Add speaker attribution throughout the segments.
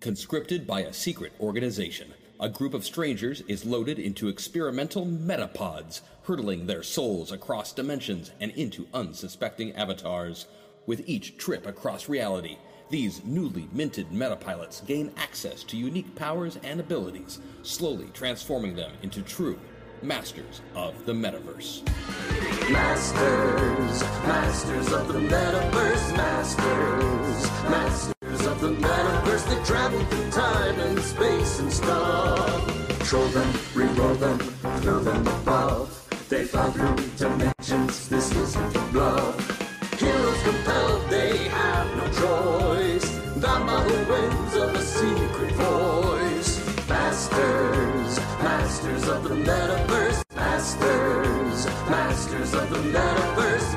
Speaker 1: Conscripted by a secret organization, a group of strangers is loaded into experimental metapods, hurtling their souls across dimensions and into unsuspecting avatars. With each trip across reality, these newly minted metapilots gain access to unique powers and abilities, slowly transforming them into true masters of the metaverse.
Speaker 2: Masters, masters of the metaverse, masters, masters of the metaverse that travel through time and space and stuff. Troll them, reroll them, throw them above. They fly through dimensions, this isn't a bluff. Heroes compelled, they have no choice. The model wins of a secret voice. Masters, masters of the metaverse, masters, masters of the metaverse.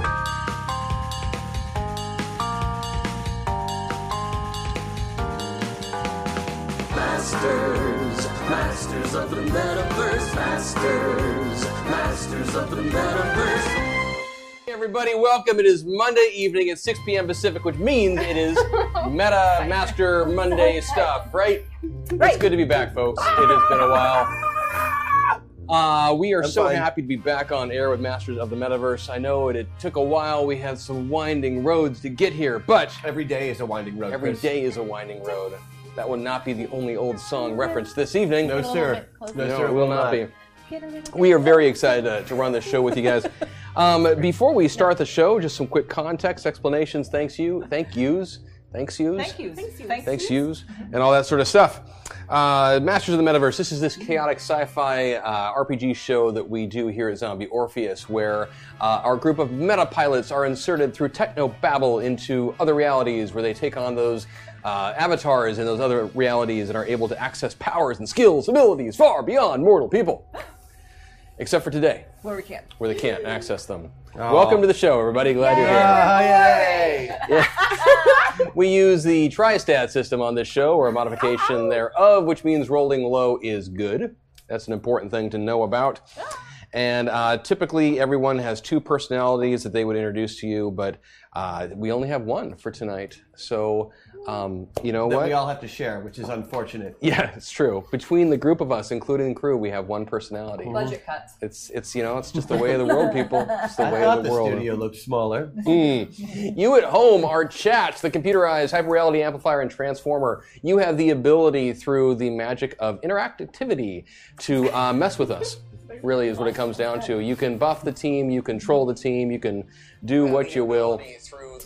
Speaker 2: Masters, masters of the metaverse, masters, masters of the metaverse.
Speaker 1: Hey, everybody, welcome. It is Monday evening at 6 p.m. Pacific, which means it is Meta Master Monday stuff, right? It's good to be back, folks. It has been a while. Uh, we are so happy to be back on air with Masters of the Metaverse. I know it, it took a while. We had some winding roads to get here, but
Speaker 3: Every day is a winding road.
Speaker 1: every
Speaker 3: Chris.
Speaker 1: day is a winding road. That will not be the only old song reference this evening.
Speaker 3: No, sir.
Speaker 4: closer.
Speaker 3: No,
Speaker 4: No,
Speaker 3: sir.
Speaker 1: it will not be.
Speaker 4: Get a little
Speaker 1: We are very excited to, to run this show with you guys. Um, before we start the show, just some quick context, explanations, thanks you, thank yous, thanks yous,
Speaker 5: Thank you. Thank you.
Speaker 1: thanks yous, and all that sort of stuff. Uh, Masters of the Metaverse, this is this chaotic sci fi uh, RPG show that we do here at Zombie Orpheus, where uh, our group of meta pilots are inserted through techno babble into other realities where they take on those uh, avatars in those other realities and are able to access powers and skills, abilities far beyond mortal people. Except for today,
Speaker 5: Where we can.
Speaker 1: where they can't access them. Welcome to the show, everybody. Glad you're here.
Speaker 3: Ah, yay!
Speaker 1: We use the tri-stat system on this show, or a modification thereof, which means rolling low is good. That's an important thing to know about. And uh, typically, everyone has two personalities that they would introduce to you, but uh, we only have one for tonight. So, um, you know
Speaker 3: That
Speaker 1: what?
Speaker 3: we all have to share, which is unfortunate.
Speaker 1: yeah, it's true. Between the group of us, including crew, we have one personality.
Speaker 5: Budget cuts.
Speaker 1: It's it's you know it's just the way of the world, people. It's the
Speaker 3: I
Speaker 1: way
Speaker 3: thought
Speaker 1: of the,
Speaker 3: the,
Speaker 1: world. Mm.
Speaker 3: studio looked smaller.
Speaker 1: You at home are Chats, the computerized hyperreality amplifier and transformer. You have the ability through the magic of interactivity to uh, mess with us. Really is what it comes down to. You can buff the team, you control the team, you can do what you will.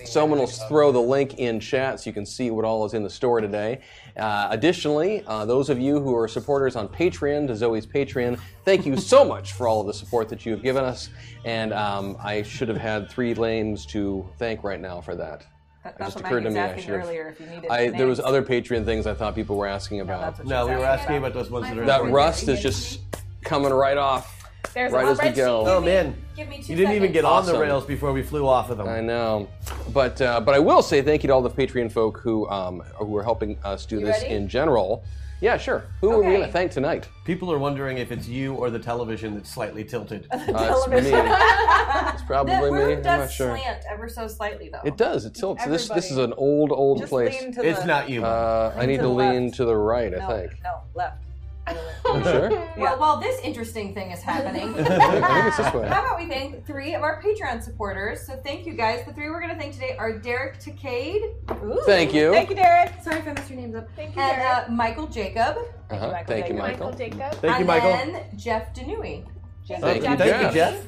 Speaker 1: Someone will throw the link in chat so you can see what all is in the store today. Uh, additionally, uh, those of you who are supporters on Patreon, to Zoe's Patreon, thank you so much for all of the support that you have given us. And um, I should have had three lames to thank right now for that.
Speaker 5: That,
Speaker 1: It
Speaker 5: that's
Speaker 1: just
Speaker 5: what
Speaker 1: occurred
Speaker 5: Maggie's
Speaker 1: to me I
Speaker 5: asking
Speaker 1: should have-
Speaker 5: earlier if you needed
Speaker 1: I, there was
Speaker 5: names.
Speaker 1: other Patreon things I thought people were asking about.
Speaker 5: That's what
Speaker 3: No,
Speaker 5: she's
Speaker 3: we were asking about those ones that are.
Speaker 1: that rust is just coming right off.
Speaker 4: There's
Speaker 1: right
Speaker 4: a
Speaker 1: as we go.
Speaker 3: Oh man,
Speaker 4: Give me two
Speaker 3: you didn't even get on
Speaker 1: Awesome.
Speaker 3: the rails before we flew off of them.
Speaker 1: I know, but uh, but I will say thank you to all the Patreon folk who um, who are helping us do this
Speaker 4: ready?
Speaker 1: in general. Yeah, sure. Who are we
Speaker 4: Okay.
Speaker 1: gonna thank tonight?
Speaker 3: People are wondering if it's you or the television that's slightly tilted.
Speaker 1: Uh, it's me. It's probably
Speaker 4: The
Speaker 1: me.
Speaker 4: room
Speaker 1: I'm not
Speaker 4: does
Speaker 1: sure.
Speaker 4: slant ever so slightly, though.
Speaker 1: It does. It tilts. This this is an old old
Speaker 5: Just
Speaker 1: place.
Speaker 5: lean to the,
Speaker 3: it's not you.
Speaker 1: uh, I need to
Speaker 5: the
Speaker 1: lean
Speaker 5: left.
Speaker 1: to the right. I
Speaker 5: No,
Speaker 1: think.
Speaker 5: no, left.
Speaker 1: You sure?
Speaker 4: Well, while this interesting thing is happening,
Speaker 1: I
Speaker 4: how
Speaker 1: think it's this way.
Speaker 4: about we thank three of our Patreon supporters? So thank you guys. The three we're going to thank today are Derek Takade. Ooh.
Speaker 1: Thank you.
Speaker 5: Thank you, Derek.
Speaker 4: Sorry if I missed your names up.
Speaker 6: Thank you,
Speaker 4: And
Speaker 6: Derek.
Speaker 4: uh, Michael Jacob.
Speaker 1: Uh-huh. Thank you, Michael.
Speaker 6: Jacob.
Speaker 3: Thank
Speaker 4: and
Speaker 3: you, Michael.
Speaker 4: then Jeff Denui.
Speaker 1: Thank you,
Speaker 3: Thank you,
Speaker 1: Jeff.
Speaker 3: Jeff.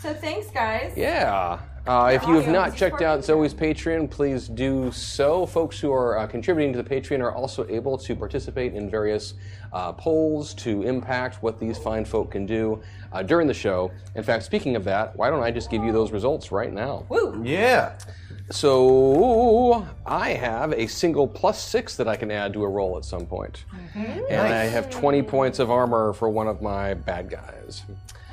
Speaker 4: So thanks, guys.
Speaker 1: Yeah. Uh, if you have
Speaker 7: Audio,
Speaker 1: not
Speaker 7: this is
Speaker 1: checked
Speaker 7: for
Speaker 1: out
Speaker 7: Patreon.
Speaker 1: Zoe's Patreon, please do so. Folks who are uh, contributing to the Patreon are also able to participate in various uh, polls to impact what these fine folk can do uh, during the show. In fact, speaking of that, why don't I just give you those results right now?
Speaker 7: Woo!
Speaker 3: Yeah.
Speaker 1: So I have a single plus six that I can add to a roll at some point,
Speaker 8: Mm-hmm.
Speaker 1: and I
Speaker 3: Nice.
Speaker 1: have 20 points of armor for one of my bad guys.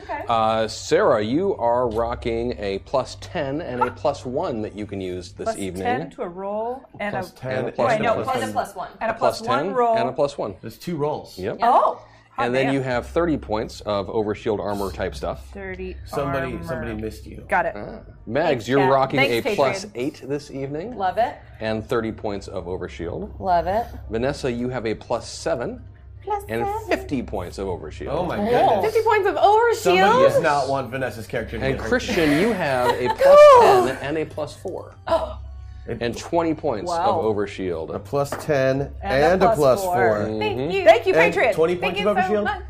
Speaker 7: Okay.
Speaker 1: Uh, Sarah, you are rocking a plus 10 and a plus 1 that you can use this
Speaker 5: Plus
Speaker 1: evening.
Speaker 5: ten to a roll and
Speaker 3: Plus
Speaker 5: a
Speaker 3: 10.
Speaker 1: a plus
Speaker 5: Wait, no,
Speaker 1: one.
Speaker 5: plus-
Speaker 7: Plus a plus one.
Speaker 5: and a
Speaker 1: Plus
Speaker 5: plus, one roll
Speaker 1: and a plus 1.
Speaker 3: There's two rolls.
Speaker 1: Yep.
Speaker 5: Oh, hot
Speaker 1: And then
Speaker 5: damn.
Speaker 1: you have 30 points of overshield armor type stuff.
Speaker 5: thirty.
Speaker 3: Somebody
Speaker 5: armor.
Speaker 3: somebody missed you.
Speaker 5: Got it.
Speaker 1: Mags, you're
Speaker 5: Chad.
Speaker 1: rocking
Speaker 5: Thanks,
Speaker 1: a
Speaker 5: Adrian.
Speaker 1: plus 8 this evening
Speaker 9: Love it.
Speaker 1: and 30 points of overshield.
Speaker 9: Love it.
Speaker 1: Vanessa, you have a plus 7
Speaker 9: Plus
Speaker 1: and 50 points of overshield.
Speaker 3: Oh my goodness.
Speaker 9: Fifty points of overshield.
Speaker 3: Somebody does not want Vanessa's character to
Speaker 1: And
Speaker 3: get hurt.
Speaker 1: Christian, you have a plus 10 and a plus 4.
Speaker 9: Oh,
Speaker 1: And 20 points
Speaker 9: Wow.
Speaker 1: of overshield. Mm-hmm.
Speaker 3: A plus ten
Speaker 5: And a
Speaker 3: and a
Speaker 5: plus
Speaker 3: plus
Speaker 5: four.
Speaker 3: four.
Speaker 9: Thank you. Thank you,
Speaker 3: And
Speaker 9: Patriot.
Speaker 3: 20
Speaker 9: Thank
Speaker 3: points
Speaker 9: you
Speaker 3: of
Speaker 9: so
Speaker 3: overshield?
Speaker 9: much.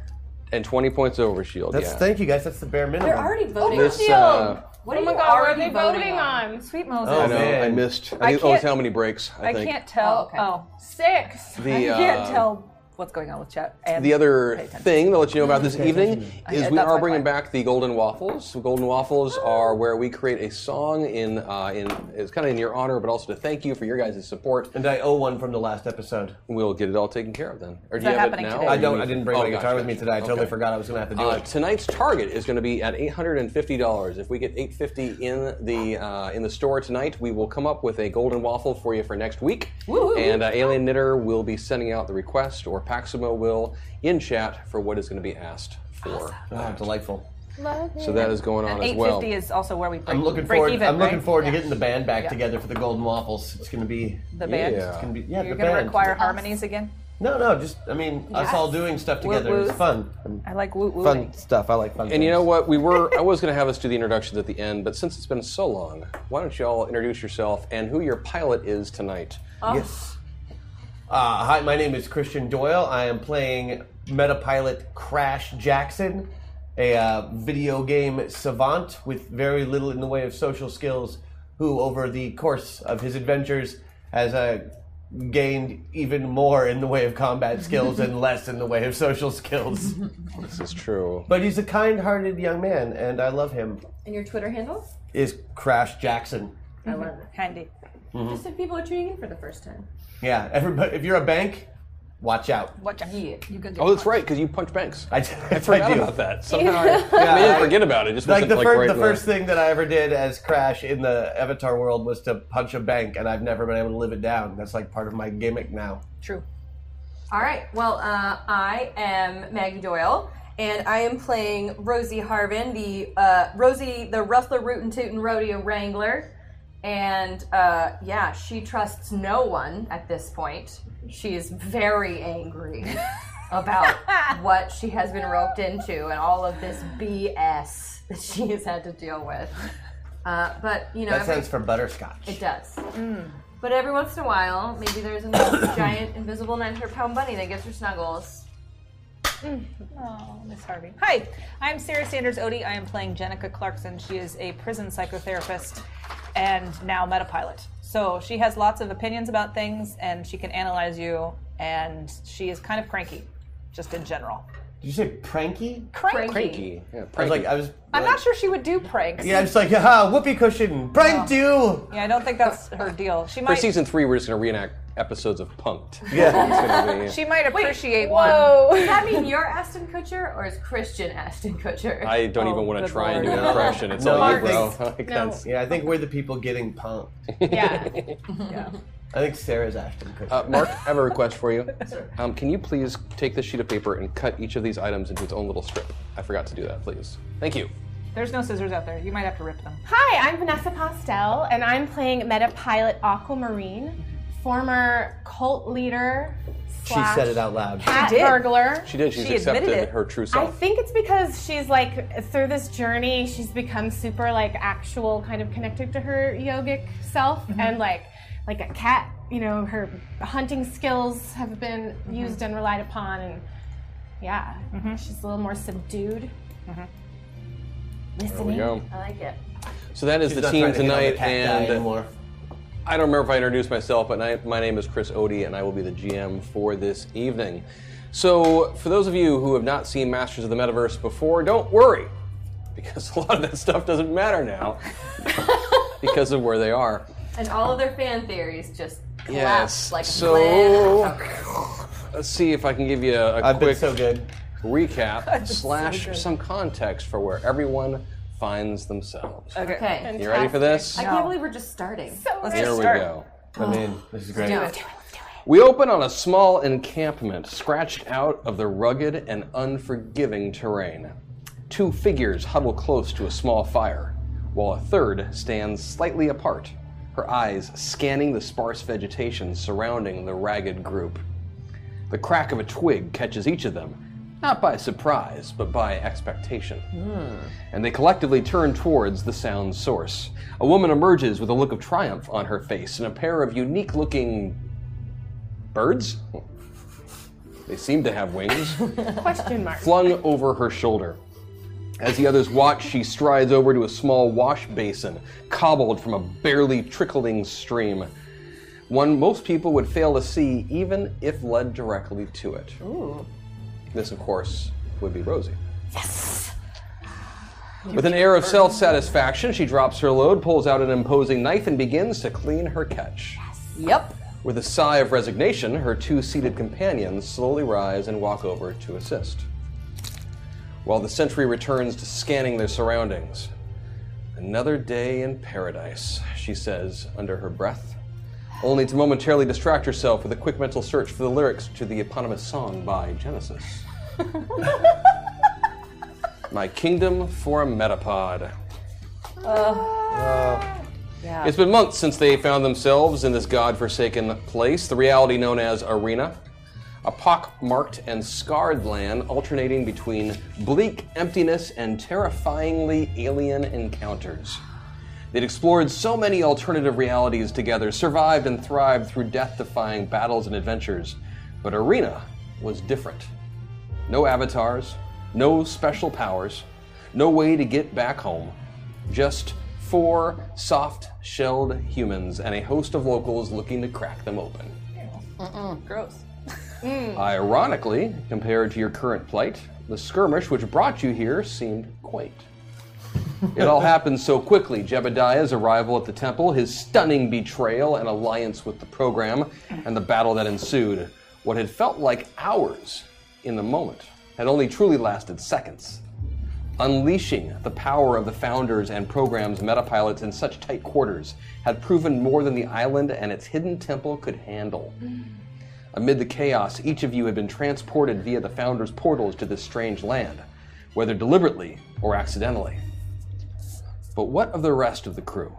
Speaker 1: and 20 points of overshield.
Speaker 3: That's
Speaker 1: yeah.
Speaker 3: thank you guys. That's the bare minimum.
Speaker 7: They're already voting.
Speaker 1: This,
Speaker 9: Overshield.
Speaker 1: uh,
Speaker 7: what
Speaker 9: Oh
Speaker 7: are
Speaker 9: my God,
Speaker 7: you
Speaker 9: what are
Speaker 7: already
Speaker 9: they voting on?
Speaker 5: Sweet Moses.
Speaker 3: Oh,
Speaker 1: I know.
Speaker 3: man.
Speaker 1: I missed. I,
Speaker 5: I
Speaker 1: think, oh, it's
Speaker 5: can't-
Speaker 1: how many breaks? I,
Speaker 5: I
Speaker 1: think.
Speaker 5: can't tell.
Speaker 7: Oh, okay.
Speaker 5: Oh,
Speaker 9: Six.
Speaker 1: The,
Speaker 5: I can't
Speaker 1: uh,
Speaker 5: tell what's going on with chat. And
Speaker 1: The other
Speaker 5: pay attention.
Speaker 1: thing to let you know about this evening is
Speaker 5: I-
Speaker 1: we
Speaker 5: that's
Speaker 1: are
Speaker 5: my Oh.
Speaker 1: bringing
Speaker 5: plan.
Speaker 1: back the Golden Waffles. So Golden Waffles are where we create a song in uh, in it's kind of in your honor, but also to thank you for your guys' support.
Speaker 3: And I owe one from the last episode.
Speaker 1: We'll get it all taken care of then. Or do
Speaker 5: that
Speaker 1: you have it
Speaker 5: happening
Speaker 1: now?
Speaker 5: today?
Speaker 1: or
Speaker 3: I
Speaker 1: do
Speaker 3: don't.
Speaker 1: you-
Speaker 3: I didn't bring
Speaker 1: Oh,
Speaker 3: my
Speaker 1: gotcha,
Speaker 3: guitar with me
Speaker 1: gotcha.
Speaker 3: today. I totally
Speaker 1: Okay.
Speaker 3: forgot I was going to have to do
Speaker 1: Uh,
Speaker 3: it.
Speaker 1: tonight's target is going to be at eight hundred and fifty dollars. If we get eight fifty in the uh, in the store tonight, we will come up with a golden waffel for you for next week. And uh, Alien Knitter will be sending out the request, or Paximo will in chat for what is going to be asked for.
Speaker 3: Oh, delightful.
Speaker 1: So that is going on
Speaker 5: And
Speaker 1: as
Speaker 5: 850
Speaker 1: well.
Speaker 5: is also where we break,
Speaker 3: I'm looking
Speaker 5: break
Speaker 3: forward.
Speaker 5: even.
Speaker 3: I'm looking
Speaker 5: right?
Speaker 3: forward to getting the band back together for the Golden Waffles. It's going to be.
Speaker 5: the band.
Speaker 1: Yeah.
Speaker 3: It's going to be. Yeah,
Speaker 5: You're
Speaker 3: the
Speaker 5: going to
Speaker 3: band.
Speaker 5: require harmonies again.
Speaker 3: No, no. Just I mean, us all doing stuff together
Speaker 5: Woot
Speaker 3: is
Speaker 5: woot.
Speaker 3: fun.
Speaker 5: I like woo woo.
Speaker 3: Fun stuff. I like fun.
Speaker 1: and you know what? We were I was going to have us do the introductions at the end, but since it's been so long, why don't you all introduce yourself and who your pilot is tonight?
Speaker 3: Yes. Uh, hi, my name is Christian Doyle. I am playing Metapilot Crash Jackson, a uh, video game savant with very little in the way of social skills, who, over the course of his adventures, has uh, gained even more in the way of combat skills and less in the way of social skills.
Speaker 1: This is true.
Speaker 3: but he's a kind-hearted young man, and I love him.
Speaker 7: And your Twitter handle?
Speaker 3: Is Crash Jackson?
Speaker 7: I love Mm-hmm. it.
Speaker 5: Handy.
Speaker 7: Just
Speaker 1: Mm-hmm.
Speaker 7: if people are tuning in for the first time.
Speaker 3: Yeah, everybody. If you're a bank, watch out.
Speaker 5: Watch out.
Speaker 7: Yeah. You can
Speaker 1: Oh, that's right, because you punch banks.
Speaker 3: I, I
Speaker 1: forgot
Speaker 3: do.
Speaker 1: about that. Somehow I, I
Speaker 3: Yeah,
Speaker 1: didn't
Speaker 3: I-
Speaker 1: forget about it. It Just
Speaker 3: like
Speaker 1: wasn't
Speaker 3: the,
Speaker 1: like
Speaker 3: fir-
Speaker 1: right
Speaker 3: the
Speaker 1: in
Speaker 3: first thing that I ever did as Crash in the Avatar world was to punch a bank, and I've never been able to live it down. That's like part of my gimmick now.
Speaker 5: True.
Speaker 7: All right. Well, uh, I am Maggie Doyle, and I am playing Rosie Harvin, the uh, Rosie, the Ruffler Rootin' Tootin' Rodeo Wrangler. And uh, yeah, she trusts no one at this point. She is very angry about what she has been roped into and all of this BS that she has had to deal with. Uh, but you know,
Speaker 3: That
Speaker 7: every-
Speaker 3: stands for butterscotch.
Speaker 7: it does. But every once in a while, maybe there's a nice giant, invisible 900 pound bunny that gives her snuggles.
Speaker 5: Oh, Miss Harvey. Hi, I'm Sarah Sanders Odie. I am playing Jenica Clarkson. She is a prison psychotherapist and now metapilot. So she has lots of opinions about things and she can analyze you, and she is kind of cranky, just in general.
Speaker 3: Did you say pranky?
Speaker 5: Cranky.
Speaker 1: Cranky. Yeah,
Speaker 3: I was
Speaker 1: pranky.
Speaker 3: like, I was.
Speaker 5: I'm
Speaker 3: like-
Speaker 5: not sure she would do pranks.
Speaker 3: Yeah, I'm just like, ha, whoopee cushion, pranked you.
Speaker 5: Yeah, I don't think that's her deal. She
Speaker 1: For
Speaker 5: might.
Speaker 1: season three, we're just going to reenact episodes of Punked.
Speaker 3: Yeah.
Speaker 1: It's gonna be-
Speaker 5: She might appreciate one.
Speaker 9: Whoa.
Speaker 7: Does that mean you're Ashton Kutcher or is Christian Ashton Kutcher?
Speaker 1: I don't even want to
Speaker 5: good
Speaker 1: try and do
Speaker 5: lord.
Speaker 1: an impression. It's
Speaker 3: No,
Speaker 1: all you,
Speaker 3: I
Speaker 1: bro.
Speaker 3: think-
Speaker 1: Like, that's-
Speaker 3: yeah, I think we're the people getting punked.
Speaker 5: Yeah.
Speaker 3: I think Sarah's Ashton Kutcher.
Speaker 1: Uh, Mark, I have a request for you. Um, can you please take this sheet of paper and cut each of these items into its own little strip? I forgot to do that, please. Thank you.
Speaker 5: There's no scissors out there. You might have to rip them.
Speaker 9: Hi, I'm Vanessa Postel, and I'm playing Metapilot Aquamarine, former cult leader.
Speaker 3: she
Speaker 9: slash
Speaker 3: said it out loud.
Speaker 9: Cat
Speaker 5: did.
Speaker 9: burglar.
Speaker 1: She did. She's
Speaker 5: She admitted
Speaker 1: accepted
Speaker 5: it.
Speaker 1: her true
Speaker 9: I
Speaker 1: self.
Speaker 9: think it's because she's like through this journey, she's become super like actual kind of connected to her yogic self
Speaker 1: Mm-hmm.
Speaker 9: and like like a cat, you know, her hunting skills have been
Speaker 1: Mm-hmm.
Speaker 9: used and relied upon and yeah, she's a little more subdued.
Speaker 1: Mm-hmm. there we go.
Speaker 7: I like it.
Speaker 1: So that is
Speaker 3: She's
Speaker 1: the
Speaker 3: not
Speaker 1: team
Speaker 3: trying to hit on the
Speaker 1: tonight,
Speaker 3: cat guy
Speaker 1: and uh,
Speaker 3: anymore.
Speaker 1: I don't remember if I introduced myself, but I, my name is Chris Odie, and I will be the GM for this evening. So, for those of you who have not seen Masters of the Metaverse before, don't worry, because a lot of that stuff doesn't matter now because of where they are.
Speaker 4: And all of their fan theories just collapse
Speaker 1: Yes.
Speaker 4: like a
Speaker 1: so,
Speaker 4: plan.
Speaker 1: let's see if I can give you a, a
Speaker 3: I've been
Speaker 1: quick
Speaker 3: so good.
Speaker 1: recap slash some context for where everyone finds themselves.
Speaker 4: Okay.
Speaker 1: You ready for this?
Speaker 4: I can't believe we're just starting.
Speaker 5: Let's
Speaker 1: Here
Speaker 5: just
Speaker 1: we
Speaker 5: start.
Speaker 1: go.
Speaker 3: I'm in. This is great.
Speaker 4: No.
Speaker 1: We open on a small encampment scratched out of the rugged and unforgiving terrain. Two figures huddle close to a small fire, while a third stands slightly apart, her eyes scanning the sparse vegetation surrounding the ragged group. The crack of a twig catches each of them, not by surprise, but by expectation. And they collectively turn towards the sound source. A woman emerges with a look of triumph on her face and a pair of unique looking birds? They seem to have wings.
Speaker 6: Question mark.
Speaker 1: Flung over her shoulder. As the others watch, she strides over to a small wash basin, cobbled from a barely trickling stream. One most people would fail to see even if led directly to it. This, of course, would be Rosie. Yes! With an air of self satisfaction, she drops her load, pulls out an imposing knife, and begins to clean her catch.
Speaker 4: Yep.
Speaker 1: With a sigh of resignation, her two seated companions slowly rise and walk over to assist. While the sentry returns to scanning their surroundings. Another day in paradise, she says under her breath, only to momentarily distract herself with a quick mental search for the lyrics to the eponymous song by Genesis. My kingdom for a metapod. It's been months since they found themselves in this godforsaken place, the reality known as Arena. A pockmarked and scarred land alternating between bleak emptiness and terrifyingly alien encounters. They'd explored so many alternative realities together, survived and thrived through death defying battles and adventures, but Arena was different. No avatars, no special powers, no way to get back home. Just four soft shelled humans and a host of locals looking to crack them open.
Speaker 5: Gross.
Speaker 4: Mm.
Speaker 1: Ironically, compared to your current plight, the skirmish which brought you here seemed quaint. It all happened so quickly Jebediah's arrival at the temple, his stunning betrayal and alliance with the program, and the battle that ensued. What had felt like hours in the moment had only truly lasted seconds. Unleashing the power of the founders and program's metapilots in such tight quarters had proven more than the island and its hidden temple could handle.
Speaker 7: Mm-hmm.
Speaker 1: Amid the chaos, each of you had been transported via the Founder's portals to this strange land, whether deliberately or accidentally. But what of the rest of the crew?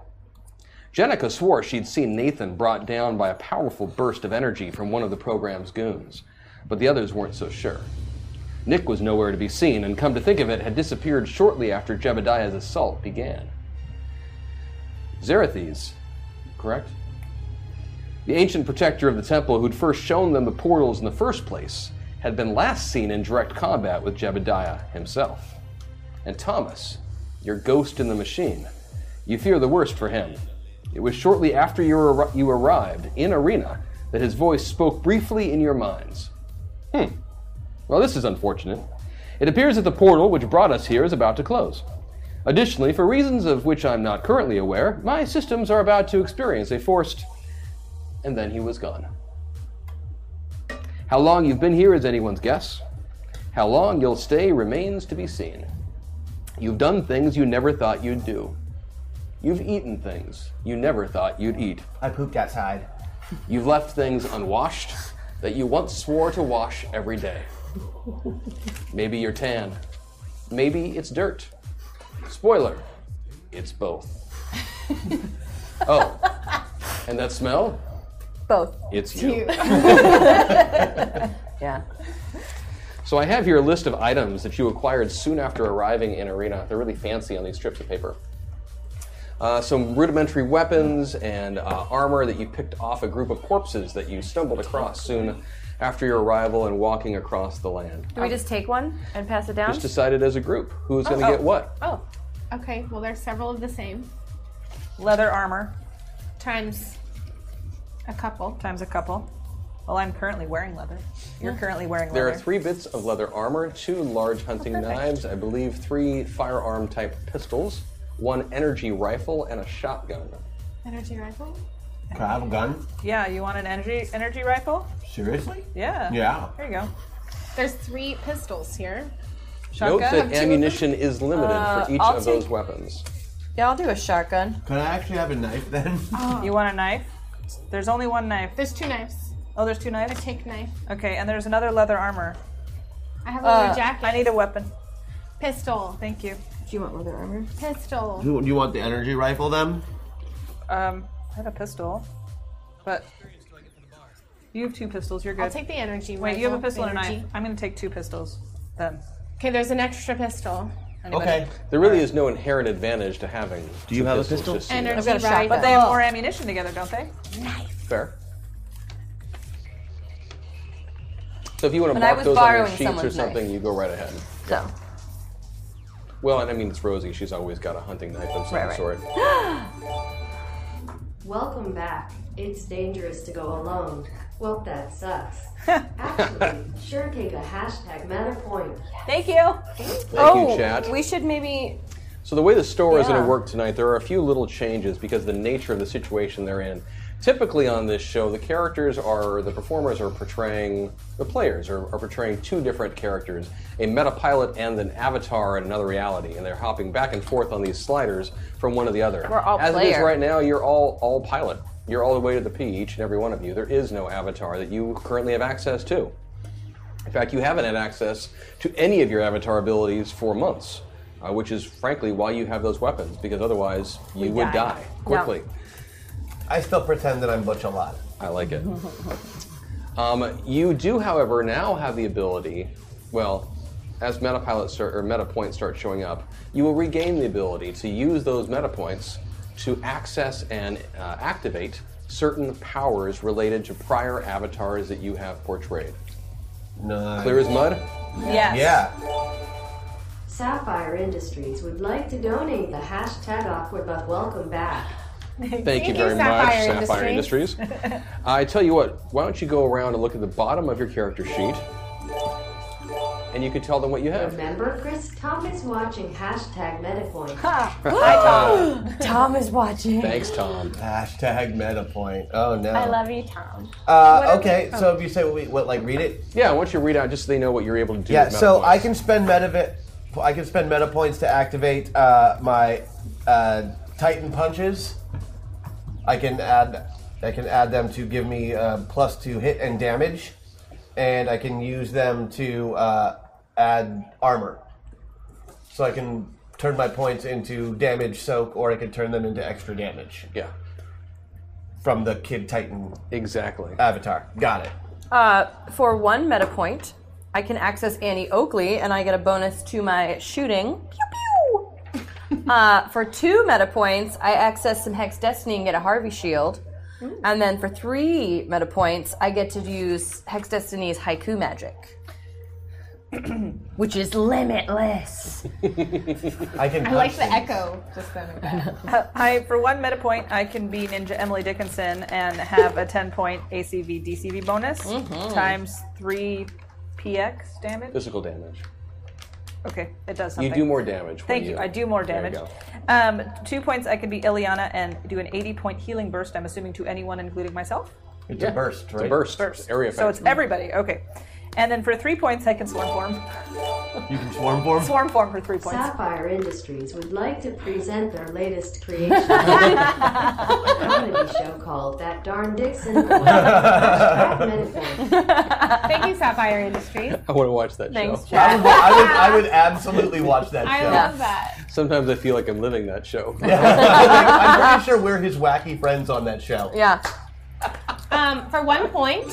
Speaker 1: Jenica swore she'd seen Nathan brought down by a powerful burst of energy from one of the program's goons, but the others weren't so sure. Nick was nowhere to be seen, and come to think of it, had disappeared shortly after Jebediah's assault began. Zarathes, correct? The ancient protector of the temple who'd first shown them the portals in the first place had been last seen in direct combat with Jebediah himself. And Thomas, your ghost in the machine, you fear the worst for him. It was shortly after you, arri- you arrived in Arena that his voice spoke briefly in your minds. Hmm. Well, this is unfortunate. It appears that the portal which brought us here is about to close. Additionally, for reasons of which I'm not currently aware, my systems are about to experience a forced and then he was gone. How long you've been here is anyone's guess. How long you'll stay remains to be seen. You've done things you never thought you'd do. You've eaten things you never thought you'd eat.
Speaker 3: I pooped outside.
Speaker 1: You've left things unwashed that you once swore to wash every day. Maybe you're tan. Maybe it's dirt. Spoiler, it's both. oh, and that smell?
Speaker 4: Both.
Speaker 1: It's you.
Speaker 4: Yeah.
Speaker 1: So I have here a list of items that you acquired soon after arriving in Arena. They're really fancy on these strips of paper. Uh, some rudimentary weapons and uh, armor that you picked off a group of corpses that you stumbled across soon after your arrival and walking across the land.
Speaker 4: Do we just take one and pass it down?
Speaker 9: Oh.
Speaker 1: Just decided as a group who's going to get what.
Speaker 6: Oh, okay. Well, there's several of the same.
Speaker 5: leather armor
Speaker 6: times a couple.
Speaker 5: times a couple. Well, I'm currently wearing leather. You're currently wearing
Speaker 1: There
Speaker 5: leather.
Speaker 1: are three bits of leather armor, two large hunting knives, I believe three firearm type pistols, one energy rifle, and a shotgun.
Speaker 6: Energy rifle.
Speaker 3: Can I have a gun?
Speaker 5: Yeah, you want an energy energy rifle?
Speaker 3: Seriously?
Speaker 5: Yeah.
Speaker 3: Yeah.
Speaker 5: There you go.
Speaker 6: There's three pistols here.
Speaker 1: Note
Speaker 5: Shotgun.
Speaker 1: that ammunition is limited for each
Speaker 4: Uh, I'll
Speaker 1: of those
Speaker 4: take-
Speaker 1: weapons.
Speaker 4: Yeah, I'll do a shotgun.
Speaker 3: Can I actually have a knife then?
Speaker 5: You want a knife? There's only one knife.
Speaker 6: There's two knives.
Speaker 5: Oh, there's two knives.
Speaker 6: Take knife.
Speaker 5: Okay, and there's another leather armor.
Speaker 6: I have a leather
Speaker 4: Uh,
Speaker 6: jacket.
Speaker 5: I need a weapon.
Speaker 6: pistol.
Speaker 5: Thank you.
Speaker 4: Do you want leather armor?
Speaker 6: Pistol.
Speaker 3: Do you want the energy rifle then?
Speaker 5: Um, I have a pistol, but you have two pistols. You're good.
Speaker 6: I'll take the energy
Speaker 5: Wait,
Speaker 6: rifle.
Speaker 5: you have a pistol and a
Speaker 6: energy.
Speaker 5: knife. I'm gonna take two pistols. Then.
Speaker 6: Okay, there's an extra pistol.
Speaker 5: Anybody?
Speaker 3: Okay.
Speaker 1: There really is no inherent advantage to having. Do
Speaker 3: you have a pistol?
Speaker 1: Just so you know.
Speaker 6: Energy Oh.
Speaker 4: got a shotgun.
Speaker 6: rifle.
Speaker 5: But they have more ammunition together, don't they?
Speaker 1: Fair. So if you want to
Speaker 4: But I
Speaker 1: mark
Speaker 4: was
Speaker 1: those on your
Speaker 4: borrowing
Speaker 1: sheets or
Speaker 4: someone's
Speaker 1: something,
Speaker 4: knife.
Speaker 1: you go right ahead.
Speaker 4: So,
Speaker 1: Well, and I mean it's Rosie. She's always got a hunting knife of some
Speaker 4: Right, right.
Speaker 1: sort.
Speaker 8: Hmm. Welcome back. It's dangerous to go alone. Well, that sucks. Actually, sure take a hashtag matter point.
Speaker 5: Thank you.
Speaker 1: Thank you, Oh, chat.
Speaker 4: Oh, we should maybe.
Speaker 1: So the way the store is going
Speaker 4: Yeah.
Speaker 1: to work tonight, there are a few little changes because of the nature of the situation they're in. Typically on this show, the characters are the performers are portraying the players are, are portraying two different characters, a meta pilot and an avatar in another reality, and they're hopping back and forth on these sliders from one to the other.
Speaker 4: We're all
Speaker 1: As it is
Speaker 4: player.
Speaker 1: right now, you're all all pilot. You're all the way to the P, each and every one of you. There is no avatar that you currently have access to. In fact, you haven't had access to any of your avatar abilities for months, uh, which is frankly why you have those weapons, because otherwise you would die quickly.
Speaker 3: I still pretend that I'm Butch a lot.
Speaker 1: I like it. um, you do, however, now have the ability, well, as meta pilots start, or meta points start showing up, you will regain the ability to use those meta points to access and uh, activate certain powers related to prior avatars that you have portrayed.
Speaker 3: No.
Speaker 1: Clear as mud?
Speaker 5: Yes.
Speaker 3: Yeah.
Speaker 8: Sapphire Industries would like to donate the hashtag awkward but welcome back.
Speaker 1: Thank you
Speaker 6: Thank you,
Speaker 1: very
Speaker 6: Sapphire
Speaker 1: much, Sapphire Industries.
Speaker 6: Industries.
Speaker 1: I tell you what, why don't you go around and look at the bottom of your character sheet, and you can tell them what you have.
Speaker 8: Remember, Chris Tom is watching hashtag metapoint.
Speaker 4: Tom is watching.
Speaker 1: Thanks, Tom.
Speaker 3: Hashtag meta point. Oh no.
Speaker 6: I love you, Tom.
Speaker 3: Uh, okay, so if you say what, what like read it.
Speaker 1: Yeah, once you read out, just so they know what you're able to do.
Speaker 3: Yeah.
Speaker 1: with meta
Speaker 3: So
Speaker 1: points.
Speaker 3: I can spend meta vi- I can spend meta points to activate uh, my uh, Titan punches. I can add I can add them to give me uh, plus two hit and damage, and I can use them to uh, add armor. So I can turn my points into damage soak, or I can turn them into extra damage
Speaker 1: Yeah,
Speaker 3: from the Kid Titan
Speaker 1: exactly.
Speaker 3: avatar. Got it.
Speaker 4: Uh, for one meta point, I can access Annie Oakley, and I get a bonus to my shooting. Pew pew. uh, for two meta points, I access some Hex Destiny and get a Harvey Shield. And then for three meta points, I get to use Hex Destiny's Haiku magic, which is limitless.
Speaker 3: I can.
Speaker 6: I like the echo just then.
Speaker 5: Uh, I for one meta point, I can be Ninja Emily Dickinson and have a ten point ACV DCV bonus
Speaker 1: Mm-hmm.
Speaker 5: times three PX damage.
Speaker 1: Physical damage.
Speaker 5: Okay, it does something.
Speaker 1: You do more damage. when
Speaker 5: Thank you. I do more
Speaker 1: There you
Speaker 5: damage.
Speaker 1: go.
Speaker 5: Um, two points. I can be Ileana and do an 80 point healing burst. I'm assuming to anyone, including myself.
Speaker 3: It's a burst, right?
Speaker 1: It's a burst.
Speaker 5: Burst.
Speaker 1: Area effect.
Speaker 5: So it's everybody. Okay. And then for three points, I can swarm form.
Speaker 3: You can swarm form.
Speaker 5: Swarm form for three points.
Speaker 8: Sapphire Industries would like to present their latest creation, a comedy show called That Darn Dixon Boy. Hashtag metapoint.
Speaker 6: Thank you, Sapphire Industries.
Speaker 1: I want to watch that
Speaker 4: Thanks,
Speaker 1: show.
Speaker 3: I
Speaker 4: Chad.
Speaker 3: would, I would, I would absolutely watch that
Speaker 6: I
Speaker 3: show.
Speaker 6: love that.
Speaker 1: Sometimes I feel like I'm living that show.
Speaker 3: I'm pretty sure we're his wacky friends on that show.
Speaker 4: Yeah.
Speaker 6: Um, for one point,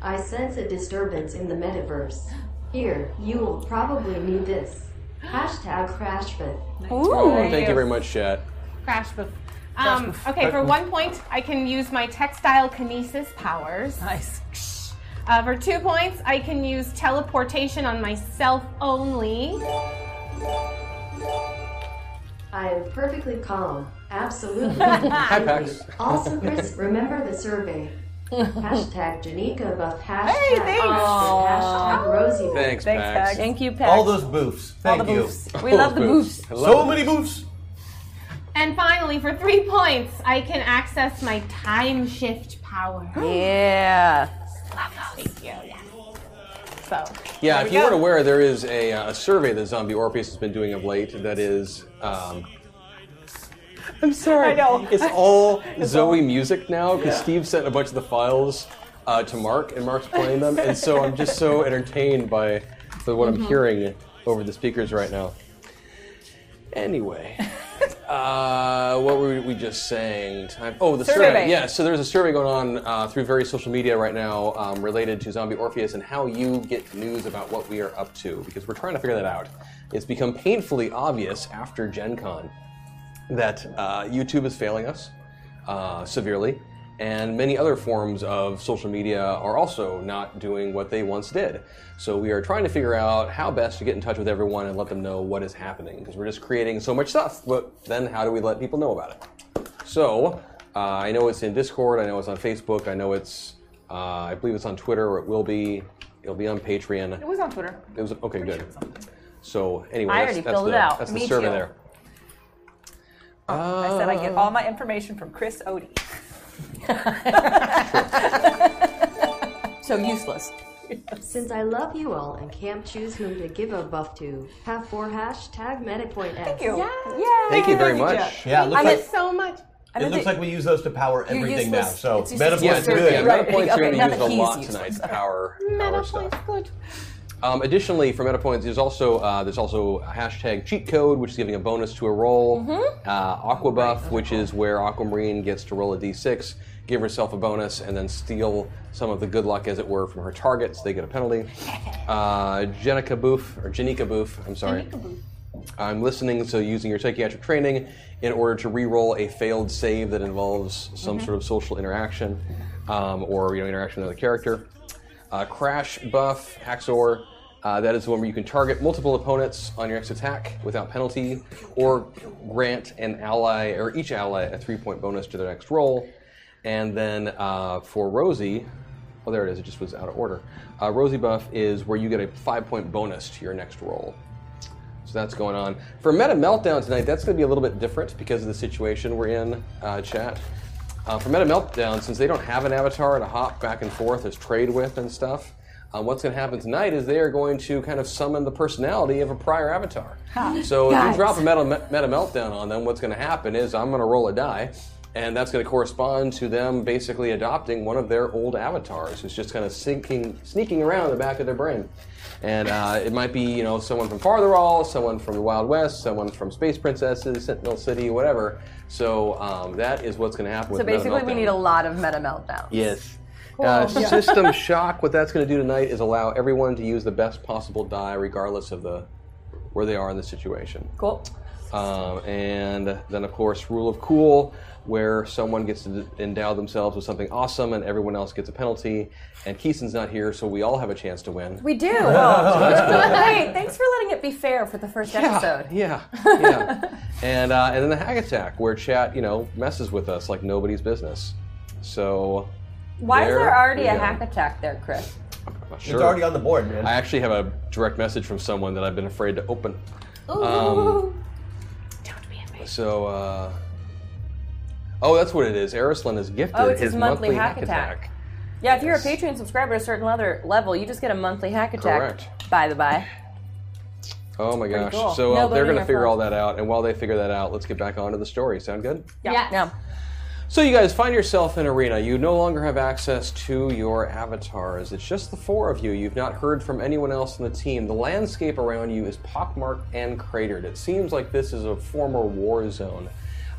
Speaker 8: I sense a disturbance in the metaverse. Here, you will probably need this. Hashtag Crashman.
Speaker 1: Oh,
Speaker 4: Ooh.
Speaker 1: thank you very much, chat.
Speaker 6: crash boof. Um, okay, for one point, I can use my textile kinesis powers.
Speaker 5: Nice.
Speaker 6: Uh, for two points, I can use teleportation on myself only.
Speaker 8: I am perfectly calm. Absolutely. completely.
Speaker 1: Pax.
Speaker 8: also, Chris, remember the survey. Hashtag Janika Buff. Hashtag,
Speaker 5: Hey, thanks.
Speaker 8: hashtag Rosie. Buff.
Speaker 1: Thanks,
Speaker 5: Thanks,
Speaker 1: Pax.
Speaker 5: Pax.
Speaker 7: Thank you, Pat.
Speaker 3: All those boofs. Thank you.
Speaker 7: We love the boofs.
Speaker 1: I love
Speaker 3: So
Speaker 1: it.
Speaker 3: many boofs.
Speaker 6: And finally, for three points, I can access my time shift power.
Speaker 7: Yeah.
Speaker 6: So,
Speaker 1: Yeah, if you weren't aware, there is a, uh, a survey that Zombie Orpheus has been doing of late that is. Um, I'm sorry.
Speaker 5: I know.
Speaker 1: It's all Zoe music now because Steve sent a bunch of the files uh, to Mark, and Mark's playing them, and so I'm just so entertained by the, what I'm hearing over the speakers right now. Anyway, uh, what were we just saying? Time. Oh, the survey.
Speaker 5: Survey.
Speaker 1: Yeah, so there's a survey going on uh, through various social media right now um, related to Zombie Orpheus and how you get news about what we are up to because we're trying to figure that out. It's become painfully obvious after Gen Con that uh, YouTube is failing us uh, severely, and many other forms of social media are also not doing what they once did. So we are trying to figure out how best to get in touch with everyone and let them know what is happening because we're just creating so much stuff. But then, how do we let people know about it? So uh, I know it's in Discord. I know it's on Facebook. I know it's. Uh, I believe it's on Twitter, or it will be. It'll be on Patreon.
Speaker 5: It was on Twitter.
Speaker 1: It was okay, good. So anyway,
Speaker 7: I
Speaker 1: that's,
Speaker 7: already
Speaker 1: that's
Speaker 7: filled
Speaker 1: the,
Speaker 7: it out.
Speaker 1: That's the
Speaker 7: Me
Speaker 1: survey
Speaker 7: too. Oh,
Speaker 1: there. Ah.
Speaker 5: I said I get all my information from Chris Odie.
Speaker 7: So useless.
Speaker 8: Since I love you all and can't choose whom to give a buff to, have four hashtag MetaPoint X.
Speaker 5: Thank you.
Speaker 1: Thank you very much.
Speaker 3: Yeah, it looks
Speaker 7: I'm
Speaker 3: like
Speaker 7: at-
Speaker 6: so much.
Speaker 7: I
Speaker 3: it
Speaker 7: don't
Speaker 3: looks
Speaker 7: think-
Speaker 3: like we use those to power
Speaker 7: You're
Speaker 3: everything now.
Speaker 7: useless.
Speaker 3: So
Speaker 7: It's
Speaker 3: meta
Speaker 7: useless.
Speaker 1: Yeah,
Speaker 7: Yes,
Speaker 3: points
Speaker 7: sir.
Speaker 1: good. Yeah,
Speaker 3: good.
Speaker 7: Right.
Speaker 1: meta points are
Speaker 7: Okay,
Speaker 1: going to
Speaker 7: not
Speaker 1: use
Speaker 7: the
Speaker 1: a
Speaker 7: keys
Speaker 1: lot
Speaker 7: used.
Speaker 1: tonight to power, power
Speaker 6: Metapoint's
Speaker 1: stuff.
Speaker 6: good.
Speaker 1: Um, additionally, for meta points, there's also uh, there's also a hashtag cheat code, which is giving a bonus to a roll.
Speaker 7: Mm-hmm.
Speaker 1: Uh, Aquabuff, which is where Aquamarine gets to roll a d6, give herself a bonus, and then steal some of the good luck, as it were, from her targets. They get a penalty. Uh, Jenica Boof or Janika Boof, I'm sorry. I'm listening, so using your psychiatric training in order to re-roll a failed save that involves some sort of social interaction um, or you know interaction with another character. Uh, crash buff Haxor. Uh, that is the one where you can target multiple opponents on your next attack without penalty, or grant an ally or each ally a three-point bonus to their next roll. And then uh, for Rosie, oh there it is. It just was out of order. Uh, Rosie buff is where you get a five-point bonus to your next roll. So that's going on. For Meta Meltdown tonight, that's going to be a little bit different because of the situation we're in, uh, chat. Uh, for Meta Meltdown, since they don't have an avatar to hop back and forth as trade with and stuff, uh, what's going to happen tonight is they are going to kind of summon the personality of a prior avatar. So if you drop a meta, meta Meltdown on them, what's going to happen is I'm going to roll a die. And that's going to correspond to them basically adopting one of their old avatars, who's just kind of sinking, sneaking around the back of their brain. And uh, it might be, you know, someone from Fartherall, someone from the Wild West, someone from Space Princesses, Sentinel City, whatever. So um, that is what's going to happen.
Speaker 7: So
Speaker 1: with Meta
Speaker 7: basically, we
Speaker 1: Meltdown.
Speaker 7: need a lot of meta meltdowns.
Speaker 1: Yes. Uh, System shock. What that's going to do tonight is allow everyone to use the best possible die, regardless of the where they are in the situation.
Speaker 7: Cool.
Speaker 1: Um, and then, of course, rule of cool, where someone gets to endow themselves with something awesome, and everyone else gets a penalty. And Keeson's not here, so we all have a chance to win.
Speaker 7: We do. Hey, thanks for letting it be fair for the first episode.
Speaker 1: Yeah, yeah. and uh, and then the hack attack, where chat, you know, messes with us like nobody's business. So
Speaker 7: Why is
Speaker 1: There
Speaker 7: there already
Speaker 1: we
Speaker 7: a
Speaker 1: go.
Speaker 7: hack attack there, Chris?
Speaker 1: I'm not
Speaker 3: It's
Speaker 1: sure.
Speaker 3: already on the board, man.
Speaker 1: I actually have a direct message from someone that I've been afraid to open. Um, So, uh, oh, that's what it is. Arislin is gifted
Speaker 7: Oh, it's his
Speaker 1: monthly,
Speaker 7: monthly hack attack. Yeah, if you're a Patreon subscriber at a certain leather level, you just get a monthly hack attack.
Speaker 1: Correct.
Speaker 7: By the by.
Speaker 1: Oh my gosh!
Speaker 7: cool.
Speaker 1: So uh,
Speaker 7: No
Speaker 1: they're going
Speaker 7: voting
Speaker 1: to
Speaker 7: or
Speaker 1: figure all
Speaker 7: fraud.
Speaker 1: that out, and while they figure that out, let's get back onto the story. Sound good?
Speaker 6: Yes.
Speaker 7: Yeah.
Speaker 1: So you guys find yourself in arena. You no longer have access to your avatars. It's just the four of you. You've not heard from anyone else on the team. The landscape around you is pockmarked and cratered. It seems like this is a former war zone.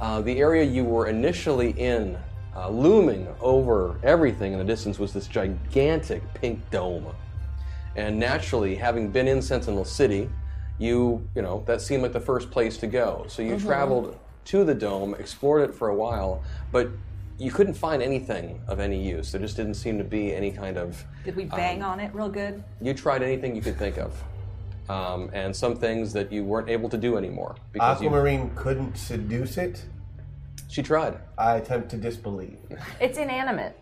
Speaker 1: Uh, the area you were initially in, uh, looming over everything in the distance, was this gigantic pink dome. And naturally, having been in Sentinel City, you you know that seemed like the first place to go. So
Speaker 6: Mm-hmm.
Speaker 1: you traveled to the dome, explored it for a while, but you couldn't find anything of any use. There just didn't seem to be any kind of.
Speaker 5: Did we bang on it real good?
Speaker 1: You tried anything you could think of, um, and some things that you weren't able to do anymore because you,
Speaker 3: Aquamarine couldn't seduce it.
Speaker 1: she tried.
Speaker 3: I attempt to disbelieve.
Speaker 7: It's inanimate.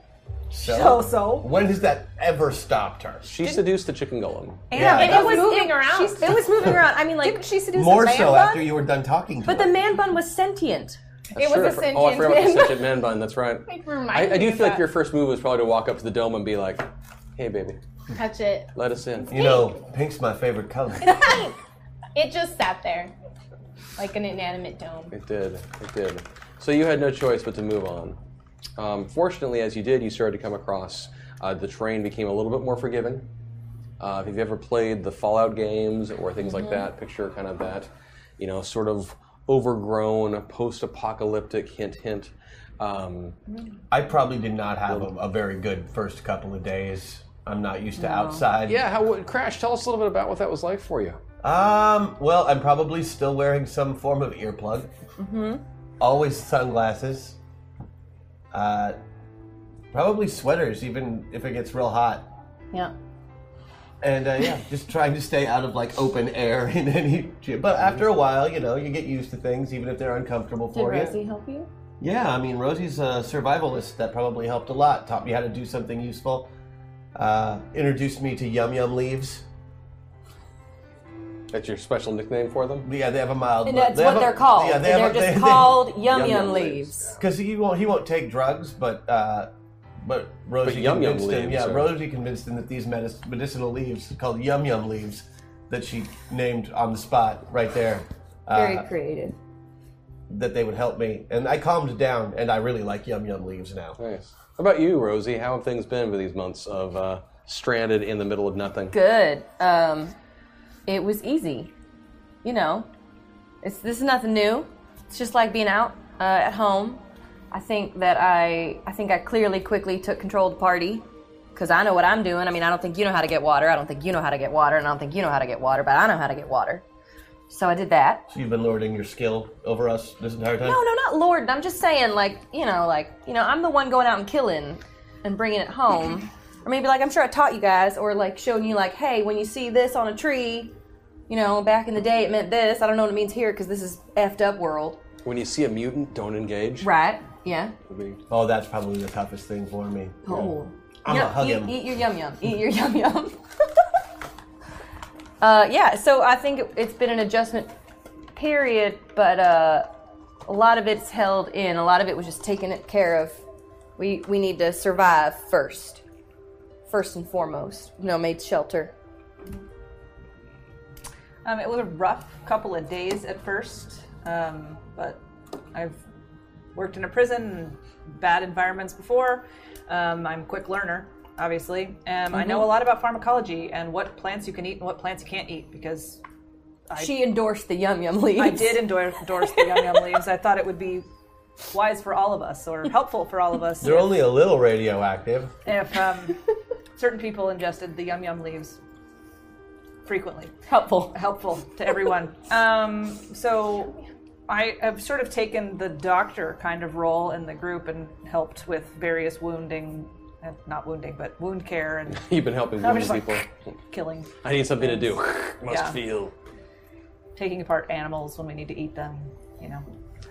Speaker 5: So, so.
Speaker 3: When has that ever stopped her?
Speaker 1: She seduced the chicken golem.
Speaker 3: Yeah,
Speaker 7: And
Speaker 3: that-
Speaker 7: it was
Speaker 6: moving
Speaker 7: it-
Speaker 6: around.
Speaker 7: she's- It was moving around. I mean, like didn't she seduce
Speaker 3: More so after you were done talking to
Speaker 7: But
Speaker 3: her.
Speaker 7: the man bun was sentient.
Speaker 6: It was a
Speaker 1: Sure, oh, I
Speaker 6: sentient
Speaker 1: forgot about the
Speaker 6: man.
Speaker 1: sentient man bun. That's right. I,
Speaker 6: Remind
Speaker 1: I do
Speaker 6: me
Speaker 1: feel
Speaker 6: of
Speaker 1: like your first move was probably to walk up to the dome and be like, "Hey, baby,
Speaker 6: touch it.
Speaker 1: let us in."
Speaker 3: you know, pink's my favorite color.
Speaker 6: It just sat there, like an inanimate dome.
Speaker 1: It did. It did. So you had no choice but to move on. Um, fortunately, as you did, you started to come across uh, the terrain became a little bit more forgiving. Uh, if you've ever played the Fallout games or things
Speaker 6: Mm-hmm.
Speaker 1: like that, picture kind of that, you know, sort of overgrown, post-apocalyptic hint, hint. Um,
Speaker 3: I probably did not have a, a very good first couple of days. I'm not used to outside.
Speaker 1: yeah, how would Crash? Tell us a little bit about what that was like for you.
Speaker 3: Um. Well, I'm probably still wearing some form of earplug. Mm-hmm. Always sunglasses. Uh, probably sweaters, even if it gets real hot.
Speaker 7: Yeah.
Speaker 3: And uh, yeah, just trying to stay out of like open air in any. gym. But after a while, you know, you get used to things, even if they're uncomfortable for you.
Speaker 7: help you?
Speaker 3: Yeah, I mean, Rosie's a survivalist. That probably helped a lot. Taught me how to do something useful. Uh, introduced me to yum yum leaves.
Speaker 1: That's your special nickname for them.
Speaker 3: Yeah, they have a mild.
Speaker 7: And that's what they're called.
Speaker 3: Yeah,
Speaker 7: they are just called yum
Speaker 1: Yum
Speaker 7: yum
Speaker 1: Yum
Speaker 7: leaves.
Speaker 3: because he won't. He won't take drugs, but uh, but Rosie
Speaker 1: But Yum Yum
Speaker 3: convinced him.
Speaker 1: leaves
Speaker 3: Yeah,
Speaker 1: are-
Speaker 3: Rosie convinced him that these medis- medicinal leaves called yum yum leaves that she named on the spot right there.
Speaker 7: Very
Speaker 3: uh,
Speaker 7: creative.
Speaker 3: that they would help me, and I calmed down, and I really like yum yum leaves now.
Speaker 1: Nice. How about you, Rosie? How have things been with these months of uh, stranded in the middle of nothing?
Speaker 7: Good. Um, it was easy. You know, it's this is nothing new. It's just like being out uh, at home. I think that I I think I clearly quickly took control of the party because I know what I'm doing. I mean, I don't think you know how to get water. I don't think you know how to get water, and I don't think you know how to get water, but I know how to get water. So I did that.
Speaker 3: So you've been lording your skill over us this entire time.
Speaker 7: No, no, not Lord. I'm just saying, like, you know, like, you know, I'm the one going out and killing and bringing it home. or maybe, like, I'm sure I taught you guys, or like showing you, like, hey, when you see this on a tree, you know, back in the day it meant this. I don't know what it means here because this is effed up world.
Speaker 1: When you see a mutant, don't engage.
Speaker 7: Right? Yeah.
Speaker 3: Oh, that's probably the toughest thing for me.
Speaker 7: Oh.
Speaker 3: I'm
Speaker 7: Yum-
Speaker 3: gonna hug
Speaker 7: eat,
Speaker 3: him.
Speaker 7: eat your yum yum. Eat your yum yum. uh, yeah, so I think it, it's been an adjustment period, but uh, a lot of it's held in. A lot of it was just taken care of. We we need to survive first, first and foremost. You know, made shelter.
Speaker 5: Um, it was a rough couple of days at first, um, but I've worked in a prison and bad environments before. Um, I'm a quick learner, obviously. Um, I
Speaker 7: Mm-hmm.
Speaker 5: know a lot about pharmacology and what plants you can eat and what plants you can't eat because
Speaker 7: she endorsed the yum yum leaves.
Speaker 5: I did endorse, endorse the Yum Yum Leaves. I thought it would be wise for all of us or helpful for all of us
Speaker 3: They're only a little radioactive.
Speaker 5: if um, certain people ingested the Yum Yum Leaves frequently
Speaker 7: helpful.
Speaker 5: helpful to everyone. Um, so I have sort of taken the doctor kind of role in the group and helped with various wounding, and not wounding, but wound care and
Speaker 1: You've been helping
Speaker 5: I'm
Speaker 1: wounded
Speaker 5: just
Speaker 1: people.
Speaker 5: like- killing,
Speaker 1: I need something to do. Must
Speaker 5: Yeah.
Speaker 1: feel.
Speaker 5: taking apart animals when we need to eat them. You know,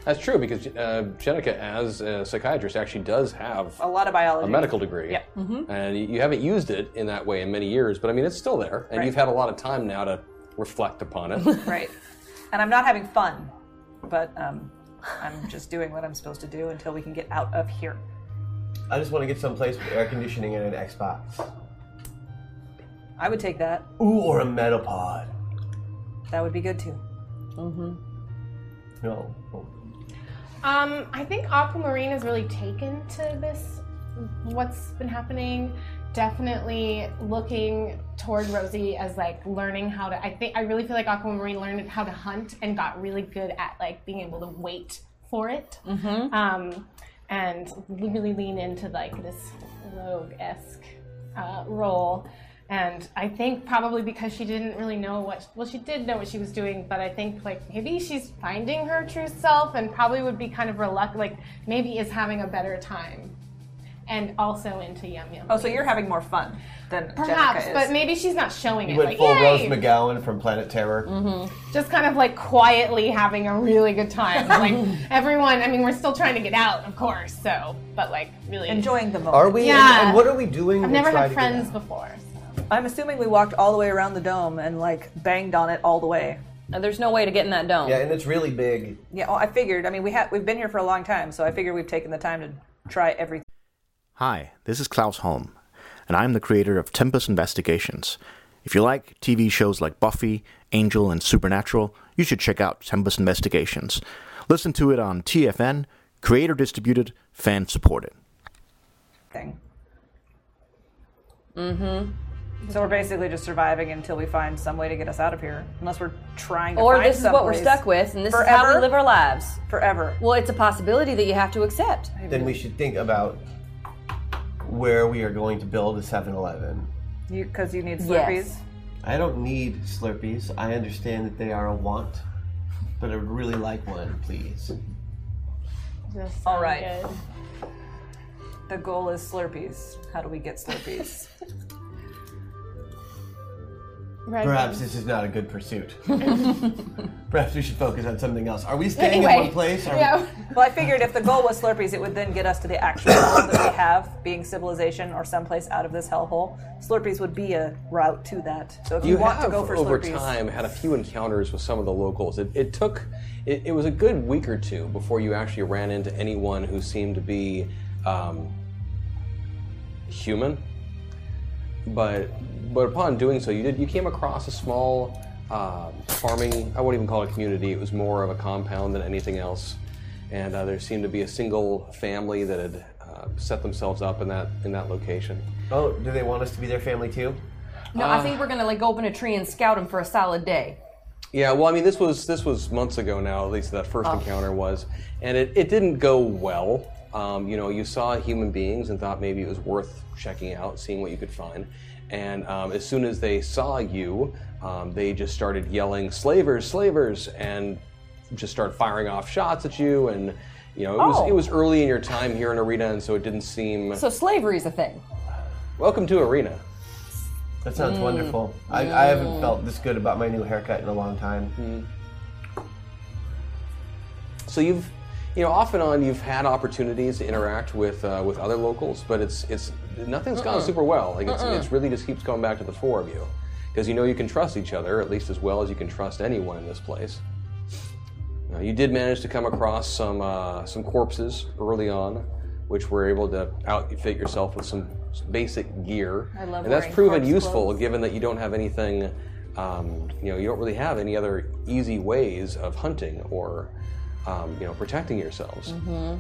Speaker 1: That's true because uh, Jenica, as a psychiatrist, actually does have
Speaker 5: a lot of
Speaker 1: a
Speaker 5: biology.
Speaker 1: medical degree. Mm-hmm.
Speaker 5: Yeah.
Speaker 1: And you- you haven't used it in that way in many years, but I mean, it's still there, and
Speaker 5: Right.
Speaker 1: you've had a lot of time now to reflect upon it.
Speaker 5: right? And I'm not having fun, but um, I'm just doing what I'm supposed to do until we can get out of here.
Speaker 3: I just want to get someplace with air conditioning and an Xbox.
Speaker 5: I would take that.
Speaker 3: Ooh, or a metapod.
Speaker 5: That would be good too.
Speaker 7: Mm-hmm.
Speaker 3: No.
Speaker 6: Um, I think Aquamarine has really taken to this. What's been happening? Definitely looking toward Rosie as like learning how to. I think I really feel like Aquamarine learned how to hunt and got really good at like being able to wait for it. Um, and really lean into like this rogue esque uh, role. And I think probably because she didn't really know what, well, she did know what she was doing, but I think like maybe she's finding her true self and probably would be kind of reluctant, like maybe is having a better time and also into Yum Yum.
Speaker 5: Oh, so you're having more fun than
Speaker 6: Perhaps,
Speaker 5: Jenica is.
Speaker 6: but maybe she's not showing
Speaker 3: You
Speaker 6: it.
Speaker 3: went
Speaker 6: like,
Speaker 3: full
Speaker 6: yay! Mm-hmm.
Speaker 3: Rose McGowan from Planet Terror.
Speaker 6: just kind of like quietly having a really good time. Like everyone, I mean, we're still trying to get out, of course. So, but like really
Speaker 5: enjoying the moment.
Speaker 3: Are we?
Speaker 6: Yeah.
Speaker 3: And, and what are we doing?
Speaker 6: I've
Speaker 3: to
Speaker 6: never
Speaker 3: try
Speaker 6: had
Speaker 3: to get
Speaker 6: friends
Speaker 3: out?
Speaker 6: before. So.
Speaker 5: I'm assuming we walked all the way around the dome and like banged on it all the way.
Speaker 7: Now, Uh, there's no way to get in that dome.
Speaker 3: Yeah, and it's really big.
Speaker 5: Yeah, well, I figured. I mean, we have we've been here for a long time, so I figure we've taken the time to try everything.
Speaker 10: Hi, this is Klaus Holm, and I'm the creator of Tempest Investigations. If you like TV shows like Buffy, Angel, and Supernatural, you should check out Tempest Investigations. Listen to it on TFN, creator distributed, fan supported.
Speaker 5: Mm-hmm.
Speaker 7: Mm-hmm.
Speaker 5: So we're basically just surviving until we find some way to get us out of here, unless we're trying to
Speaker 7: Or
Speaker 5: find
Speaker 7: this is what we're
Speaker 5: someplace
Speaker 7: stuck with, and this is how we
Speaker 5: Forever?
Speaker 7: live our lives.
Speaker 5: forever.
Speaker 7: Well, it's a possibility that you have to accept.
Speaker 3: Then we should think about where we are going to build a 7-Eleven.
Speaker 5: Because you, need Slurpees.
Speaker 7: Yes.
Speaker 3: I don't need Slurpees. I understand that they are a want, but I would really like one, please.
Speaker 5: All right. The goal is Slurpees. How do we get Slurpees?
Speaker 3: Perhaps this is not a good pursuit. Perhaps we should focus on something else. Are we staying in
Speaker 6: Anyway,
Speaker 3: one place? Are we-
Speaker 6: yeah.
Speaker 5: well, I figured if the goal was Slurpees, it would then get us to the actual goal that we have, being civilization or someplace out of this hellhole. Slurpees would be a route to that. So if you,
Speaker 1: You
Speaker 5: want
Speaker 1: have,
Speaker 5: to go for
Speaker 1: over
Speaker 5: Slurpees,
Speaker 1: time, had a few encounters with some of the locals. It, it took, it, it was a good week or two before you actually ran into anyone who seemed to be um, human. But but upon doing so, you did you came across a small uh, farming. I wouldn't even call it a community. It was more of a compound than anything else. And uh, there seemed to be a single family that had uh, set themselves up in that in that location.
Speaker 3: Oh, do they want us to be their family too?
Speaker 7: No, I think we're gonna like go up in a tree and scout them for a solid day.
Speaker 1: Yeah, well, I mean, this was this was months ago now. At least that first encounter was, and it, it didn't go well. Um, you know, you saw human beings and thought maybe it was worth checking out, seeing what you could find. And um, as soon as they saw you, um, they just started yelling "slavers, slavers!" and just started firing off shots at you. And you know, it was
Speaker 7: Oh.
Speaker 1: it was early in your time here in Arena, and so it didn't seem
Speaker 7: So slavery's a thing.
Speaker 1: welcome to Arena.
Speaker 3: That
Speaker 5: Mm.
Speaker 3: sounds wonderful. I, I haven't felt this good about my new haircut in a long time.
Speaker 5: Mm.
Speaker 1: So you've, you know, off and on you've had opportunities to interact with uh, with other locals, but it's it's nothing's gone super well. Like it's, it's really just keeps going back to the four of you, because you know you can trust each other at least as well as you can trust anyone in this place. Now, you did manage to come across some uh, some corpses early on, which were able to outfit yourself with some basic gear, I
Speaker 5: love
Speaker 1: and that's
Speaker 5: wearing
Speaker 1: proven
Speaker 5: corpse
Speaker 1: useful
Speaker 5: clothes.
Speaker 1: given that you don't have anything. Um, you know, you don't really have any other easy ways of hunting or, um, you know, protecting yourselves.
Speaker 3: Mm-hmm.
Speaker 5: Mm-hmm.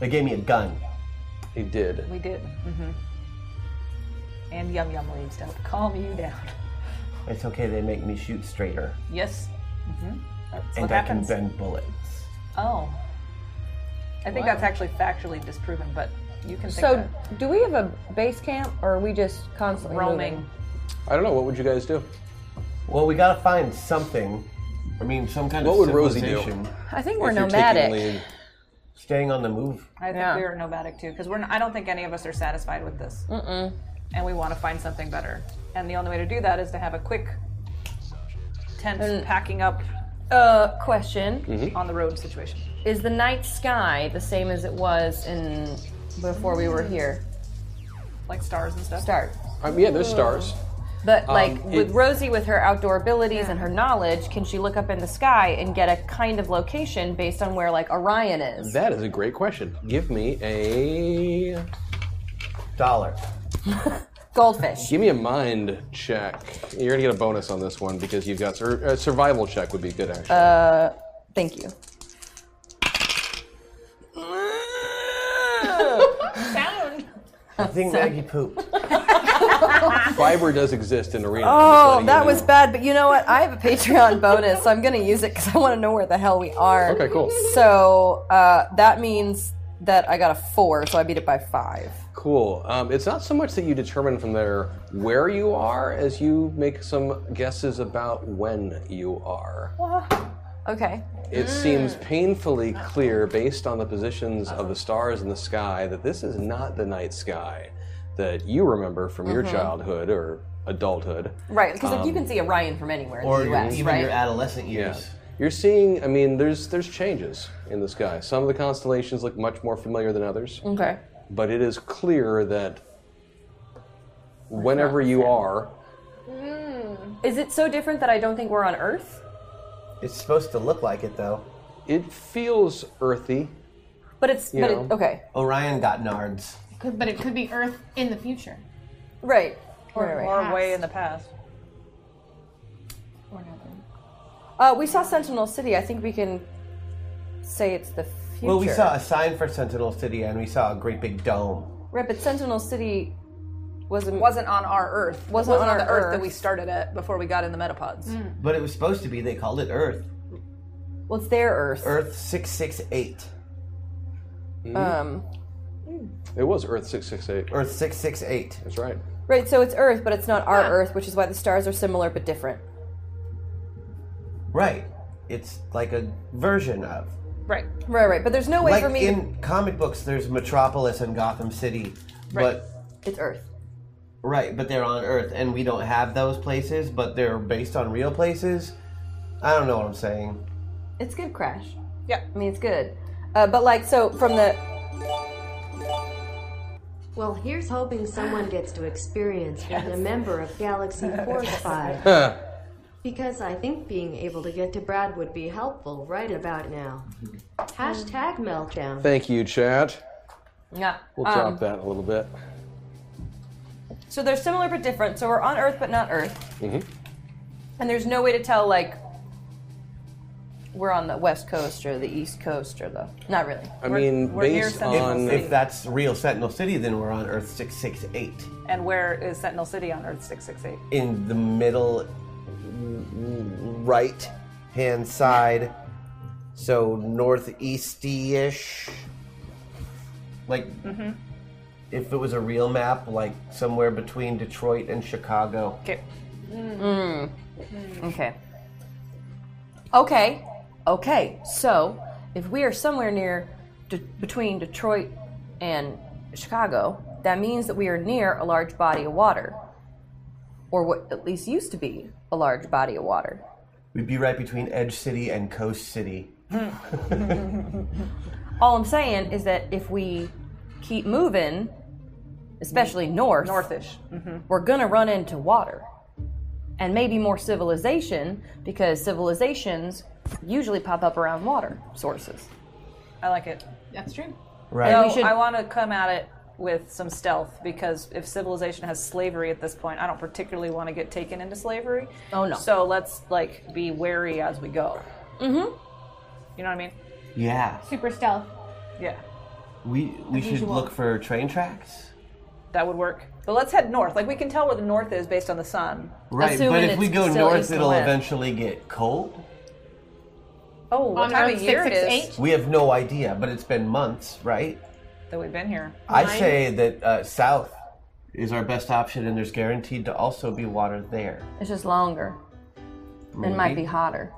Speaker 3: They gave me a gun.
Speaker 1: They did.
Speaker 5: we did. hmm And Yum Yum leaves to help calm you down.
Speaker 3: It's okay. They make me shoot straighter,
Speaker 5: Yes. hmm That's
Speaker 3: and
Speaker 5: what
Speaker 3: I
Speaker 5: happens.
Speaker 3: can bend bullets.
Speaker 5: Oh. I think that's actually factually disproven, but you can think
Speaker 7: So,
Speaker 5: that.
Speaker 7: do we have a base camp, or are we just constantly
Speaker 5: roaming.
Speaker 1: I don't know. What would you guys do?
Speaker 3: Well, we gotta find something. I mean, some kind
Speaker 1: What
Speaker 3: of
Speaker 1: would Rosie do?
Speaker 3: civilization.
Speaker 7: I think we're
Speaker 1: If you're taking
Speaker 7: nomadic.
Speaker 1: lead-
Speaker 3: Staying on the move.
Speaker 5: I think
Speaker 7: Yeah.
Speaker 5: we are nomadic too, because we're. Not, I don't think any of us are satisfied with this, Mm-mm. and we want to find something better. And the only way to do that is to have a quick tent packing up Mm-hmm.
Speaker 7: Uh, question:
Speaker 5: on the road situation.
Speaker 7: Is the night sky the same as it was in before we were here?
Speaker 5: like stars and stuff.
Speaker 7: Start.
Speaker 1: Um, yeah, there's stars. Um,
Speaker 7: But like with
Speaker 1: it-
Speaker 7: Rosie, with her outdoor abilities and her knowledge, can she look up in the sky and get a kind of location based on where like Orion is?
Speaker 1: That is a great question. Give me a
Speaker 3: Dollar.
Speaker 7: Goldfish.
Speaker 1: give me a mind check. You're gonna get a bonus on this one because you've got sur- a survival check would be good actually.
Speaker 7: Uh, Thank you.
Speaker 6: Sound.
Speaker 3: I think Maggie pooped.
Speaker 1: Fiber does exist in arena.
Speaker 7: Oh, that was bad. But you know what? I have a Patreon bonus, so I'm going to use it because I want to know where the hell we are.
Speaker 1: Okay, cool.
Speaker 7: So uh, that means that I got a four, so I beat it by five.
Speaker 1: Cool. Um, it's not so much that you determine from there where you are as you make some guesses about when you are.
Speaker 7: Okay.
Speaker 1: It
Speaker 7: Mm.
Speaker 1: seems painfully clear, based on the positions of the stars in the sky, that this is not the night sky that you remember from your childhood or adulthood.
Speaker 7: Mm-hmm.
Speaker 1: Um,
Speaker 7: Right, because like you can see Orion from anywhere in
Speaker 3: Um, Or
Speaker 7: the U.S.
Speaker 3: even
Speaker 7: right?
Speaker 3: your adolescent years.
Speaker 1: You're seeing, I mean, there's there's changes in the sky. Some of the constellations look much more familiar than others,
Speaker 7: okay.
Speaker 1: but it is clear that whenever you are,
Speaker 6: Mm.
Speaker 7: Is it so different that I don't think we're on Earth?
Speaker 3: It's supposed to look like it though.
Speaker 1: it feels earthy.
Speaker 7: But it's but
Speaker 1: know.
Speaker 7: it, okay.
Speaker 3: Orion got nards.
Speaker 6: Could, but it could be Earth in the future.
Speaker 7: Right.
Speaker 6: Or,
Speaker 7: Right, right.
Speaker 5: Or way in the past.
Speaker 6: Or nothing.
Speaker 7: Uh, we saw Sentinel City. I think we can say it's the future.
Speaker 3: Well, we saw a sign for Sentinel City and we saw a great big dome.
Speaker 7: Right, but Sentinel City was a,
Speaker 5: Wasn't on our Earth.
Speaker 7: Wasn't
Speaker 5: Wasn't on,
Speaker 7: on our
Speaker 5: the Earth, that
Speaker 7: Earth. Mm.
Speaker 5: we started at before we got in the metapods.
Speaker 3: But it was supposed to be, they called it Earth.
Speaker 7: well, it's their Earth.
Speaker 3: Earth 668.
Speaker 7: Um,
Speaker 1: Mm-hmm.
Speaker 6: Hmm.
Speaker 1: It was Earth six six eight.
Speaker 3: Earth 668.
Speaker 1: That's right.
Speaker 7: right, so it's Earth, but it's not our Earth, which is why the stars are similar but different.
Speaker 3: Right. It's like a version of.
Speaker 5: Right.
Speaker 7: Right, right. But there's no way
Speaker 3: like
Speaker 7: for me.
Speaker 3: in comic books, there's Metropolis and Gotham City. But
Speaker 7: to, it's Earth.
Speaker 3: Right, but they're on Earth, and we don't have those places, but they're based on real places. I don't know what I'm saying.
Speaker 7: It's good, Crash.
Speaker 5: Yeah.
Speaker 7: I mean, it's good. Uh, but like, so from the
Speaker 8: Well, here's hoping someone gets to experience being a member of Galaxy Force 5. because I think being able to get to Brad would be helpful right about now. Hashtag meltdown.
Speaker 1: Thank you, chat.
Speaker 7: yeah,
Speaker 1: We'll
Speaker 7: um,
Speaker 1: drop that in a little bit.
Speaker 7: so they're similar but different. So we're on Earth but not Earth,
Speaker 1: Mhm.
Speaker 7: and there's no way to tell like we're on the West Coast or the East Coast or the not really.
Speaker 1: I mean,
Speaker 5: we're near
Speaker 1: based
Speaker 5: Sentinel
Speaker 1: on
Speaker 5: City.
Speaker 3: If that's real Sentinel City, then we're on Earth 668.
Speaker 5: And where is Sentinel City on Earth 668?
Speaker 3: In the middle right hand side, so northeasty ish. Like,
Speaker 5: Mm-hmm.
Speaker 3: if it was a real map, like somewhere between Detroit and Chicago.
Speaker 5: Okay.
Speaker 7: Mm. Okay. Okay. Okay. So, if we are somewhere near de- between Detroit and Chicago, that means that we are near a large body of water, or what at least used to be a large body of water.
Speaker 3: We'd be right between Edge City and Coast City.
Speaker 7: All I'm saying is that if we keep moving, especially north,
Speaker 5: Northish.
Speaker 7: we're gonna run into water, and maybe more civilization because civilizations usually pop up around water sources.
Speaker 5: I like it.
Speaker 6: That's true.
Speaker 3: Right.
Speaker 5: No,
Speaker 7: we should-
Speaker 5: I want to come at it with some stealth because if civilization has slavery at this point, I don't particularly want to get taken into slavery.
Speaker 7: Oh, no.
Speaker 5: So let's like be wary as we go. Mm-hmm. You know what I mean?
Speaker 3: Yeah.
Speaker 6: Super stealth.
Speaker 5: Yeah,
Speaker 3: We we should look for train tracks.
Speaker 5: that would work. But let's head north. Like we can tell where the north is based on the sun.
Speaker 3: Right,
Speaker 7: Assuming
Speaker 3: but if we
Speaker 7: it's
Speaker 3: go
Speaker 7: still
Speaker 3: north,
Speaker 7: east and
Speaker 3: it'll
Speaker 7: west.
Speaker 3: eventually get cold.
Speaker 5: Oh, what
Speaker 6: On
Speaker 5: time
Speaker 6: Earth
Speaker 5: of year it is
Speaker 6: 668?
Speaker 3: We have no idea, but it's been months, right?
Speaker 5: that we've been here?
Speaker 3: I say that uh, south is our best option, and there's guaranteed to also be water there.
Speaker 7: It's just longer. It might be hotter.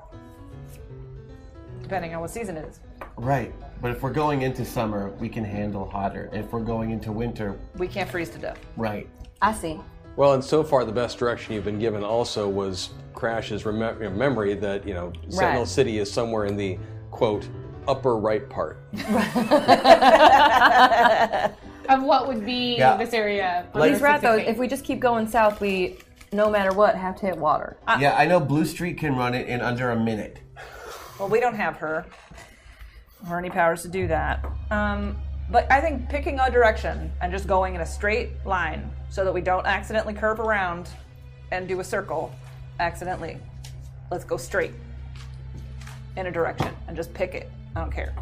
Speaker 5: Depending on what season it is,
Speaker 3: Right, but if we're going into summer, we can handle hotter. If we're going into winter,
Speaker 5: we can't freeze to death.
Speaker 3: right.
Speaker 7: I see.
Speaker 1: Well, and so far the best direction you've been given also was Crash's remem- you know, memory that you know Sentinel
Speaker 7: Right.
Speaker 1: City is somewhere in the quote upper right part.
Speaker 6: Of what would be
Speaker 3: Yeah.
Speaker 6: this area?
Speaker 3: Like-
Speaker 7: He's
Speaker 3: He's
Speaker 7: right though. If we just keep going south, we no matter what have to hit water.
Speaker 3: yeah, I know Blue Street can run it in under a minute.
Speaker 5: Well, we don't have her or any powers to do that. Um, but I think picking a direction and just going in a straight line so that we don't accidentally curve around and do a circle accidentally. Let's go straight in a direction and just pick it. I don't care.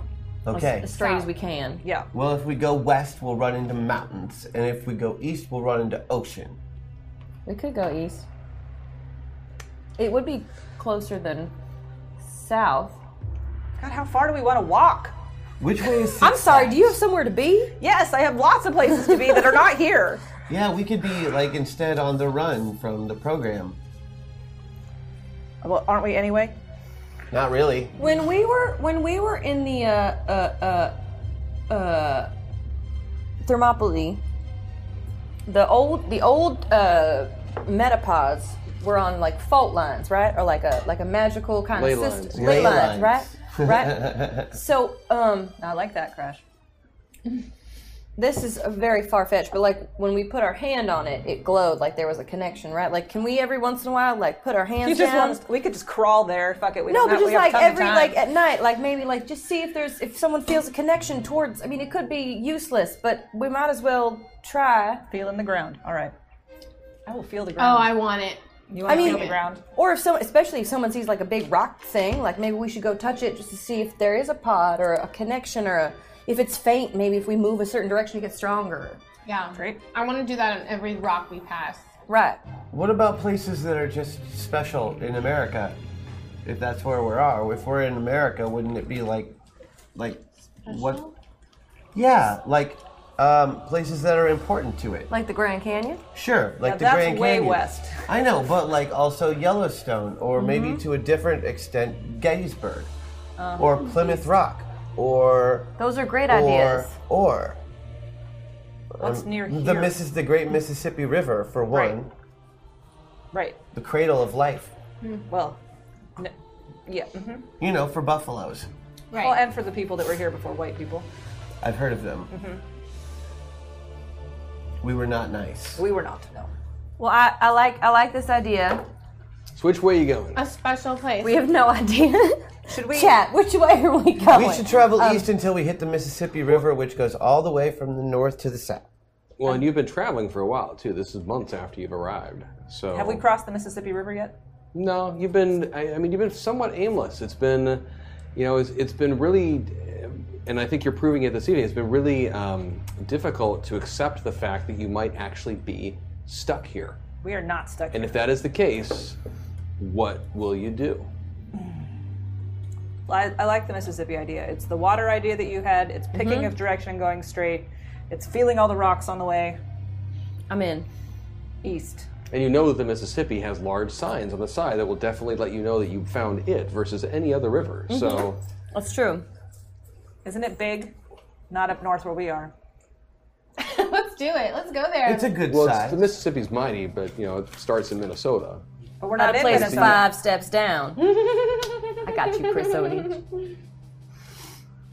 Speaker 3: Okay.
Speaker 7: As straight as we can.
Speaker 5: Yeah.
Speaker 3: Well, if we go west, we'll run into mountains, and if we go east, we'll run into ocean.
Speaker 7: We could go east. It would be closer than south.
Speaker 5: God, how far do we want to walk?
Speaker 3: Which way is?
Speaker 7: I'm sorry. Do you have somewhere to be?
Speaker 5: Yes, I have lots of places to be that are not here.
Speaker 3: Yeah, we could be like instead on the run from the program.
Speaker 5: Well, aren't we anyway?
Speaker 3: Not really.
Speaker 7: When we were when we were in the uh, uh, uh, uh, Thermopylae, the old the old uh, metapods were on like fault lines, right? Or like a like a magical kind
Speaker 1: Ley
Speaker 7: of system,
Speaker 1: lines.
Speaker 3: Ley
Speaker 7: ley lines, right?
Speaker 3: lines.
Speaker 7: Right. so, um,
Speaker 5: I like that crash.
Speaker 7: this is a very far fetched, but like when we put our hand on it, it glowed like there was a connection, right? Like, can we every once in a while like put our hands
Speaker 5: You just
Speaker 7: down?
Speaker 5: want us, we could just crawl there. Fuck it. We
Speaker 7: No,
Speaker 5: don't
Speaker 7: but
Speaker 5: have,
Speaker 7: just
Speaker 5: we have
Speaker 7: like
Speaker 5: tons of
Speaker 7: every
Speaker 5: time.
Speaker 7: like at night, like maybe like just see if there's if someone feels a connection towards. I mean, it could be useless, but we might as well try.
Speaker 5: feeling the ground. All right. I will feel the
Speaker 6: Oh,
Speaker 5: ground.
Speaker 6: I want it.
Speaker 5: you
Speaker 7: I
Speaker 5: want to
Speaker 7: mean,
Speaker 5: feel the ground?
Speaker 7: or if someone, especially if someone sees like a big rock thing, like maybe we should go touch it just to see if there is a pod or a connection or a, if it's faint. Maybe if we move a certain direction, it gets stronger.
Speaker 6: Yeah.
Speaker 5: Great.
Speaker 6: I want to do that on every rock we pass.
Speaker 7: Right.
Speaker 3: What about places that are just special in America? If that's where we are, if we're in America, wouldn't it be like, like what? Yeah, like um, places that are important to it.
Speaker 7: Like the Grand Canyon.
Speaker 3: Sure, like
Speaker 5: Now
Speaker 3: the
Speaker 5: that's
Speaker 3: Grand
Speaker 5: way
Speaker 3: Canyon.
Speaker 5: west.
Speaker 3: I know, but like also Yellowstone, or
Speaker 7: Mm-hmm.
Speaker 3: maybe to a different extent Gettysburg,
Speaker 5: Um,
Speaker 7: Uh-huh.
Speaker 3: or Plymouth Rock, or
Speaker 7: Those are great
Speaker 3: or
Speaker 7: ideas.
Speaker 3: or um,
Speaker 5: What's near here?
Speaker 3: the Missis the Great Mississippi River for one,
Speaker 5: Right. Right.
Speaker 3: the cradle of life.
Speaker 7: Mm-hmm.
Speaker 5: Well, n yeah. mhm.
Speaker 3: You know, for buffaloes.
Speaker 6: Right.
Speaker 5: Well, and for the people that were here before, white people, Mm-hmm.
Speaker 3: I've heard of them. We were not nice.
Speaker 5: we were not. No.
Speaker 7: Well, I, I like I like this idea.
Speaker 1: So which way are you going?
Speaker 6: a special place.
Speaker 7: We have no idea.
Speaker 5: Should we-
Speaker 7: chat? Which way are we going?
Speaker 3: We should travel
Speaker 5: Um,
Speaker 3: east until we hit the Mississippi River, which goes all the way from the north to the south.
Speaker 1: Well, and you've been traveling for a while too. This is months after you've arrived. So
Speaker 5: Have we crossed the Mississippi River yet?
Speaker 1: No, you've been. I, I mean, you've been somewhat aimless. It's been, you know, it's, it's been really, and I think you're proving it this evening. It's been really um, difficult to accept the fact that you might actually be stuck here.
Speaker 5: We are not stuck.
Speaker 1: And
Speaker 5: here.
Speaker 1: if that is the case, what will you do?
Speaker 5: I, I like the Mississippi idea. It's the water idea that you had. It's picking
Speaker 7: Mm-hmm.
Speaker 5: of direction and going straight. It's feeling all the rocks on the way
Speaker 7: I'm in.
Speaker 5: east.
Speaker 1: And you know that the Mississippi has large signs on the side that will definitely let you know that you found it versus any other river.
Speaker 3: Mm-hmm.
Speaker 1: So
Speaker 7: That's true.
Speaker 5: Isn't it big? Not up north where we are.
Speaker 6: Let's do it. Let's go there.
Speaker 3: It's a good
Speaker 1: well, it's,
Speaker 3: size.
Speaker 1: the Mississippi's mighty, but you know it starts in Minnesota.
Speaker 5: But we're
Speaker 7: That
Speaker 5: not in
Speaker 7: place is
Speaker 5: Minnesota.
Speaker 7: five steps down. I got you, Chris Odie.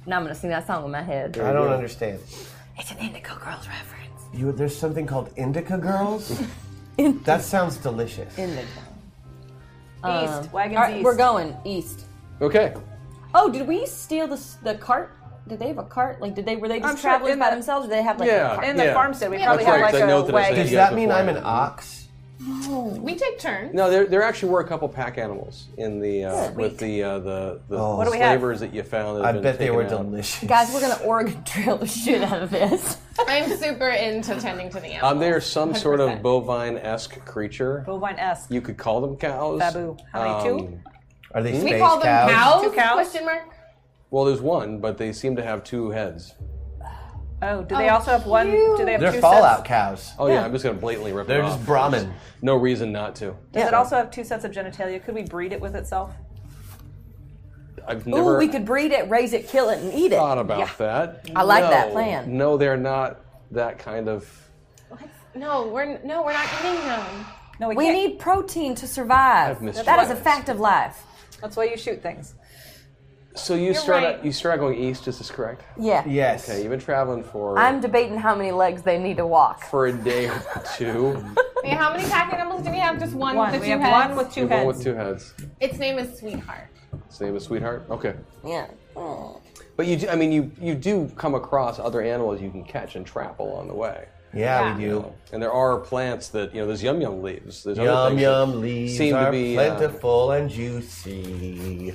Speaker 7: Now I'm gonna sing that song in my head.
Speaker 3: I don't understand.
Speaker 7: It's an Indigo Girls reference.
Speaker 3: You, there's something called Indica Girls. that sounds delicious.
Speaker 7: Indigo.
Speaker 5: East. Wagons
Speaker 7: Um, All right,
Speaker 5: east.
Speaker 7: we're going east.
Speaker 1: Okay,
Speaker 7: Oh, did we steal the s- the cart? Did they have a cart? Like, did they were they just
Speaker 5: I'm sure
Speaker 7: traveling
Speaker 5: in
Speaker 7: by
Speaker 5: the-
Speaker 7: themselves? Or did they have like
Speaker 1: Yeah,
Speaker 7: a cart?
Speaker 5: In the
Speaker 1: Yeah.
Speaker 5: farmstead, we
Speaker 6: Yeah,
Speaker 5: probably
Speaker 6: that's
Speaker 5: have
Speaker 6: right,
Speaker 5: like
Speaker 1: I know
Speaker 5: a
Speaker 1: that I said
Speaker 5: wagon.
Speaker 3: Does
Speaker 1: You guys
Speaker 3: that mean
Speaker 1: before
Speaker 3: I'm an
Speaker 1: I-
Speaker 3: ox?
Speaker 6: we take turns.
Speaker 1: No, there, there actually were a couple pack animals in the uh, with the uh, the the
Speaker 3: What do
Speaker 5: we have?
Speaker 1: flavors that you found. that
Speaker 3: Oh. I
Speaker 1: had been
Speaker 3: bet they
Speaker 1: taken
Speaker 3: were
Speaker 1: out.
Speaker 3: delicious.
Speaker 7: Guys, we're gonna Oregon Trail the shit out of this.
Speaker 6: I'm super into tending to the animals.
Speaker 1: Um, they are some sort of bovine esque creature.
Speaker 5: Bovine esque.
Speaker 1: You could call them cows.
Speaker 5: Babu. How many? Two?
Speaker 1: Um,
Speaker 3: Are they
Speaker 6: we
Speaker 3: space
Speaker 6: call them cows.
Speaker 5: Two cows?
Speaker 6: Question mark.
Speaker 1: well, there's one, but they seem to have two heads.
Speaker 5: Oh, do they also have one? Do they have
Speaker 3: They're
Speaker 5: two
Speaker 3: fallout
Speaker 5: sets?
Speaker 3: cows.
Speaker 1: Oh yeah, I'm just gonna blatantly rip. it
Speaker 3: They're
Speaker 1: off.
Speaker 3: just Brahmin.
Speaker 1: No reason not to.
Speaker 5: Does it also have two sets of genitalia? Could we breed it with itself?
Speaker 1: I've
Speaker 7: Ooh,
Speaker 1: never
Speaker 7: we could breed it, raise it, kill it, and eat it.
Speaker 1: thought about that.
Speaker 7: I like
Speaker 1: No.
Speaker 7: that plan.
Speaker 1: No, they're not that kind of.
Speaker 6: No, we're no, we're not eating them.
Speaker 5: No, we,
Speaker 7: We
Speaker 5: can't.
Speaker 7: need protein to survive.
Speaker 1: I've missed
Speaker 7: That is a
Speaker 1: plans.
Speaker 7: fact of life.
Speaker 5: That's why you shoot things.
Speaker 1: So you start
Speaker 6: right.
Speaker 1: you start going east. Is this correct?
Speaker 7: Yeah.
Speaker 3: Yes.
Speaker 1: Okay, you've been traveling for
Speaker 7: I'm debating how many legs they need to walk.
Speaker 1: for a day or two.
Speaker 6: Yeah, how many pack animals do we have? Just one.
Speaker 5: One.
Speaker 6: With the
Speaker 5: We
Speaker 6: two
Speaker 5: have
Speaker 6: heads.
Speaker 5: one with two
Speaker 1: One
Speaker 5: heads.
Speaker 1: with two heads.
Speaker 6: Its name is Sweetheart.
Speaker 1: His name is Sweetheart. Okay.
Speaker 7: Yeah.
Speaker 1: But you, do, I mean, you you do come across other animals you can catch and trap along the way.
Speaker 3: Yeah, we
Speaker 6: Yeah.
Speaker 3: do.
Speaker 1: And there are plants that you know. There's yum yum leaves. There's other
Speaker 3: Yum
Speaker 1: things
Speaker 3: yum
Speaker 1: that
Speaker 3: leaves
Speaker 1: seem
Speaker 3: are
Speaker 1: to be uh,
Speaker 3: plentiful and juicy.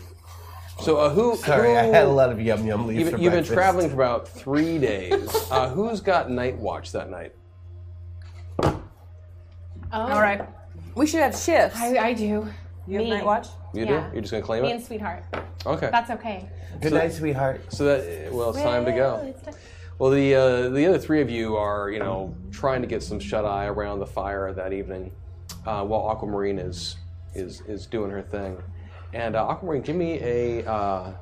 Speaker 1: so uh, who?
Speaker 3: Sorry, I
Speaker 1: who-
Speaker 3: had a lot of yum yum leaves
Speaker 1: You've,
Speaker 3: for
Speaker 1: you've been
Speaker 3: breakfast.
Speaker 1: traveling for about three days. uh, who's got night watch that night?
Speaker 6: Oh.
Speaker 5: All right.
Speaker 7: We should have shifts.
Speaker 6: I, I do.
Speaker 5: You have
Speaker 6: Me.
Speaker 5: night watch?
Speaker 1: You
Speaker 6: Yeah.
Speaker 1: do. You're just gonna claim
Speaker 6: Me and
Speaker 1: it.
Speaker 6: Sweetheart.
Speaker 1: Okay.
Speaker 6: That's okay.
Speaker 3: Good night, sweetheart.
Speaker 1: so that well, it's time to go. Well, the uh, the other three of you are you know trying to get some shut eye around the fire that evening, uh, while Aquamarine is is is doing her thing, And uh, Aquamarine, give me a. Uh,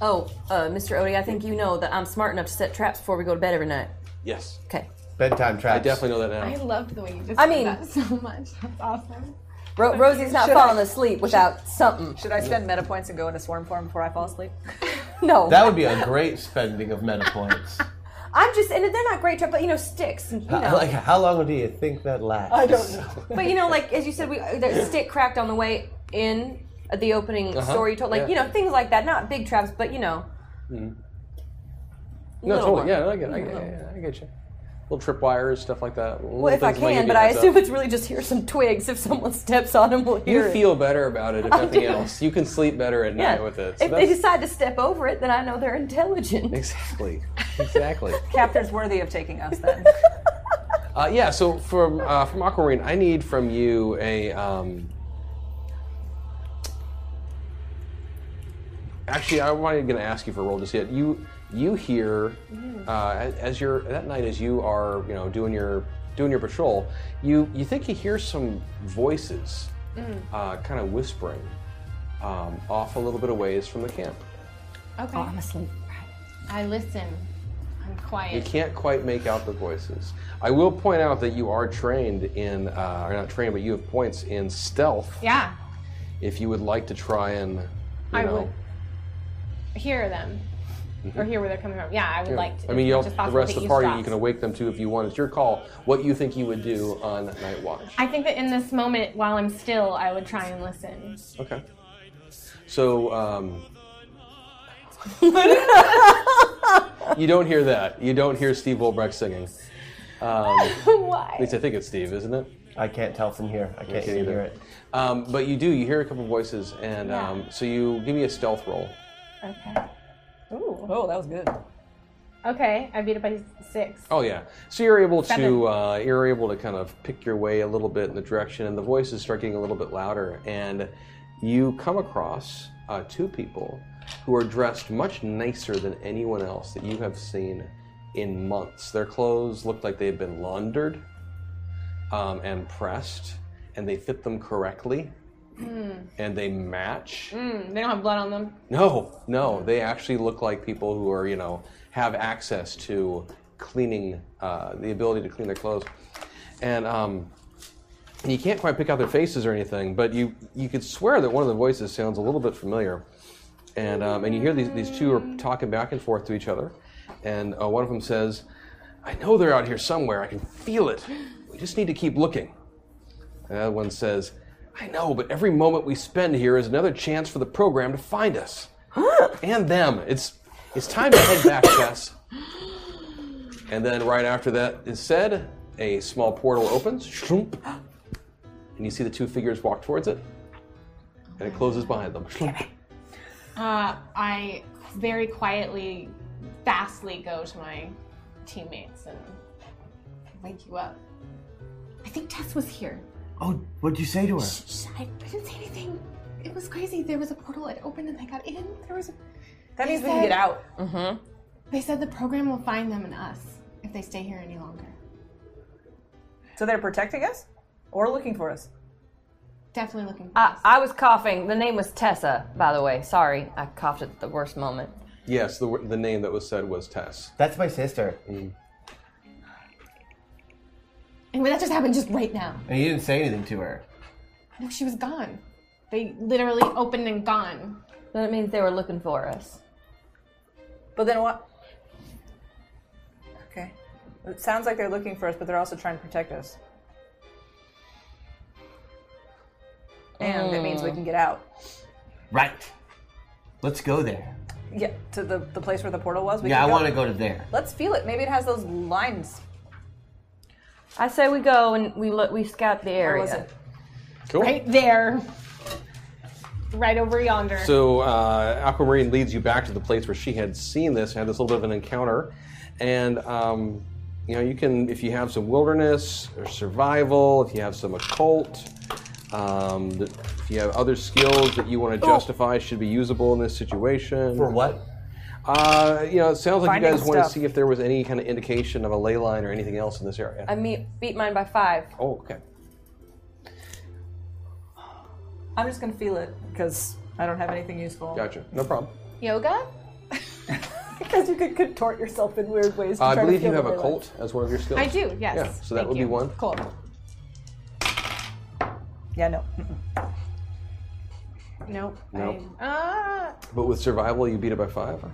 Speaker 7: Oh, uh, Mr. Odie, I think you know that I'm smart enough to set traps before we go to bed every night.
Speaker 1: yes.
Speaker 7: Okay.
Speaker 3: Bedtime
Speaker 1: I
Speaker 3: traps.
Speaker 1: definitely know that now.
Speaker 6: I loved the way you just
Speaker 7: I
Speaker 6: said
Speaker 7: mean-
Speaker 6: that so much. That's awesome.
Speaker 7: Ro- Rosie's not
Speaker 5: Should
Speaker 7: falling
Speaker 5: I-
Speaker 7: asleep without something.
Speaker 5: Should I spend meta points and go into swarm form before I fall asleep?
Speaker 7: No,
Speaker 3: That would be a great spending of meta points.
Speaker 7: I'm just, and they're not great traps, but you know, sticks. and, You know,
Speaker 3: Like, how long do you think that lasts? I don't know.
Speaker 7: but you know, like as you said, we the stick cracked on the way in at the opening story. You told, like
Speaker 1: Uh-huh. yeah.
Speaker 7: you know, things like that. Not big traps, but you know.
Speaker 1: No,
Speaker 7: Little
Speaker 1: totally.
Speaker 7: one.
Speaker 1: Yeah, no, I get, I get, yeah, yeah, I get you. Little tripwires, stuff like that.
Speaker 7: Well, if I can, but I assume it's really just hear some twigs. If someone steps on them, we'll hear
Speaker 1: You
Speaker 7: it.
Speaker 1: feel better about it, if
Speaker 7: I
Speaker 1: nothing
Speaker 7: do.
Speaker 1: else. You can sleep better at
Speaker 7: Yeah.
Speaker 1: night with it. So
Speaker 7: if they
Speaker 1: that's-
Speaker 7: decide to step over it, then I know they're intelligent.
Speaker 1: exactly. Exactly.
Speaker 5: Captor's worthy of taking us then.
Speaker 1: Uh, yeah. So from uh, from Aquamarine, I need from you a. Um, actually, I wasn't going to ask you for a roll just yet. You you hear uh, as- as you're that night as you are you know doing your doing your patrol, you you think you hear some voices,
Speaker 6: Mm.
Speaker 1: uh, kind of whispering, um, off a little bit of ways from the camp.
Speaker 6: Okay.
Speaker 7: asleep.
Speaker 6: I listen. I'm
Speaker 1: You
Speaker 6: quiet.
Speaker 1: can't quite make out the voices. I will point out that you are trained in, uh, or not trained, but you have points in stealth.
Speaker 6: Yeah.
Speaker 1: If you would like to try and, you
Speaker 6: I
Speaker 1: know,
Speaker 6: would hear them. Or hear where they're coming from. Yeah, I would
Speaker 1: you know.
Speaker 6: like to.
Speaker 1: I
Speaker 6: if
Speaker 1: mean, you
Speaker 6: much
Speaker 1: the
Speaker 6: as possible
Speaker 1: rest
Speaker 6: to
Speaker 1: of the party,
Speaker 6: eavesdrop.
Speaker 1: you can awake them too if you want. It's your call. What you think you would do on night watch?
Speaker 6: I think that in this moment, while I'm still, I would try and listen.
Speaker 1: Okay. So, um, you don't hear that. You don't hear Steve Wolbrecht singing. Um, at
Speaker 6: Why?
Speaker 1: least I think it's Steve, isn't it?
Speaker 3: I can't tell from here. I can't
Speaker 1: can't
Speaker 3: even
Speaker 1: either.
Speaker 3: hear it.
Speaker 1: Um, but you do. You hear a couple voices, and um, so you give me a stealth roll.
Speaker 6: Okay.
Speaker 5: oh, that was good.
Speaker 6: Okay, I beat it by six.
Speaker 1: Oh yeah. So you're able
Speaker 6: Seven.
Speaker 1: to uh, you're able to kind of pick your way a little bit in the direction, and the voices start getting a little bit louder, and you come across uh, two people who are dressed much nicer than anyone else that you have seen in months. Their clothes look like they've been laundered um, and pressed, and they fit them correctly, and they match.
Speaker 6: Mm, Hmm. they don't have blood on them.
Speaker 1: No, no, they actually look like people who are, you know, have access to cleaning, uh, the ability to clean their clothes, and um, you can't quite pick out their faces or anything, but you you could swear that one of the voices sounds a little bit familiar, and um, and you hear these these two are talking back and forth to each other, and uh, one of them says, "I know they're out here somewhere. I can feel it. We just need to keep looking." The other one says, I know, but every moment we spend here is another chance for the program to find us. and them. It's it's time to head back, Jess. And then right after that is said, a small portal opens. shroom, and you see the two figures walk towards it. And it closes behind them. Shroom.
Speaker 6: Uh, I very quietly, fastly go to my teammates and wake you up. I think Tess was here.
Speaker 3: Oh, what'd you say to her?
Speaker 6: Shh, I, I didn't say anything. It was crazy. There was a portal. It opened and I got in. There was a.
Speaker 5: That means we can get out.
Speaker 7: Mm-hmm.
Speaker 6: They said the program will find them and us if they stay here any longer.
Speaker 5: So they're protecting us or looking for us.
Speaker 6: Definitely looking. For
Speaker 7: I, I was coughing. The name was Tessa, by the way. Sorry, I coughed at the worst moment.
Speaker 1: Yes, the, wor- the name that was said was Tess.
Speaker 3: That's my sister.
Speaker 6: Anyway, that just happened just right now.
Speaker 3: And you didn't say anything to her.
Speaker 6: No, she was gone. They literally opened and gone.
Speaker 7: Then it means they were looking for us.
Speaker 5: But then what? Okay. It sounds like they're looking for us, but they're also trying to protect us. And it means we can get out.
Speaker 3: Right. Let's go there.
Speaker 5: Yeah, to the, the place where the portal was. We
Speaker 3: Yeah, I
Speaker 5: can
Speaker 3: want to go to there.
Speaker 5: Let's feel it. Maybe it has those lines.
Speaker 7: I say we go and we look. We scout the
Speaker 5: Or
Speaker 7: area.
Speaker 5: was it?
Speaker 1: Cool.
Speaker 6: Right there. Right over yonder.
Speaker 1: So uh, Aquamarine leads you back to the place where she had seen this, had this little bit of an encounter, and um, you know you can, if you have some wilderness or survival, if you have some occult, um, th- if you have other skills that you want to justify should be usable in this situation.
Speaker 3: For what?
Speaker 1: Uh, you know, it sounds like
Speaker 5: Finding
Speaker 1: you guys want to
Speaker 5: stuff.
Speaker 1: see if there was any kind of indication of a ley line or anything else in this area.
Speaker 7: I meet, beat mine by five.
Speaker 1: oh, okay.
Speaker 5: I'm just gonna feel it because I don't have anything useful.
Speaker 1: Gotcha. No problem.
Speaker 6: Yoga?
Speaker 5: Because you could contort yourself in weird ways. To
Speaker 1: Uh, I
Speaker 5: try
Speaker 1: believe
Speaker 5: to
Speaker 1: you
Speaker 5: feel
Speaker 1: have
Speaker 5: what
Speaker 1: a
Speaker 5: they like.
Speaker 1: colt as one of your skills.
Speaker 6: I do, yes.
Speaker 1: Yeah. So that
Speaker 6: Thank
Speaker 1: would be
Speaker 6: you.
Speaker 1: one.
Speaker 5: Cool. Yeah, no. Mm-mm.
Speaker 6: Nope.
Speaker 1: Nope.
Speaker 6: I, uh,
Speaker 1: But with survival, you beat it by 5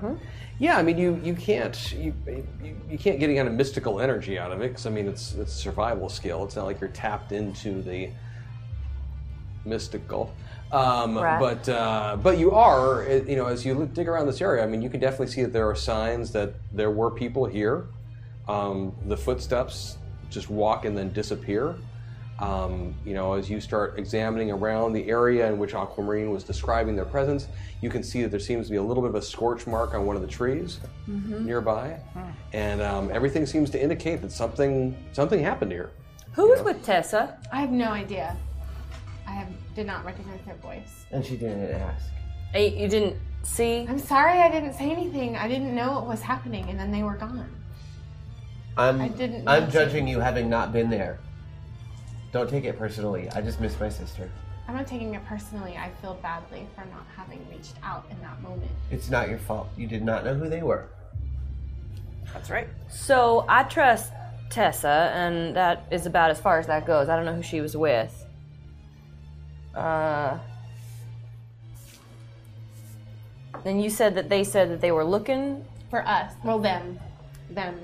Speaker 1: Yeah, I mean, you, you can't you, you, you can't get any kind of mystical energy out of it because I mean, it's it's a survival skill. It's not like you're tapped into the mystical. Um,
Speaker 7: Right.
Speaker 1: But uh, but you are eh, you know as you look- dig around this area, I mean, you can definitely see that there are signs that there were people here. Um, the footsteps just walk and then disappear. Um, you know, as you start examining around the area in which Aquamarine was describing their presence, you can see that there seems to be a little bit of a scorch mark on one of the trees
Speaker 7: Mm-hmm.
Speaker 3: Mm-hmm.
Speaker 1: nearby, and um, everything seems to indicate that something something happened here.
Speaker 7: Who was with Tessa?
Speaker 6: I have no idea. I have, did not recognize their voice.
Speaker 3: And she didn't ask.
Speaker 7: Eh, You didn't see?
Speaker 6: I'm sorry I didn't say anything. I didn't know what was happening, and then they were gone.
Speaker 3: I'm
Speaker 6: I didn't
Speaker 3: I'm
Speaker 6: mean to.
Speaker 3: judging you having not been there. Don't take it personally. I just miss my sister.
Speaker 6: I'm not taking it personally. I feel badly for not having reached out in that moment.
Speaker 3: It's not your fault. You did not know who they were.
Speaker 5: That's right.
Speaker 7: So I trust Tessa, and that is about as far as that goes. I don't know who she was with. Uh. And you said that they said that they were looking.
Speaker 6: For us, well, them, them,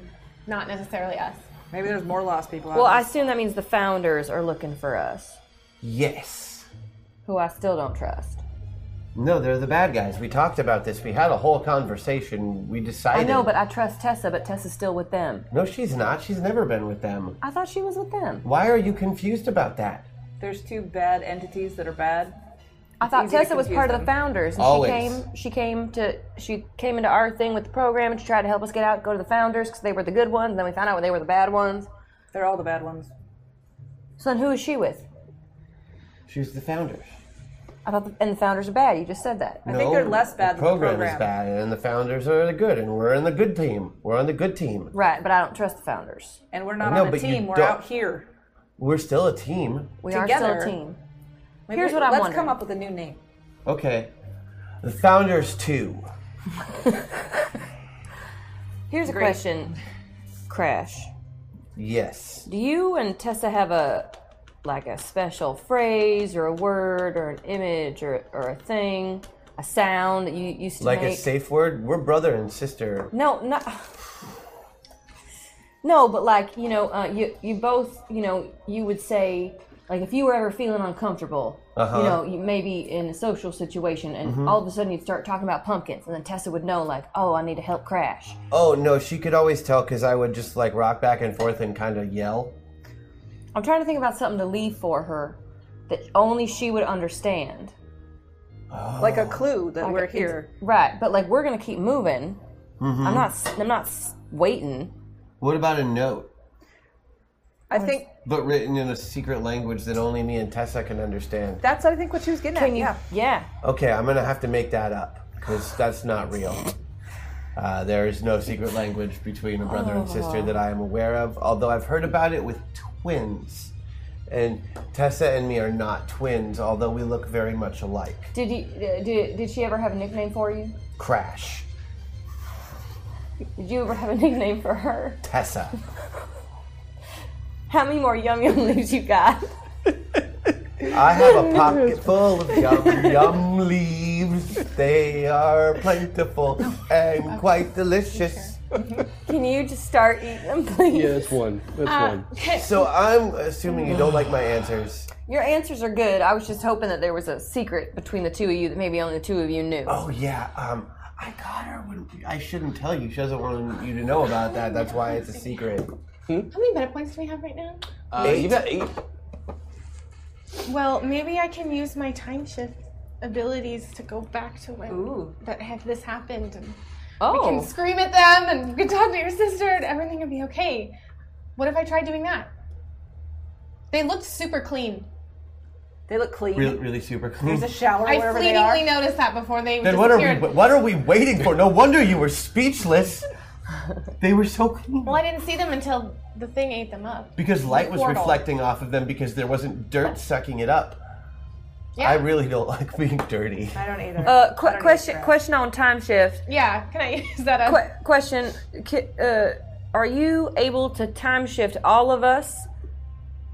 Speaker 6: not necessarily us.
Speaker 5: Maybe there's more lost people. out
Speaker 7: Well, I
Speaker 5: there.
Speaker 7: assume that means the founders are looking for us,
Speaker 3: Yes.
Speaker 7: who I still don't trust.
Speaker 3: No, they're the bad guys. We talked about this. We had a whole conversation. We
Speaker 7: I
Speaker 3: decided.
Speaker 7: know, but I trust Tessa, but Tessa's still with them.
Speaker 3: no, she's not. She's never been with them.
Speaker 7: I thought she was with them.
Speaker 3: Why are you confused about that?
Speaker 5: there's two bad entities that are bad.
Speaker 7: I thought
Speaker 5: easy to
Speaker 7: Tessa was
Speaker 5: confuse
Speaker 7: part of
Speaker 5: them.
Speaker 7: the founders, and
Speaker 3: Always.
Speaker 7: she came. She came to. She came into our thing with the program, and she tried to help us get out, go to the founders because they were the good ones. And then we found out they were the bad ones.
Speaker 5: They're all the bad ones.
Speaker 7: So then, who is she with?
Speaker 3: She's the founder.
Speaker 7: I thought, the, and the founders are bad. You just said that.
Speaker 5: I think they're less bad
Speaker 3: The
Speaker 5: than the
Speaker 3: program, is
Speaker 5: program.
Speaker 3: bad, and the founders are the good, and we're in the good team. We're on the good team.
Speaker 7: Right, but I don't trust the founders.
Speaker 5: And we're not
Speaker 3: I know,
Speaker 5: on a
Speaker 3: but you
Speaker 5: team. We're
Speaker 3: don't-
Speaker 5: out here.
Speaker 3: We're still a team.
Speaker 7: We are
Speaker 5: Together.
Speaker 7: still a team.
Speaker 5: Maybe
Speaker 7: Here's
Speaker 5: we-
Speaker 7: what I'm
Speaker 5: Let's
Speaker 7: wondering.
Speaker 5: come up with a new name.
Speaker 3: Okay. The founders too.
Speaker 7: Here's a question, Crash.
Speaker 3: Yes.
Speaker 7: Do you and Tessa have a like a special phrase or a word or an image or, or a thing, a sound that you used to
Speaker 3: Like
Speaker 7: make?
Speaker 3: a safe word, we're brother and sister.
Speaker 7: No, not. No, but like you know, uh, you you both you know you would say like if you were ever feeling uncomfortable,
Speaker 3: Uh-huh.
Speaker 7: you know, you maybe in a social situation, and
Speaker 3: Mm-hmm.
Speaker 7: all of a sudden you'd start talking about pumpkins, and then Tessa would know like, oh, I need to help Crash.
Speaker 3: Oh no, she could always tell because I would just like rock back and forth and kind of yell.
Speaker 7: I'm trying to think about something to leave for her that only she would understand. Oh.
Speaker 5: Like a clue that we're
Speaker 7: a-
Speaker 5: here.
Speaker 7: Right, but like we're gonna keep moving. I'm not. s- I'm not s- waiting.
Speaker 3: What about a note,
Speaker 5: I think
Speaker 3: but written in a secret language that only me and Tessa can understand?
Speaker 5: that's I think what she was getting at.
Speaker 7: Can you?
Speaker 5: Yeah.
Speaker 7: yeah.
Speaker 3: Okay, I'm gonna have to make that up because that's not real. Uh, there is no secret language between a brother and sister that I am aware of. Although I've heard about it with twins, and Tessa and me are not twins, although we look very much alike.
Speaker 7: Did you? Did, did she ever have a nickname for you?
Speaker 3: Crash,
Speaker 7: Did you ever have a nickname for her?
Speaker 3: Tessa.
Speaker 7: How many more yum yum leaves you got?
Speaker 3: I have a pocket full of yum yum leaves. They are plentiful and quite delicious.
Speaker 7: Can you just start eating them, please?
Speaker 1: that's one. That's one.
Speaker 3: So I'm assuming you don't like my answers.
Speaker 7: Your answers are good. I was just hoping that there was a secret between the two of you that maybe only the two of you knew.
Speaker 3: Oh yeah, um, I got her. When, I shouldn't tell you. She doesn't want you to know about that. That's why it's a secret. Hmm?
Speaker 6: How many meta points do we have right now?
Speaker 1: Uh, you've got eight.
Speaker 6: Well, maybe I can use my time shift abilities to go back to when that have this happened, and we
Speaker 7: Oh,
Speaker 6: can scream at them, and you can talk to your sister, and everything will be okay. What if I try doing that? They looked super clean.
Speaker 5: They look clean.
Speaker 3: Really, really super clean.
Speaker 5: There's a shower
Speaker 6: I
Speaker 5: wherever they are.
Speaker 6: fleetingly noticed that before they
Speaker 3: Then what are we?
Speaker 6: disappeared.
Speaker 3: What are we waiting for? No wonder you were speechless. They were so clean.
Speaker 6: Well, I didn't see them until the thing ate them up.
Speaker 3: Because light was
Speaker 6: Portal.
Speaker 3: reflecting off of them because there wasn't dirt sucking it up.
Speaker 6: Yeah.
Speaker 3: I really don't like being dirty.
Speaker 5: I don't either.
Speaker 7: Uh,
Speaker 5: I don't
Speaker 7: qu-
Speaker 5: need
Speaker 7: question
Speaker 5: crap.
Speaker 7: question on time shift.
Speaker 6: Yeah, can I use that? As,
Speaker 7: Qu- question: ki- uh, Are you able to time shift all of us?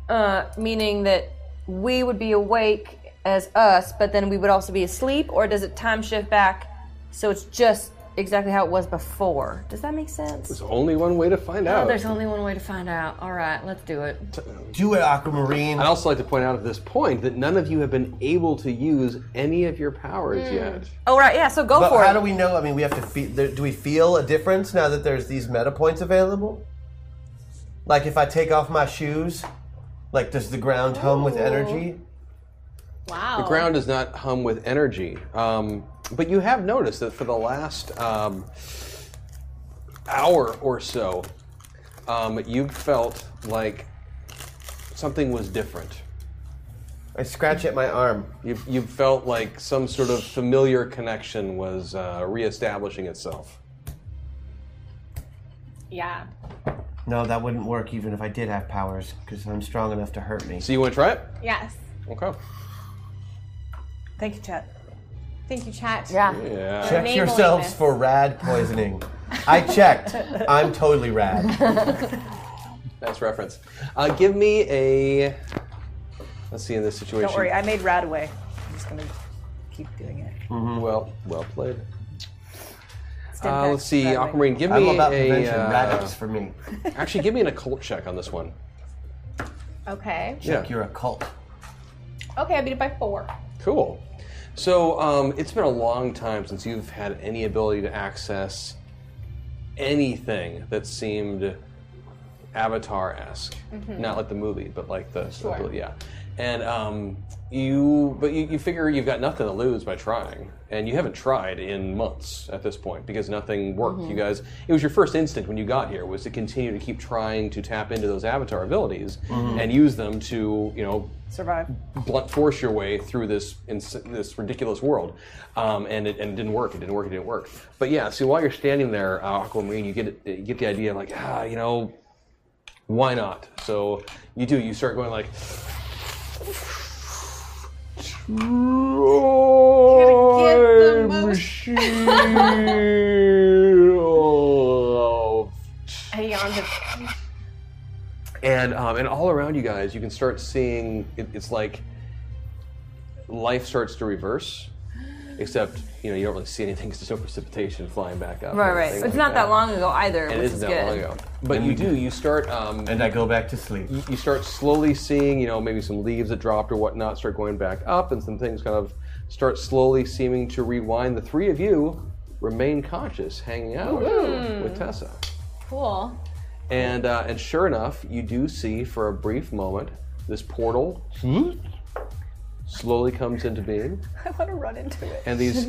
Speaker 7: Uh, meaning that we would be awake as us, but then we would also be asleep, or does it time shift back so it's just exactly how it was before? Does that make sense?
Speaker 1: There's only one way to find
Speaker 7: Oh,
Speaker 1: out.
Speaker 7: there's only one way to find out. All right, let's do it.
Speaker 3: Do it, Aquamarine.
Speaker 1: I'd also like to point out at this point that none of you have been able to use any of your powers
Speaker 6: Hmm.
Speaker 1: yet.
Speaker 7: Oh, right, yeah. So go
Speaker 3: But
Speaker 7: for
Speaker 3: how
Speaker 7: it.
Speaker 3: do we know? I mean, we have to feel. Do we feel a difference now that there's these meta points available? Like if I take off my shoes, like does the ground hum with energy?
Speaker 6: wow.
Speaker 1: The ground does not hum with energy. Um, but you have noticed that for the last um, hour or so, um, you felt like something was different.
Speaker 3: I scratch at my arm.
Speaker 1: You, you felt like some sort of familiar connection was uh, reestablishing itself.
Speaker 6: Yeah.
Speaker 3: No, that wouldn't work even if I did have powers because I'm strong enough to hurt me.
Speaker 1: So you want to try it?
Speaker 6: Yes.
Speaker 1: Okay.
Speaker 5: Thank you, Chet.
Speaker 6: Thank you, chat.
Speaker 7: yeah.
Speaker 1: Yeah.
Speaker 3: Check
Speaker 6: enabling
Speaker 3: yourselves
Speaker 6: this.
Speaker 3: for rad poisoning. I checked. I'm totally rad.
Speaker 1: That's reference. Uh, give me a. Let's see in this situation.
Speaker 5: Don't worry, I made Radaway. I'm just gonna keep doing it.
Speaker 3: Mm-hmm.
Speaker 1: Well, well played.
Speaker 5: Stim
Speaker 1: Uh,
Speaker 5: pack,
Speaker 1: let's see,
Speaker 5: Radaway.
Speaker 1: Aquamarine. Give
Speaker 3: I'm
Speaker 1: me
Speaker 3: all about
Speaker 1: a.
Speaker 3: prevention.
Speaker 1: uh,
Speaker 3: rad is for me.
Speaker 1: actually, give me an occult check on this one.
Speaker 6: Okay.
Speaker 1: Yeah.
Speaker 3: You're a cult.
Speaker 6: Okay, I beat it by four.
Speaker 1: Cool. So um, it's been a long time since you've had any ability to access anything that seemed Avatar-esque. Not like the movie, but like the
Speaker 6: Sure.
Speaker 1: yeah. And um, you, but you, you figure you've got nothing to lose by trying, and you haven't tried in months at this point because nothing worked. You guys, it was your first instinct when you got here was to continue to keep trying to tap into those Avatar abilities and use them to, you know,
Speaker 5: Survive.
Speaker 1: blunt force your way through this ins- this ridiculous world, um, and it and it didn't work. It didn't work. It didn't work. But yeah, so while you're standing there, uh, Aquamarine, you get you get the idea like ah, you know, why not? So you do. You start going like.
Speaker 6: the
Speaker 1: Time
Speaker 6: most-
Speaker 5: Mm.
Speaker 1: oh, shift.
Speaker 6: I yawned. at-
Speaker 1: And um, and all around you guys, you can start seeing it, it's like life starts to reverse, except you know you don't really see anything because there's no precipitation flying back up. or
Speaker 7: Right, right.
Speaker 1: anything
Speaker 7: It's
Speaker 1: like
Speaker 7: not that long ago either,
Speaker 1: It
Speaker 7: which
Speaker 1: isn't
Speaker 7: is
Speaker 1: that
Speaker 7: good.
Speaker 1: long ago, but you do. You start um,
Speaker 3: And I go back to sleep.
Speaker 1: you start slowly seeing, you know, maybe some leaves that dropped or whatnot start going back up, and some things kind of start slowly seeming to rewind. The three of you remain conscious, hanging out with Tessa.
Speaker 6: Cool.
Speaker 1: And uh, and sure enough, you do see for a brief moment this portal slowly comes into being,
Speaker 5: I want to run into it.
Speaker 1: and these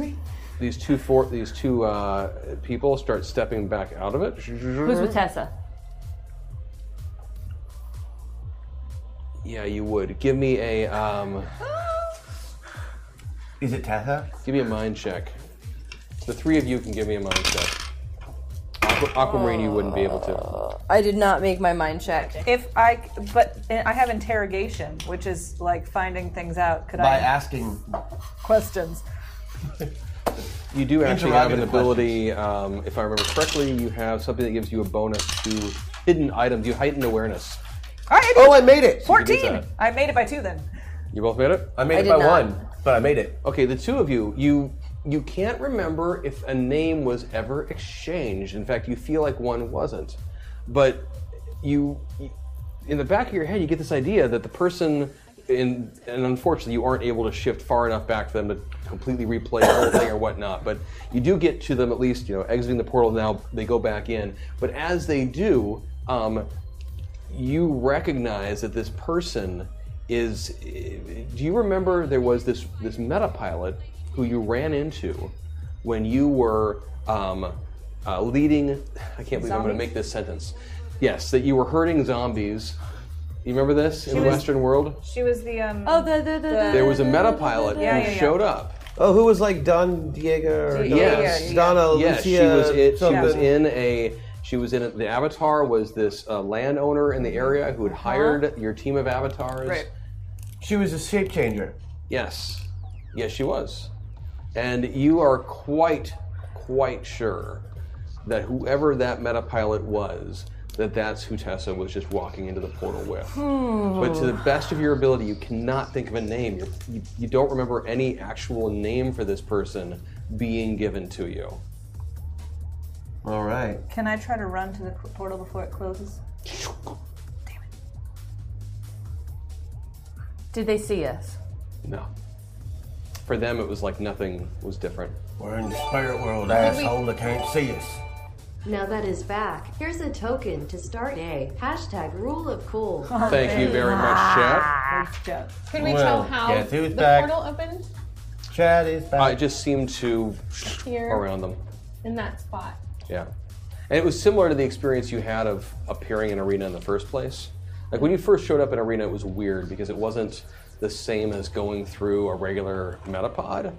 Speaker 1: these two for, these two uh, people start stepping back out of it.
Speaker 7: Who's
Speaker 1: Mm-hmm.
Speaker 7: with Tessa?
Speaker 1: Yeah, you would give me a um,
Speaker 3: Is it Tatha?
Speaker 1: give me a mind check. The three of you can give me a mind check. Aqu- Aquamarine, you wouldn't be able to.
Speaker 7: I did not make my mind check.
Speaker 5: If I, but I have interrogation, which is like finding things out. Could
Speaker 3: By
Speaker 5: I ask
Speaker 3: asking
Speaker 5: questions?
Speaker 1: You do actually have an
Speaker 3: Interrogative
Speaker 1: ability, um, if I remember correctly, you have something that gives you a bonus to hidden items. You heighten awareness.
Speaker 5: All right.
Speaker 3: Oh, I made it.
Speaker 1: did
Speaker 5: Fourteen.
Speaker 1: that.
Speaker 5: I made it by two then.
Speaker 1: You both made it.
Speaker 3: I made
Speaker 7: I
Speaker 3: it
Speaker 7: did
Speaker 3: by
Speaker 7: not.
Speaker 3: one, but I made it.
Speaker 1: Okay, the two of you, you you can't remember if a name was ever exchanged. In fact, you feel like one wasn't. But you, you- in the back of your head, you get this idea that the person, in, and unfortunately, you aren't able to shift far enough back for them to completely replay the whole thing or whatnot. But you do get to them at least, you know, exiting the portal. Now they go back in. But as they do, um, you recognize that this person is do you remember there was this this meta pilot who you ran into when you were um, uh, leading i can't believe i'm going to
Speaker 5: Zombies?
Speaker 1: make this sentence yes that you were herding zombies you remember this in the
Speaker 5: was-
Speaker 1: western world
Speaker 5: She was the um.
Speaker 7: Oh, the, the, the,
Speaker 1: there was a meta pilot who
Speaker 5: Yeah, yeah, yeah.
Speaker 1: showed up
Speaker 3: Oh, who was like Don Diego? Or
Speaker 5: Yeah,
Speaker 1: Yes. yeah, yeah.
Speaker 3: Donna
Speaker 1: yes she
Speaker 3: Lucia.
Speaker 1: was it, she was
Speaker 3: something.
Speaker 1: in a she was in a, the avatar was this uh, landowner in the
Speaker 3: Uh-huh.
Speaker 1: area who had hired your team of avatars
Speaker 5: Right.
Speaker 3: She was a shape changer.
Speaker 1: yes Yes, she was. And you are quite, quite sure that whoever that meta pilot was, that that's who Tessa was just walking into the portal with. But to the best of your ability, you cannot think of a name. You're, you you don't remember any actual name for this person being given to you.
Speaker 3: All right.
Speaker 5: Can I try to run to the c- portal before it closes?
Speaker 7: Did they see us?
Speaker 1: No. For them, it was like nothing was different.
Speaker 3: We're in the spirit world, asshole. They can't see us.
Speaker 8: Now that is back. Here's a token to start a hashtag rule of cool.
Speaker 1: Thank you very much, Chad.
Speaker 6: Can we tell
Speaker 3: Well,
Speaker 6: how
Speaker 3: guess
Speaker 6: the
Speaker 3: who's back?
Speaker 6: portal opened
Speaker 3: Chad is back.
Speaker 1: I just seemed to
Speaker 6: Here.
Speaker 1: around them.
Speaker 6: in that spot?
Speaker 1: Yeah. And it was similar to the experience you had of appearing in Arena in the first place. Like when you first showed up in Arena, it was weird because it wasn't the same as going through a regular metapod.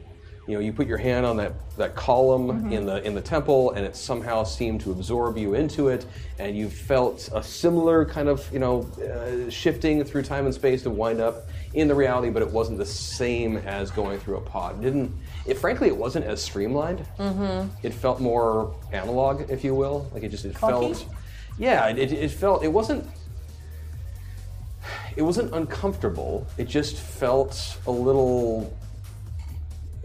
Speaker 1: You know, you put your hand on that, that column in the in the temple, and it somehow seemed to absorb you into it, and you felt a similar kind of you know uh, shifting through time and space to wind up in the reality, but it wasn't the same as going through a pod. It didn't it? Frankly, it wasn't as streamlined
Speaker 3: Mm-hmm.
Speaker 1: it felt more analog, if you will. Like it just it felt, yeah, it, it, it felt it wasn't it wasn't uncomfortable. It just felt a little,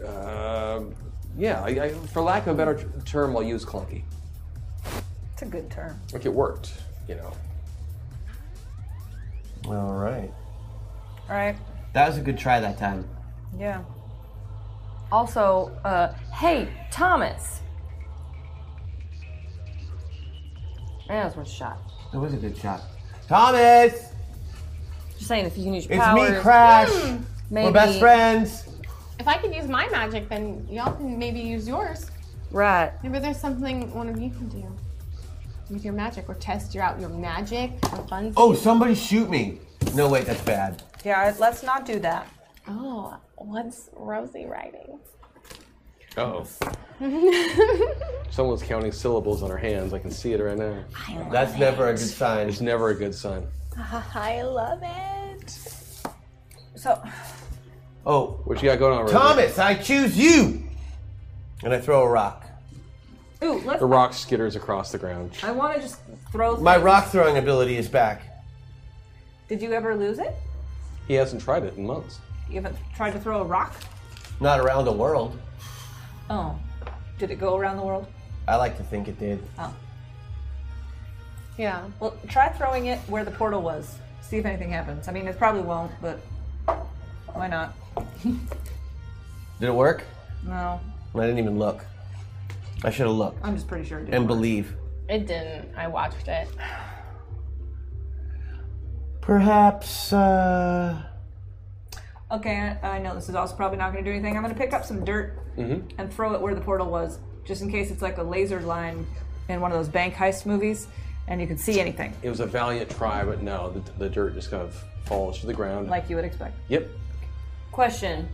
Speaker 1: uh, yeah, I, I, for lack of a better t- term, I'll use clunky.
Speaker 5: It's a good term.
Speaker 1: Like it worked, you know.
Speaker 3: All right.
Speaker 5: All right.
Speaker 3: That was a good try that time.
Speaker 5: Yeah.
Speaker 7: Also, uh, hey, Thomas. Man, that was worth a shot.
Speaker 3: That was a good shot. Thomas,
Speaker 7: Just saying, if you can use your
Speaker 3: it's
Speaker 7: powers, Hmm.
Speaker 3: me, Crash.
Speaker 7: maybe
Speaker 3: We're best friends.
Speaker 6: If I could use my magic, then y'all can maybe use yours.
Speaker 7: Right.
Speaker 6: Maybe there's something one of you can do with your magic, or test your, out your magic for fun.
Speaker 3: Oh, somebody shoot me. No, wait, that's bad.
Speaker 5: Yeah, let's not do that.
Speaker 6: Oh, what's Rosie writing?
Speaker 1: Oh, someone's counting syllables on her hands. I can see it right now.
Speaker 3: That's never a good sign.
Speaker 1: It's never a good sign.
Speaker 6: I love it.
Speaker 5: So,
Speaker 3: Oh,
Speaker 1: What you got going on, Rosie?
Speaker 3: Thomas, I choose you. And I throw a rock.
Speaker 7: Ooh, let's.
Speaker 1: The rock skitters across the ground.
Speaker 7: I want to just throw.
Speaker 3: My
Speaker 7: things.
Speaker 3: rock throwing ability is back.
Speaker 5: did you ever lose it?
Speaker 1: He hasn't tried it in months.
Speaker 5: You haven't tried to throw a rock?
Speaker 3: Not around the world.
Speaker 5: Oh. Did it go around the world?
Speaker 3: I like to think it did.
Speaker 5: Oh.
Speaker 6: Yeah.
Speaker 5: Well, try throwing it where the portal was. See if anything happens. I mean, it probably won't, but why not?
Speaker 3: Did it work?
Speaker 5: No.
Speaker 3: I didn't even look. I should have looked
Speaker 5: I'm just pretty sure it did.
Speaker 3: and believe.
Speaker 6: It didn't. I watched it.
Speaker 3: Perhaps, uh.
Speaker 5: Okay, I I know this is also probably not going to do anything. I'm going to pick up some dirt
Speaker 1: Mm-hmm.
Speaker 5: and throw it where the portal was, just in case it's like a laser line in one of those bank heist movies, and you can see anything
Speaker 1: It was a valiant try, but no, the, the dirt just kind of falls to the ground.
Speaker 5: like you would expect.
Speaker 1: yep.
Speaker 7: Question: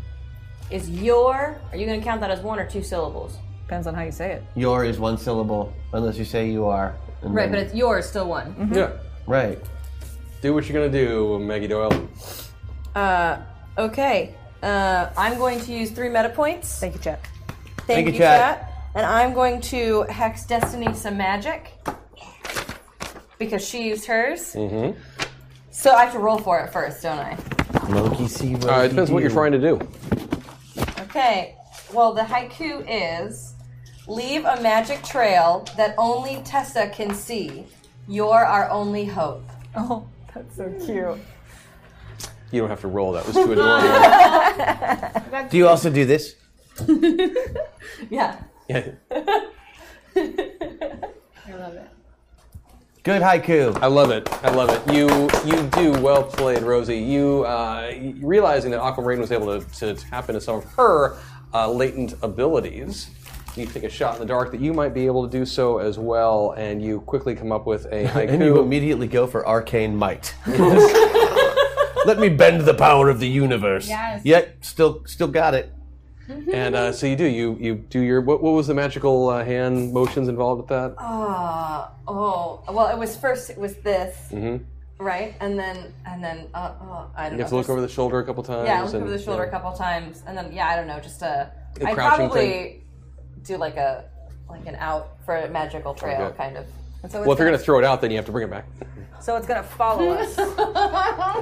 Speaker 7: Is your? Are you going to count that as one or two syllables?
Speaker 5: Depends on how you say it.
Speaker 3: Your is one syllable, unless you say you are. and
Speaker 7: Right,
Speaker 3: then-
Speaker 7: but it's your is still one.
Speaker 1: Yeah.
Speaker 3: Right.
Speaker 1: Do what you're gonna do, Maggie Doyle.
Speaker 7: Uh, okay. Uh, I'm going to use three meta points.
Speaker 5: Thank you, Chet.
Speaker 7: Thank
Speaker 3: you,
Speaker 7: you,
Speaker 3: Chat.
Speaker 7: Chat. And I'm going to hex Destiny some magic because she used hers. Mm-hmm. So I have to roll for it first, don't I?
Speaker 3: Monkey see what.
Speaker 1: Uh, it depends what you're trying to do.
Speaker 7: Okay. Well, the haiku is leave a magic trail that only Tessa can see. You're our only hope.
Speaker 5: Oh, that's so cute.
Speaker 1: You don't have to roll. That was too adorable.
Speaker 3: Do you also do this?
Speaker 7: Yeah.
Speaker 1: Yeah.
Speaker 6: I love it.
Speaker 3: Good haiku.
Speaker 1: I love it. I love it. You you do well played, Rosie. You uh, y- realizing that Aquamarine was able to, to tap into some of her uh, latent abilities. You take a shot in the dark that you might be able to do so as well, and you quickly come up with a haiku.
Speaker 3: And you immediately go for arcane might. Let me bend the power of the universe.
Speaker 6: Yes.
Speaker 3: Yet still still got it.
Speaker 1: And uh, so you do. You you do your what? What was the magical uh,
Speaker 7: Ah,
Speaker 1: hand motions involved with that?
Speaker 3: Mm-hmm.
Speaker 7: Uh, oh. Well, it was first, it was this. right? And then and then uh, uh, I don't
Speaker 1: You
Speaker 7: know.
Speaker 1: have to look
Speaker 7: just-
Speaker 1: over the shoulder a couple times.
Speaker 7: Yeah, look
Speaker 1: and-
Speaker 7: over the shoulder a couple times, and then yeah, I don't know, just a.
Speaker 1: The
Speaker 7: I
Speaker 1: crouching
Speaker 7: probably
Speaker 1: thing.
Speaker 7: do like a like an out for a magical trail
Speaker 1: Okay.
Speaker 7: kind of. And so
Speaker 1: Well, if
Speaker 7: it's
Speaker 1: you're gonna throw it out, then you have to bring it back.
Speaker 5: So it's going to follow us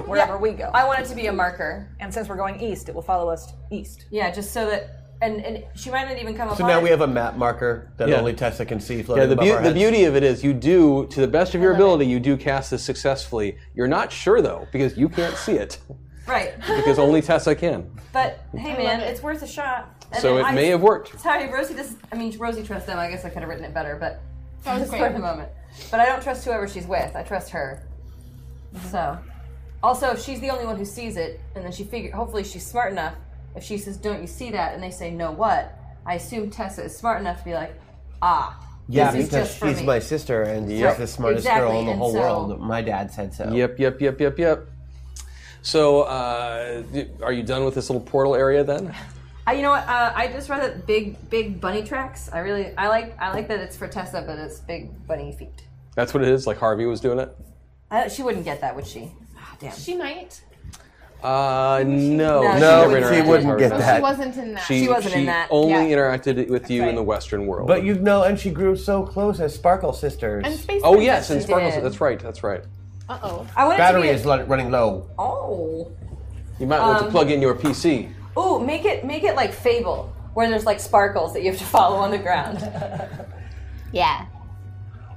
Speaker 5: wherever we go.
Speaker 7: I want it to be a marker.
Speaker 5: And since we're going east, it will follow us east.
Speaker 7: Yeah, just so that and and she might not even come up.
Speaker 3: So now we have a map marker that
Speaker 1: Yeah.
Speaker 3: only Tessa can see floating
Speaker 1: Yeah, the,
Speaker 3: above
Speaker 1: beau-
Speaker 3: our
Speaker 1: the
Speaker 3: heads.
Speaker 1: beauty of it is you do, to the best of your ability, you do cast this successfully. You're not sure though because you can't see it
Speaker 7: right.
Speaker 1: because only Tessa can.
Speaker 7: But hey, man, it's worth a shot. And
Speaker 1: So
Speaker 7: then
Speaker 1: it
Speaker 7: I-
Speaker 1: may have worked.
Speaker 7: Sorry, Rosie does. I mean, Rosie trusts them. I guess I could have written it better, but
Speaker 6: That was
Speaker 7: just for
Speaker 6: great.
Speaker 7: the moment. But I don't trust whoever she's with. I trust her. So, also, if she's the only one who sees it, and then she figure, hopefully, she's smart enough. If she says, "Don't you see that?" and they say, "No, what?" I assume Tessa is smart enough to be like, "Ah,
Speaker 3: Yeah,
Speaker 7: this is
Speaker 3: because
Speaker 7: just for
Speaker 3: she's
Speaker 7: me."
Speaker 3: my sister and
Speaker 1: Yep.
Speaker 3: she's the smartest
Speaker 7: Exactly,
Speaker 3: girl in the
Speaker 7: and
Speaker 3: whole
Speaker 7: so-
Speaker 3: world. My dad said so.
Speaker 1: Yep, yep, yep, yep, yep. So, uh, y- are you done with this little portal area then?
Speaker 7: I, you know what? Uh, I just read that big, big bunny tracks. I really, I like, I like that it's for Tessa, but it's big bunny feet.
Speaker 1: That's what it is. Like Harvey was doing it.
Speaker 7: I, she wouldn't get that, would she? Ah, damn.
Speaker 6: She might.
Speaker 1: Uh, no,
Speaker 7: No,
Speaker 1: she
Speaker 7: No,
Speaker 1: never
Speaker 7: she
Speaker 1: interacted with
Speaker 3: wouldn't
Speaker 1: Harvey.
Speaker 3: get that.
Speaker 6: She wasn't in that.
Speaker 7: She wasn't in that.
Speaker 1: Only
Speaker 6: Yeah.
Speaker 1: interacted with you in
Speaker 5: right.
Speaker 1: the Western world.
Speaker 3: But you know, and she grew so close as Sparkle Sisters.
Speaker 6: and space.
Speaker 1: Oh yes, and Sparkles.
Speaker 7: did.
Speaker 1: That's right. That's right.
Speaker 6: Uh oh.
Speaker 7: I want it to
Speaker 3: Battery
Speaker 7: be a-
Speaker 3: is lo- running low.
Speaker 7: Oh.
Speaker 1: You might want
Speaker 7: Um,
Speaker 1: to plug in your PC.
Speaker 7: Ooh, make it make it like Fable, where there's like sparkles that you have to follow on the ground.
Speaker 6: Yeah.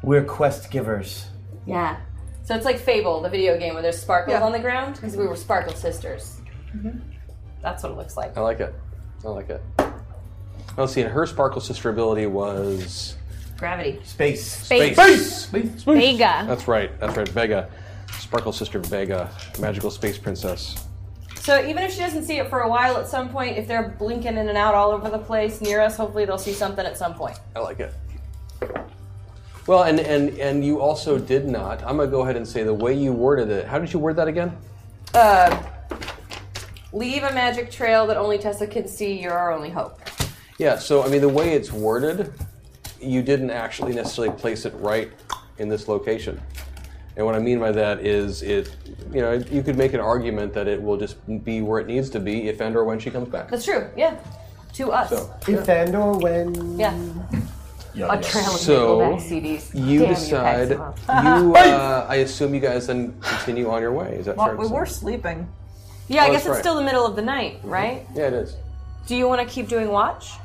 Speaker 3: We're quest givers.
Speaker 7: yeah. So it's like Fable, the video game where there's sparkles on the ground because we were sparkle sisters.
Speaker 6: Mm-hmm.
Speaker 7: That's what it looks like.
Speaker 1: I like it. I like it. Oh, see, and her Sparkle sister ability was
Speaker 7: Gravity.
Speaker 3: Space.
Speaker 1: space.
Speaker 6: Space.
Speaker 1: Space.
Speaker 6: Vega.
Speaker 1: That's right. That's right. Vega, Sparkle sister Vega, magical space princess.
Speaker 7: So even if she doesn't see it for a while, at some point, if they're blinking in and out all over the place near us, hopefully they'll see something at some point.
Speaker 1: I like it. Well, and and and you also did not. I'm gonna go ahead and say the way you worded it. How did you word that again?
Speaker 7: Uh, leave a magic trail that only Tessa can see. You're our only hope.
Speaker 1: Yeah, so I mean, the way it's worded, you didn't actually necessarily place it right in this location. And what I mean by that is, it you know, you could make an argument that it will just be where it needs to be if and or when she comes back.
Speaker 7: That's true. Yeah. To us.
Speaker 1: So-
Speaker 3: If and or when.
Speaker 7: Yeah.
Speaker 2: Yeah,
Speaker 7: A trail of
Speaker 1: So,
Speaker 7: Nickelback CDs.
Speaker 1: You
Speaker 7: Damn,
Speaker 1: decide.
Speaker 7: You,
Speaker 1: You,
Speaker 7: Paximo.
Speaker 1: uh, I assume you guys then continue on your way. Is that fair?
Speaker 5: Well,
Speaker 1: to
Speaker 5: we
Speaker 1: say?
Speaker 5: were sleeping.
Speaker 7: yeah, I
Speaker 1: Oh, that's
Speaker 7: guess it's
Speaker 1: right. Mm-hmm.
Speaker 7: still the middle of the night, right?
Speaker 1: Yeah, it is.
Speaker 7: Do you want to keep doing watch?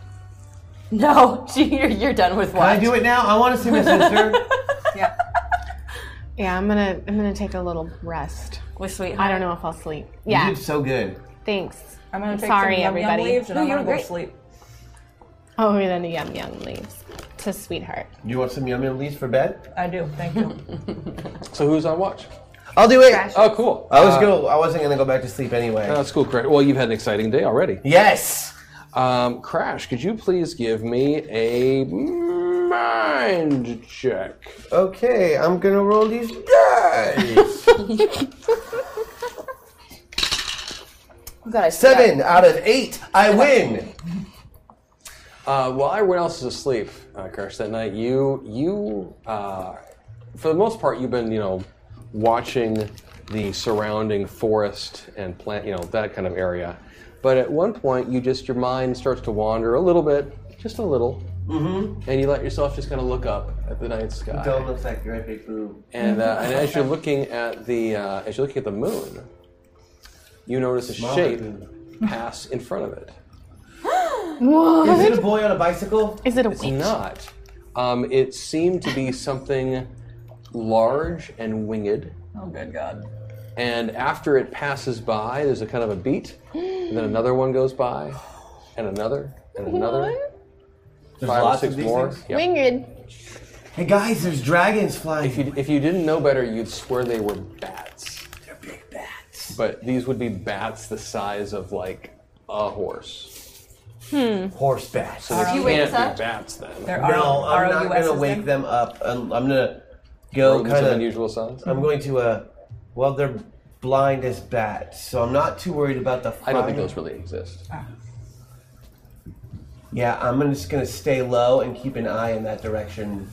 Speaker 7: No, you're, you're done with
Speaker 3: Can
Speaker 7: watch.
Speaker 3: I do it now? I want to see my sister.
Speaker 5: Yeah.
Speaker 6: Yeah, I'm gonna I'm gonna take a little rest.
Speaker 7: With
Speaker 6: I
Speaker 7: sweetheart.
Speaker 6: don't know if I'll sleep.
Speaker 3: You
Speaker 6: Yeah.
Speaker 3: did so good.
Speaker 6: Thanks.
Speaker 5: I'm going to take
Speaker 6: Sorry,
Speaker 5: some yum yum
Speaker 6: everybody.
Speaker 5: leaves and
Speaker 7: No,
Speaker 5: I'm
Speaker 7: you're
Speaker 5: going to go to
Speaker 7: great.
Speaker 5: sleep.
Speaker 6: Oh, and then the yum yum leaves to sweetheart.
Speaker 3: You want some yum yum leaves for bed?
Speaker 5: I do. Thank you.
Speaker 1: So who's on watch?
Speaker 3: I'll do it.
Speaker 1: Oh, cool.
Speaker 3: I was
Speaker 1: Uh,
Speaker 3: go. I wasn't gonna go back to sleep anyway.
Speaker 1: That's cool, great. Well, you've had an exciting day already.
Speaker 3: yes.
Speaker 1: Um, Crash, could you please give me a mind check?
Speaker 3: Okay, I'm gonna roll these dice.
Speaker 7: Oh, God, I forgot.
Speaker 3: Seven out of eight. I win.
Speaker 1: Uh, while everyone else is asleep, uh, Crash, that night, you, you, uh, for the most part, you've been, you know, watching the surrounding forest and plant, you know, that kind of area. But at one point, you just your mind starts to wander a little bit, just a little, mm-hmm. and you let yourself just kind of look up at the night sky.
Speaker 3: Don't look like you're at big boob.
Speaker 1: And, uh, and as you're looking at the uh, as you're looking at the moon, you notice a shape pass in front of it.
Speaker 3: Is it a boy on a bicycle?
Speaker 6: Is it a
Speaker 1: It's
Speaker 6: witch?
Speaker 1: not. Um, it seemed to be something large and winged.
Speaker 5: Oh, good God.
Speaker 1: And after it passes by, there's a kind of a beat, and then another one goes by, and another, and another,
Speaker 3: There's
Speaker 1: five or
Speaker 3: lots
Speaker 1: six
Speaker 3: of these
Speaker 1: more.
Speaker 3: things.
Speaker 1: Yeah.
Speaker 6: Winged.
Speaker 3: Hey guys, there's dragons flying.
Speaker 1: If you, if you didn't know better, you'd swear they were bats.
Speaker 3: They're big bats.
Speaker 1: But these would be bats the size of like a horse.
Speaker 6: Hmm.
Speaker 3: Horse bats.
Speaker 1: So they
Speaker 7: you wake
Speaker 1: can't
Speaker 7: us
Speaker 1: be
Speaker 7: up?
Speaker 1: bats then.
Speaker 5: There are
Speaker 3: no, I'm not
Speaker 5: ROUS
Speaker 3: gonna
Speaker 5: is
Speaker 3: wake
Speaker 5: in.
Speaker 3: them up. I'm, I'm gonna go
Speaker 1: rodents of
Speaker 3: kind of.
Speaker 1: unusual size.
Speaker 3: I'm going to. Uh, well, they're blind as bats, so I'm not too worried about the.
Speaker 1: I don't think
Speaker 3: fire.
Speaker 1: those really exist.
Speaker 3: Yeah, I'm gonna- just gonna stay low and keep an eye in that direction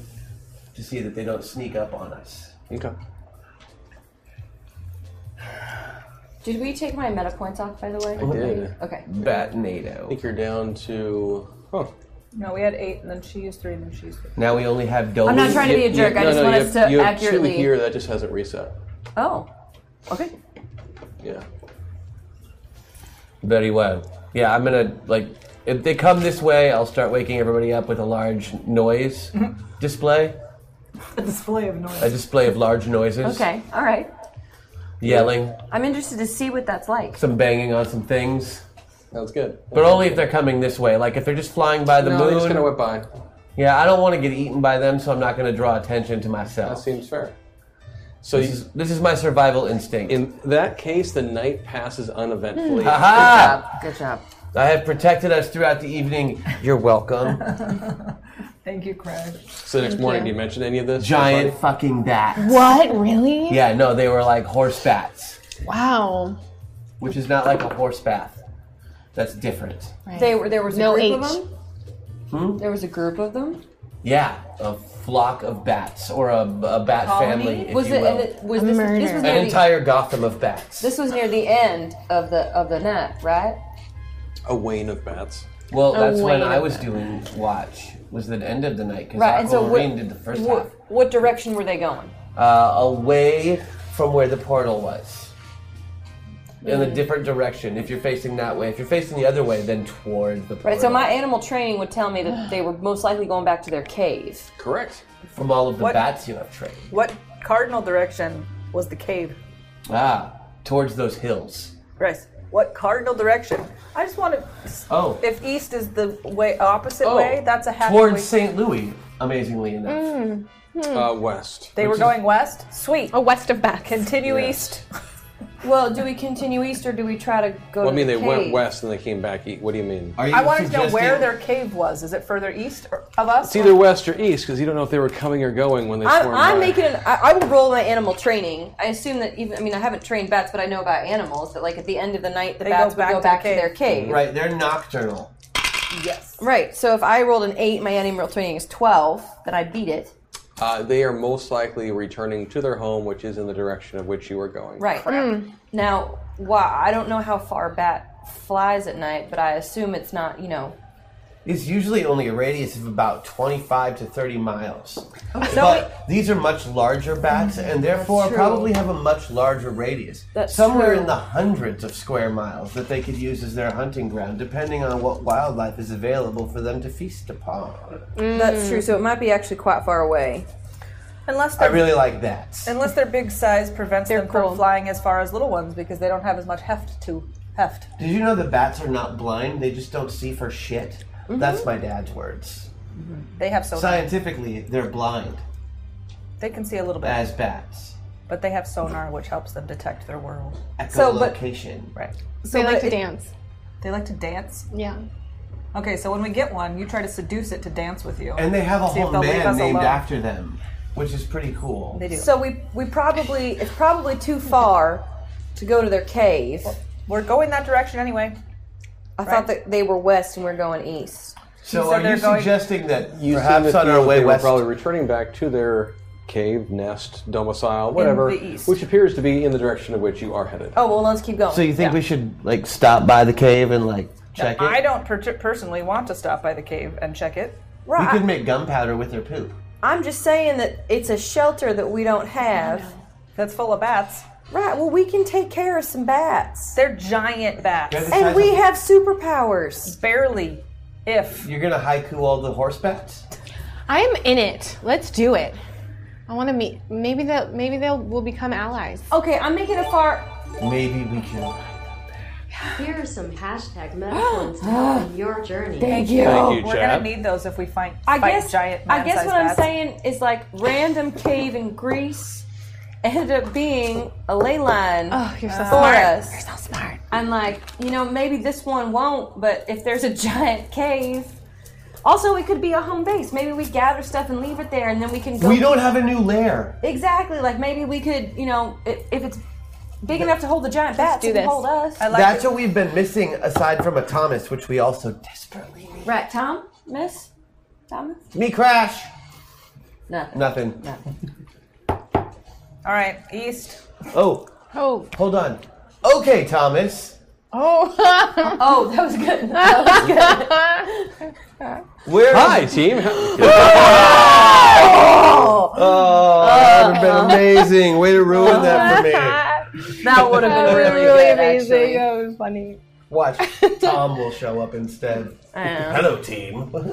Speaker 3: to see that they don't sneak up on us.
Speaker 1: Okay.
Speaker 7: Did we take my meta points off, by the way?
Speaker 1: I did.
Speaker 7: Okay.
Speaker 3: Bat
Speaker 1: I
Speaker 3: NATO.
Speaker 1: think you're down to. Huh.
Speaker 5: No, we had eight, and then she used three, and then she used three.
Speaker 3: Now we only have double.
Speaker 7: I'm not trying to be a jerk. I
Speaker 1: no,
Speaker 7: just
Speaker 1: no,
Speaker 7: want
Speaker 1: you
Speaker 7: us
Speaker 1: have-
Speaker 7: to
Speaker 1: you have
Speaker 7: accurately.
Speaker 1: Two here that just hasn't reset.
Speaker 7: Oh. Okay.
Speaker 1: Yeah.
Speaker 3: Very well. Yeah, I'm gonna like. If they come this way, I'll start waking everybody up with a large noise display.
Speaker 11: A display of noise.
Speaker 3: A display of large noises.
Speaker 7: Okay. All right.
Speaker 3: Yelling,
Speaker 7: I'm interested to see what that's like.
Speaker 3: some banging on some things.
Speaker 1: Sounds good.
Speaker 3: But only if they're coming this way. Like if they're just flying by the
Speaker 1: no, they
Speaker 3: moon.
Speaker 1: just kind of went by.
Speaker 3: Yeah, I don't want to get eaten by them, so I'm not going to draw attention to
Speaker 1: That
Speaker 3: myself.
Speaker 1: seems fair. So
Speaker 3: This
Speaker 1: you-
Speaker 3: is, this is my survival instinct. Hmm.
Speaker 1: in that case, the night passes uneventfully.
Speaker 3: Aha!
Speaker 7: Mm. Good job.
Speaker 3: I have protected us throughout the evening. You're welcome.
Speaker 11: Thank you, Crash.
Speaker 1: so the next morning, do you mention any of this?
Speaker 3: Giant fucking bats.
Speaker 6: What? Really?
Speaker 3: Yeah, no, they were like horse bats,
Speaker 6: Wow.
Speaker 3: which is not like a horse bath. That's different.
Speaker 7: They were. There was a
Speaker 6: No
Speaker 7: group
Speaker 6: H.
Speaker 7: of them.
Speaker 1: Hmm?
Speaker 7: There was a group of them.
Speaker 3: Yeah, a flock of bats or a, a bat family, if
Speaker 7: Was
Speaker 3: you
Speaker 7: it?
Speaker 3: will.
Speaker 7: and it was this, this
Speaker 6: murder.
Speaker 7: was
Speaker 3: An
Speaker 7: near the,
Speaker 3: entire Gotham of bats.
Speaker 7: This was near the end of the of the night, right?
Speaker 1: A wane of bats.
Speaker 3: Well, that's when
Speaker 7: wait a
Speaker 3: I was doing watch. Was the end of the night because
Speaker 7: Right. And so what?
Speaker 3: did the first
Speaker 7: What, what direction were they going?
Speaker 3: half uh, away from where the portal was. In a different direction. If you're facing that way, if you're facing the other way, then toward the portal.
Speaker 7: Right. So my animal training would tell me that they were most likely going back to their cave.
Speaker 1: Correct.
Speaker 3: from all of the
Speaker 5: What?
Speaker 3: bats you have trained.
Speaker 5: What cardinal direction was the cave?
Speaker 3: Ah, towards those hills.
Speaker 5: Bryce, what cardinal direction? I just want to.
Speaker 3: Oh,
Speaker 5: If east is the way opposite
Speaker 1: Oh,
Speaker 5: way, that's a happy way.
Speaker 3: towards St. Louis. Amazingly enough.
Speaker 6: Mm, hmm.
Speaker 1: Uh, west.
Speaker 5: Mm. they were going west. Sweet.
Speaker 6: Oh, west of back.
Speaker 5: Continue east.
Speaker 7: Well, do we continue east or do we try to go?
Speaker 1: Well,
Speaker 7: to
Speaker 1: I mean,
Speaker 7: the
Speaker 1: they went
Speaker 7: cave?
Speaker 1: west and they came back east. What do you mean?
Speaker 3: Are you
Speaker 5: I wanted to know where
Speaker 3: suggesting-
Speaker 5: their cave was. Is it further east or- of us?
Speaker 1: It's either west or east because you don't know if they were coming or going when they
Speaker 7: I'm,
Speaker 1: swarmed.
Speaker 7: I'm
Speaker 1: by.
Speaker 7: making an. I, I will roll my animal training. I assume that even. I mean, I haven't trained bats, but I know about animals. That like at the end of the night, the
Speaker 5: They go
Speaker 7: bats would
Speaker 5: back
Speaker 7: go
Speaker 5: to the
Speaker 7: back to
Speaker 5: cave.
Speaker 7: their cave.
Speaker 3: Right, they're nocturnal.
Speaker 5: yes.
Speaker 7: Right. So if I rolled an eight, my animal training is twelve. Then I beat it.
Speaker 1: Uh, they are most likely returning to their home, which is in the direction of which you were going.
Speaker 7: Right. Mm. Now, why? I don't know how far bat flies at night, but I assume it's not. You know.
Speaker 3: It's usually only a radius of about 25 to 30 miles.
Speaker 7: So
Speaker 3: But these are much larger bats
Speaker 5: Mm.
Speaker 3: and therefore
Speaker 7: true.
Speaker 3: probably have a much larger radius.
Speaker 7: That's
Speaker 3: Somewhere
Speaker 7: true.
Speaker 3: in the hundreds of square miles that they could use as their hunting ground, depending on what wildlife is available for them to feast upon.
Speaker 5: Mm.
Speaker 7: that's true. So it might be actually quite far away.
Speaker 5: Unless
Speaker 3: I
Speaker 5: they're
Speaker 3: really like that.
Speaker 5: Unless their big size prevents them
Speaker 6: cool.
Speaker 5: from flying as far as little ones because they don't have as much heft to heft.
Speaker 3: Did you know the bats are not blind? They just don't see for shit?
Speaker 5: Mm-hmm.
Speaker 3: That's my dad's words.
Speaker 5: They have sonar.
Speaker 3: Scientifically, they're blind
Speaker 5: They can see a little bit,
Speaker 3: as bats.
Speaker 5: but they have sonar, which helps them detect their world.
Speaker 7: So, but-
Speaker 3: Echolocation.
Speaker 5: Right.
Speaker 6: So they like
Speaker 5: but
Speaker 6: to
Speaker 5: it-
Speaker 6: dance.
Speaker 5: They like to dance.
Speaker 6: Yeah.
Speaker 5: Okay, so when we get one, you try to seduce it to dance with you.
Speaker 3: And they have a
Speaker 5: See if
Speaker 3: whole
Speaker 5: they'll leave
Speaker 3: man
Speaker 5: us
Speaker 3: named
Speaker 5: alone.
Speaker 3: after them, which is pretty cool.
Speaker 5: They do. So
Speaker 7: So we we probably it's probably too far to go to their cave.
Speaker 5: we're going that direction anyway.
Speaker 7: I thought that they were west and we're going east.
Speaker 3: So
Speaker 5: said
Speaker 3: are you
Speaker 5: they're going-
Speaker 3: suggesting that
Speaker 1: You seem
Speaker 3: perhaps
Speaker 1: to
Speaker 3: on
Speaker 1: feel
Speaker 3: our
Speaker 1: that
Speaker 3: way
Speaker 1: they
Speaker 3: west?
Speaker 1: were probably returning back to their cave, nest, domicile, whatever,
Speaker 5: the east.
Speaker 1: which appears to be in the direction of which you are headed.
Speaker 7: Oh well, let's keep going.
Speaker 3: so you think we should like stop by the cave and like check it?
Speaker 5: I don't per- personally want to stop by the cave and check it.
Speaker 3: We
Speaker 7: right?
Speaker 3: could make gunpowder with their poop.
Speaker 7: I'm just saying that it's a shelter that we don't have.
Speaker 5: That's full of bats.
Speaker 7: Right. Well, we can take care of some bats,
Speaker 5: They're giant bats.
Speaker 3: They're the size
Speaker 7: and we
Speaker 3: of-
Speaker 7: have superpowers.
Speaker 5: Barely, if
Speaker 3: You're gonna haiku all the horse bats?
Speaker 6: I'm in it. Let's do it. I want to meet. Maybe they'll. Maybe they'll. We'll become allies.
Speaker 7: Okay, I'm making a far.
Speaker 3: Maybe we can.
Speaker 8: Here are some hashtag meta points to help in your journey.
Speaker 1: Thank you,
Speaker 5: we're
Speaker 1: Chad.
Speaker 5: gonna need those if we find
Speaker 7: I
Speaker 5: fight
Speaker 7: guess.
Speaker 5: giant.
Speaker 7: I guess
Speaker 5: man-sized
Speaker 7: what I'm
Speaker 5: bats.
Speaker 7: saying is like random cave in Greece ended up being a ley line
Speaker 6: Oh, you're so
Speaker 7: for
Speaker 6: smart.
Speaker 7: us.
Speaker 6: You're so smart.
Speaker 7: I'm like, you know, maybe this one won't, but if there's a giant cave. Also, it could be a home base. Maybe we gather stuff and leave it there, and then we can go.
Speaker 3: We don't have a new lair.
Speaker 7: Exactly. Like, maybe we could, you know, if, if it's big enough to hold the giant bats,
Speaker 6: do
Speaker 7: it can
Speaker 6: this.
Speaker 7: hold us.
Speaker 5: I like
Speaker 3: That's what we've been missing, aside from a Thomas, which we also desperately need.
Speaker 7: Right, Tom? Miss? Thomas?
Speaker 3: Me crash.
Speaker 7: Nothing.
Speaker 3: Nothing.
Speaker 5: All right, east.
Speaker 3: Oh,
Speaker 6: Oh,
Speaker 3: hold on. Okay, Thomas.
Speaker 6: Oh.
Speaker 4: oh, that was good. That was
Speaker 3: Where
Speaker 1: Hi, team.
Speaker 3: Oh, that would have been amazing. Way to ruin that for me.
Speaker 4: good. That would have been really, good, actually.
Speaker 11: That was funny.
Speaker 3: Watch, Tom will show up instead. Hello, team.
Speaker 4: By the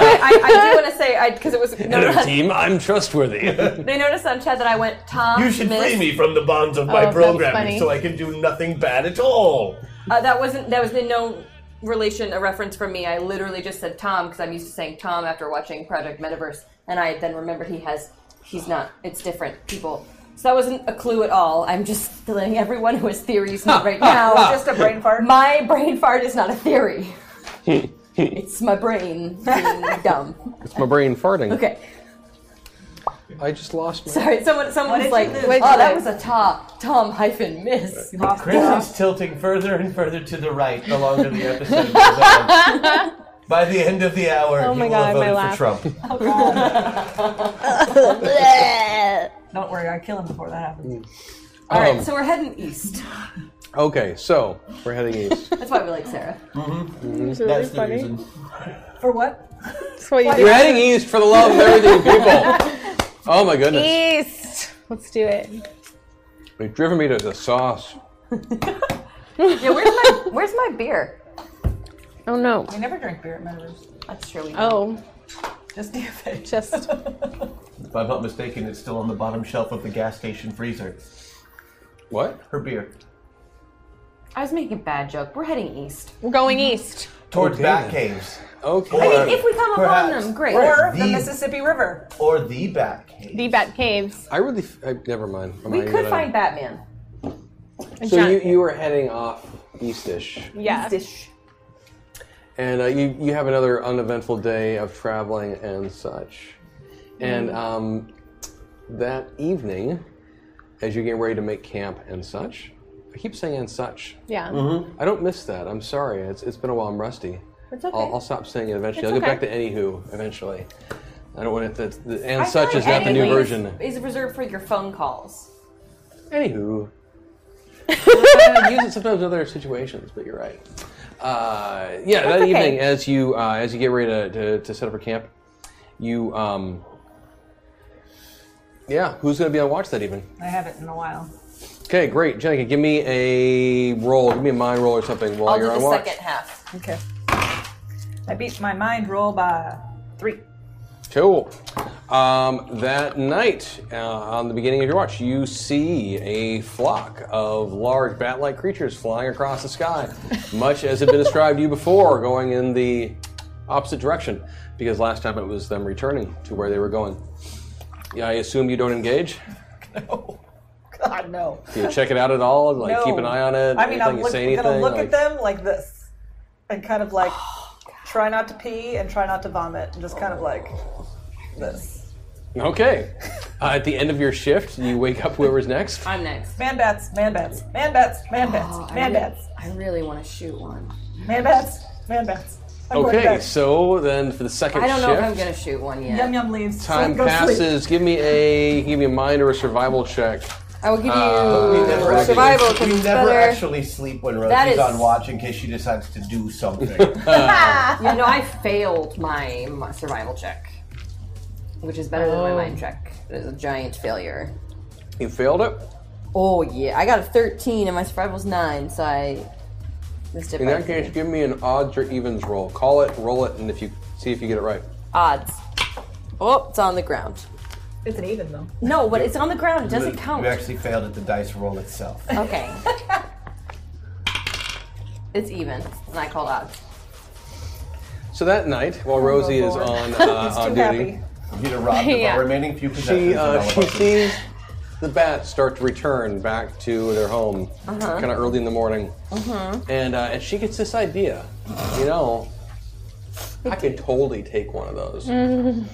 Speaker 4: way, I, I do want to say, because it was
Speaker 1: Hello, team. I'm trustworthy.
Speaker 4: they noticed on chat that I went Tom.
Speaker 3: You should
Speaker 4: Miss-
Speaker 3: free me from the bonds of my
Speaker 6: that's
Speaker 3: programming
Speaker 6: funny.
Speaker 3: so I can do nothing bad at all.
Speaker 4: Uh, that wasn't. That was in no relation a reference from me. I literally just said Tom because I'm used to saying Tom after watching Project Metaverse, and I then remembered he has. He's not. It's different people. So that wasn't a clue at all. I'm just letting everyone who has theories know right now.
Speaker 5: Just a brain fart.
Speaker 4: My brain fart is not a theory. it's my brain being dumb.
Speaker 1: it's my brain farting.
Speaker 4: Okay.
Speaker 1: I just lost my.
Speaker 4: Sorry, someone someone's like,
Speaker 5: do?
Speaker 4: oh, that was a Tom, Tom hyphen miss.
Speaker 3: Chris is tilting further and further to the right the longer the episode goes on. By the end of the hour,
Speaker 6: Oh
Speaker 3: he
Speaker 6: my
Speaker 3: will
Speaker 6: God, my
Speaker 3: have
Speaker 6: laugh.
Speaker 3: voted for Trump.
Speaker 5: Don't worry, I kill him before that happens.
Speaker 4: All right,
Speaker 1: Um,
Speaker 4: so we're heading east.
Speaker 1: Okay, so we're heading east.
Speaker 4: That's why we like Sarah.
Speaker 3: Mm-hmm. That's the reason.
Speaker 5: For what?
Speaker 6: That's what you
Speaker 1: We're heading east for the love of everything, people. Oh my goodness,
Speaker 6: do. East. Let's do it.
Speaker 1: they've driven me to the sauce.
Speaker 4: Yeah, where's my where's my beer?
Speaker 6: Oh no.
Speaker 5: We never drink beer at Metaverse.
Speaker 4: That's true. We
Speaker 6: Oh,
Speaker 5: Just DFA.
Speaker 6: just
Speaker 3: If I'm not mistaken, it's still on the bottom shelf of the gas station freezer.
Speaker 1: What?
Speaker 3: Her beer.
Speaker 7: I was making a bad joke. We're heading east.
Speaker 6: we're going east.
Speaker 3: Towards
Speaker 1: Mm-hmm. Okay.
Speaker 3: bat caves.
Speaker 1: Okay.
Speaker 3: Or,
Speaker 7: If we come upon
Speaker 3: Perhaps.
Speaker 7: them, great.
Speaker 5: Or the
Speaker 3: The-
Speaker 5: Mississippi River.
Speaker 3: or the bat cave.
Speaker 6: The Bat Caves.
Speaker 1: I really. f- I, never mind. I'm
Speaker 7: We
Speaker 1: not
Speaker 7: could
Speaker 1: gonna-
Speaker 7: find Batman.
Speaker 1: So you, you were heading off eastish,
Speaker 6: yeah.
Speaker 7: Dish.
Speaker 1: and uh, you you have another uneventful day of traveling and such, and um, that evening, as you get ready to make camp and such, I keep saying and such.
Speaker 6: Yeah.
Speaker 1: I don't miss that. I'm sorry. It's, it's been a while. I'm rusty. It's
Speaker 7: okay.
Speaker 1: I'll, I'll stop saying it eventually.
Speaker 6: It's
Speaker 1: I'll get
Speaker 6: okay.
Speaker 1: back to anywho eventually. I don't want it. That's the, and
Speaker 4: I feel
Speaker 1: such
Speaker 4: like
Speaker 1: is not the new
Speaker 4: anywho is-
Speaker 1: version.
Speaker 4: Is reserved for your phone calls.
Speaker 1: Anywho. I use it sometimes in other situations, but you're right. Uh, yeah, that
Speaker 7: okay.
Speaker 1: evening, as you uh, as you get ready to, to, to set up for camp, you um, yeah, who's going to be on watch that evening?
Speaker 5: I haven't in a while.
Speaker 1: Okay, great, Jenica, give me a roll, give me a mind roll or something while
Speaker 4: I'll
Speaker 1: you're
Speaker 4: do
Speaker 1: on
Speaker 4: the
Speaker 1: watch.
Speaker 4: second half.
Speaker 5: Okay. I beat my mind roll by three.
Speaker 1: Cool. Um, that night, uh, on the beginning of your watch, you see a flock of large bat like creatures flying across the sky, much as had been described to you before, going in the opposite direction, because last time it was them returning to where they were going. Yeah, I assume you don't engage?
Speaker 5: No. God, no.
Speaker 1: Do you check it out at all? Like,
Speaker 5: no.
Speaker 1: keep an eye on it?
Speaker 5: I mean,
Speaker 1: Anything
Speaker 5: I'm
Speaker 1: you
Speaker 5: look,
Speaker 1: say
Speaker 5: going
Speaker 1: anything?
Speaker 5: to look
Speaker 1: Like-
Speaker 5: at them like this and kind of like
Speaker 7: Oh,
Speaker 5: try not to pee and try not to vomit and just kind of like this.
Speaker 1: Okay. Uh, at the end of your shift, you wake up whoever's next.
Speaker 7: I'm next.
Speaker 5: Man bats, man bats, man bats, man bats, man bats,
Speaker 7: Oh, I really want to shoot one.
Speaker 5: man bats, man bats. I'm going
Speaker 1: Okay,
Speaker 5: back.
Speaker 1: so then for the second
Speaker 7: I don't know if
Speaker 1: shift.
Speaker 7: I'm gonna shoot one yet.
Speaker 5: Yum yum leaves. So
Speaker 1: Time
Speaker 5: go sleep.
Speaker 1: passes. Give me a give me a mind or a survival check.
Speaker 7: I will give you
Speaker 3: We never actually-
Speaker 7: survival because
Speaker 3: we
Speaker 7: it's
Speaker 3: never
Speaker 7: better.
Speaker 3: actually sleep when Rosie's
Speaker 7: is-
Speaker 3: on watch in case she decides to do something.
Speaker 1: Uh,
Speaker 7: Yeah, no, I failed my, my survival check, which is better than
Speaker 6: Oh.
Speaker 7: my mind check. It is a giant failure.
Speaker 1: You failed it.
Speaker 7: Oh yeah, I got a 13 and my survival's nine, so I missed it
Speaker 1: In
Speaker 7: by
Speaker 1: that case, give me an odds or evens roll. Call it, roll it, and if you see if you get it right.
Speaker 7: odds. Oh, it's on the ground.
Speaker 5: It's an even though.
Speaker 7: No, but it's on the ground. It doesn't
Speaker 3: You
Speaker 7: count.
Speaker 3: actually failed at the dice roll itself.
Speaker 7: Okay. it's even, and I called odds.
Speaker 1: So that night, while Rosie is on uh, on
Speaker 5: Oh, too
Speaker 1: duty,
Speaker 5: happy.
Speaker 3: You to rob the
Speaker 7: Yeah.
Speaker 3: remaining few possessions.
Speaker 1: she
Speaker 3: of
Speaker 1: uh,
Speaker 3: all of
Speaker 1: she
Speaker 3: us.
Speaker 1: sees the bats start to return back to their home,
Speaker 5: Uh-huh.
Speaker 1: kind of early in the morning,
Speaker 7: Mm-hmm.
Speaker 1: and uh, and she gets this idea. You know, I could totally take one of
Speaker 6: Mm.
Speaker 1: those.
Speaker 5: Mm.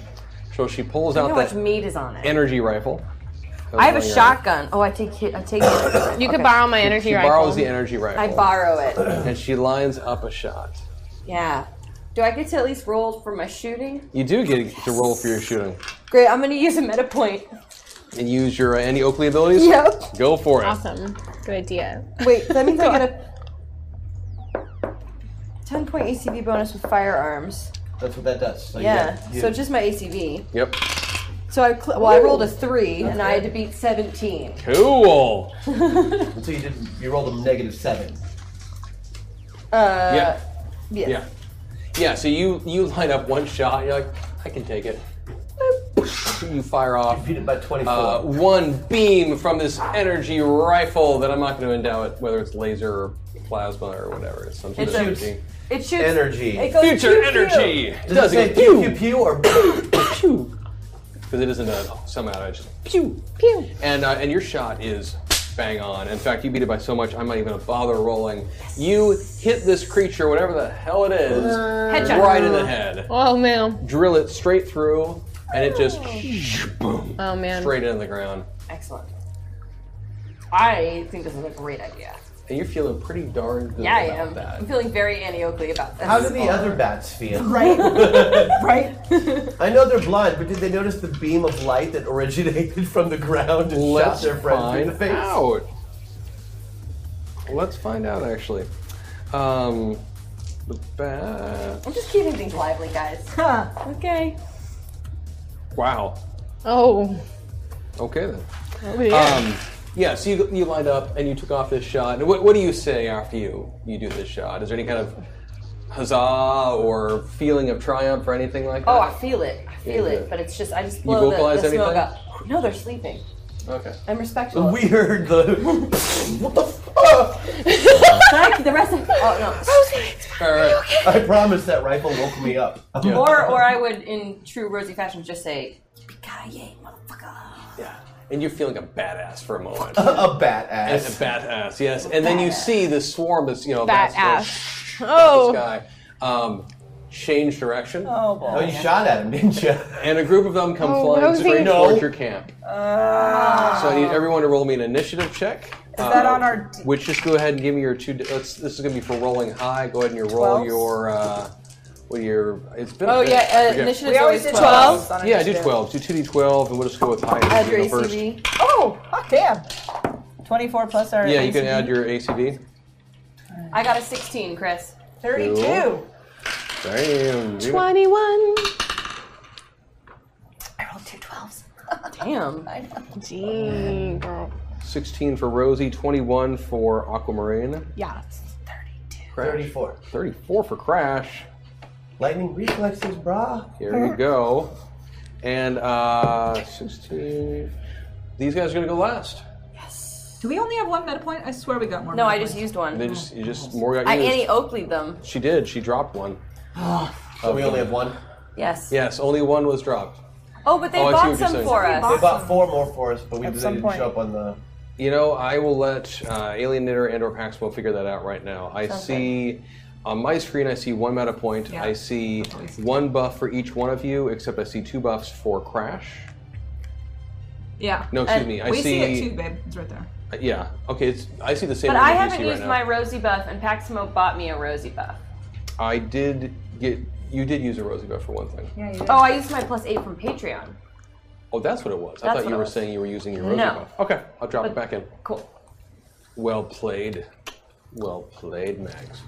Speaker 1: so she pulls
Speaker 7: Look
Speaker 1: out
Speaker 7: how much
Speaker 1: that
Speaker 7: meat is on it.
Speaker 1: energy rifle.
Speaker 7: I have a shotgun. Oh, I take it. I take it.
Speaker 6: You could borrow my energy
Speaker 1: She
Speaker 6: rifle.
Speaker 1: borrows the energy rifle.
Speaker 7: I borrow it.
Speaker 1: and she lines up a shot.
Speaker 7: Yeah. Do I get to at least roll for my shooting?
Speaker 1: You do get to roll for your shooting.
Speaker 7: Great, I'm gonna use a meta point
Speaker 1: and use your uh, Andy Oakley abilities?
Speaker 4: Yep.
Speaker 1: Go for it.
Speaker 9: Awesome. Good idea.
Speaker 4: Wait, that means I get a 10 point ACV bonus with firearms.
Speaker 3: That's what that does. So you
Speaker 7: Yeah,
Speaker 3: got- you-
Speaker 7: so just my ACV.
Speaker 1: Yep.
Speaker 7: So I cl- well, I rolled a three and I had to beat seventeen.
Speaker 1: Cool.
Speaker 3: So you did. You rolled a negative seven.
Speaker 7: Uh,
Speaker 1: yeah.
Speaker 7: yes.
Speaker 1: Yeah. Yeah. So you you line up one shot. You're like, I can take it. You fire off
Speaker 3: Beat it by twenty-four.
Speaker 1: uh, one beam from this energy rifle that I'm not going to endow it, whether it's laser or plasma or whatever. It's some sort
Speaker 7: It's
Speaker 1: of
Speaker 7: a-
Speaker 1: energy.
Speaker 7: It shoots.
Speaker 3: Energy.
Speaker 7: It goes
Speaker 1: Future
Speaker 7: pew, pew.
Speaker 1: energy. It
Speaker 3: does
Speaker 1: does
Speaker 3: it say
Speaker 1: it
Speaker 3: pew pew
Speaker 1: go pew
Speaker 3: pew or?
Speaker 1: pew? Because it isn't a some outage. Pew
Speaker 9: Pew.
Speaker 1: and uh, and your shot is bang on. In fact, you beat it by so much I'm not even gonna bother rolling. You hit this creature, whatever the hell it is,
Speaker 7: Uh, Headshot.
Speaker 1: right in the head.
Speaker 9: Oh man.
Speaker 1: Drill it straight through, and it just boom
Speaker 9: Oh man.
Speaker 1: straight into the ground.
Speaker 7: Excellent. I think this is a great idea.
Speaker 1: And you're feeling pretty darn good
Speaker 7: Yeah, I
Speaker 1: about
Speaker 7: am.
Speaker 1: that.
Speaker 7: I'm feeling very Annie Oakley about this.
Speaker 3: How do the other bats feel?
Speaker 11: Right. right.
Speaker 3: I know they're blind, but did they notice the beam of light that originated from the ground and shot
Speaker 1: Let's
Speaker 3: their friend in
Speaker 1: find
Speaker 3: the face?
Speaker 1: out. Let's find out actually. Um, the bat.
Speaker 7: I'm just keeping things lively, guys.
Speaker 9: Okay.
Speaker 1: Wow.
Speaker 9: Oh.
Speaker 1: Okay then.
Speaker 9: Oh, yeah.
Speaker 1: Um, yeah, so you, you lined up and you took off this shot. And What, what do you say after you, you do this shot? Is there any kind of huzzah or feeling of triumph or anything like that?
Speaker 7: Oh, I feel it. I feel
Speaker 1: Yeah, yeah.
Speaker 7: it. But it's just I just blow the,
Speaker 1: vocalize
Speaker 7: the smoke
Speaker 1: anything?
Speaker 7: up. No, they're sleeping.
Speaker 1: Okay.
Speaker 7: I'm respectful.
Speaker 3: We heard the. what the fuck?
Speaker 7: Can I- the rest of oh
Speaker 1: All right.
Speaker 3: I promise that rifle woke me up.
Speaker 7: no. Or or I would in true Rosie fashion just say, Pikaye, motherfucker.
Speaker 1: Yeah. And you're feeling a badass for a moment.
Speaker 3: a bat
Speaker 1: And a
Speaker 3: ass.
Speaker 1: badass, yes. And then you see the swarm is, you know,
Speaker 9: Bat
Speaker 1: that's
Speaker 9: ass.
Speaker 1: the
Speaker 9: Oh.
Speaker 1: sky. Um, change direction.
Speaker 11: Oh boy.
Speaker 3: Oh, you shot at him, didn't you?
Speaker 1: And a group of them come
Speaker 9: Oh,
Speaker 1: flying
Speaker 9: Rosie.
Speaker 1: straight
Speaker 3: No.
Speaker 1: towards your camp. so uh, I need everyone to roll me an initiative check. Is
Speaker 5: Uh, that on our d-
Speaker 1: Which just go ahead and give me your two. d- Let's, this is going to be for rolling high. Go ahead and you roll
Speaker 5: Twelves?
Speaker 1: your. Uh, well, your. It's been. a
Speaker 7: Oh
Speaker 1: bit.
Speaker 7: yeah, uh,
Speaker 1: Forget-
Speaker 7: initiative's
Speaker 5: We always
Speaker 7: always
Speaker 5: did
Speaker 7: twelve.
Speaker 5: 12s on
Speaker 1: Yeah, do
Speaker 5: initiative.
Speaker 1: twelve. Do two d twelve, and we'll just go with high.
Speaker 7: Add your
Speaker 1: you know, first.
Speaker 7: ACV.
Speaker 5: Oh, hot damn. 24 plus our
Speaker 1: Yeah, you can
Speaker 5: ACV.
Speaker 1: add your ACV.
Speaker 7: I got a sixteen, Chris.
Speaker 5: 32.
Speaker 1: Cool. Damn. dude.
Speaker 9: Twenty-one.
Speaker 5: I rolled two 12s.
Speaker 7: Damn.
Speaker 9: Gee, Mm, girl.
Speaker 1: Sixteen for Rosie. Twenty-one for Aquamarine.
Speaker 9: Yes.
Speaker 1: Crash.
Speaker 3: 34.
Speaker 1: Thirty-four for Crash.
Speaker 3: Lightning reflexes, brah.
Speaker 1: Here you go. And uh, sixteen. These guys are gonna go last.
Speaker 5: Do we only have one meta point? I swear we got more.
Speaker 7: No,
Speaker 5: meta
Speaker 7: I just
Speaker 5: points.
Speaker 7: used one.
Speaker 1: They just, you just more got
Speaker 7: I
Speaker 1: used.
Speaker 7: Annie Oakley them.
Speaker 1: She did. She dropped one.
Speaker 3: So we only have one.
Speaker 7: Yes.
Speaker 1: Yes, only one was dropped.
Speaker 7: Oh, but they
Speaker 1: Oh, I see what
Speaker 7: bought
Speaker 1: you're
Speaker 7: some
Speaker 1: saying.
Speaker 7: for
Speaker 1: They
Speaker 7: us.
Speaker 3: They bought four more for us, but we
Speaker 5: At
Speaker 3: they
Speaker 5: some
Speaker 3: didn't
Speaker 5: point.
Speaker 3: show up on the.
Speaker 1: You know, I will let uh, Alienator and or Paxwell figure that out right now. I see on my screen, I see one meta point.
Speaker 5: Yeah.
Speaker 1: I see one buff for each one of you, except I see two buffs for Crash.
Speaker 5: Yeah.
Speaker 1: No, excuse
Speaker 7: And
Speaker 1: me. I
Speaker 5: we see
Speaker 1: see.
Speaker 5: it too, babe. It's right there.
Speaker 1: Uh, yeah. Okay. It's, I see the same.
Speaker 7: But
Speaker 1: one
Speaker 7: I
Speaker 1: that you
Speaker 7: haven't
Speaker 1: see right
Speaker 7: used
Speaker 1: now.
Speaker 7: my Rosie buff, and Paximo bought me a Rosie buff.
Speaker 1: I did get. You did use a rosy buff for one thing.
Speaker 5: Yeah, you did.
Speaker 7: Oh, I used my plus eight from Patreon.
Speaker 1: Oh, that's what it was. I
Speaker 7: That's
Speaker 1: thought
Speaker 7: what
Speaker 1: you
Speaker 7: it
Speaker 1: were
Speaker 7: was.
Speaker 1: saying you were using your rosy
Speaker 7: No.
Speaker 1: buff. Okay, I'll drop it back in.
Speaker 7: Cool.
Speaker 1: Well played. Well played, Max.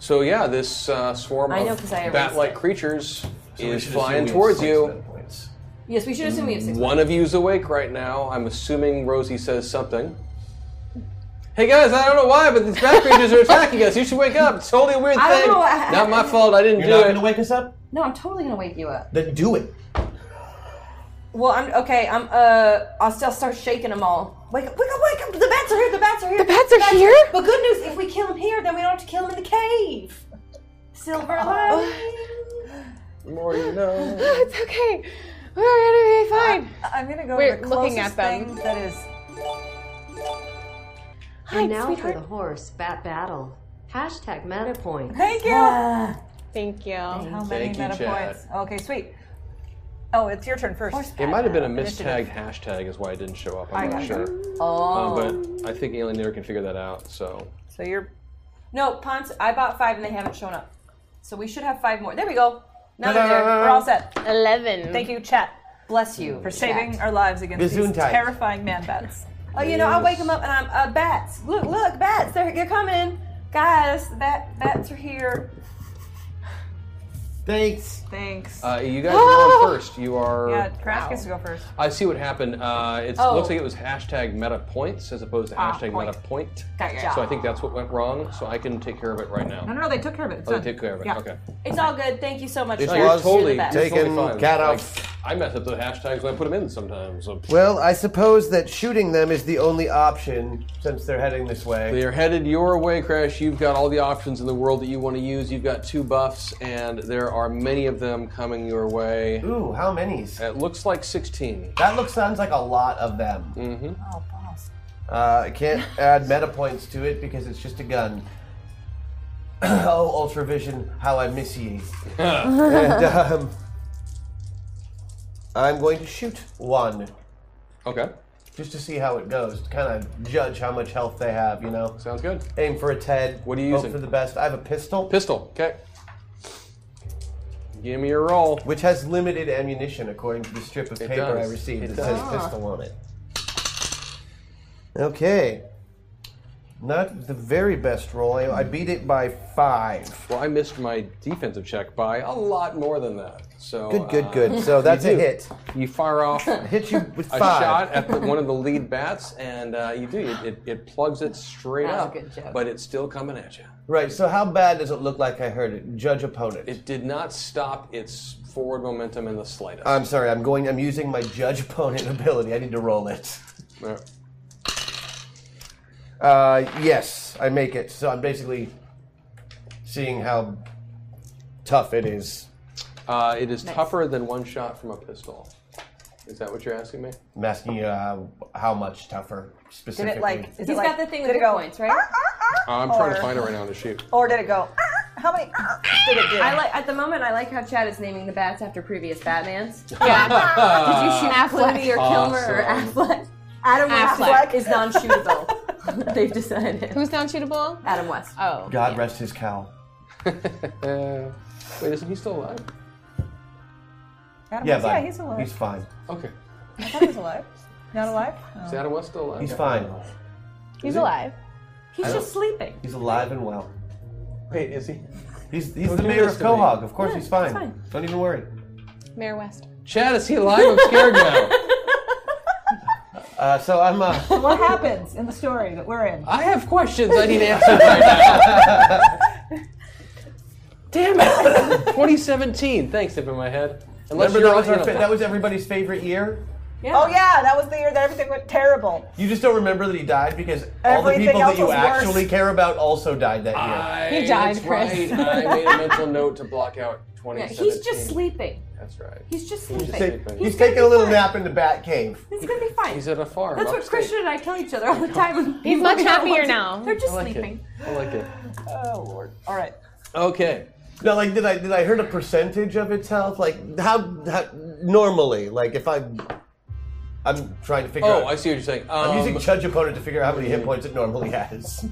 Speaker 1: So yeah, this uh, swarm
Speaker 7: I know,
Speaker 1: of
Speaker 7: 'cause I erased
Speaker 1: bat-like
Speaker 7: it.
Speaker 1: creators
Speaker 3: we
Speaker 1: is
Speaker 3: should assume
Speaker 1: flying
Speaker 3: we have
Speaker 1: towards
Speaker 3: six
Speaker 1: you.
Speaker 3: meta points.
Speaker 7: Yes, we should assume we have six.
Speaker 1: One of you's awake right now. I'm assuming Rosie says something. Hey guys, I don't know why, but these bat creatures are attacking us. You should wake up. It's totally a weird
Speaker 7: I don't
Speaker 1: thing.
Speaker 7: know what
Speaker 1: Not my fault. I didn't
Speaker 3: You're
Speaker 1: do
Speaker 3: not
Speaker 1: it.
Speaker 3: going to wake us up?
Speaker 7: No, I'm totally gonna wake you up.
Speaker 3: Then do it.
Speaker 7: Well, I'm okay. I'm uh, I'll still start shaking them all. Wake up! Wake up! Wake up! The bats are here! The bats are here! The
Speaker 9: bats are here?
Speaker 7: But good news, if we kill them here, then we don't have to kill them in the cave. Silver lining.
Speaker 1: The more you know.
Speaker 9: It's okay. We're gonna be fine.
Speaker 5: Uh, I'm gonna go
Speaker 9: We're
Speaker 5: to the
Speaker 9: looking at
Speaker 5: closest
Speaker 9: them.
Speaker 5: thing that is.
Speaker 9: Hi,
Speaker 8: And now for the
Speaker 9: sweetheart.
Speaker 8: horse bat battle. Hashtag meta point.
Speaker 5: Thank you.
Speaker 9: Thank you.
Speaker 5: How many
Speaker 1: Thank you,
Speaker 5: meta
Speaker 1: Chad.
Speaker 5: points? Okay, sweet. Oh, it's your turn first.
Speaker 1: It might have been a mistag hashtag is why it didn't show up. I'm not
Speaker 5: got
Speaker 1: sure.
Speaker 7: Oh
Speaker 1: Um, but I think Alienator can figure that out. So
Speaker 5: So you're.
Speaker 7: no, Ponce! I bought five and they haven't shown up, so we should have five more. There we go. Now they're
Speaker 1: Ta-da!
Speaker 7: there.
Speaker 5: We're all set.
Speaker 9: Eleven.
Speaker 5: Thank you, chat.
Speaker 7: Bless you
Speaker 5: for saving our lives against these
Speaker 7: Gesundheit.
Speaker 5: terrifying man bats.
Speaker 7: Oh, you know, I wake him up and I'm uh, bats. Look, look, bats! They're, they're coming, guys. the Bat, bats are here.
Speaker 3: Thanks.
Speaker 5: Thanks.
Speaker 1: Uh, you guys are on first. You are.
Speaker 5: yeah, Crash gets to go first.
Speaker 1: I see what happened. Uh, it
Speaker 5: Oh.
Speaker 1: looks like it was hashtag meta points as opposed to
Speaker 5: Ah,
Speaker 1: hashtag
Speaker 5: point.
Speaker 1: meta point.
Speaker 5: Gotcha.
Speaker 1: So I think that's what went wrong. So I can take care of it right now.
Speaker 5: No, no, no, they took care of it. It's
Speaker 1: Oh,
Speaker 5: done.
Speaker 1: they take care of it.
Speaker 5: Yeah.
Speaker 1: Okay.
Speaker 7: It's all good. Thank you so much.
Speaker 1: It's
Speaker 7: for
Speaker 1: like totally
Speaker 7: bats.
Speaker 1: it's totally
Speaker 3: Taken
Speaker 1: fine.
Speaker 3: cat
Speaker 1: Like,
Speaker 3: off.
Speaker 1: I mess up the hashtags when I put them in sometimes. So
Speaker 3: Well, I suppose that shooting them is the only option since they're heading this way.
Speaker 1: They're headed your way, Crash. You've got all the options in the world that you want to use. You've got two buffs, and there are many of them coming your way.
Speaker 3: Ooh, how many?
Speaker 1: It looks like 16.
Speaker 3: That looks sounds like a lot of them.
Speaker 1: Mm-hmm.
Speaker 5: Oh, balls.
Speaker 3: Uh, I can't add meta points to it because it's just a gun. oh, Ultravision, how I miss ye. and um, I'm going to shoot one.
Speaker 1: Okay.
Speaker 3: Just to see how it goes, to kind of judge how much health they have, you know?
Speaker 1: Sounds good.
Speaker 3: Aim for a Ted.
Speaker 1: What are you
Speaker 3: hope
Speaker 1: using?
Speaker 3: for the best. I have a pistol.
Speaker 1: Pistol, okay. Give me your roll.
Speaker 3: Which has limited ammunition, according to the strip of
Speaker 1: It
Speaker 3: paper
Speaker 1: does.
Speaker 3: I received
Speaker 1: It
Speaker 3: that says
Speaker 1: does.
Speaker 3: pistol on it. Okay. Not the very best roll. I I beat it by five.
Speaker 1: Well, I missed my defensive check by a lot more than that. So
Speaker 3: Good, good,
Speaker 1: uh,
Speaker 3: good. So that's
Speaker 1: you
Speaker 3: a
Speaker 1: do.
Speaker 3: hit.
Speaker 1: You fire off.
Speaker 3: hit you with
Speaker 1: a
Speaker 3: five.
Speaker 1: shot at the, one of the lead bats, and uh, you do. It, it, it plugs it straight
Speaker 3: That was a
Speaker 1: up,
Speaker 3: good joke.
Speaker 1: but it's still coming at you.
Speaker 3: Right. So how bad does it look like I heard it? Judge opponent.
Speaker 1: It did not stop its forward momentum in the slightest.
Speaker 3: I'm sorry. I'm going. I'm using my judge opponent ability. I need to roll it.
Speaker 1: Yeah.
Speaker 3: Uh, yes, I make it. So I'm basically seeing how tough it is.
Speaker 1: Uh, it is tougher than one shot from a pistol. Is that what you're asking me?
Speaker 3: I'm asking you uh, how much tougher specifically.
Speaker 5: He's
Speaker 7: He's got the thing with
Speaker 5: did it
Speaker 7: hit
Speaker 5: go,
Speaker 7: points, right?
Speaker 1: I'm trying to find it right now in the sheet.
Speaker 5: Or did it go? "Ah, How many? ah," did it do?
Speaker 7: I like at the moment. I like how Chad is naming the bats after previous Batman's. Did you shoot
Speaker 1: Affleck.
Speaker 7: Clooney or Kilmer or
Speaker 1: Awesome.
Speaker 7: Affleck? Adam
Speaker 9: Affleck.
Speaker 7: West is non-shootable. They've decided.
Speaker 9: Who's non-shootable?
Speaker 7: Adam West.
Speaker 9: Oh.
Speaker 3: God rest his cow.
Speaker 1: Uh, wait, isn't he still alive?
Speaker 5: Adam
Speaker 3: yeah,
Speaker 5: West-
Speaker 3: bud.
Speaker 5: yeah, he's alive.
Speaker 3: He's fine.
Speaker 1: Okay.
Speaker 5: I thought he was alive. Not alive?
Speaker 3: Oh.
Speaker 5: Oh.
Speaker 1: Is Adam West still alive?
Speaker 3: He's fine.
Speaker 9: He's
Speaker 1: he?
Speaker 9: alive.
Speaker 7: He's just sleeping.
Speaker 3: He's alive and well.
Speaker 1: Wait, is he?
Speaker 3: He's, he's
Speaker 1: Don't
Speaker 3: the
Speaker 1: do
Speaker 3: mayor of
Speaker 1: this to me.
Speaker 3: Quahog. Of course,
Speaker 7: Yeah,
Speaker 3: he's fine.
Speaker 7: it's fine.
Speaker 3: Don't even worry.
Speaker 9: Mayor West.
Speaker 1: Chad, is he alive? I'm scared now.
Speaker 3: Uh, so I'm. Uh,
Speaker 5: What happens in the story that we're in?
Speaker 1: I have questions I need answered right now. Damn it! 2017. Thanks, up in my head. Unless
Speaker 3: Remember
Speaker 1: you're
Speaker 3: that was,
Speaker 1: on
Speaker 3: our, fa-
Speaker 1: the-
Speaker 3: that was everybody's favorite year.
Speaker 5: Oh yeah, that was the year that everything went terrible.
Speaker 3: You just don't remember that he died because all the
Speaker 5: Everything
Speaker 3: people
Speaker 5: else
Speaker 3: that you
Speaker 5: was worse.
Speaker 3: actually care about also died that year.
Speaker 1: I,
Speaker 9: He died,
Speaker 1: that's
Speaker 9: Chris.
Speaker 1: Right. I made a mental note to block out
Speaker 7: Yeah,
Speaker 1: 2017.
Speaker 7: he's just sleeping.
Speaker 1: That's right.
Speaker 7: He's just
Speaker 1: He's
Speaker 7: sleeping.
Speaker 1: just
Speaker 3: Take-
Speaker 1: sleeping.
Speaker 3: he's
Speaker 7: gonna
Speaker 3: taking a
Speaker 7: be
Speaker 3: little
Speaker 7: fine.
Speaker 3: nap in the Bat Cave.
Speaker 7: It's gonna be fine.
Speaker 1: He's at a farm.
Speaker 7: That's what
Speaker 1: upstate.
Speaker 7: Christian and I tell each other all the time.
Speaker 9: He's much
Speaker 7: We don't
Speaker 9: happier
Speaker 7: want to-
Speaker 9: now.
Speaker 7: They're just
Speaker 1: I like it.
Speaker 7: sleeping.
Speaker 1: I like it.
Speaker 5: Oh lord. All right.
Speaker 1: Okay.
Speaker 3: Now, like, did I did I heard a percentage of its health? Like, how, how normally? Like, if I'm I'm trying to figure
Speaker 1: Oh, I
Speaker 3: out.
Speaker 1: see what you're saying.
Speaker 3: I, am
Speaker 1: Um,
Speaker 3: using judge opponent to figure out how many hit points it normally has.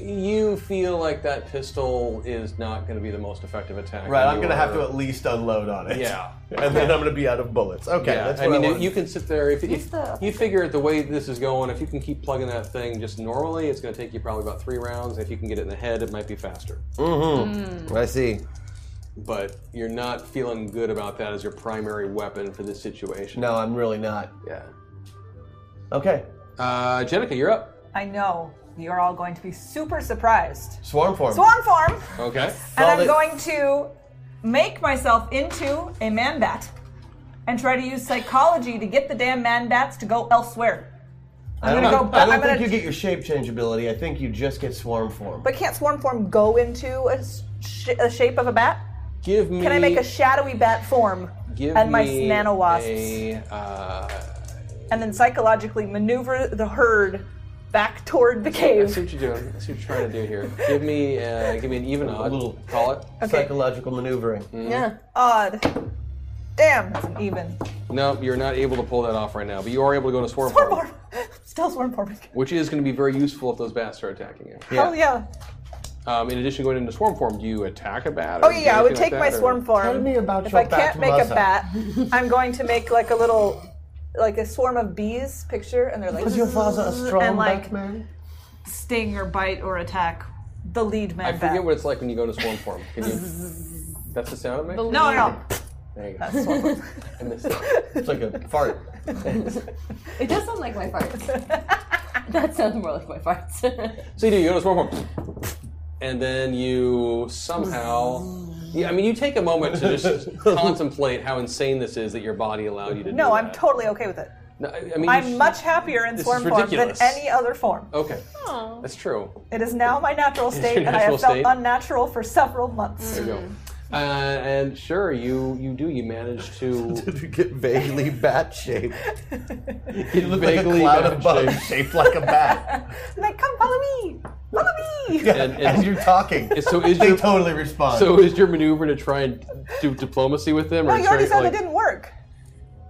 Speaker 1: you feel like that pistol is not going to be the most effective attack.
Speaker 3: Right,
Speaker 1: and
Speaker 3: I'm
Speaker 1: you
Speaker 3: gonna have
Speaker 1: are-
Speaker 3: to at least unload on it.
Speaker 1: uh, Yeah.
Speaker 3: and then I'm gonna be out of bullets. Okay,
Speaker 1: Yeah,
Speaker 3: that's
Speaker 1: I
Speaker 3: what I,
Speaker 1: mean,
Speaker 3: want.
Speaker 1: you can sit there. If, if
Speaker 7: the-
Speaker 1: you figure the way this is going, if you can keep plugging that thing just normally, it's going to take you probably about three rounds. If you can get it in the head, it might be faster. Mm-hmm.
Speaker 5: Hmm.
Speaker 3: I see.
Speaker 1: But you're not feeling good about that as your primary weapon for this situation.
Speaker 3: No, I'm really not.
Speaker 1: Yeah.
Speaker 3: Okay,
Speaker 1: Uh, Jenica, you're up.
Speaker 5: I know you're all going to be super surprised.
Speaker 3: swarm form.
Speaker 5: Swan form,
Speaker 1: Okay.
Speaker 5: and
Speaker 3: Solid.
Speaker 5: I'm going to make myself into a man bat, and try to use psychology to get the damn man bats to go elsewhere.
Speaker 3: I don't,
Speaker 5: I'm gonna
Speaker 3: think-
Speaker 5: go bu-
Speaker 3: I don't
Speaker 5: I'm
Speaker 3: think
Speaker 5: gonna-
Speaker 3: you get your shape change ability. I think you just get swarm form.
Speaker 5: But can't swarm form go into a, s- sh- a shape of a bat?
Speaker 1: Give me.
Speaker 5: Can I make a shadowy bat form
Speaker 1: give
Speaker 5: and my
Speaker 1: me
Speaker 5: nano wasps,
Speaker 1: a, uh,
Speaker 5: and then psychologically maneuver the herd back toward the
Speaker 1: I
Speaker 5: cave?
Speaker 1: see what you're doing. I see what you're trying to do here. Give me. Uh, give me an even odd.
Speaker 3: little-
Speaker 1: Call it. Mm-hmm.
Speaker 3: Psychological maneuvering.
Speaker 7: Yeah.
Speaker 5: Odd. Damn, that's an even.
Speaker 1: No, you're not able to pull that off right now. But you are able to go to swarm,
Speaker 5: Swarm
Speaker 1: form,
Speaker 5: form. Still swarm form.
Speaker 1: which is going to be very useful if those bats are attacking you.
Speaker 5: Oh yeah.
Speaker 1: Um, in addition to going into swarm form, do you attack a bat? or
Speaker 5: Oh
Speaker 1: do
Speaker 5: yeah, I would take
Speaker 1: anything like
Speaker 5: my
Speaker 1: that, or-
Speaker 5: swarm form. if
Speaker 1: your
Speaker 5: I can't
Speaker 1: bat
Speaker 5: make a
Speaker 1: masa.
Speaker 5: bat, I'm going to make like a little, like a swarm of bees picture, and they're like.
Speaker 3: Was your father a strong
Speaker 5: and, like,
Speaker 3: Batman?
Speaker 5: Sting or bite or attack the lead man
Speaker 1: I
Speaker 5: bat.
Speaker 1: forget what it's like when you go into swarm form. Can you? That's the sound it makes.
Speaker 5: No, no, no.
Speaker 1: There you go.
Speaker 5: That's swarm form.
Speaker 1: I missed it.
Speaker 3: It's like a fart.
Speaker 7: It does sound like my farts. that sounds more like my farts.
Speaker 1: So you do. You go to swarm form, and then you somehow. Yeah, I mean, you take a moment to just contemplate how insane this is that your body allowed you to do
Speaker 5: No, I'm
Speaker 1: that.
Speaker 5: totally okay with it.
Speaker 1: No, I I mean, you
Speaker 5: I'm
Speaker 1: sh-
Speaker 5: much happier in
Speaker 1: This
Speaker 5: swarm
Speaker 1: is
Speaker 5: form than
Speaker 1: ridiculous.
Speaker 5: any other form.
Speaker 1: Okay, that's true.
Speaker 5: It is now my natural
Speaker 1: It's
Speaker 5: state,
Speaker 1: your
Speaker 5: and I have
Speaker 1: natural state.
Speaker 5: felt unnatural for several months.
Speaker 1: There you go. Uh, and sure, you you do. You manage to
Speaker 3: get vaguely bat shaped.
Speaker 1: You
Speaker 3: look like a cloud of bugs shaped like a bat.
Speaker 5: Like, come follow me, follow me.
Speaker 3: as you're talking,
Speaker 1: so is
Speaker 3: they
Speaker 1: your,
Speaker 3: totally respond.
Speaker 1: So is your maneuver to try and do diplomacy with them? Or
Speaker 5: no, you already
Speaker 1: try-
Speaker 5: said
Speaker 1: like-
Speaker 5: it didn't work.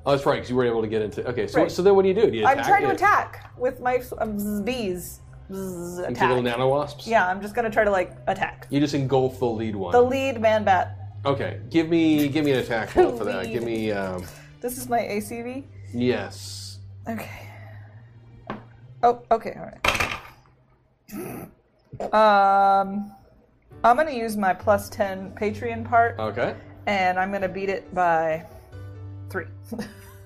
Speaker 1: Oh, that's right, because you weren't able to get into. Okay, so
Speaker 5: Right.
Speaker 1: so then what do you do? Do you
Speaker 5: I'm trying to
Speaker 1: it?
Speaker 5: attack with my s- um, bzz, bees. Bzz,
Speaker 1: Into
Speaker 5: attack.
Speaker 1: little nano wasps.
Speaker 5: Yeah, I'm just gonna try to like attack
Speaker 1: You just engulf the lead one.
Speaker 5: the lead man bat.
Speaker 1: okay, give me give me an attack roll for that. Give me um,
Speaker 5: This is my ACV.
Speaker 1: yes.
Speaker 5: Okay. Oh, okay, all right. Um, I'm gonna use my plus ten Patreon part,
Speaker 1: Okay.
Speaker 5: and I'm gonna beat it by three.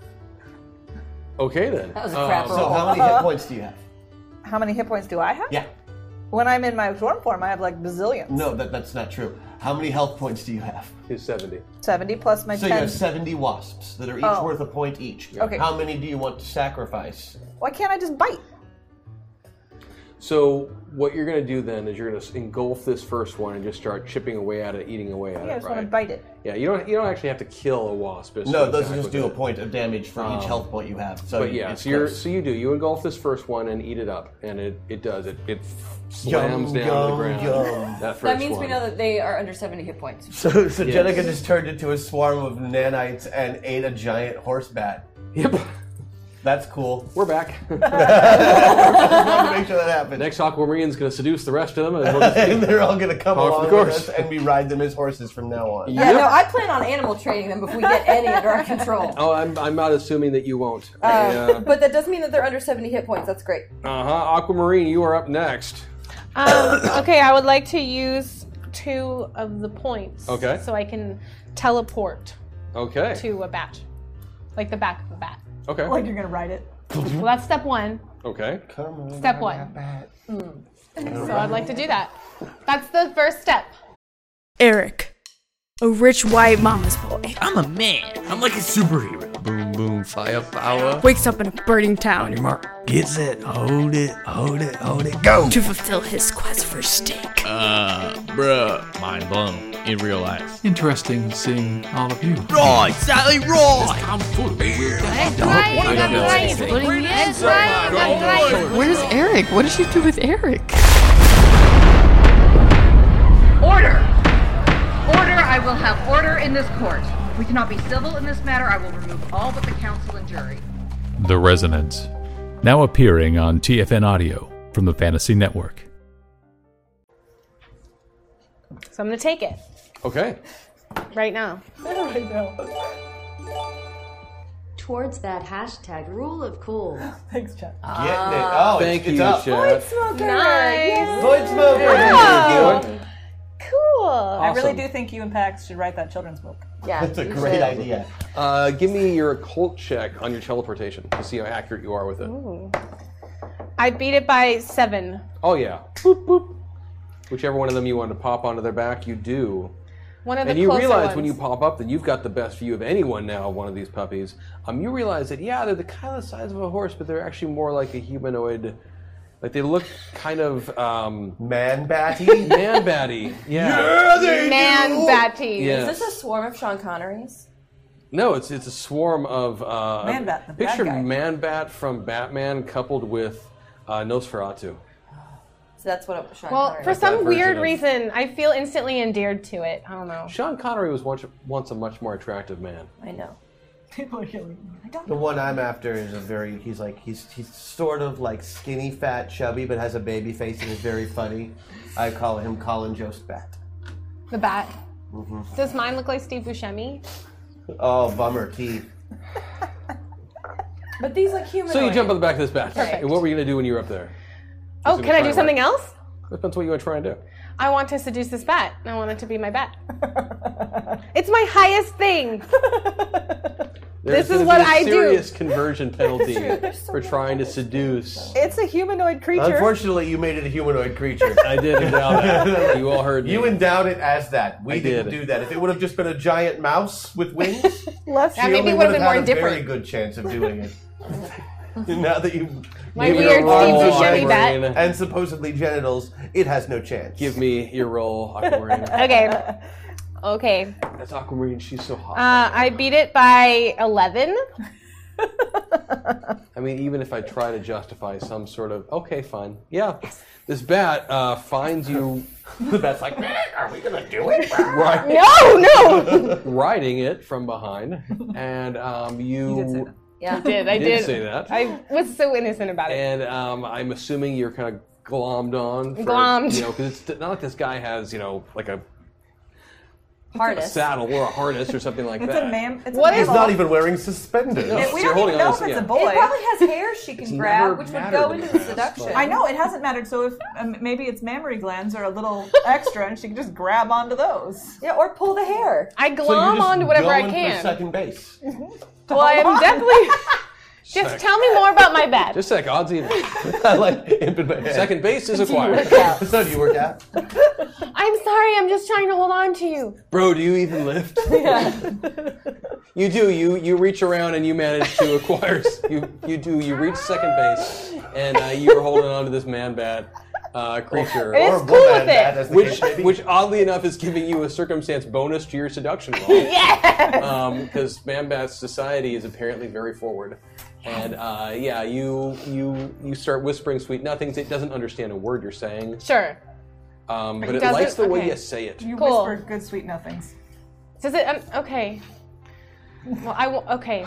Speaker 1: Okay then.
Speaker 5: That was a crap
Speaker 1: Um,
Speaker 5: roll. So how many hit points
Speaker 3: do you have?
Speaker 5: How many hit points do I have?
Speaker 3: Yeah.
Speaker 5: When I'm in my swarm form, I have like bazillions.
Speaker 3: No, that, that's not true. How many health points do you have?
Speaker 1: Is seventy.
Speaker 5: Seventy plus my
Speaker 3: so you
Speaker 5: ten.
Speaker 3: have seventy wasps that are each
Speaker 5: Oh.
Speaker 3: worth a point each.
Speaker 5: Okay.
Speaker 3: How many do you want to sacrifice?
Speaker 5: Why can't I just bite?
Speaker 1: So what you're gonna do then is you're gonna engulf this first one and just start chipping away at it, eating away at
Speaker 5: Yeah, I
Speaker 1: it,
Speaker 5: just want to
Speaker 1: right?
Speaker 5: bite it.
Speaker 1: Yeah, you don't you don't actually have to kill a wasp. it's
Speaker 3: No,
Speaker 1: an
Speaker 3: those
Speaker 1: attack
Speaker 3: just
Speaker 1: with
Speaker 3: do
Speaker 1: it.
Speaker 3: a point of damage for
Speaker 1: Um,
Speaker 3: each health point you have. So
Speaker 1: but yeah,
Speaker 3: it's
Speaker 1: so you
Speaker 3: close.
Speaker 1: so you do you engulf this first one and eat it up, and it, it does it it slams down to
Speaker 3: Yum,
Speaker 1: the
Speaker 3: yum,
Speaker 1: ground.
Speaker 3: yum.
Speaker 1: That first
Speaker 7: that means
Speaker 1: one.
Speaker 7: we know that they are under 70 hit points.
Speaker 3: So, so
Speaker 1: Yes.
Speaker 3: Jenica just turned into a swarm of nanites and ate a giant horse bat.
Speaker 1: Yep.
Speaker 3: That's cool.
Speaker 1: We're back.
Speaker 3: make sure that happens.
Speaker 1: Next Aquamarine's gonna seduce the rest of them, and, we'll just
Speaker 3: and they're all going to come
Speaker 1: Par for the
Speaker 3: along with
Speaker 1: course.
Speaker 3: us, and we ride them as horses from now on.
Speaker 7: Yeah, no, I plan on animal training them if we get any under our control.
Speaker 1: Oh, I'm, I'm not assuming that you won't.
Speaker 7: Uh, But that does mean that they're under 70 hit points. That's great.
Speaker 1: uh huh. Aquamarine, you are up next.
Speaker 9: Um, okay, I would like to use two of the points.
Speaker 1: Okay.
Speaker 9: So I can teleport
Speaker 1: Okay.
Speaker 9: to a bat, like the back of a bat.
Speaker 1: Okay.
Speaker 5: you're gonna ride it.
Speaker 9: Well, that's step one.
Speaker 1: Okay.
Speaker 3: Come on.
Speaker 9: Step one. Mm. So I'd like to do that. That's the first step.
Speaker 12: Eric, a rich white mama's boy,
Speaker 13: I'm a man. I'm like a superhero. Boom, boom, firepower.
Speaker 12: wakes up in a burning town.
Speaker 13: Your mark. Get set. Hold it. Hold it. Hold it. Go.
Speaker 12: To fulfill his quest for steak.
Speaker 13: Uh, bruh. Mind blown. In real life.
Speaker 14: Interesting seeing all of you.
Speaker 13: Raw. Exactly raw.
Speaker 12: Where's Eric? What did you do with Eric?
Speaker 15: Order! Order! I will have order in this court. If we cannot be civil in this matter, I will remove all but the counsel and jury.
Speaker 14: The Resonance. Now appearing on TFN Audio from the Fantasy Network.
Speaker 9: So I'm gonna take it
Speaker 1: Okay.
Speaker 9: right now.
Speaker 5: right now.
Speaker 8: Towards that hashtag rule of cool.
Speaker 5: Thanks, Chad.
Speaker 3: Getting it.
Speaker 8: Ah.
Speaker 3: Oh, it's-
Speaker 1: Thank
Speaker 3: it's
Speaker 1: you,
Speaker 3: up.
Speaker 1: Chad.
Speaker 5: Nice.
Speaker 3: Void smoker.
Speaker 5: Wow.
Speaker 3: Thank you.
Speaker 5: Cool. I really
Speaker 1: Awesome.
Speaker 5: do think you and Pax should write that children's book. Yeah,
Speaker 1: That's a you great should. idea. Uh, give me your occult check on your teleportation to see how accurate you are with it.
Speaker 9: Ooh. I beat it by seven.
Speaker 1: Oh yeah. Whichever one of them you want to pop onto their back, you do.
Speaker 9: One of the
Speaker 1: and you
Speaker 9: closer
Speaker 1: realize
Speaker 9: ones.
Speaker 1: when you pop up that you've got the best view of anyone now of one of these puppies. Um, you realize that yeah, they're the kind of the size of a horse, but they're actually more like a humanoid. Like they look kind of um,
Speaker 3: man batty.
Speaker 1: man batty. Yeah.
Speaker 9: Man batty.
Speaker 1: Yes.
Speaker 7: Is this a swarm of Sean Connerys?
Speaker 1: No, it's it's a swarm of uh,
Speaker 7: Man Bat, the bad
Speaker 1: picture
Speaker 7: guy.
Speaker 1: man bat from Batman coupled with uh, Nosferatu.
Speaker 7: So that's what it, Sean
Speaker 9: Well,
Speaker 7: Connery
Speaker 9: for
Speaker 7: is.
Speaker 9: some
Speaker 1: version
Speaker 9: weird
Speaker 1: of-
Speaker 9: reason, I feel instantly endeared to it. I don't know.
Speaker 1: Sean Connery was once once a much more attractive man.
Speaker 7: I know.
Speaker 11: People are yelling. at me. I don't
Speaker 3: The one I'm after is a very he's like he's he's sort of like skinny, fat, chubby, but has a baby face and is very funny. I call him Colin Jost Bat.
Speaker 9: The bat.
Speaker 3: hmm
Speaker 9: Does mine look like Steve Buscemi?
Speaker 3: Oh, bummer, Keith.
Speaker 9: But these look human.
Speaker 1: So you jump on the back of this bat.
Speaker 9: Perfect.
Speaker 1: And what were you going to do when you were up there?
Speaker 9: Oh,
Speaker 1: Just
Speaker 9: can
Speaker 1: gonna
Speaker 9: I do
Speaker 1: try and
Speaker 9: something
Speaker 1: work.
Speaker 9: else?
Speaker 1: Depends what you want to try and do.
Speaker 9: I want to seduce this bat. and I want it to be my bat. it's my highest thing.
Speaker 1: There's
Speaker 9: This
Speaker 1: gonna
Speaker 9: is
Speaker 1: be
Speaker 9: what
Speaker 1: a
Speaker 9: I do.
Speaker 1: Serious conversion penalty
Speaker 9: true. There's
Speaker 1: for trying to seduce.
Speaker 9: It's a humanoid creature.
Speaker 3: Unfortunately, you made it a humanoid creature.
Speaker 1: I did endow that. You all heard me.
Speaker 3: You endowed it as that. We
Speaker 1: I
Speaker 3: didn't
Speaker 1: did.
Speaker 3: do that. If it would have just been a giant mouse with wings,
Speaker 9: Left
Speaker 3: she
Speaker 9: that maybe
Speaker 3: only
Speaker 9: would have been
Speaker 3: had
Speaker 9: more
Speaker 3: a Very
Speaker 9: indifferent.
Speaker 3: good chance of doing it. now that you
Speaker 9: My
Speaker 3: gave it a
Speaker 9: weird
Speaker 3: raw
Speaker 9: Steve
Speaker 3: leg
Speaker 9: Buscemi bat.
Speaker 3: and supposedly genitals, it has no chance.
Speaker 1: Give me your roll, Aquamarine.
Speaker 9: Okay. Okay.
Speaker 1: That's Aquamarine. She's so hot.
Speaker 9: Uh, I beat it by 11.
Speaker 1: I mean, even if I try to justify some sort of okay, fine, yeah, this bat uh, finds you. the bat's like,
Speaker 3: Are we gonna do it?
Speaker 1: right?
Speaker 9: No, no.
Speaker 1: riding it from behind, and um, you.
Speaker 9: Yeah. I did. I
Speaker 1: You
Speaker 9: did.
Speaker 1: did say that.
Speaker 9: I was so innocent about it.
Speaker 1: And um, I'm assuming you're kind of glommed on. For,
Speaker 9: Glommed.
Speaker 1: You know, because it's not like this guy has, you know, like a, a
Speaker 5: Hardest.
Speaker 1: saddle or a harness or something like
Speaker 5: It's
Speaker 1: that.
Speaker 5: a mam. It's
Speaker 9: What
Speaker 5: a
Speaker 3: He's
Speaker 5: mammal.
Speaker 3: not even wearing suspenders.
Speaker 1: No,
Speaker 5: we
Speaker 1: so you're
Speaker 5: don't even
Speaker 1: holding
Speaker 5: know
Speaker 1: on
Speaker 5: if
Speaker 1: to
Speaker 5: it's
Speaker 1: this-
Speaker 5: a
Speaker 1: yeah.
Speaker 5: boy.
Speaker 4: It probably has hair she can
Speaker 1: It's never
Speaker 4: grab, which would
Speaker 1: mattered
Speaker 4: go
Speaker 1: in the
Speaker 4: into the
Speaker 1: past,
Speaker 4: seduction.
Speaker 1: but-
Speaker 5: I know it hasn't mattered. So if um, maybe its mammary glands are a little extra, and she can just grab onto those.
Speaker 4: Yeah, or pull the hair.
Speaker 9: I
Speaker 3: So you're
Speaker 9: glom
Speaker 3: just
Speaker 9: onto whatever I
Speaker 3: going for
Speaker 9: can.
Speaker 3: second base.
Speaker 9: Well, I am definitely.
Speaker 1: Sec-
Speaker 9: Just tell me more about my bat.
Speaker 1: Just like odds even.
Speaker 3: I like imp in my head.
Speaker 1: Second base is acquired.
Speaker 3: so do you work out?
Speaker 9: I'm sorry. I'm just trying to hold on to you.
Speaker 1: Bro, do you even lift? you do. You you reach around and you manage to acquire. you you do. You reach second base, and uh, you are holding on to this man bat uh, creature.
Speaker 9: It's Or cool woman with it. bat, as the
Speaker 1: which which oddly enough is giving you a circumstance bonus to your seduction roll. yes. Because man bat society is apparently very forward. And uh, yeah, you you you start whispering sweet nothings. It doesn't understand a word you're saying,
Speaker 9: Sure.
Speaker 1: um, but
Speaker 9: It
Speaker 1: it,
Speaker 9: doesn't?
Speaker 1: likes the way
Speaker 9: Okay.
Speaker 1: you say it.
Speaker 5: You
Speaker 9: Cool.
Speaker 5: whispered good sweet nothings.
Speaker 9: Does it? Um, okay. Well, I won't. Okay.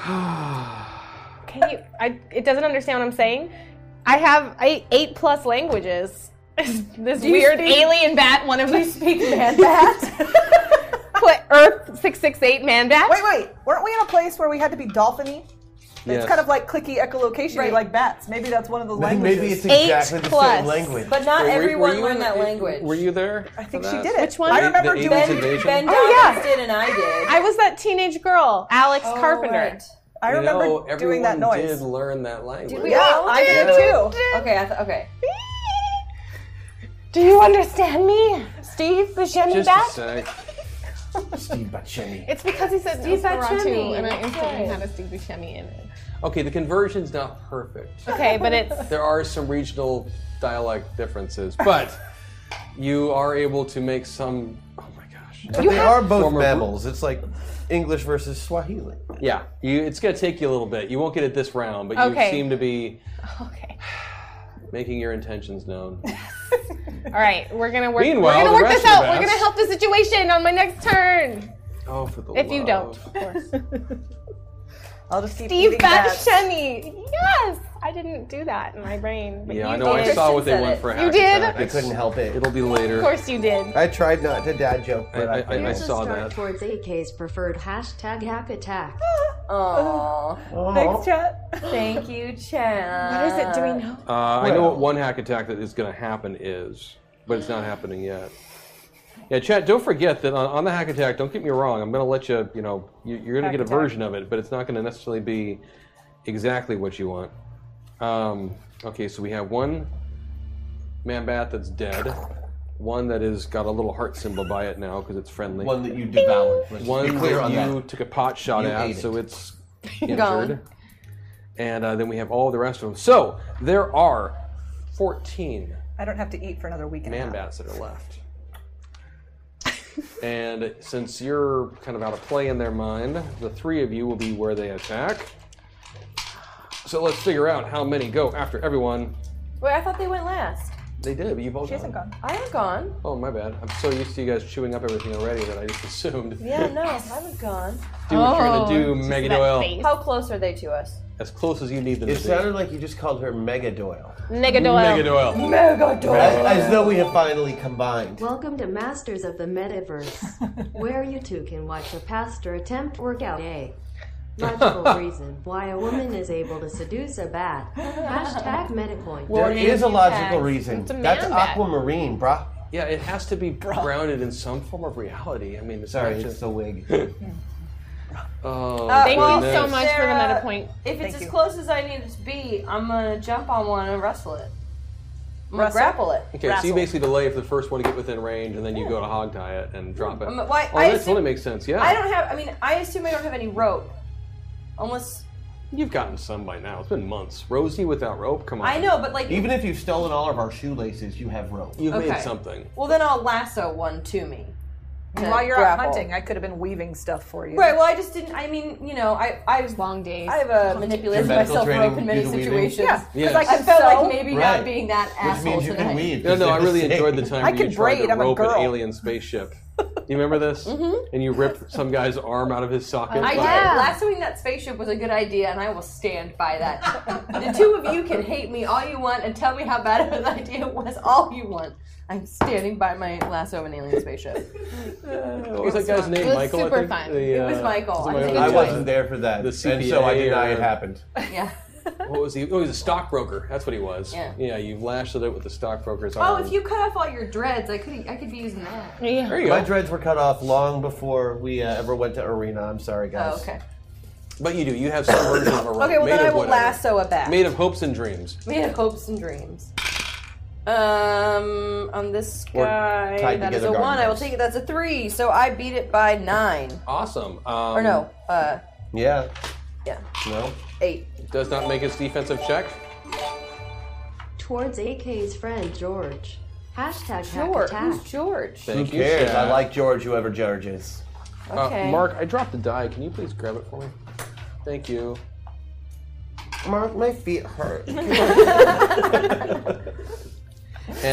Speaker 9: Can you? I. It doesn't understand what I'm saying. I have I, eight plus languages. this
Speaker 4: Do you
Speaker 9: weird
Speaker 4: speak-
Speaker 9: alien bat. One of
Speaker 4: Do
Speaker 9: them
Speaker 4: you speak man bat?
Speaker 9: Put Earth six six eight man bat.
Speaker 5: Wait, wait. Weren't we in a place where we had to be dolphiny?
Speaker 1: Yes.
Speaker 5: It's kind of like clicky echolocation,
Speaker 4: Right.
Speaker 5: like bats. Maybe that's one of those
Speaker 3: Maybe-
Speaker 5: languages.
Speaker 3: maybe it's Eight exactly the same plus. language.
Speaker 4: But not
Speaker 1: Wait, were- were
Speaker 4: everyone
Speaker 1: you in
Speaker 4: learned that
Speaker 1: the-
Speaker 4: language.
Speaker 1: Were you there? I
Speaker 5: think she did it. Which one? I remember doing-
Speaker 4: Ben,
Speaker 1: invasion?
Speaker 4: ben
Speaker 9: Oh, yeah.
Speaker 4: Dobbins did and I did.
Speaker 9: I was that teenage girl, Alex
Speaker 4: Oh,
Speaker 9: Carpenter.
Speaker 4: right.
Speaker 5: I
Speaker 1: You
Speaker 5: remember
Speaker 1: know,
Speaker 5: doing that
Speaker 1: everyone
Speaker 5: noise.
Speaker 1: Did learn that language?
Speaker 4: Did we
Speaker 5: Yeah,
Speaker 4: all?
Speaker 5: I did too.
Speaker 4: Okay, I th- okay.
Speaker 9: Do you understand me, Steve Buscemi
Speaker 1: Just
Speaker 9: bat?
Speaker 1: a sec.
Speaker 3: Steve Buscemi.
Speaker 9: It's because he said
Speaker 7: Steve
Speaker 9: Nosferatu,
Speaker 7: Buscemi.
Speaker 9: and I instantly
Speaker 7: Yes.
Speaker 9: had a Steve Buscemi in it.
Speaker 1: Okay, the conversion's not perfect.
Speaker 9: Okay, but it's
Speaker 1: There are some regional dialect differences, but you are able to make some. Oh my gosh!
Speaker 3: But they are both mammals. It's like English versus Swahili.
Speaker 1: Yeah, you, it's going to take you a little bit. You won't get it this round, but
Speaker 9: Okay.
Speaker 1: you seem to be
Speaker 9: okay.
Speaker 1: making your intentions known.
Speaker 9: All right, we're gonna work.
Speaker 1: Meanwhile,
Speaker 9: we're
Speaker 1: the
Speaker 9: gonna work
Speaker 1: rest of
Speaker 9: this
Speaker 1: the
Speaker 9: out. We're
Speaker 1: bats-
Speaker 9: gonna help the situation on my next turn.
Speaker 1: Oh, for the
Speaker 9: If you don't,
Speaker 1: love.
Speaker 9: of course.
Speaker 5: I'll just keep
Speaker 9: Steve
Speaker 5: eating bats.
Speaker 9: Buscemi. Yes, I didn't do that in my brain. But
Speaker 1: Yeah,
Speaker 9: you
Speaker 1: I know.
Speaker 9: Did.
Speaker 1: I saw what they
Speaker 4: Christian
Speaker 1: went
Speaker 4: said
Speaker 1: for.
Speaker 4: it.
Speaker 1: hack
Speaker 9: You did?
Speaker 1: attack.
Speaker 3: I couldn't help it.
Speaker 1: It'll be later.
Speaker 9: Of course you did.
Speaker 3: I tried not to dad joke, but I,
Speaker 1: I- I- I
Speaker 8: Here's a
Speaker 1: saw
Speaker 8: start
Speaker 1: that.
Speaker 8: towards AK's preferred hashtag hack attack.
Speaker 4: Aw.
Speaker 5: Thanks, chat.
Speaker 4: Thank you, Chad.
Speaker 9: What is it? Do we know?
Speaker 1: Uh, I know what one hack attack that is going to happen is, but it's not happening yet. Yeah, chat. Don't forget that on, on the hack attack. Don't get me wrong. I'm going to let you. You know, you, you're going to
Speaker 5: Hack
Speaker 1: get a
Speaker 5: attack.
Speaker 1: version of it, but it's not going to necessarily be exactly what you want. Um, okay, so we have one man bat that's dead, one that is got a little heart symbol by it now because it's friendly,
Speaker 3: One that you devoured. Let's
Speaker 1: one
Speaker 3: be clear
Speaker 1: that
Speaker 3: on
Speaker 1: you took a pot shot
Speaker 3: You
Speaker 1: at,
Speaker 3: ate it.
Speaker 1: so it's
Speaker 7: Gone.
Speaker 1: injured. And uh, then we have all the rest of them. So there are 14
Speaker 5: I don't have to eat for another week and a
Speaker 1: man
Speaker 5: half.
Speaker 1: bats that are left. and since you're kind of out of play in their mind, the three of you will be where they attack. So let's figure out how many go after everyone.
Speaker 4: Wait, I thought they went last.
Speaker 1: They did, but you've all
Speaker 5: She isn't gone.
Speaker 7: I am gone.
Speaker 1: Oh, my bad. I'm so used to you guys chewing up everything already that I just assumed.
Speaker 7: Yeah, no, I haven't gone.
Speaker 1: Do what you're
Speaker 5: Oh,
Speaker 1: gonna do, Maggie Doyle.
Speaker 7: How close are they to us?
Speaker 1: As close as you need them
Speaker 3: It
Speaker 1: to be.
Speaker 3: sounded like you just called her Mega Doyle.
Speaker 9: Mega
Speaker 1: Mega Doyle.
Speaker 7: Mega Doyle.
Speaker 3: As, as though we have finally combined.
Speaker 8: Welcome to Masters of the Metaverse, where you two can watch a pastor attempt workout A. Logical reason why a woman is able to seduce a bat. Hashtag metacoin.
Speaker 3: There is a logical reason. That's aquamarine, brah.
Speaker 1: Yeah, it has to be grounded in some form of reality. I mean, it's not
Speaker 3: Sorry, it's
Speaker 1: just
Speaker 3: the wig.
Speaker 1: oh,
Speaker 7: Uh,
Speaker 9: Thank
Speaker 7: well,
Speaker 9: you so much for the meta point.
Speaker 7: uh, If it's
Speaker 9: Thank
Speaker 7: as
Speaker 9: you.
Speaker 7: close as I need it to be, I'm gonna jump on one and wrestle it. I'm gonna
Speaker 1: Wrestle?
Speaker 7: grapple it.
Speaker 1: Okay, so you basically delay for the first one to get within range, and then you go to hog tie it and drop it.
Speaker 7: Um, why-
Speaker 1: oh,
Speaker 7: I
Speaker 1: that
Speaker 7: assume-
Speaker 1: totally makes sense. Yeah,
Speaker 7: I don't have. I mean, I assume I don't have any rope, unless
Speaker 1: You've gotten some by now. It's been months. Rosie without rope. Come on.
Speaker 7: I know, but like.
Speaker 3: Even if you've stolen all of our shoelaces, you have rope.
Speaker 1: You've
Speaker 7: Okay.
Speaker 1: made something.
Speaker 7: Well, then I'll lasso one to me. to
Speaker 5: While you're
Speaker 7: grapple.
Speaker 5: out hunting, I could have been weaving stuff for you.
Speaker 7: Right. Well, I just didn't. I mean, you know, I I was long days. I've uh, manipulated
Speaker 5: Your medical
Speaker 7: myself
Speaker 5: training,
Speaker 7: rope in
Speaker 5: you
Speaker 7: many
Speaker 5: do the weaving?
Speaker 7: situations.
Speaker 5: Yeah, 'cause
Speaker 1: Yes.
Speaker 7: I
Speaker 1: I
Speaker 7: felt
Speaker 5: sew.
Speaker 7: like maybe not
Speaker 1: Right.
Speaker 7: being that asshole tonight.
Speaker 1: No, no, I really enjoyed the time
Speaker 7: I
Speaker 1: where
Speaker 7: could
Speaker 1: you tried
Speaker 7: braid,
Speaker 1: to
Speaker 7: I'm a
Speaker 1: rope an
Speaker 7: girl.
Speaker 1: alien spaceship. Do you remember this?
Speaker 7: Mhm.
Speaker 1: And you ripped some guy's arm out of his socket.
Speaker 7: I did.
Speaker 1: Like,
Speaker 7: Lassoing that spaceship was a good idea, and I will stand by that. the two of you can hate me all you want and tell me how bad of an idea it was all you want. I'm standing by my lasso of an alien spaceship. Oh,
Speaker 1: What was that guy's name? Michael. I think? The,
Speaker 7: it was
Speaker 1: uh,
Speaker 7: Michael.
Speaker 1: was it
Speaker 7: I think
Speaker 3: I
Speaker 7: it's
Speaker 3: wasn't there for that,
Speaker 1: The
Speaker 3: and so I
Speaker 1: CPA
Speaker 3: deny it
Speaker 1: or-
Speaker 3: happened.
Speaker 7: Yeah.
Speaker 1: What was he? Oh, he was a stockbroker. That's what he was.
Speaker 7: Yeah.
Speaker 1: you lashed it out with the stockbroker's
Speaker 7: Oh,
Speaker 1: arm.
Speaker 7: if you cut off all your dreads, I could I could be using that.
Speaker 3: There you go. My dreads were cut off long before we uh, ever went to arena. I'm sorry, guys.
Speaker 7: Oh, okay.
Speaker 1: But you do. You have some version of a rope
Speaker 7: Okay, well
Speaker 1: made
Speaker 7: then
Speaker 1: of
Speaker 7: I will
Speaker 1: whatever.
Speaker 7: lasso a bat.
Speaker 1: Made of hopes and dreams.
Speaker 7: Made of hopes and dreams. Um, on this
Speaker 1: Or
Speaker 7: guy,
Speaker 1: tied
Speaker 7: that is
Speaker 1: together
Speaker 7: a
Speaker 1: garden
Speaker 7: one. I will
Speaker 1: hose.
Speaker 7: take it. That's a three. So I beat it by nine.
Speaker 1: Awesome. Um,
Speaker 7: or no, uh,
Speaker 3: Yeah.
Speaker 7: yeah,
Speaker 1: No.
Speaker 7: eight.
Speaker 1: Does not make his defensive check.
Speaker 8: Towards AK's friend George. Hashtag
Speaker 7: George?
Speaker 8: hack attack.
Speaker 7: Who's George?
Speaker 1: Thank
Speaker 3: Who
Speaker 1: you,
Speaker 3: cares?
Speaker 1: Shaq.
Speaker 3: I like George, whoever George is.
Speaker 1: Uh,
Speaker 7: Okay.
Speaker 1: Mark, I dropped the die. Can you please grab it for me? Thank you.
Speaker 3: Mark, my feet hurt.
Speaker 1: And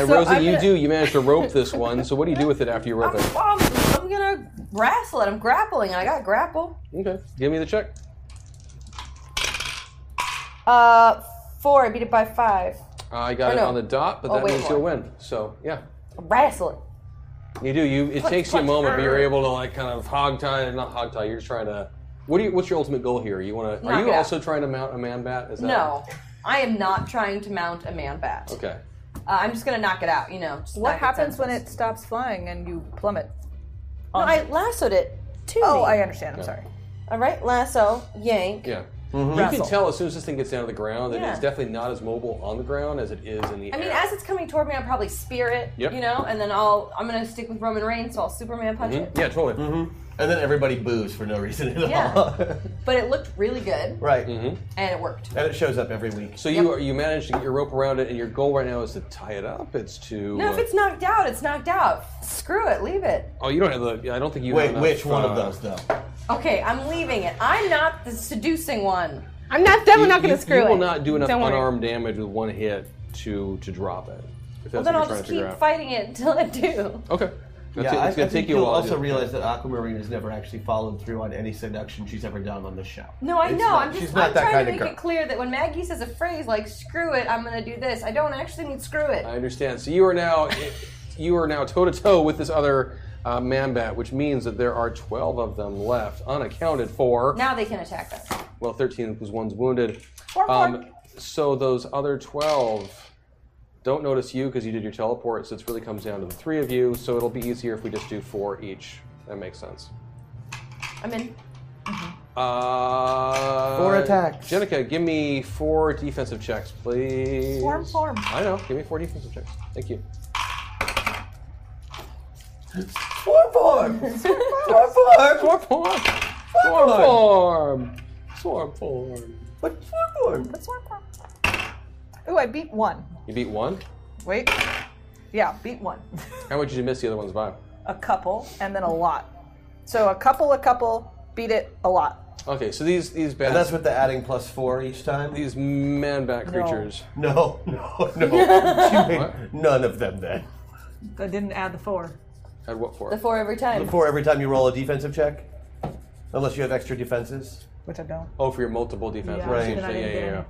Speaker 7: So
Speaker 1: Rosie,
Speaker 7: I'm
Speaker 1: you
Speaker 7: gonna-
Speaker 1: do. You managed to rope this one. So what do you do with it after you rope it?
Speaker 7: Well, I'm, I'm gonna wrestle it. I'm grappling. I got grapple.
Speaker 1: Okay. Give me the check.
Speaker 7: Uh, four. I beat it by five.
Speaker 1: I got
Speaker 7: Or
Speaker 1: it
Speaker 7: no.
Speaker 1: on the dot, but
Speaker 7: Oh,
Speaker 1: that
Speaker 7: wait,
Speaker 1: means
Speaker 7: hold
Speaker 1: you'll
Speaker 7: on.
Speaker 1: win. So yeah,
Speaker 7: Wrestling.
Speaker 1: you do. You it
Speaker 7: Punch,
Speaker 1: takes you
Speaker 7: punch,
Speaker 1: a moment, but you're
Speaker 7: grr.
Speaker 1: able to like kind of hog tie and not hog tie. You're just trying to. What do you? What's your ultimate goal here? You want to? Are
Speaker 7: Knock
Speaker 1: you
Speaker 7: it out.
Speaker 1: also trying to mount a man bat? Is that
Speaker 7: No, I am not trying to mount a man bat.
Speaker 1: Okay.
Speaker 7: Uh, I'm just gonna knock it out. You know. just
Speaker 5: What
Speaker 7: knock it
Speaker 5: happens
Speaker 7: down.
Speaker 5: when it stops flying and you plummet?
Speaker 7: No, I lassoed it too.
Speaker 5: Oh, I understand. I'm sorry.
Speaker 7: All right, lasso, yank.
Speaker 1: Yeah.
Speaker 3: Mm-hmm.
Speaker 1: You
Speaker 7: Wrestle.
Speaker 1: can tell as soon as this thing gets down to the ground that
Speaker 7: Yeah.
Speaker 1: it's definitely not as mobile on the ground as it is in the
Speaker 7: I
Speaker 1: air.
Speaker 7: mean, as it's coming toward me, I'll probably spear it,
Speaker 1: Yep.
Speaker 7: you know, and then I'll I'm gonna stick with Roman Reigns, so I'll Superman punch
Speaker 3: Mhm.
Speaker 7: it.
Speaker 1: Mm-hmm. Yeah, totally.
Speaker 3: And then everybody boos for no reason at
Speaker 7: Yeah.
Speaker 3: all.
Speaker 7: But it looked really good,
Speaker 3: right.
Speaker 7: and it worked.
Speaker 3: And it shows up every week.
Speaker 1: Mm-hmm. So you you managed to get your rope around it, and your goal right now is to tie it up. It's to
Speaker 7: No, if
Speaker 1: uh,
Speaker 7: it's knocked out, it's knocked out. Screw it, leave it.
Speaker 1: oh, you don't have the. I don't think you.
Speaker 3: Wait,
Speaker 1: have enough,
Speaker 3: which one of
Speaker 1: uh,
Speaker 3: those though?
Speaker 7: Okay, I'm leaving it. I'm not the seducing one.
Speaker 9: I'm not definitely not going
Speaker 1: you,
Speaker 9: to screw
Speaker 1: you
Speaker 9: it.
Speaker 1: will not do enough
Speaker 9: Don't worry.
Speaker 1: unarmed damage with one hit to to drop it. If
Speaker 7: Well,
Speaker 1: that's
Speaker 7: then
Speaker 1: what you're trying
Speaker 7: I'll just
Speaker 1: to figure
Speaker 7: keep
Speaker 1: out.
Speaker 7: fighting it until I do.
Speaker 1: Okay. That's
Speaker 3: yeah,
Speaker 1: it.
Speaker 3: I,
Speaker 1: It's
Speaker 3: I
Speaker 1: gonna
Speaker 3: think
Speaker 1: take you a
Speaker 3: you'll
Speaker 1: while. to
Speaker 3: also
Speaker 1: do it.
Speaker 3: realize that Aquamarine has never actually followed through on any seduction she's ever done on this show.
Speaker 7: No, I
Speaker 3: It's
Speaker 7: know.
Speaker 3: not-
Speaker 7: I'm just
Speaker 3: she's not
Speaker 7: I'm
Speaker 3: that
Speaker 7: trying
Speaker 3: kind
Speaker 7: to
Speaker 3: of
Speaker 7: make
Speaker 3: girl.
Speaker 7: it clear that when Maggie says a phrase like "screw it," I'm gonna do this. I don't actually mean screw it.
Speaker 1: I understand. So you are now you are now toe to toe with this other uh, man bat, which means that there are twelve of them left unaccounted for.
Speaker 7: Now they can attack us.
Speaker 1: Well, thirteen because one's wounded.
Speaker 7: Or
Speaker 1: Um, so those other twelve don't notice you because you did your teleport. So it really comes down to the three of you. So it'll be easier if we just do four each. That makes sense.
Speaker 7: I'm in.
Speaker 1: Uh,
Speaker 3: Four attacks.
Speaker 1: Jenica, give me four defensive checks, please.
Speaker 5: Form, form.
Speaker 1: I know. Give me four defensive checks. Thank you.
Speaker 3: Swarm form! Swarm form!
Speaker 1: Swarm form! Swarm form! Swarm form.
Speaker 3: What swarm form?
Speaker 5: That's one form. Ooh, I beat one.
Speaker 1: You beat one.
Speaker 5: Wait. Yeah, beat one.
Speaker 1: How much did you miss the other one's vibe?
Speaker 5: A couple, and then a lot. So a couple, a couple, beat it a lot.
Speaker 1: Okay, so these these bad.
Speaker 3: And that's with the adding plus four each time.
Speaker 1: These man bat
Speaker 5: No.
Speaker 1: creatures.
Speaker 3: No, no, no. You made none of them then.
Speaker 5: I didn't add the four.
Speaker 1: Add what for?
Speaker 7: The four every time.
Speaker 3: The four every time you roll a defensive check, unless you have extra defenses.
Speaker 5: Which I don't.
Speaker 1: Oh, for your multiple defense.
Speaker 3: Yeah, Right.
Speaker 1: Yeah,
Speaker 3: but I
Speaker 1: yeah,
Speaker 3: didn't
Speaker 1: yeah.
Speaker 3: do any.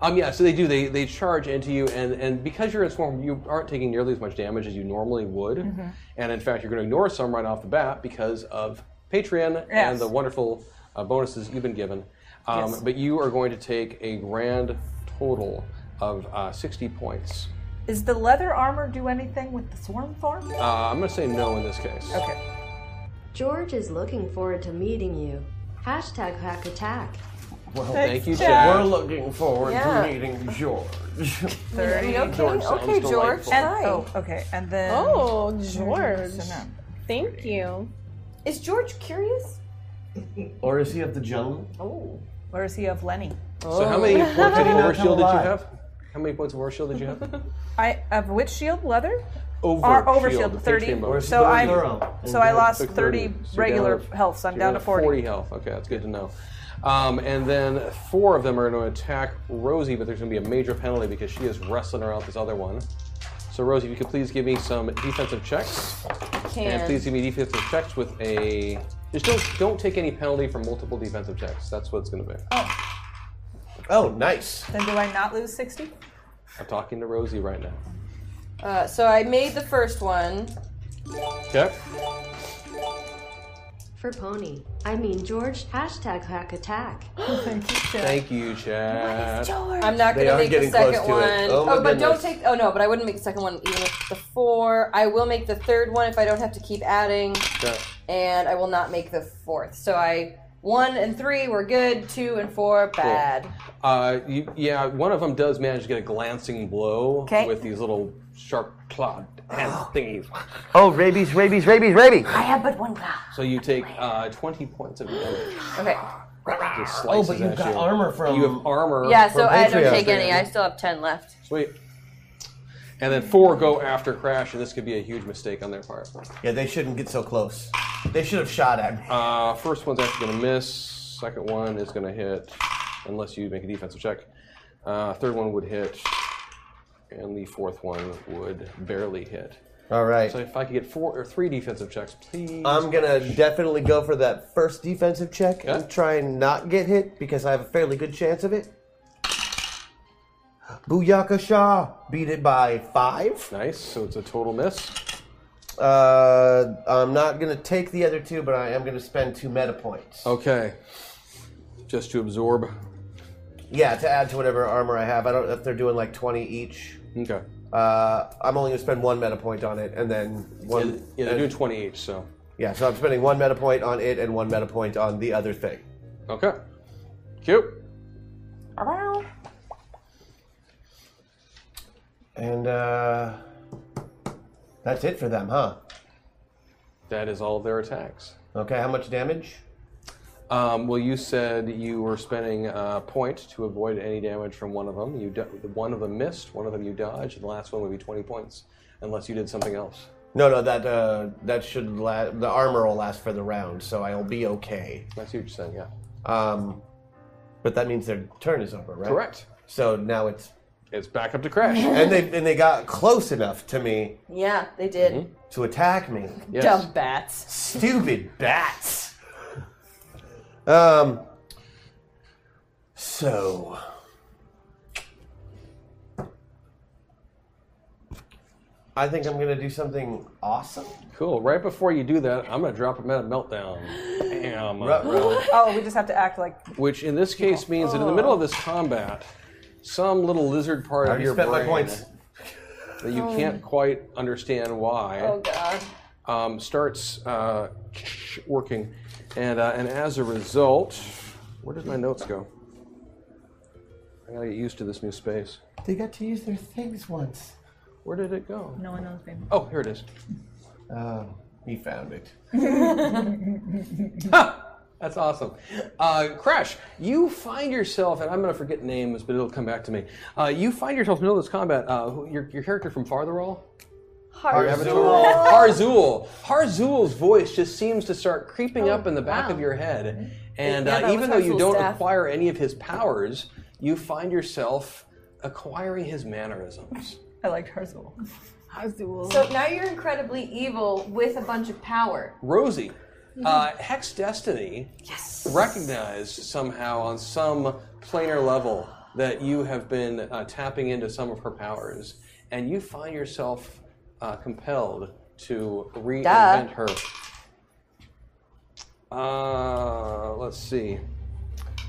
Speaker 1: Um, yeah, so they do. They they charge into you, and, and because you're in swarm, you aren't taking nearly as much damage as you normally would,
Speaker 5: Mhm.
Speaker 1: and in fact, you're going to ignore some right off the bat because of Patreon
Speaker 5: Yes.
Speaker 1: and the wonderful uh, bonuses you've been given. Um,
Speaker 5: Yes.
Speaker 1: But you are going to take a grand total of uh, 60 points.
Speaker 5: Is the leather armor do anything with the swarm form?
Speaker 1: Uh, I'm going to say no in this case.
Speaker 5: Okay.
Speaker 8: George is looking forward to meeting you. Hashtag hack attack.
Speaker 3: Well,
Speaker 1: Thank you,
Speaker 3: Jack.
Speaker 1: Jack.
Speaker 3: We're looking forward
Speaker 8: Yeah.
Speaker 3: to meeting George.
Speaker 5: Thirty.
Speaker 8: No kidding? George sounds Okay, George, delightful.
Speaker 5: And,
Speaker 8: hi.
Speaker 5: oh, okay. And then.
Speaker 9: Oh,
Speaker 5: George.
Speaker 9: Thank you.
Speaker 4: Is George curious?
Speaker 3: Or is he of the jungle?
Speaker 5: Oh. Where is he of Lenny?
Speaker 1: So how many points of
Speaker 3: Not
Speaker 1: war shield did you
Speaker 3: alive.
Speaker 1: have? How many points of war shield did you have?
Speaker 5: I of which shield? Leather.
Speaker 1: Over
Speaker 5: or, over
Speaker 1: shield,
Speaker 5: shield,
Speaker 1: pink
Speaker 5: thirty.
Speaker 1: rainbow. Or
Speaker 5: So
Speaker 1: Sparrow
Speaker 5: I
Speaker 1: Arrow.
Speaker 5: so I lost
Speaker 1: Took
Speaker 5: thirty,
Speaker 1: So you're
Speaker 5: regular
Speaker 1: down to-
Speaker 5: health. So I'm
Speaker 1: you're
Speaker 5: down to forty.
Speaker 1: health. Okay, that's good to know. Um, and then four of them are going to attack Rosie, but there's going to be a major penalty because she is wrestling around this other one. So Rosie, if you could please give me some defensive checks, and
Speaker 7: Can.
Speaker 1: please give me defensive checks with a just don't don't take any penalty for multiple defensive checks. That's what it's going to be.
Speaker 3: Oh, nice.
Speaker 5: Then do I not lose sixty?
Speaker 1: I'm talking to Rosie right now.
Speaker 7: Uh, so I made the first one.
Speaker 1: Okay.
Speaker 8: For pony. I mean George, hashtag hack attack.
Speaker 1: Thank you, Chad.
Speaker 7: I'm not
Speaker 1: They
Speaker 7: going to
Speaker 1: are
Speaker 7: make
Speaker 1: getting
Speaker 7: the
Speaker 1: close
Speaker 7: second
Speaker 1: to
Speaker 7: one.
Speaker 1: it. Oh, my
Speaker 7: but don't
Speaker 1: goodness.
Speaker 7: take. Oh no, but I wouldn't make the second one even with the four. I will make the third one if I don't have to keep adding,
Speaker 1: Okay.
Speaker 7: and I will not make the fourth. So I one and three were good. Two and four
Speaker 1: Cool.
Speaker 7: bad.
Speaker 1: Uh, you, yeah, one of them does manage to get a glancing blow
Speaker 7: Okay.
Speaker 1: with these little sharp clawed hand thingies.
Speaker 3: Oh, rabies, rabies, rabies, rabies.
Speaker 7: I have but one glass.
Speaker 1: So you take uh, 20 points of damage.
Speaker 7: Okay.
Speaker 1: Just
Speaker 3: Oh,
Speaker 1: slices
Speaker 3: but you've
Speaker 1: at
Speaker 3: got
Speaker 1: you.
Speaker 3: armor from.
Speaker 1: You have armor.
Speaker 7: Yeah. So
Speaker 1: from
Speaker 7: I don't
Speaker 1: Patreon.
Speaker 7: take any. I still have ten left.
Speaker 1: Sweet. And then four go after Crash, and this could be a huge mistake on their part.
Speaker 3: Yeah, they shouldn't get so close. They should have shot at me.
Speaker 1: Uh, first one's actually going to miss. Second one is going to hit, unless you make a defensive check. Uh, third one would hit, and the fourth one would barely hit.
Speaker 3: All right.
Speaker 1: So if I could get four or three defensive checks, please.
Speaker 3: I'm gonna definitely go for that first defensive check and try and not get hit because I have a fairly good chance of it. Booyaka Shah beat it by five.
Speaker 1: Nice. So it's a total miss.
Speaker 3: Uh, I'm not gonna take the other two, but I am gonna spend two meta points.
Speaker 1: Okay. Just to absorb.
Speaker 3: Yeah, to add to whatever armor I have. I don't know if they're doing like 20 each.
Speaker 1: Okay.
Speaker 3: Uh, I'm only gonna spend one meta point on it, and then one.
Speaker 1: Yeah, they're doing 20 each, so.
Speaker 3: Yeah, so I'm spending one meta point on it and one meta point on the other thing.
Speaker 1: Okay. Cute.
Speaker 3: And uh, that's it for them, huh?
Speaker 1: That is all of their attacks.
Speaker 3: Okay, how much damage?
Speaker 1: Um, well, you said you were spending a point to avoid any damage from one of them. You do- one of them missed, one of them you dodged, and the last one would be 20 points, unless you did something else.
Speaker 3: No, no, that uh, that should la- the armor will last for the round, so I'll be okay.
Speaker 1: That's what you're saying, yeah.
Speaker 3: Um, but that means their turn is over, right?
Speaker 1: Correct.
Speaker 3: So now it's
Speaker 1: it's back up to crash,
Speaker 3: and they and they got close enough to me
Speaker 7: Yeah, they did.
Speaker 1: Mm-hmm.
Speaker 3: to attack me.
Speaker 7: Dumb bats.
Speaker 3: Stupid bats. Um. So. I think I'm gonna do something awesome.
Speaker 1: Cool. Right before you do that, I'm going to drop a meta meltdown. Bam.
Speaker 3: Ruh-roh.
Speaker 5: Oh, we just have to act like
Speaker 1: Which in this case means that in the middle of this combat, some little lizard part
Speaker 3: I
Speaker 1: of
Speaker 3: already
Speaker 1: your
Speaker 3: spent my
Speaker 1: brain
Speaker 3: points.
Speaker 1: that you
Speaker 7: Oh.
Speaker 1: can't quite understand why
Speaker 7: Oh god.
Speaker 1: um, starts uh, working, and uh, and as a result, where did my notes go? I gotta get used to this new space.
Speaker 3: They got to use their things once.
Speaker 1: Where did it go?
Speaker 5: no one knows baby.
Speaker 1: Oh, here it is.
Speaker 3: Oh, he found it.
Speaker 1: That's awesome. Uh, Crash, you find yourself, and I'm going to forget names, but it'll come back to me. Uh, you find yourself in the middle of this combat. Uh, who, your, your character from Fartherall? Harzul. Harzul's voice just seems to start creeping up in the back of your head And
Speaker 4: Oh, Yeah,
Speaker 1: uh,
Speaker 4: that
Speaker 1: even
Speaker 4: was
Speaker 1: though you
Speaker 4: Herschel's
Speaker 1: don't
Speaker 4: staff.
Speaker 1: acquire any of his powers, you find yourself acquiring his mannerisms.
Speaker 5: I liked Harzul.
Speaker 4: Harzul. So now you're incredibly evil with a bunch of power.
Speaker 1: Rosie, uh, Hex Destiny recognized somehow on some planar level that you have been uh, tapping into some of her powers, and you find yourself uh, compelled to reinvent her. Uh, let's see.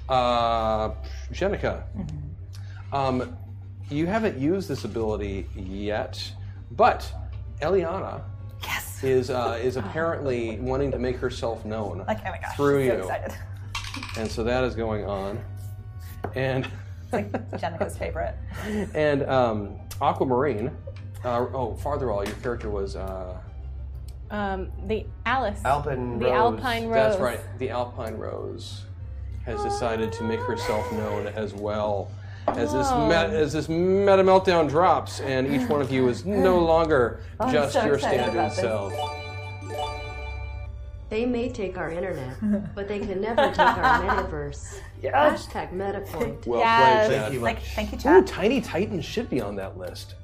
Speaker 1: Uh, Jenica, um, you haven't used this ability yet, but Eliana is uh, is apparently wanting to make herself known
Speaker 5: Like, Uh-huh. oh my gosh.
Speaker 1: through
Speaker 5: so
Speaker 1: you,
Speaker 5: excited.
Speaker 1: and so that is going on, and
Speaker 5: It's like Jenica's favorite.
Speaker 1: and um, Aquamarine. Uh, oh, Fartherall, your character was uh,
Speaker 9: Um, the Alice.
Speaker 1: Alpine
Speaker 9: The Alpine Rose.
Speaker 1: That's right. The Alpine Rose has decided to make herself known as well. As this
Speaker 9: Oh.
Speaker 1: met, as this meta meltdown drops, and each one of you is no longer
Speaker 8: Oh, I'm
Speaker 1: just
Speaker 8: so
Speaker 1: your
Speaker 8: excited
Speaker 1: standard
Speaker 8: about this.
Speaker 1: self.
Speaker 8: They may take our internet, but they can never take our metaverse. Hashtag MetaPoint.
Speaker 1: Well played, Chad.
Speaker 5: thank you,
Speaker 1: Chad. Ooh, Tiny Titans should be on that list.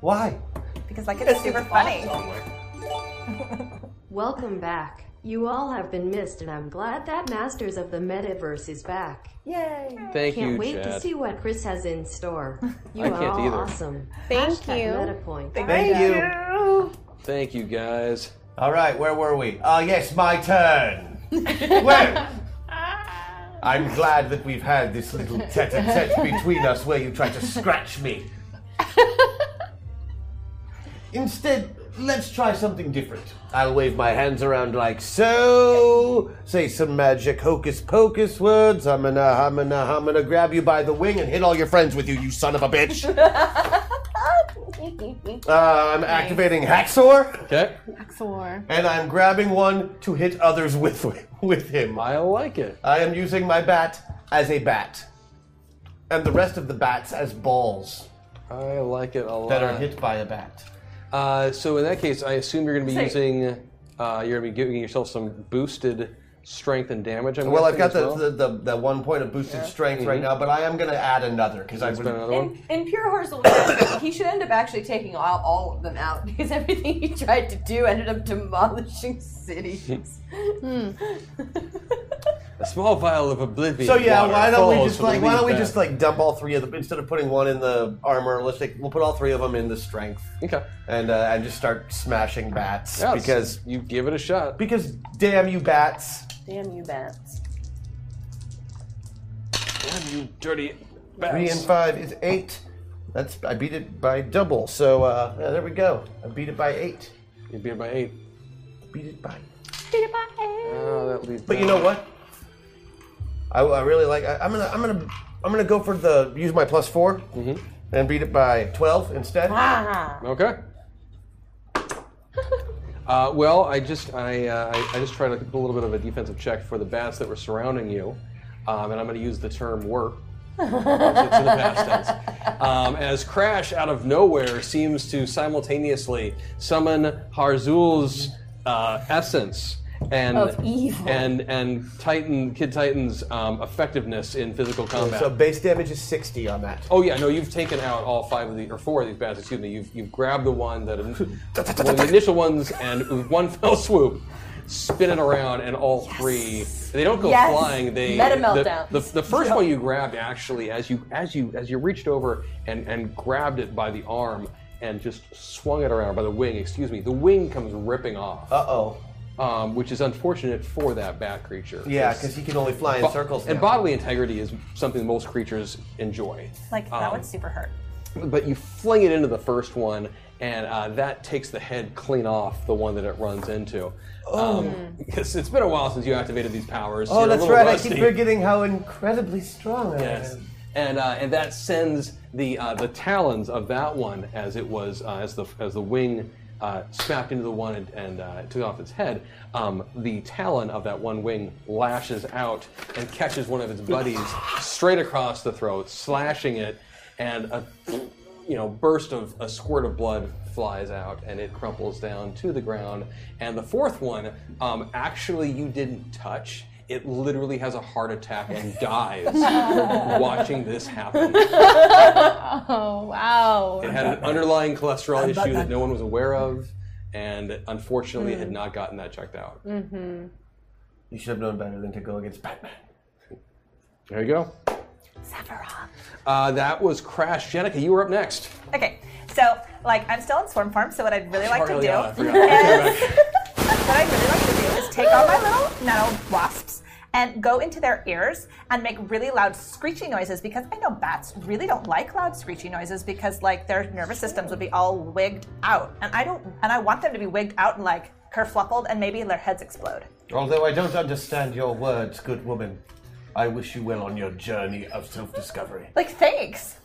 Speaker 1: Why?
Speaker 5: Because like it's super funny.
Speaker 8: Welcome back. You all have been missed, and I'm glad that Masters of the Metaverse is back. Yay!
Speaker 1: Thank
Speaker 8: Can't
Speaker 1: you,
Speaker 8: wait to
Speaker 1: Chad.
Speaker 8: see what Chris has in store. You
Speaker 1: I
Speaker 8: are
Speaker 1: can't
Speaker 8: all
Speaker 1: either.
Speaker 8: awesome.
Speaker 9: Thank
Speaker 8: Hashtag
Speaker 9: you.
Speaker 8: MetaPoint.
Speaker 3: Thank you.
Speaker 1: Thank you, guys.
Speaker 3: All right, where were we? Ah, yes, my turn. well, I'm glad that we've had this little tete-a-tete between us where you try to scratch me. Instead, let's try something different. I'll wave my hands around like so, say some magic hocus pocus words. I'm gonna, I'm gonna, I'm gonna grab you by the wing and hit all your friends with you, you son of a bitch. Uh, I'm activating Haxor.
Speaker 1: Okay.
Speaker 9: Haxor.
Speaker 3: And I'm grabbing one to hit others with with him.
Speaker 1: I like it.
Speaker 3: I am using my bat as a bat, and the rest of the bats as balls.
Speaker 1: I like it a lot.
Speaker 3: That are hit by a bat.
Speaker 1: Uh, so in that case, I assume you're going to be
Speaker 3: Say-
Speaker 1: using. Uh, you're going to be giving yourself some boosted strength and damage. I'm
Speaker 3: well, I've
Speaker 1: guessing,
Speaker 3: got
Speaker 1: as
Speaker 3: the,
Speaker 1: well? Mm-hmm.
Speaker 3: the, the the one point of boosted strength right now, but I am going to add another because I
Speaker 1: Let's
Speaker 3: was
Speaker 1: put another
Speaker 4: In, in pure Harzul fashion, he should end up actually taking all, all of them out because everything he tried to do ended up demolishing cities.
Speaker 7: Hmm.
Speaker 1: a small vial of oblivion.
Speaker 3: So yeah,
Speaker 1: water
Speaker 3: why don't we
Speaker 1: falls
Speaker 3: just
Speaker 1: from the
Speaker 3: like why
Speaker 1: leaf
Speaker 3: don't we
Speaker 1: bag.
Speaker 3: just like dump all three of them instead of putting one in the armor? Let's take we'll put all three of them in the strength.
Speaker 1: Okay.
Speaker 3: And uh, and just start smashing bats
Speaker 1: Yeah,
Speaker 3: because
Speaker 1: you give it a shot.
Speaker 3: Because damn you bats!
Speaker 7: Damn you, bats.
Speaker 1: Damn you, dirty
Speaker 3: Three and five is eight. That's I beat it by double. So uh, yeah, there we go. I beat it by eight.
Speaker 1: You beat it by eight.
Speaker 3: Beat it by.
Speaker 1: Oh, that leaves.
Speaker 3: But you know what? I, I really like. I, I'm gonna I'm gonna I'm gonna go for the use my plus four
Speaker 1: Mm-hmm.
Speaker 3: and beat it by twelve instead. Ah.
Speaker 1: Okay. Uh, well, I just I, uh, I I just tried to do a little bit of a defensive check for the bats that were surrounding you, um, and I'm going to use the term "were" to the past tense. Um, as Crash out of nowhere seems to simultaneously summon Harzul's uh, essence and
Speaker 3: Of evil.
Speaker 1: and and Titan Kid Titan's um, effectiveness in physical combat.
Speaker 3: So base damage is sixty on that.
Speaker 1: Oh yeah, no, you've taken out all five of the or four of these bats. Excuse me. You've you've grabbed the one that one of the initial ones and with one fell swoop, spin it around, and all three. They don't go
Speaker 7: Yes.
Speaker 1: flying. They
Speaker 7: Meta
Speaker 1: the-
Speaker 7: meltdowns.
Speaker 1: The, the first one you grabbed actually, as you as you as you reached over and and grabbed it by the arm and just swung it around by the wing. Excuse me. The wing comes ripping off.
Speaker 3: Uh oh.
Speaker 1: Um, which is unfortunate for that bat creature.
Speaker 3: Yeah, 'cause he can only fly in
Speaker 1: Bo-
Speaker 3: circles
Speaker 1: And
Speaker 3: now.
Speaker 1: bodily integrity is something most creatures enjoy
Speaker 5: Like that
Speaker 1: Um,
Speaker 5: would super hurt.
Speaker 1: but you fling it into the first one, and uh, that takes the head clean off the one that it runs into. Um,
Speaker 3: Oh.
Speaker 1: because it's been a while since you activated these powers. so
Speaker 3: Oh,
Speaker 1: you're a
Speaker 3: that's
Speaker 1: little
Speaker 3: right. I
Speaker 1: rusty.
Speaker 3: keep forgetting how incredibly strong I
Speaker 1: Yes,
Speaker 3: am.
Speaker 1: and uh, and that sends the uh, the talons of that one as it was uh, as the as the wing. Uh, smacked into the one and, and uh, it took off its head. Um, the talon of that one wing lashes out and catches one of its buddies straight across the throat, slashing it, and a you know burst of a squirt of blood flies out and it crumples down to the ground. And the fourth one, um, actually, you didn't touch. it literally has a heart attack and dies watching this happen.
Speaker 9: oh wow.
Speaker 1: It had an underlying cholesterol issue that no one was aware of, and unfortunately, it had not gotten that checked out.
Speaker 9: Mm-hmm.
Speaker 3: You should have known better than to go against Batman.
Speaker 1: There you go. Uh, that was Crash. Jenica, you were up next.
Speaker 4: Okay, so like I'm still in Swarm Farm, so what I'd really like to
Speaker 1: Sorry,
Speaker 4: do
Speaker 1: yeah, I
Speaker 4: is
Speaker 1: forgot.
Speaker 4: what I'd really like to do is take all my little metal wasps and go into their ears and make really loud screeching noises because I know bats really don't like loud screeching noises because like their nervous systems would be all wigged out and I don't and I want them to be wigged out and like kerfluffled and maybe their heads explode.
Speaker 3: Although I don't understand your words, good woman, I wish you well on your journey of self-discovery.
Speaker 4: Like thanks.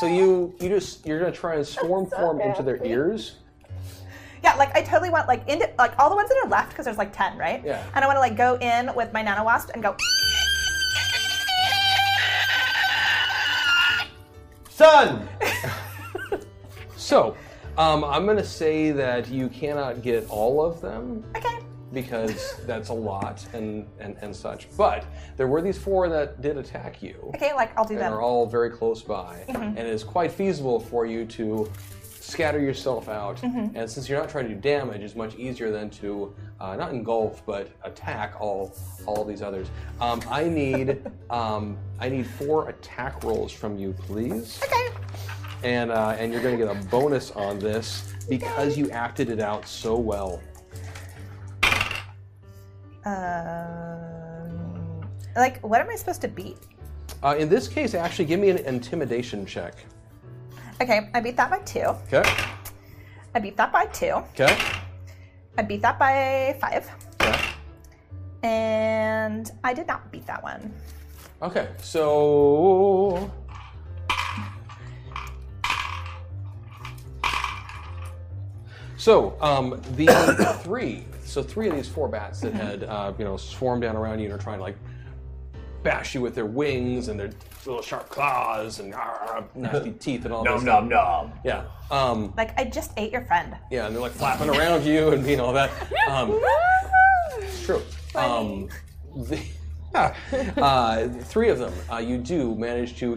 Speaker 1: So you you just you're gonna try and swarm form into their ears.
Speaker 4: Yeah, like I totally want like into like all the ones that are left because there's like ten, right?
Speaker 1: Yeah.
Speaker 4: And I want to like go in with my nano wasp and go.
Speaker 3: Son.
Speaker 1: so, um, I'm gonna say that you cannot get all of them. Okay. Because that's a lot and, and, and such. But there were these four that did attack you.
Speaker 4: Okay, like I'll do
Speaker 1: and
Speaker 4: that.
Speaker 1: are all very close by.
Speaker 4: Mhm.
Speaker 1: And it is quite feasible for you to scatter yourself out.
Speaker 4: Mhm.
Speaker 1: And since you're not trying to do damage, it's much easier than to uh, not engulf but attack all all these others. Um, I need um, I need four attack rolls from you, please. Okay. And uh, and you're going to get a bonus on this because you acted it out so well.
Speaker 4: Um, like what am I supposed to beat?
Speaker 1: Uh, in this case, actually, give me an intimidation check.
Speaker 4: Okay, I beat that by two.
Speaker 1: Okay.
Speaker 4: I beat that by two.
Speaker 1: Okay.
Speaker 4: I beat that by five.
Speaker 1: Okay.
Speaker 4: And I did not beat that one.
Speaker 1: Okay, so. So, um, the three, so three of these four bats that had, uh, you know, swarmed down around you and are trying to, like, bash you with their wings and their little sharp claws and ah, nasty teeth and all
Speaker 3: Nom,
Speaker 1: this.
Speaker 3: nom,
Speaker 1: stuff. Yeah. Um,
Speaker 4: Like I just ate your friend.
Speaker 1: yeah, and they're, like, flapping around you and being all that. Um, it's true. Um, the, uh, three of them, uh, you do manage to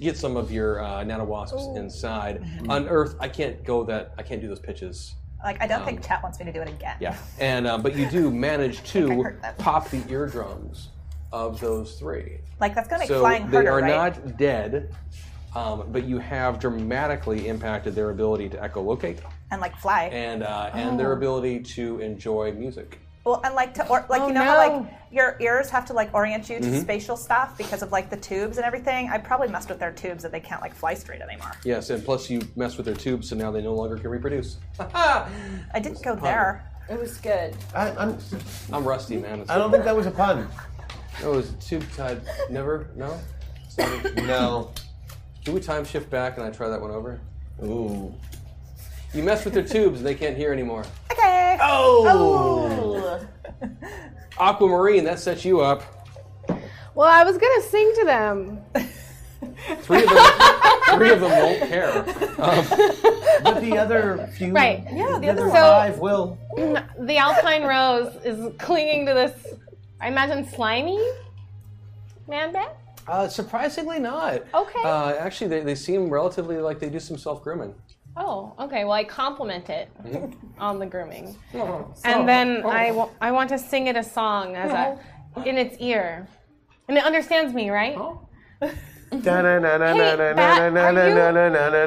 Speaker 1: get some of your uh, nano wasps
Speaker 4: Oh.
Speaker 1: inside.
Speaker 4: Mm-hmm.
Speaker 1: Unearth. I can't go that. I can't do those pitches.
Speaker 4: Like I don't
Speaker 1: Um,
Speaker 4: think chat wants me to do it again.
Speaker 1: Yeah, and uh, but you do manage to
Speaker 4: heard that.
Speaker 1: pop the eardrums of those three.
Speaker 4: Like that's gonna make
Speaker 1: so
Speaker 4: flying
Speaker 1: they
Speaker 4: harder,
Speaker 1: are
Speaker 4: right?
Speaker 1: not dead, um, but you have dramatically impacted their ability to echolocate
Speaker 4: And like fly.
Speaker 1: and uh, and their
Speaker 4: Oh.
Speaker 1: ability to enjoy music.
Speaker 4: Well, and like to or, like
Speaker 9: Oh,
Speaker 4: you know how
Speaker 9: no.
Speaker 4: like your ears have to like orient you to
Speaker 1: Mhm.
Speaker 4: spatial stuff because of like the tubes and everything. I probably messed with their tubes that they can't like fly straight anymore.
Speaker 1: Yes, and plus you mess with their tubes, so now they no longer can reproduce.
Speaker 9: Ah!
Speaker 4: I didn't go there. It was good.
Speaker 3: I, I'm.
Speaker 1: I'm rusty, man. It's
Speaker 3: I don't think that was a pun.
Speaker 1: That was a tube tied. Never? No?
Speaker 3: no.
Speaker 1: Can we time shift back and I try that one over?
Speaker 3: Ooh.
Speaker 1: You mess with their tubes and they can't hear anymore.
Speaker 4: Okay.
Speaker 3: Eh.
Speaker 1: Oh! Aquamarine, that sets you up.
Speaker 9: Well, I was gonna sing to them.
Speaker 1: Three of them, three of them won't care. Um,
Speaker 3: Oh. But the other few.
Speaker 9: Right. Yeah,
Speaker 3: The other
Speaker 9: so
Speaker 3: five will.
Speaker 9: the Alpine Rose is clinging to this I imagine slimy man bat?
Speaker 1: uh, surprisingly not.
Speaker 9: Okay.
Speaker 1: Uh, actually, they, they seem relatively like they do some self grooming.
Speaker 9: Oh, okay. Well, I compliment it
Speaker 1: Mhm.
Speaker 9: on the grooming.
Speaker 1: Oh.
Speaker 9: And then
Speaker 1: Oh.
Speaker 9: I, wa- I want to sing it a song as a, in its ear. And it understands me, right?
Speaker 1: Oh.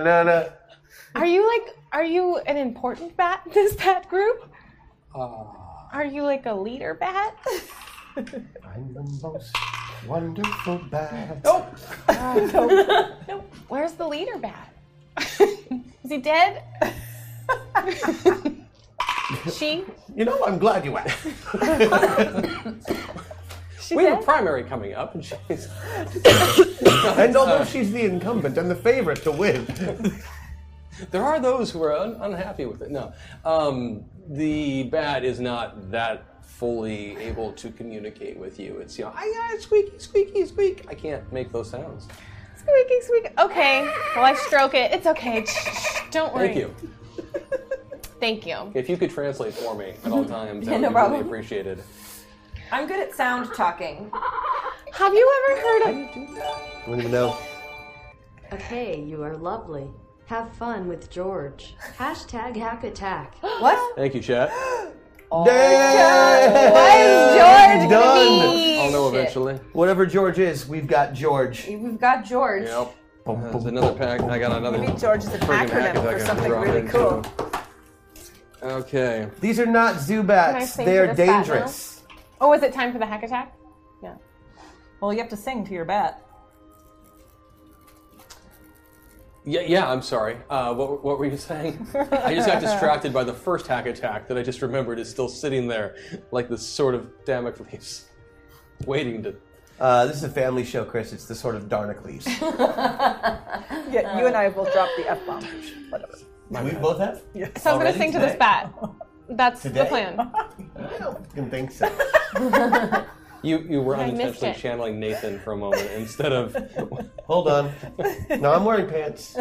Speaker 9: Are you like, are you an important bat in this bat group? Are you like a leader bat?
Speaker 3: I'm the most wonderful bat.
Speaker 9: Where's the leader bat? Is he dead? she?
Speaker 3: You know, I'm glad you asked.
Speaker 1: we have a primary coming up, and she's.
Speaker 3: and although she's the incumbent and the favorite to win,
Speaker 1: There are those who are un- unhappy with it. No, um, the bat is not that fully able to communicate with you. It's you know, I, I squeaky, squeaky, squeak. I can't make those sounds.
Speaker 9: Squeaky, squeaky. Okay. Well, I stroke it. It's okay. Shh, shh, shh. Don't worry.
Speaker 1: Thank you.
Speaker 9: Thank you.
Speaker 1: If you could translate for me at all times, that
Speaker 4: Yeah,
Speaker 1: would
Speaker 4: no
Speaker 1: be
Speaker 4: problem.
Speaker 1: really appreciated.
Speaker 4: I'm good at sound talking.
Speaker 9: Have you ever heard of?
Speaker 1: I don't even know.
Speaker 8: Okay, you are lovely. Have fun with George. Hashtag hack attack.
Speaker 4: What?
Speaker 1: Thank you, chat.
Speaker 4: Why is
Speaker 3: Done.
Speaker 4: George gonna be?
Speaker 1: I'll know
Speaker 4: Shit.
Speaker 1: eventually.
Speaker 3: Whatever George is, we've got George.
Speaker 4: We've got George.
Speaker 1: Yep. Uh, There's another pack. I got another.
Speaker 5: Maybe George is an
Speaker 1: friggin'
Speaker 5: acronym
Speaker 1: hack
Speaker 5: for
Speaker 1: attack I
Speaker 5: something
Speaker 1: dropped
Speaker 5: really
Speaker 1: in,
Speaker 5: cool.
Speaker 1: too. Okay.
Speaker 3: These are not
Speaker 9: Can I
Speaker 3: Zubats.
Speaker 9: sing
Speaker 3: They
Speaker 9: to
Speaker 3: are
Speaker 9: this bat now?
Speaker 3: dangerous.
Speaker 9: Oh, is it time for the hack attack?
Speaker 5: Yeah. Well, you have to sing to your bat.
Speaker 1: Yeah, yeah. I'm sorry. Uh, what, what were you saying? I just got distracted by the first hack attack that I just remembered is still sitting there, like this sort of Damocles, waiting to.
Speaker 3: Uh, this is a family show, Chris. It's the sort of Darnacles.
Speaker 5: Yeah, you and I have both dropped the F bomb. Whatever.
Speaker 3: we both have?
Speaker 9: So I'm gonna sing to this bat. That's
Speaker 3: Today?
Speaker 9: the plan.
Speaker 3: Didn't think so.
Speaker 1: You you were
Speaker 9: I missed
Speaker 1: unintentionally
Speaker 9: it.
Speaker 1: channeling Nathan for a moment instead of.
Speaker 3: Hold on. No, I'm wearing pants.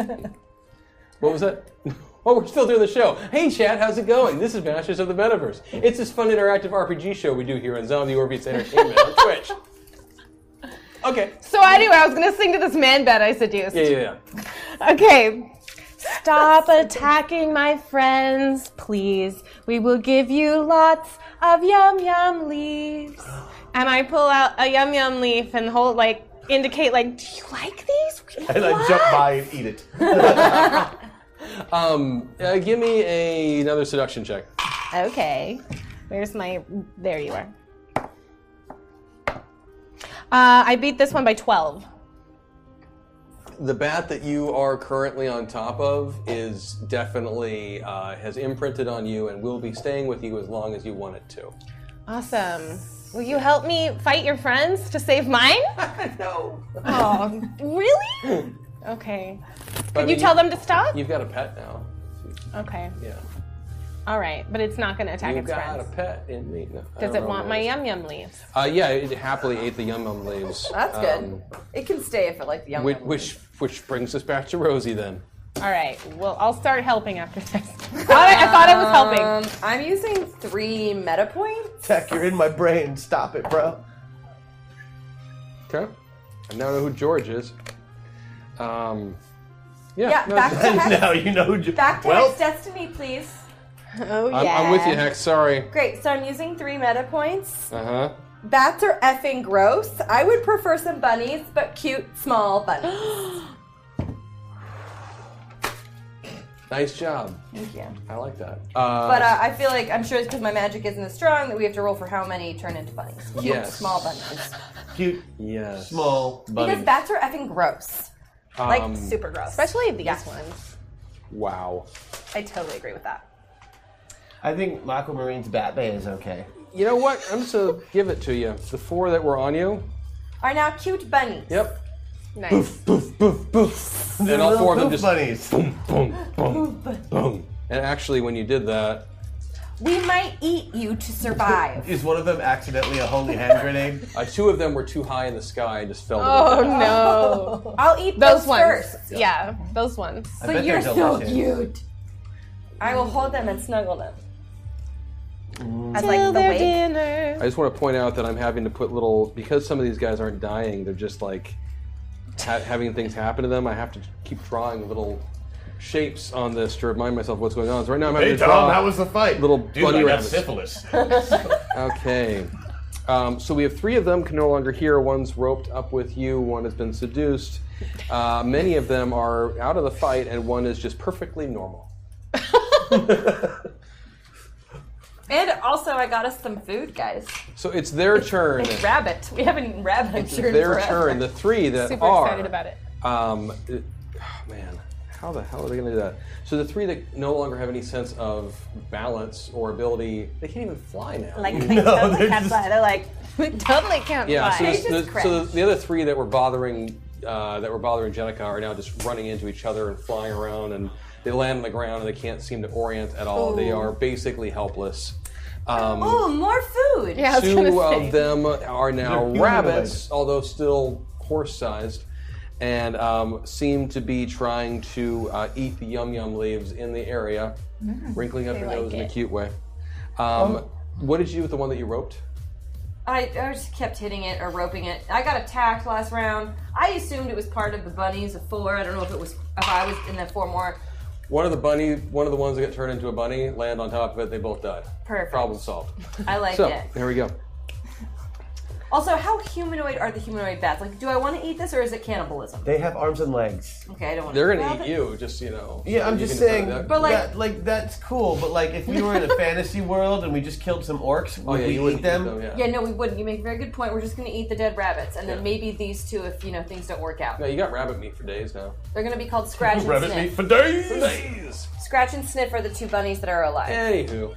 Speaker 1: What was that? Oh, we're still doing the show. Hey, Chad, how's it going? This is Masters of the Metaverse. It's this fun interactive RPG show we do here on Zombie Orbits Entertainment on Twitch. Okay.
Speaker 9: So anyway, I was gonna sing to this man bat I seduced.
Speaker 1: Yeah, yeah, yeah.
Speaker 9: Okay. Stop attacking my friends, please. We will give you lots of yum yum leaves. And I pull out a yum yum leaf and hold like indicate like, do you like these?
Speaker 3: And I jump by and eat it.
Speaker 1: Um, uh, give me a, another seduction check.
Speaker 9: Okay. Where's my? There you are. Uh, I beat this one by twelve.
Speaker 1: The bat that you are currently on top of is definitely uh, has imprinted on you and will be staying with you as long as you want it to.
Speaker 9: Awesome. Will you help me fight your friends to save mine?
Speaker 1: no.
Speaker 9: Oh, really? Okay.
Speaker 1: But I
Speaker 9: Could you
Speaker 1: mean,
Speaker 9: tell them to stop?
Speaker 1: You've got a pet now.
Speaker 9: Okay.
Speaker 1: Yeah.
Speaker 9: All right, but it's not going to attack
Speaker 1: You've
Speaker 9: its
Speaker 1: got
Speaker 9: friends.
Speaker 1: a pet in me. No, I
Speaker 9: Does
Speaker 1: don't
Speaker 9: it
Speaker 1: know
Speaker 9: want
Speaker 1: what
Speaker 9: my
Speaker 1: it is.
Speaker 9: yum yum leaves?
Speaker 1: Uh, yeah, it happily ate the yum yum leaves. Um,
Speaker 9: That's
Speaker 4: good. It can stay if it likes the young.
Speaker 1: Which, which which brings us back to Rosie then.
Speaker 9: All right. Well, I'll start helping after this. thought I- I thought I was helping.
Speaker 4: Um, I'm using three meta points.
Speaker 3: Tech, you're in my brain. Stop it, bro.
Speaker 1: Okay. I now know who George is. Um,
Speaker 4: Yeah, back to Hex.
Speaker 3: now you know. George.
Speaker 4: Back to
Speaker 1: well,
Speaker 4: Hex Destiny, please.
Speaker 9: Oh
Speaker 1: I'm, I'm with you, Hex. Sorry.
Speaker 4: Great. So I'm using three meta points.
Speaker 1: Uh huh.
Speaker 4: Bats are effing gross. I would prefer some bunnies, but cute small bunnies.
Speaker 1: Nice job.
Speaker 4: Thank you.
Speaker 1: I like that. Uh,
Speaker 4: but uh, I feel like I'm sure it's because my magic isn't as strong that we have to roll for how many turn into bunnies. Cute
Speaker 1: Yes.
Speaker 4: small bunnies.
Speaker 3: Cute.
Speaker 1: Yes.
Speaker 3: Small.
Speaker 4: Because bats are effing gross.
Speaker 3: Um,
Speaker 4: like super gross.
Speaker 9: Especially these ones.
Speaker 1: Wow.
Speaker 4: I totally agree with that.
Speaker 3: I think Aquamarine's Batman is okay.
Speaker 1: You know what? I'm just gonna give it to you. The four that were on you.
Speaker 4: Are now cute bunnies.
Speaker 1: Yep.
Speaker 9: Nice.
Speaker 1: and all four of them
Speaker 3: Little
Speaker 1: just
Speaker 3: bunnies.
Speaker 1: boom, boom, boom, boom. And actually, when you did that,
Speaker 4: We might eat you to survive.
Speaker 3: Is one of them accidentally a holy hand grenade?
Speaker 1: uh, two of them were too high in the sky and just fell. to the
Speaker 9: Oh
Speaker 1: ground.
Speaker 9: no.
Speaker 4: I'll eat
Speaker 9: those,
Speaker 4: those
Speaker 9: ones.
Speaker 4: first.
Speaker 9: Yeah. those ones.
Speaker 3: I bet they're delicious.
Speaker 4: I will hold them and snuggle them. As
Speaker 9: Till
Speaker 4: like the
Speaker 9: their
Speaker 4: wake.
Speaker 9: dinner.
Speaker 1: I just want to point out that I'm having to put little because some of these guys aren't dying; they're just like ha- having things happen to them. I have to keep drawing little shapes on this to remind myself what's going on. So right now, I'm having
Speaker 3: Hey
Speaker 1: to draw.
Speaker 3: Tom, how was the fight?
Speaker 1: little
Speaker 3: Dude,
Speaker 1: bunny
Speaker 3: I got
Speaker 1: rabbits.
Speaker 3: syphilis.
Speaker 1: Okay. Um, so we have three of them can no longer hear. One's roped up with you. One has been seduced. Uh, many of them are out of the fight, and one is just perfectly normal.
Speaker 4: And also, I got us some food, guys.
Speaker 1: So it's their turn.
Speaker 4: Like rabbit. We haven't eaten rabbit. I'm
Speaker 1: It's
Speaker 4: sure in
Speaker 1: their
Speaker 4: forever.
Speaker 1: turn. The three that
Speaker 9: Super
Speaker 1: are
Speaker 9: excited about it.
Speaker 1: Um, it- oh, man, how the hell are they going to do that? So the three that no longer have any sense of balance or ability, they can't even fly now.
Speaker 5: Like, they totally can't fly. They're like,
Speaker 9: We totally can't
Speaker 1: yeah.
Speaker 9: fly.
Speaker 1: So, this- the, so the, the other three that were bothering uh, that were bothering Jenica are now just running into each other and flying around, and they land on the ground and they can't seem to orient at all. They
Speaker 4: Ooh.
Speaker 1: are basically helpless. Um,
Speaker 4: Oh, more food.
Speaker 9: Yeah, I was
Speaker 1: Two
Speaker 9: gonna say.
Speaker 1: of them are now
Speaker 3: They're humanoid.
Speaker 1: rabbits, although still horse-sized, and um, seem to be trying to uh, eat the yum yum leaves in the area,
Speaker 7: Mm,
Speaker 1: wrinkling up
Speaker 7: they
Speaker 1: her
Speaker 7: like
Speaker 1: nose in a
Speaker 7: it.
Speaker 1: cute way. Um,
Speaker 7: Oh.
Speaker 1: What did you do with the one that you roped?
Speaker 7: I, I just kept hitting it or roping it. I got attacked last round. I assumed it was part of the bunnies of four. I don't know if it was if I was in the four more.
Speaker 1: One of the bunny, one of the ones that got turned into a bunny, land on top of it. They both died.
Speaker 7: Perfect.
Speaker 1: Problem solved.
Speaker 7: I like
Speaker 1: so
Speaker 7: it.
Speaker 1: there we go.
Speaker 7: Also, how humanoid are the humanoid bats? Like, do I want to eat this or is it cannibalism?
Speaker 3: They have arms and legs.
Speaker 7: Okay, I don't want.
Speaker 1: They're
Speaker 7: to
Speaker 1: gonna eat you, just you know.
Speaker 3: Yeah, I'm
Speaker 1: you
Speaker 3: just
Speaker 1: can decide
Speaker 3: saying.
Speaker 1: that.
Speaker 3: But like, that, like that's cool. But like, if we were in a fantasy world and we just killed some orcs,
Speaker 1: Oh,
Speaker 3: would
Speaker 1: yeah,
Speaker 3: we
Speaker 1: you
Speaker 3: eat
Speaker 1: wouldn't eat
Speaker 3: them?
Speaker 1: them,
Speaker 7: Yeah, no, we wouldn't. You make a very good point. We're just gonna eat the dead rabbits, and then
Speaker 1: Yeah.
Speaker 7: maybe these two, if you know things don't work out.
Speaker 1: No, you got rabbit meat for days now.
Speaker 7: They're gonna be called scratch and
Speaker 1: rabbit
Speaker 7: sniff.
Speaker 1: meat for days. For days.
Speaker 7: Scratch and sniff are the two bunnies that are alive.
Speaker 1: Anywho,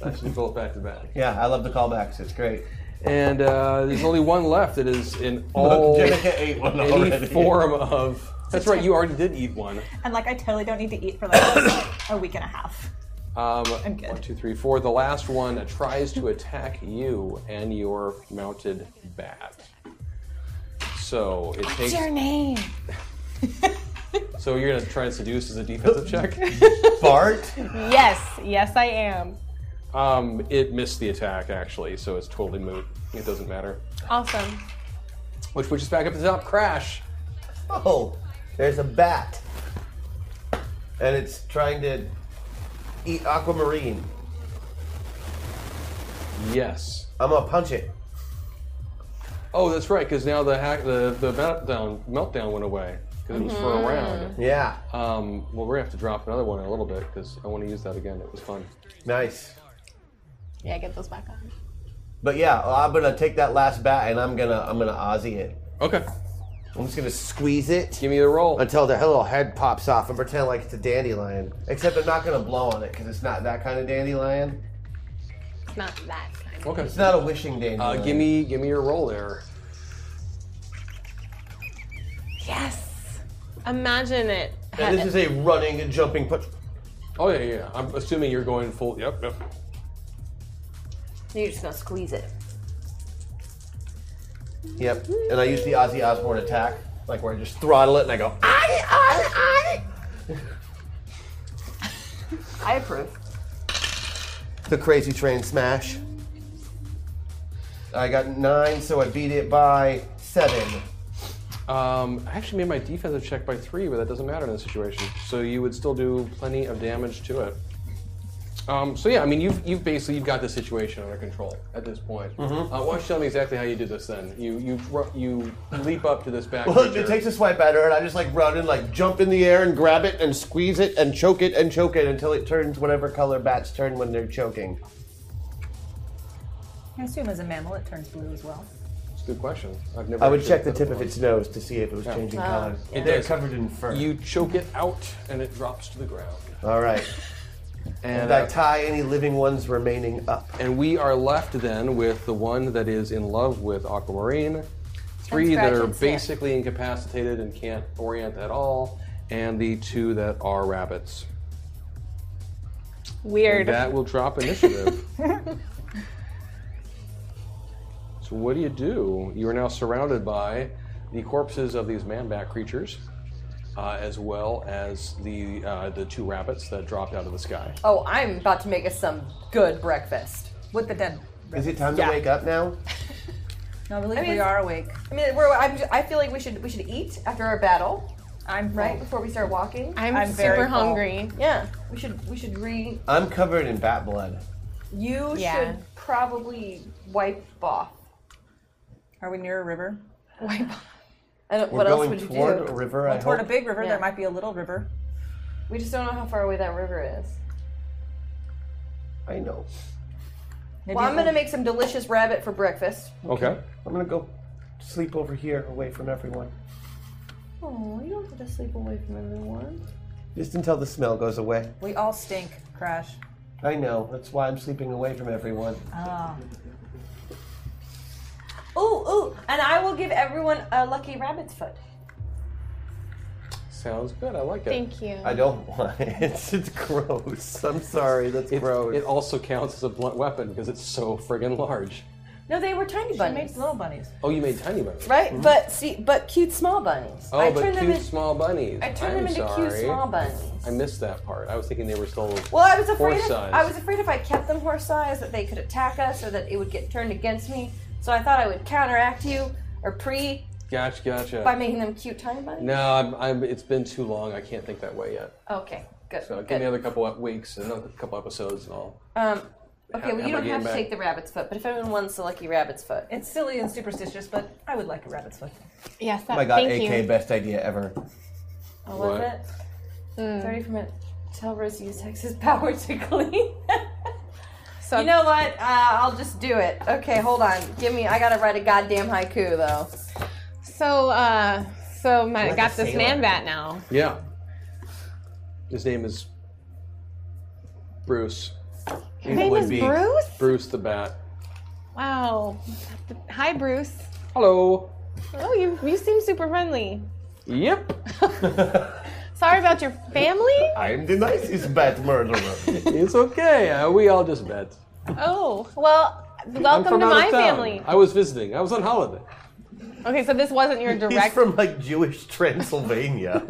Speaker 1: that's just both back to back.
Speaker 3: Yeah, I love the callbacks. It's great.
Speaker 1: And uh, there's only one left that is in all
Speaker 3: Jenica ate one
Speaker 1: any
Speaker 3: already.
Speaker 1: form of. That's right. You already did eat one.
Speaker 5: And like, I totally don't need to eat for like a week and a half.
Speaker 1: Um, one, two, three, four. The last one that tries to attack you and your mounted bat. So it takes.
Speaker 5: name?
Speaker 1: So you're gonna try and seduce as a defensive check.
Speaker 3: Bart.
Speaker 6: Yes, yes, I am.
Speaker 1: Um, it missed the attack actually, so it's totally moot. It doesn't matter.
Speaker 6: Awesome.
Speaker 1: Which pushes back up to the top. Crash.
Speaker 3: Oh, there's a bat, and it's trying to eat aquamarine.
Speaker 1: Yes.
Speaker 3: I'm gonna punch it.
Speaker 1: Oh, that's right. Because now the hack, the the meltdown meltdown went away because it was for a
Speaker 3: Mhm.
Speaker 1: round.
Speaker 3: Yeah.
Speaker 1: Um, well, we're gonna have to drop another one in a little bit because I want to use that again. It was fun.
Speaker 3: Nice.
Speaker 6: Yeah, get those back on.
Speaker 3: But yeah, I'm gonna take that last bat and I'm gonna I'm gonna Aussie it.
Speaker 1: Okay.
Speaker 3: I'm just gonna squeeze it.
Speaker 1: Give me the roll
Speaker 3: until the little head pops off and pretend like it's a dandelion. Except I'm not gonna blow on it because it's not that kind of dandelion.
Speaker 6: It's not that kind.
Speaker 1: Okay.
Speaker 3: It's not a wishing dandelion.
Speaker 1: Uh, give me give me your roll there.
Speaker 6: Yes. Imagine it.
Speaker 3: And this is a running and jumping punch.
Speaker 1: Oh yeah, yeah. yeah. I'm assuming you're going full. Yep, yep.
Speaker 7: You're just gonna squeeze it.
Speaker 3: Yep. And I use the Ozzy Osbourne attack, like where I just throttle it and I go. "Ah!"
Speaker 7: I approve.
Speaker 3: The crazy train smash. I got nine, so I beat it by seven.
Speaker 1: Um, I actually made my defensive check by three, but that doesn't matter in this situation. So you would still do plenty of damage to it. Um, so yeah, I mean, you've you've basically you've got the situation under control at this point.
Speaker 3: Mhm.
Speaker 1: Uh, why don't you tell me exactly how you did this then? You you ru- you leap up to this back.
Speaker 3: Well, it
Speaker 1: creature.
Speaker 3: takes a swipe at her, and I just like run and like jump in the air and grab it and squeeze it and choke it and choke it until it turns whatever color bats turn when they're choking.
Speaker 5: I assume as a mammal, it turns blue as well.
Speaker 1: It's a good question. I've never.
Speaker 3: I would
Speaker 1: actually
Speaker 3: check the
Speaker 1: looked at
Speaker 3: tip of
Speaker 1: one.
Speaker 3: its nose to see if it was
Speaker 1: Yeah.
Speaker 3: changing
Speaker 1: Ah.
Speaker 3: color.
Speaker 1: It
Speaker 3: They're
Speaker 1: does.
Speaker 3: covered in fur.
Speaker 1: You choke it out, and it drops to the ground.
Speaker 3: All right.
Speaker 1: And, uh,
Speaker 3: And I tie any living ones remaining up.
Speaker 1: And we are left then with the one that is in love with Aquamarine, three that
Speaker 3: Scratch
Speaker 1: are
Speaker 3: and sniff.
Speaker 1: basically incapacitated and can't orient at all, and the two that are rabbits.
Speaker 6: Weird.
Speaker 1: And that will drop initiative. so what do you do? You are now surrounded by the corpses of these man-bat creatures, uh, as well as the uh, the two rabbits that dropped out of the sky.
Speaker 7: Oh, I'm about to make us some good breakfast with the dead.
Speaker 3: Is it time to wake up now?
Speaker 5: No, really,
Speaker 7: I mean,
Speaker 5: we are awake.
Speaker 7: I mean, we're, I'm, ju- I feel like we should we should eat after our battle.
Speaker 5: I'm
Speaker 7: right before we start walking.
Speaker 6: I'm I'm super very full. hungry.
Speaker 7: Yeah, we should we should re.
Speaker 3: I'm covered in bat blood.
Speaker 7: You
Speaker 5: Yeah.
Speaker 7: should probably wipe off.
Speaker 5: Are we near a river?
Speaker 7: Wipe off. I don't,
Speaker 3: We're
Speaker 7: what else
Speaker 3: going
Speaker 7: would you
Speaker 3: toward
Speaker 7: do?
Speaker 3: a river, I Well,
Speaker 5: Toward a big river,
Speaker 7: Yeah.
Speaker 5: there might be a little river.
Speaker 7: We just don't know how far away that river is.
Speaker 3: I know.
Speaker 7: well, I'm gonna make some delicious rabbit for breakfast.
Speaker 1: Okay.
Speaker 3: I'm gonna go sleep over here, away from everyone,
Speaker 7: Oh, you don't have to sleep away from everyone.
Speaker 3: just until the smell goes away.
Speaker 5: We all stink, Crash.
Speaker 3: I know. That's why I'm sleeping away from everyone.
Speaker 5: Ah.
Speaker 7: Ooh, ooh, and I will give everyone a lucky rabbit's foot.
Speaker 1: Sounds good. I like it.
Speaker 7: Thank you.
Speaker 3: I don't want it. It's, it's gross. I'm sorry. That's
Speaker 1: It,
Speaker 3: gross.
Speaker 1: it also counts as a blunt weapon because it's so friggin' large.
Speaker 7: No, they were tiny bunnies.
Speaker 5: made little bunnies.
Speaker 1: Oh, you made tiny bunnies.
Speaker 7: Right?
Speaker 1: Mhm.
Speaker 7: But see, but cute small bunnies.
Speaker 1: Oh,
Speaker 7: I
Speaker 1: but
Speaker 7: turned
Speaker 1: cute
Speaker 7: them in,
Speaker 1: small bunnies.
Speaker 7: I turned
Speaker 1: I'm
Speaker 7: them into
Speaker 1: sorry.
Speaker 7: cute small bunnies.
Speaker 1: I missed that part. I was thinking they were still
Speaker 7: Well, I was afraid.
Speaker 1: horse
Speaker 7: If,
Speaker 1: size.
Speaker 7: I was afraid if I kept them horse size that they could attack us or that it would get turned against me. So I thought I would counteract you or pre
Speaker 1: Gotcha, gotcha.
Speaker 7: by making them cute tiny bunnies.
Speaker 1: no, I'm, I'm, it's been too long. I can't think that way yet.
Speaker 7: Okay, good.
Speaker 1: So give
Speaker 7: good.
Speaker 1: me another couple of weeks, another couple episodes, and all.
Speaker 7: Um, okay,
Speaker 1: Have-
Speaker 7: well,
Speaker 1: have
Speaker 7: you
Speaker 1: my
Speaker 7: don't have
Speaker 1: game
Speaker 7: to
Speaker 1: back.
Speaker 7: take the rabbit's foot, but if everyone wants the lucky rabbit's foot,
Speaker 5: it's silly and superstitious, but I would like a rabbit's foot.
Speaker 9: Yes,
Speaker 3: Oh my god, AK, best idea ever.
Speaker 9: Oh,
Speaker 7: I
Speaker 3: love
Speaker 7: love
Speaker 3: What?
Speaker 7: it. Thirty from it. Tell Rose use Hex's power to clean. so you know what? Uh, I'll just do it. Okay, hold on. Give me. I gotta write a goddamn haiku though.
Speaker 9: So, uh, so my,
Speaker 1: Like
Speaker 9: got
Speaker 1: a
Speaker 9: this
Speaker 1: sailor.
Speaker 9: man bat now.
Speaker 1: Yeah. His name is Bruce.
Speaker 9: His name is Bruce?
Speaker 1: Bruce the Bat.
Speaker 9: Wow. Hi, Bruce.
Speaker 1: Hello.
Speaker 9: Oh, you you seem super friendly.
Speaker 1: Yep.
Speaker 9: Sorry about your family.
Speaker 1: I'm the nicest bat murderer. it's okay. Uh, we all just bet.
Speaker 9: Oh, well,
Speaker 1: I'm
Speaker 9: welcome
Speaker 1: from
Speaker 9: to
Speaker 1: out of
Speaker 9: my
Speaker 1: town.
Speaker 9: family.
Speaker 1: I was visiting. I was on holiday.
Speaker 9: Okay, so this wasn't your direct.
Speaker 3: from like Jewish Transylvania.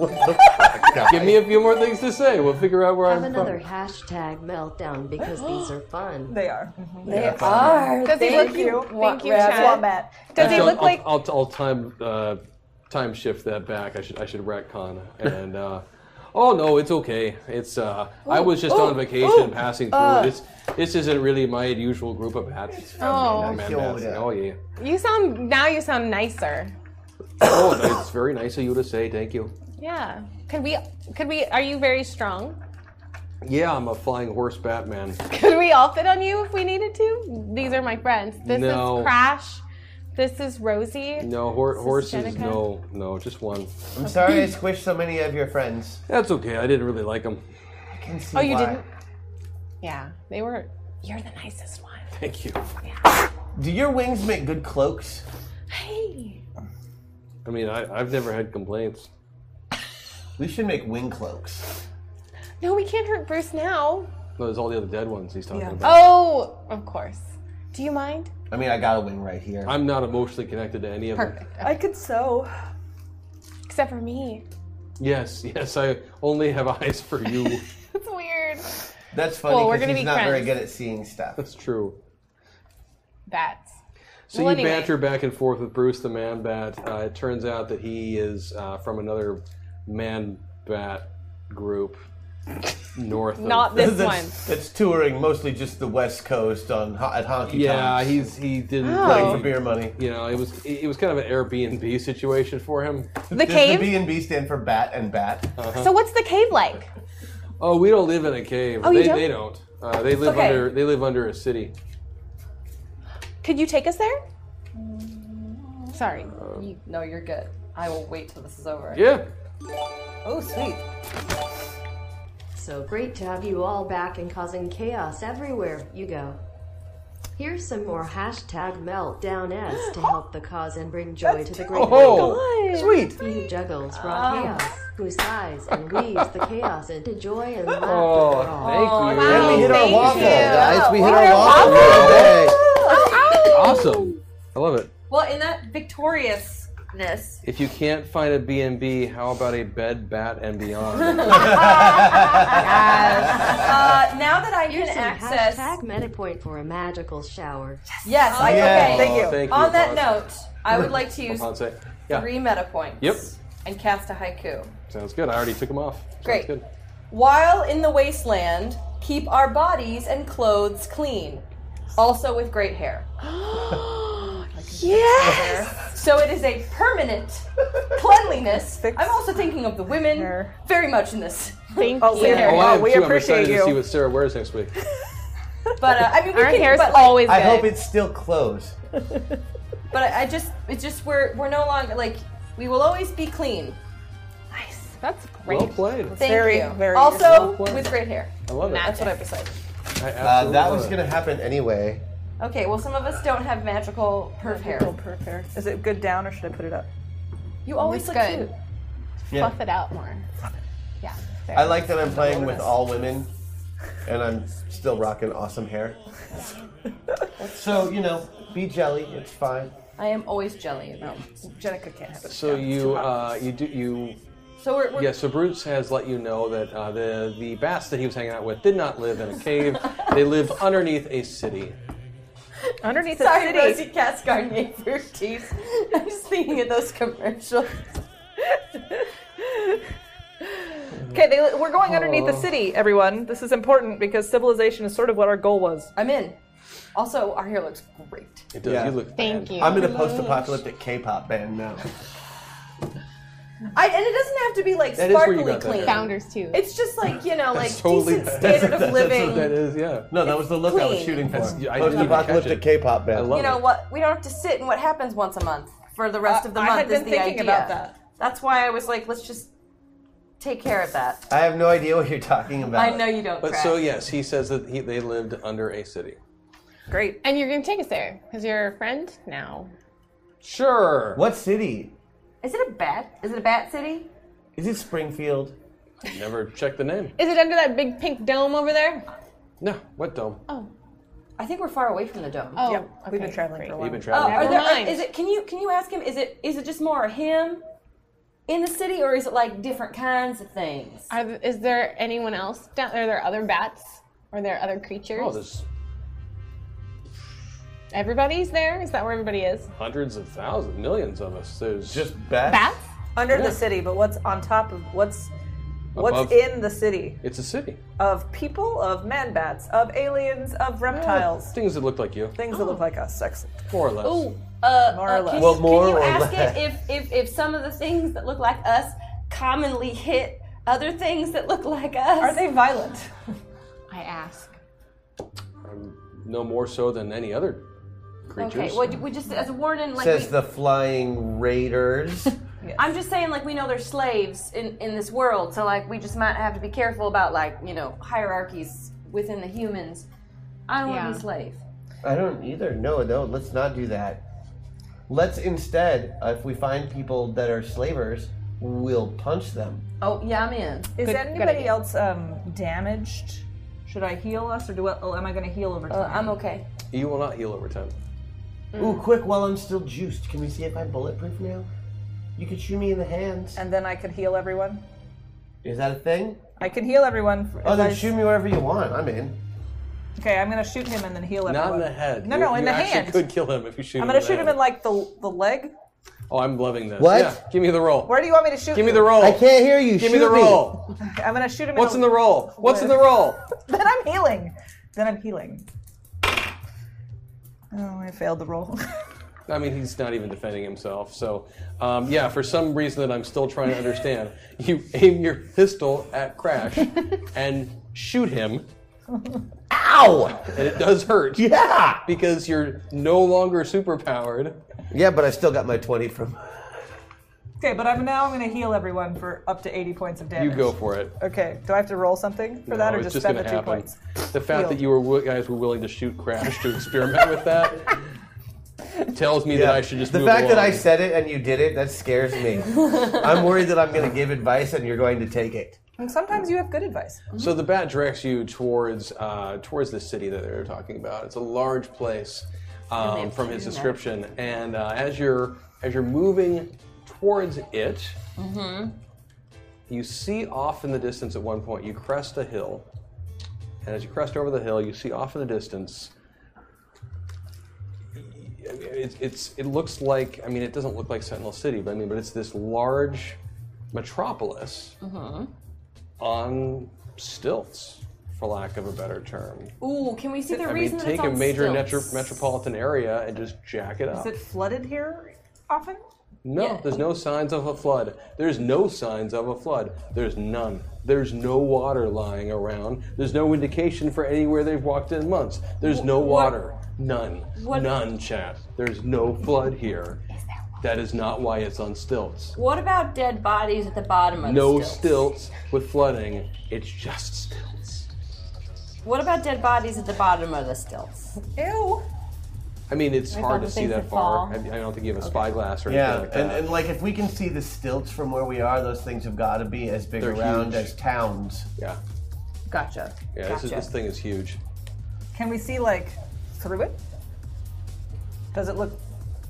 Speaker 1: Give me a few more things to say. We'll figure out where
Speaker 8: Have
Speaker 1: I'm
Speaker 8: another
Speaker 1: from.
Speaker 8: hashtag meltdown because these are fun.
Speaker 5: They are.
Speaker 8: They
Speaker 1: Yeah,
Speaker 8: are.
Speaker 9: Does he look
Speaker 8: Thank you,
Speaker 9: Thank you,
Speaker 8: Rabbit.
Speaker 9: Chad.
Speaker 8: Wombat.
Speaker 9: Does he
Speaker 1: Actually,
Speaker 9: look
Speaker 1: I'll,
Speaker 9: like?
Speaker 1: I'll, I'll, I'll time uh, time shift that back. I should I should retcon and. Uh, Oh no, it's okay. It's uh, I
Speaker 2: Ooh,
Speaker 1: was just
Speaker 2: ooh,
Speaker 1: on vacation,
Speaker 2: ooh,
Speaker 1: passing through.
Speaker 9: uh.
Speaker 1: this this isn't really my usual group of bats.
Speaker 9: Oh.
Speaker 1: man bats. oh yeah.
Speaker 9: You sound now. You sound nicer.
Speaker 1: Oh, that's very nice of you to say. Thank you.
Speaker 9: Yeah. Could we? Could we? Are you very strong?
Speaker 1: Yeah, I'm a flying horse Batman.
Speaker 9: Could we all fit on you if we needed to? These are my friends. This
Speaker 1: No.
Speaker 9: is Crash. This is Rosie.
Speaker 1: No hor- horses.
Speaker 9: Jenica?
Speaker 1: No, no, just one.
Speaker 3: I'm sorry I squished so many of your friends.
Speaker 1: That's okay. I didn't really like them.
Speaker 3: I can see
Speaker 9: Oh, you
Speaker 3: why.
Speaker 9: didn't. Yeah, they were. You're the nicest one.
Speaker 1: Thank you.
Speaker 3: Do your wings make good cloaks?
Speaker 9: Hey.
Speaker 1: I mean, I, I've never had complaints.
Speaker 3: We should make wing cloaks.
Speaker 9: No, we can't hurt Bruce now.
Speaker 1: No, there's all the other dead ones he's talking about.
Speaker 9: Oh, of course. Do you mind?
Speaker 1: I mean, I got a wing right here. I'm not emotionally connected to any of them.
Speaker 9: Perfect.
Speaker 5: I could sew.
Speaker 9: Except for me.
Speaker 1: Yes, yes, I only have eyes for you.
Speaker 9: That's weird.
Speaker 3: That's
Speaker 9: funny, Well, we're 'cause gonna he's be not friends. very good
Speaker 3: at seeing stuff.
Speaker 1: That's true.
Speaker 9: Bats.
Speaker 1: So
Speaker 9: Well,
Speaker 1: you
Speaker 9: anyway.
Speaker 1: banter back and forth with Bruce the Man Bat. Uh, it turns out that he is uh, from another Man Bat group north. of
Speaker 3: That's- That's touring mostly just the West Coast on ho- at honky
Speaker 1: Yeah,
Speaker 3: tonks.
Speaker 1: he's he didn't
Speaker 3: Oh. Playing for beer money.
Speaker 1: You know, it was it was kind of an Airbnb situation for him.
Speaker 9: The Does cave? the
Speaker 3: B and B stand for bat and bat?
Speaker 1: Uh-huh.
Speaker 9: So what's the cave like?
Speaker 1: Oh, we don't live in a cave.
Speaker 9: Oh,
Speaker 1: they
Speaker 9: you don't?
Speaker 1: they don't. Uh, they live
Speaker 9: Okay.
Speaker 1: under they live under a city.
Speaker 9: Could you take us there? Sorry.
Speaker 7: Uh, You, no, you're good. I will wait till this is over.
Speaker 1: Yeah.
Speaker 7: Oh, sweet.
Speaker 8: So great to have you all back and causing chaos everywhere you go. Here's some more hashtag meltdown S to help the cause and bring joy to the great
Speaker 2: Oh,
Speaker 8: world.
Speaker 2: sweet.
Speaker 8: He who juggles raw
Speaker 2: Oh.
Speaker 8: chaos, who sighs and weaves the chaos into joy and laughter.
Speaker 2: Oh,
Speaker 8: for all.
Speaker 2: thank you.
Speaker 8: wow,
Speaker 2: And we hit our
Speaker 8: thank
Speaker 2: waffle,
Speaker 8: you.
Speaker 3: guys. We hit our
Speaker 8: Wow.
Speaker 3: waffle. Hey.
Speaker 1: Awesome. I love it.
Speaker 7: Well, in that victoriousness,
Speaker 1: If you can't find a B&B, how about a Bed Bat and Beyond?
Speaker 7: uh, now that I
Speaker 8: Here's
Speaker 7: can
Speaker 8: some
Speaker 7: access.
Speaker 8: hashtag meta point for a magical shower.
Speaker 7: Yes, I,
Speaker 1: Yes.
Speaker 7: okay.
Speaker 1: Thank you. Thank you,
Speaker 7: On that note,
Speaker 1: Fonz.
Speaker 7: I would like to use
Speaker 1: Ponce. Yeah.
Speaker 7: three meta points
Speaker 1: Yep.
Speaker 7: and cast a haiku.
Speaker 1: Sounds good. I already took them off. Sounds
Speaker 7: Great.
Speaker 1: good.
Speaker 7: While in the wasteland, keep our bodies and clothes clean, also with great hair. yes! So it is a permanent cleanliness. I'm also thinking of the women very much in this.
Speaker 9: Thank
Speaker 7: you.
Speaker 1: Oh, I have
Speaker 7: we
Speaker 1: two. I'm
Speaker 7: appreciate
Speaker 1: excited
Speaker 7: you.
Speaker 1: to see what Sarah wears next week.
Speaker 7: But uh, I mean, we
Speaker 9: Our
Speaker 7: can,
Speaker 9: hair's
Speaker 7: but, like,
Speaker 9: always
Speaker 3: I hope it's still clothes.
Speaker 7: But I, I just, it's just we're we're no longer like we will always be clean. Nice.
Speaker 9: That's
Speaker 1: Well played.
Speaker 7: Thank
Speaker 5: Very,
Speaker 7: you.
Speaker 5: very
Speaker 7: also
Speaker 5: well played.
Speaker 7: with great hair.
Speaker 1: I love it.
Speaker 7: That's what I decided.
Speaker 3: Uh, that
Speaker 1: love
Speaker 3: was
Speaker 1: it.
Speaker 3: going to happen anyway.
Speaker 7: Okay, well, some of us don't have magical perf hair.
Speaker 5: Magical perf hair. Is it good down or should I put it up?
Speaker 7: You
Speaker 9: Oh,
Speaker 7: always look
Speaker 9: good.
Speaker 7: cute.
Speaker 3: Yeah.
Speaker 9: Fluff it out more. Yeah.
Speaker 3: I like that I'm playing with all women. and I'm still rocking awesome hair. so you know, be jelly. It's fine.
Speaker 7: I am always jelly about. Oh, Jenica can't have it.
Speaker 1: So you uh, you do you.
Speaker 7: So we're, we're
Speaker 1: Yeah, so Bruce has let you know that uh, the the bats that he was hanging out with did not live in a cave. they lived underneath a city.
Speaker 7: underneath
Speaker 4: the
Speaker 7: Sorry,
Speaker 4: city.
Speaker 7: Rosie Cat's gardening for teeth. I'm just thinking of those commercials.
Speaker 5: Okay, they, we're going underneath the
Speaker 7: Oh.
Speaker 5: city, everyone. This is important because civilization is sort of what our goal was.
Speaker 7: I'm in. Also, our hair looks great.
Speaker 1: It
Speaker 3: does.
Speaker 1: You look.
Speaker 9: Thank you.
Speaker 3: I'm in a post-apocalyptic K-pop band now.
Speaker 7: I, and it doesn't have to be like
Speaker 3: That is where you
Speaker 7: sparkly
Speaker 3: got that
Speaker 7: clean.
Speaker 3: hair. Founders,
Speaker 7: too. It's just like you know, like
Speaker 3: That's totally-
Speaker 7: decent
Speaker 3: that's-
Speaker 7: standard
Speaker 3: that's
Speaker 7: of
Speaker 3: what
Speaker 7: living.
Speaker 3: that
Speaker 1: is, yeah.
Speaker 3: No, that was the look I was
Speaker 7: clean.
Speaker 3: shooting for.
Speaker 1: That's- I didn't even catch
Speaker 3: Post-apocalyptic K-pop band.
Speaker 7: you know what? We don't have to sit in what happens once a month for the rest
Speaker 5: I-
Speaker 7: of the
Speaker 5: Uh, I
Speaker 7: month.
Speaker 5: had
Speaker 7: is
Speaker 5: been
Speaker 7: the
Speaker 5: thinking
Speaker 7: idea.
Speaker 5: about that.
Speaker 7: That's why I was like, let's just take care of that.
Speaker 3: I have no idea what you're talking about.
Speaker 7: I know you don't.
Speaker 1: But
Speaker 7: Brad.
Speaker 1: so yes, he says that he, they lived under a city.
Speaker 5: Great.
Speaker 9: And you're going to take us there because you're a friend now.
Speaker 1: Sure.
Speaker 3: What city?
Speaker 7: Is it a bat? Is it a bat city?
Speaker 3: Is it Springfield?
Speaker 1: Never checked the name.
Speaker 9: Is it under that big pink dome over there?
Speaker 1: No. What dome?
Speaker 7: Oh. I think we're far away from the dome.
Speaker 9: Oh,
Speaker 5: we've been traveling for a while.
Speaker 1: You've been
Speaker 7: Oh,
Speaker 1: traveling.
Speaker 7: are
Speaker 1: for-
Speaker 7: there, are,
Speaker 9: mind.
Speaker 7: is it? Can you can you ask him? Is it is it just more him in the city, or is it like different kinds of things?
Speaker 9: Are, th- is there anyone else down? Are there other bats? Are there other creatures?
Speaker 1: Oh, there's
Speaker 9: Everybody's there. Is that where everybody is?
Speaker 1: hundreds of thousands, millions of us. There's
Speaker 3: just bats.
Speaker 9: Bats.
Speaker 5: Under
Speaker 1: Yeah.
Speaker 5: the city, but what's on top of what's what's
Speaker 1: Above.
Speaker 5: in the city
Speaker 1: It's a city.
Speaker 5: of people, of man bats, of aliens, of reptiles,
Speaker 1: Oh, Things that look like you,
Speaker 5: things that look like us. Excellent.
Speaker 1: more or less.
Speaker 7: Oh, uh,
Speaker 5: More or
Speaker 7: uh,
Speaker 5: less.
Speaker 7: Can
Speaker 1: Well,
Speaker 7: you,
Speaker 1: more
Speaker 7: can you
Speaker 1: or
Speaker 7: ask
Speaker 1: less.
Speaker 7: it if, if if some of the things that look like us commonly hit other things that look like us?
Speaker 5: Are they violent?
Speaker 9: I ask.
Speaker 1: Um, no more so than any other creatures.
Speaker 7: Okay, well, we just as a warning, like
Speaker 3: Says
Speaker 7: we,
Speaker 3: the Flying Raiders.
Speaker 7: I'm just saying, like we know there's slaves in in this world, so like we just might have to be careful about like you know hierarchies within the humans. I don't want to
Speaker 9: Yeah.
Speaker 7: be slave.
Speaker 3: I don't either. No, no, let's not do that. Let's instead, uh, if we find people that are slavers, we'll punch them.
Speaker 7: Oh yeah, I'm in.
Speaker 5: Is
Speaker 7: Good- good
Speaker 5: anybody
Speaker 7: idea.
Speaker 5: else um, damaged? Should I heal us, or do I, oh, am I going to heal over time?
Speaker 7: Uh, I'm okay. Mm.
Speaker 1: you will not heal over time.
Speaker 3: Ooh, quick, while I'm still juiced, can we see if I'm bulletproof now? You could shoot me in the hands.
Speaker 5: And then I can heal everyone.
Speaker 3: Is that a thing?
Speaker 5: I can heal everyone. For,
Speaker 3: Oh,
Speaker 5: if
Speaker 3: then
Speaker 5: I-
Speaker 3: shoot me wherever you want. I'm in.
Speaker 5: Okay, I'm going to shoot him and then heal everyone.
Speaker 1: Not in the head.
Speaker 5: No,
Speaker 1: You-
Speaker 5: no, in
Speaker 1: you
Speaker 5: the
Speaker 1: actually
Speaker 5: hand.
Speaker 1: could kill him if you shoot.
Speaker 5: I'm
Speaker 1: him in
Speaker 5: going to
Speaker 1: the
Speaker 5: shoot him
Speaker 1: hand.
Speaker 5: in like the the leg.
Speaker 1: Oh, I'm loving this.
Speaker 3: What?
Speaker 1: Yeah, give me the roll.
Speaker 5: Where do you want me to shoot?
Speaker 1: Give me
Speaker 5: him?
Speaker 1: the roll.
Speaker 3: I can't hear you.
Speaker 1: Give me
Speaker 3: Shoot
Speaker 1: the roll.
Speaker 5: I'm going to shoot him.
Speaker 1: What's in the roll? What's in the roll?
Speaker 5: Then I'm healing. Then I'm healing. Oh, I failed the roll.
Speaker 1: I mean, he's not even defending himself. So, um, yeah, for some reason that I'm still trying to understand, you aim your pistol at Crash and shoot him,
Speaker 3: Ow!
Speaker 1: and it does hurt.
Speaker 3: Yeah!
Speaker 1: Because you're no longer superpowered.
Speaker 3: Yeah, but I still got my 20 from.
Speaker 5: okay, but I'm now I'm going to heal everyone for up to 80 points of damage.
Speaker 1: You go for it.
Speaker 5: Okay, do I have to roll something for that,
Speaker 1: No,
Speaker 5: or
Speaker 1: it's
Speaker 5: just
Speaker 1: just
Speaker 5: spend
Speaker 1: going
Speaker 5: the
Speaker 1: to
Speaker 5: two
Speaker 1: happen.
Speaker 5: points?
Speaker 1: The fact that you were wi- guys were willing to shoot Crash to experiment with that tells me that I should just
Speaker 3: the
Speaker 1: move
Speaker 3: fact that I
Speaker 1: along.
Speaker 3: said it and you did it, that scares me. I'm worried that I'm going to give advice and you're going to take it.
Speaker 5: And sometimes you have good advice.
Speaker 1: So the bat directs you towards uh, towards the city that they're talking about. It's a large place um, from his description, and uh, as you're as you're moving towards it, you see off in the distance at one point you crest a hill, and as you crest over the hill, you see off in the distance. It's, it's it looks like I mean it doesn't look like Sentinel City, but I mean but it's this large metropolis
Speaker 9: Mm-hmm.
Speaker 1: on stilts, for lack of a better term.
Speaker 7: Ooh, can we see the
Speaker 1: I mean,
Speaker 7: reason that
Speaker 1: take
Speaker 7: it's
Speaker 1: a
Speaker 7: on
Speaker 1: major
Speaker 7: stilts?
Speaker 1: metro- metropolitan area and just jack it up.
Speaker 5: Is it flooded here often?
Speaker 1: no, there's no signs of a flood. There's no signs of a flood. There's none. There's no water lying around. There's no indication for anywhere they've walked in months. There's no water. None.
Speaker 7: what-
Speaker 1: None, chat. There's no flood here. That is not why it's on stilts.
Speaker 7: What about dead bodies at the bottom of
Speaker 1: No
Speaker 7: the stilts?
Speaker 1: stilts with flooding. It's just stilts.
Speaker 7: What about dead bodies at the bottom of the stilts?
Speaker 5: Ew.
Speaker 1: I mean, it's
Speaker 7: Like all
Speaker 1: hard to
Speaker 7: the
Speaker 1: see
Speaker 7: things
Speaker 1: that
Speaker 7: that
Speaker 1: far. I,
Speaker 7: fall.
Speaker 1: I don't think you have a spyglass or anything
Speaker 3: Yeah,
Speaker 1: like that.
Speaker 3: and, and like if we can see the stilts from where we are, those things have got to be as big
Speaker 1: They're
Speaker 3: around
Speaker 1: huge.
Speaker 3: as towns.
Speaker 1: yeah.
Speaker 5: Gotcha.
Speaker 1: Yeah, this, is,
Speaker 5: Gotcha.
Speaker 1: this thing is huge.
Speaker 5: Can we see like through it? Does it look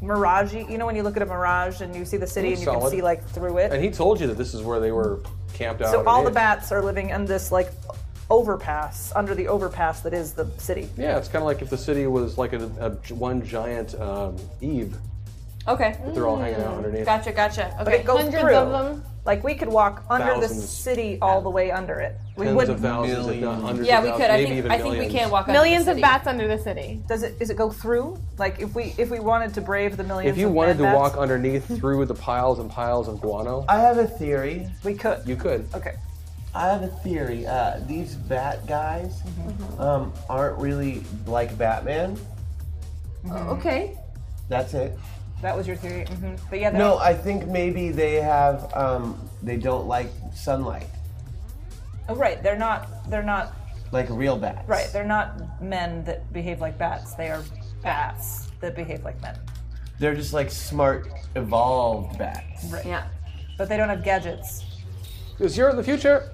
Speaker 5: miragey? You know when you look at a mirage and you see the city and
Speaker 1: Looks
Speaker 5: you
Speaker 1: solid.
Speaker 5: can see like through it.
Speaker 1: And he told you that this is where they were camped out.
Speaker 5: so
Speaker 1: and
Speaker 5: all the
Speaker 1: ate.
Speaker 5: bats are living in this like overpass under the overpass that is the city.
Speaker 1: Yeah, it's kind of like if the city was like a, a g- one giant um, Eve.
Speaker 5: Okay.
Speaker 1: They're all hanging
Speaker 5: Mm.
Speaker 1: out underneath.
Speaker 5: Gotcha, gotcha. Okay,
Speaker 1: Okay.
Speaker 5: go
Speaker 1: Hundreds
Speaker 5: through.
Speaker 1: of
Speaker 5: them. Like we could walk under the
Speaker 1: Thousands.
Speaker 5: city all the way under it. We
Speaker 1: Tens
Speaker 5: wouldn't.
Speaker 1: of thousands, if not hundreds
Speaker 5: Yeah,
Speaker 1: of
Speaker 5: we
Speaker 1: thousands,
Speaker 5: could. I
Speaker 1: maybe
Speaker 5: think-
Speaker 1: even
Speaker 5: I think we
Speaker 1: millions.
Speaker 5: can walk under
Speaker 9: Millions
Speaker 5: the
Speaker 9: of
Speaker 5: city.
Speaker 9: bats under the city.
Speaker 5: Does it? Is it go through? Like if we if we wanted to brave the millions.
Speaker 1: If you
Speaker 5: of
Speaker 1: wanted
Speaker 5: bad
Speaker 1: to
Speaker 5: bats-
Speaker 1: walk underneath through the piles and piles of guano,
Speaker 3: I have a theory.
Speaker 5: We could.
Speaker 1: You could.
Speaker 5: Okay.
Speaker 3: I have a theory. Uh, these bat guys
Speaker 5: Mm-hmm.
Speaker 3: um, aren't really like Batman.
Speaker 7: Oh,
Speaker 5: Okay.
Speaker 3: That's it.
Speaker 5: That was your theory. hmm But yeah.
Speaker 3: No, I think maybe they have. Um, they don't like sunlight,
Speaker 5: Oh, right. They're not. They're not.
Speaker 3: like real bats.
Speaker 5: Right. They're not men that behave like bats. They are bats that behave like men.
Speaker 3: They're just like smart, evolved bats.
Speaker 5: Right. Yeah. But they don't have gadgets.
Speaker 1: because you're in the future.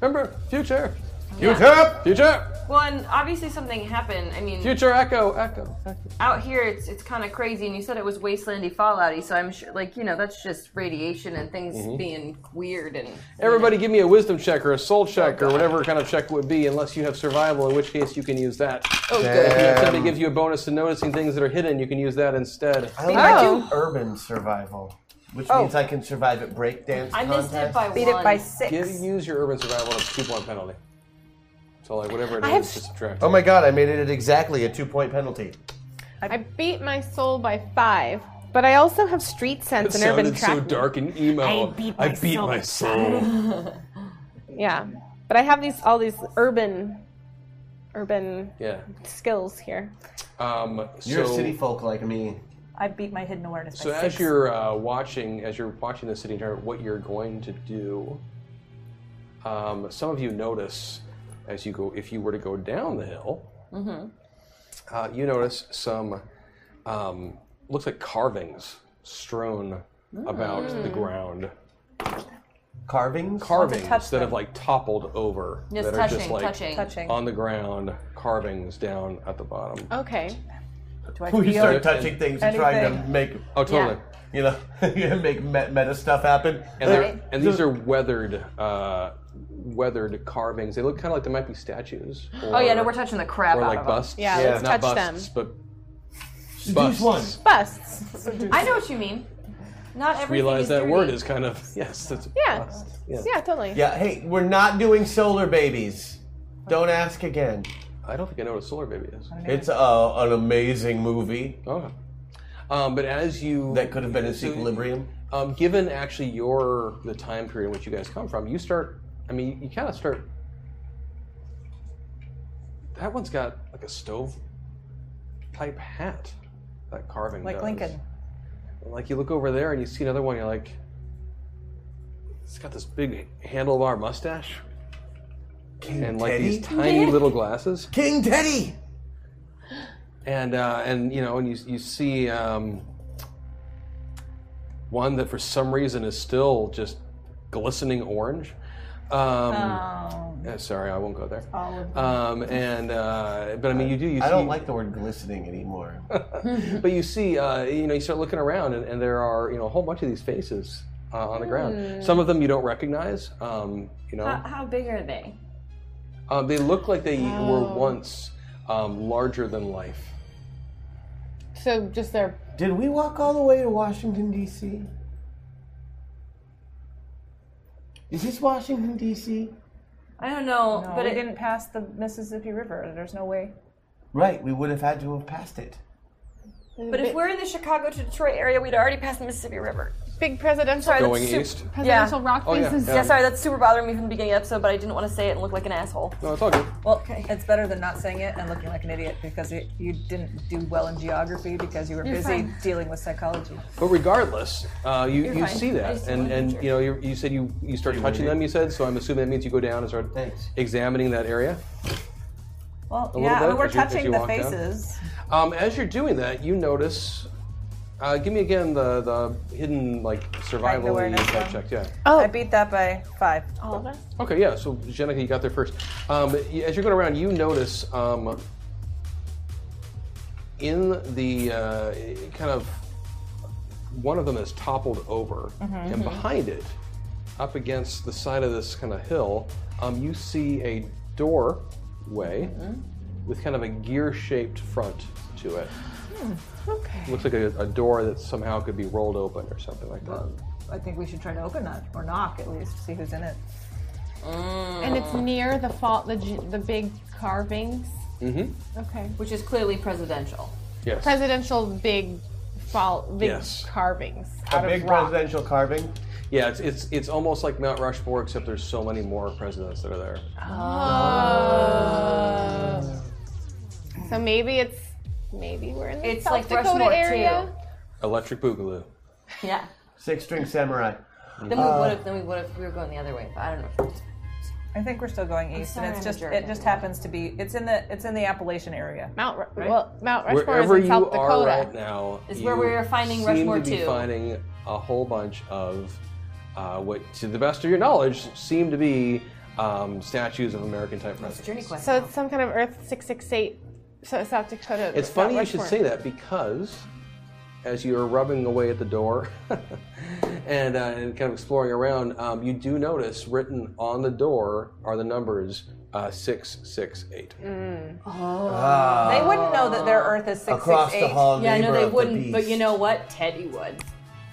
Speaker 1: Remember, future.
Speaker 7: Yeah.
Speaker 1: Future.
Speaker 7: Well, and obviously something happened. I mean,
Speaker 1: Future Echo. Echo. echo.
Speaker 7: out here it's it's kind of crazy. And you said it was wastelandy, fallouty, so I'm sure, like you know, that's just radiation and things
Speaker 1: Mhm.
Speaker 7: being weird and
Speaker 1: Everybody, give me a wisdom check or a soul check or whatever kind of check it would be, unless you have survival, in which case you can use that.
Speaker 7: Oh,
Speaker 3: good.
Speaker 1: If somebody
Speaker 3: Damn.
Speaker 1: gives you a bonus to noticing things that are hidden, you can use that instead.
Speaker 3: I like urban survival, which
Speaker 1: Oh.
Speaker 3: means I can survive at breakdance. contests.
Speaker 5: Beat it by six.
Speaker 1: Give, use your urban survival to keep one penalty. So like whatever it is,
Speaker 9: I have
Speaker 1: just subtract.
Speaker 3: Oh my god, I made it at exactly a two point penalty.
Speaker 9: I beat my soul by five, but I also have street sense
Speaker 1: It
Speaker 9: and urban
Speaker 1: sounded so
Speaker 9: track.
Speaker 1: dark and emo.
Speaker 9: I beat
Speaker 1: I beat
Speaker 9: myself.
Speaker 1: my soul.
Speaker 9: yeah, but I have these all these urban, urban
Speaker 1: yeah.
Speaker 9: skills here.
Speaker 1: Um,
Speaker 3: You're a
Speaker 1: so-
Speaker 3: city folk like me.
Speaker 5: I beat my hidden awareness.
Speaker 1: So
Speaker 5: by
Speaker 1: as
Speaker 5: six.
Speaker 1: you're uh, watching, as you're watching the city internet, what you're going to do? Um, some of you notice as you go, if you were to go down the hill,
Speaker 7: Mm-hmm.
Speaker 1: uh, you notice some um, looks like carvings strewn about the
Speaker 7: Mm.
Speaker 1: ground.
Speaker 3: Carvings,
Speaker 1: carvings
Speaker 7: touch
Speaker 1: that have like toppled over,
Speaker 7: Just
Speaker 1: that are just
Speaker 7: touching,
Speaker 1: like
Speaker 7: touching. Touching.
Speaker 1: on the ground, carvings down at the bottom.
Speaker 9: Okay.
Speaker 5: Do Oh, I
Speaker 3: We
Speaker 5: feel
Speaker 3: start touching things and trying to
Speaker 5: anything?
Speaker 3: make
Speaker 1: Oh, totally.
Speaker 3: you know make me- meta stuff happen.
Speaker 1: And, they're, and these are weathered, uh, weathered carvings. They look kind of like they might be statues.
Speaker 7: Oh, yeah, no, we're touching the crap
Speaker 1: or
Speaker 7: out
Speaker 1: like
Speaker 7: of 'em.
Speaker 1: busts.
Speaker 7: Yeah, let's
Speaker 1: not
Speaker 7: touch
Speaker 1: busts, but
Speaker 3: These
Speaker 1: busts.
Speaker 3: ones.
Speaker 9: Busts.
Speaker 7: I know what you mean. Not
Speaker 1: Just
Speaker 7: everything
Speaker 1: realize
Speaker 7: is
Speaker 1: that
Speaker 7: dirty.
Speaker 1: word is kind of yes. That's,
Speaker 9: Yeah.
Speaker 1: Yeah.
Speaker 9: Yeah, totally.
Speaker 3: Yeah, hey, we're not doing solar babies. Don't ask again.
Speaker 1: I don't think I know what a solar baby is.
Speaker 3: It's uh, an amazing movie.
Speaker 1: Oh. Um, but as you
Speaker 3: that could have been a equilibrium.
Speaker 1: Um, given actually your the time period in which you guys come from, you start. I mean, you kind of start. That one's got like a stove type hat. That carving,
Speaker 5: like
Speaker 1: does.
Speaker 5: Lincoln.
Speaker 1: And, like you look over there and you see another one. You're like, it's got this big handlebar mustache, and like
Speaker 3: Teddy?
Speaker 1: these tiny little glasses.
Speaker 3: King Teddy.
Speaker 1: And uh, and you know, and you you see um, one that for some reason is still just glistening orange. Um,
Speaker 5: Oh.
Speaker 1: eh, Sorry, I won't go there. Um, and uh, but I mean, you do. You
Speaker 3: I
Speaker 1: see,
Speaker 3: don't like the word glistening anymore.
Speaker 1: but you see, uh, you know, you start looking around, and, and there are you know a whole bunch of these faces uh, on the
Speaker 7: Hmm.
Speaker 1: ground. Some of them you don't recognize. Um, you know,
Speaker 5: Uh,
Speaker 7: How, how big are they?
Speaker 1: um, they look like they were
Speaker 9: Oh.
Speaker 1: once um, larger than life.
Speaker 9: So just their
Speaker 3: Did we walk all the way to Washington D.C.? Is this Washington D.C.?
Speaker 7: I don't know,
Speaker 5: No,
Speaker 7: but
Speaker 5: we
Speaker 7: it
Speaker 5: didn't pass the Mississippi River. There's no way.
Speaker 3: Right, we would have had to have passed it.
Speaker 7: But if we're in the Chicago to Detroit area, we'd already passed the Mississippi River.
Speaker 9: Big presidential
Speaker 7: Sorry, that's
Speaker 1: Going
Speaker 7: super-
Speaker 1: east?
Speaker 9: Presidential
Speaker 7: yeah.
Speaker 9: rock
Speaker 1: Oh, yeah, faces.
Speaker 7: Yeah.
Speaker 1: yeah.
Speaker 7: sorry, that's super bothering me from the beginning of the episode, but I didn't want to say it and look like an asshole.
Speaker 1: No, it's all good.
Speaker 5: Well, it's better than not saying it and looking like an idiot because it, you didn't do well in geography because you were
Speaker 7: You're
Speaker 5: busy
Speaker 7: fine.
Speaker 5: dealing with psychology.
Speaker 1: But regardless, uh, you,
Speaker 5: You're
Speaker 1: you
Speaker 5: fine.
Speaker 1: see
Speaker 5: I
Speaker 1: that,
Speaker 5: just
Speaker 1: and,
Speaker 5: wanted
Speaker 1: and
Speaker 5: to-
Speaker 1: you know you, you said you, you start touching them. You said so. I'm assuming that means you go down and start examining that area.
Speaker 5: Well,
Speaker 1: A little
Speaker 5: yeah, I
Speaker 1: bit
Speaker 5: mean, we're
Speaker 1: as you- as
Speaker 5: touching
Speaker 1: you
Speaker 5: the
Speaker 1: walk down.
Speaker 5: faces.
Speaker 1: Um, as you're doing that, you notice Uh, give me again the, the hidden like survival
Speaker 5: awareness
Speaker 1: type
Speaker 5: one.
Speaker 1: check. Yeah.
Speaker 5: Oh. I beat that by five. All of them?
Speaker 1: Okay, yeah. So Jenica, you got there first. Um, y- as you're going around, you notice um, in the uh, it kind of one of them is toppled over,
Speaker 2: Mhm.
Speaker 1: and behind it, up against the side of this kind of hill, um, you see a doorway
Speaker 7: Hmm,
Speaker 1: with kind of a gear-shaped front to it.
Speaker 5: Okay.
Speaker 1: Looks like a, a door that somehow could be rolled open or something like that.
Speaker 5: I think we should try to open that or knock at least, see who's in it.
Speaker 6: And it's near the fault, the, g- the big carvings.
Speaker 1: Mm-hmm.
Speaker 6: Okay.
Speaker 7: Which is clearly presidential.
Speaker 1: Yes.
Speaker 6: Presidential big fault, big
Speaker 1: Yes.
Speaker 6: carvings.
Speaker 3: A
Speaker 6: Out of
Speaker 3: big
Speaker 6: rock.
Speaker 3: presidential carving.
Speaker 1: Yeah, it's it's it's almost like Mount Rushmore, except there's so many more presidents that are there.
Speaker 6: Oh. So maybe it's maybe we're in the
Speaker 9: It's
Speaker 6: South
Speaker 9: like
Speaker 6: Dakota
Speaker 9: Rushmore, too.
Speaker 6: area.
Speaker 1: Electric Boogaloo.
Speaker 7: Yeah.
Speaker 3: Six string samurai.
Speaker 7: Then we
Speaker 1: Uh,
Speaker 7: would have. Then we would have. We were going the other way, but I don't know. if we just-
Speaker 5: I think we're still going
Speaker 7: I'm
Speaker 5: east,
Speaker 7: sorry,
Speaker 5: and
Speaker 7: I'm
Speaker 5: it's
Speaker 7: a
Speaker 5: just
Speaker 7: jerk,
Speaker 5: it just happens to be it's in the it's in the Appalachian area.
Speaker 6: Mount
Speaker 5: right?
Speaker 6: well, Mount
Speaker 1: Wherever you are right now
Speaker 5: Is where
Speaker 1: you
Speaker 5: we are finding
Speaker 1: seem
Speaker 5: Rushmore
Speaker 1: to be
Speaker 5: too.
Speaker 1: finding a whole bunch of uh, what, to the best of your knowledge, seem to be um, statues of American type presidents.
Speaker 6: So it's some kind of Earth six six eight. So it's South Dakota.
Speaker 1: It's
Speaker 6: Mount
Speaker 1: funny you should
Speaker 6: Rushmore.
Speaker 1: say that because as you're rubbing away at the door and, uh, and kind of exploring around, um, you do notice written on the door are the numbers uh, 668.
Speaker 7: Oh.
Speaker 1: Ah.
Speaker 5: They wouldn't know that their Earth is six
Speaker 1: Across the hall,
Speaker 7: Yeah, no,
Speaker 1: neighbor
Speaker 7: they
Speaker 1: of the
Speaker 7: wouldn't. but
Speaker 1: beast.
Speaker 7: you know what? Teddy would.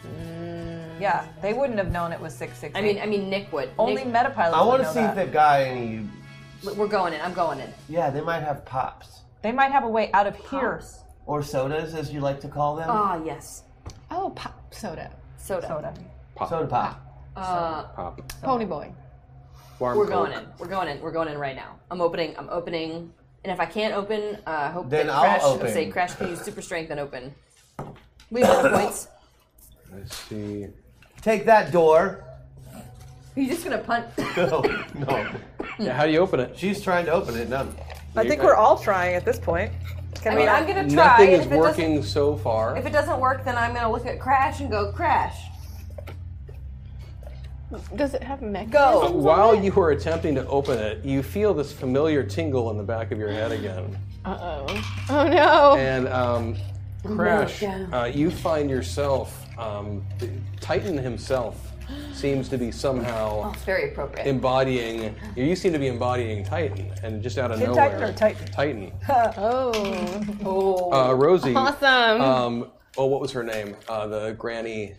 Speaker 5: Hmm. Yeah, they wouldn't have known it was six six.
Speaker 7: I mean, I mean, Nick would.
Speaker 5: Only
Speaker 7: Nick,
Speaker 5: Metapilot.
Speaker 3: Uh, I want to see if they've got any.
Speaker 7: We're going in. I'm going in.
Speaker 3: Yeah, they might have pops
Speaker 5: They might have a way out of here.
Speaker 3: or sodas, as you like to call them.
Speaker 7: Ah, yes.
Speaker 6: Oh, pop soda.
Speaker 7: Soda. Soda.
Speaker 1: Pop.
Speaker 3: Soda pop.
Speaker 7: Uh,
Speaker 1: Pop.
Speaker 6: Pony boy.
Speaker 1: Warm
Speaker 7: we're
Speaker 1: Coke.
Speaker 7: going in. We're going in. We're going in right now. I'm opening. I'm opening. And if I can't open, uh, I hope
Speaker 3: Then
Speaker 7: that
Speaker 3: I'll
Speaker 7: Crash
Speaker 3: open.
Speaker 7: say Crash can use super strength and open. We have enough points.
Speaker 1: Let's see.
Speaker 3: Take that door.
Speaker 7: You're just gonna punt.
Speaker 3: No, no.
Speaker 1: Yeah, how do you open it?
Speaker 3: She's trying to open it. No.
Speaker 5: I think we're all trying at this point.
Speaker 7: I mean, I'm gonna try.
Speaker 1: Nothing
Speaker 7: and
Speaker 1: is
Speaker 7: if it doesn't-
Speaker 1: working so far.
Speaker 7: If it doesn't work, then I'm gonna look at Crash and go, Crash.
Speaker 6: Does it have mechanisms?
Speaker 1: Uh,
Speaker 6: Go.
Speaker 1: While you are attempting to open it, you feel this familiar tingle in the back of your head again.
Speaker 6: Uh oh. Oh no.
Speaker 1: And um,
Speaker 6: Oh,
Speaker 1: Crash,
Speaker 6: yeah.
Speaker 1: uh, you find yourself, um, Titan himself seems to be
Speaker 7: Oh,
Speaker 1: somehow
Speaker 7: it's very appropriate.
Speaker 1: embodying, you seem to be embodying Titan, and just out of
Speaker 7: Teen
Speaker 1: nowhere.
Speaker 7: Titan or Titan?
Speaker 1: Titan.
Speaker 6: oh.
Speaker 7: Oh.
Speaker 1: Uh, Rosie.
Speaker 6: Awesome.
Speaker 1: Um, oh, what was her name? Uh, the granny.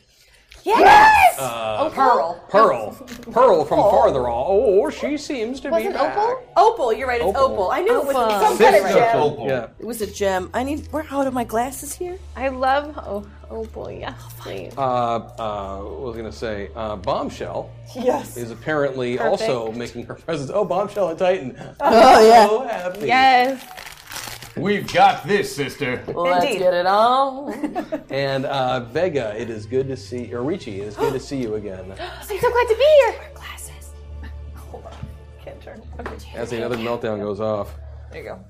Speaker 6: yes.
Speaker 1: Uh,
Speaker 6: Oh, Pearl.
Speaker 1: Pearl. Pearl from
Speaker 7: Opal.
Speaker 1: farther on. Oh, she seems to be
Speaker 7: Wasn't
Speaker 1: back.
Speaker 7: Opal, you're right. It's Opal.
Speaker 1: Opal.
Speaker 7: I knew it
Speaker 1: Opal.
Speaker 7: was some kind of
Speaker 1: Sister
Speaker 7: gem.
Speaker 1: Opal. Yeah.
Speaker 7: It was a gem. I need. Where out of my glasses here?
Speaker 6: I love. Oh, oh boy. Yeah. please.
Speaker 1: Uh, uh, what was I going to say? Uh, Bombshell.
Speaker 6: Yes.
Speaker 1: Is apparently
Speaker 6: Perfect.
Speaker 1: also making her presence. Oh, Bombshell and Titan.
Speaker 7: Uh, Oh,
Speaker 1: So happy.
Speaker 6: Yes.
Speaker 1: We've got this, sister.
Speaker 7: Let's get it on.
Speaker 1: And uh, Vega, it is good to see. Or Richie, it is good to see you again.
Speaker 6: I'm so glad to be here.
Speaker 7: Glasses.
Speaker 5: Hold on. Can't turn. Okay.
Speaker 1: As another meltdown goes off.
Speaker 5: There you go.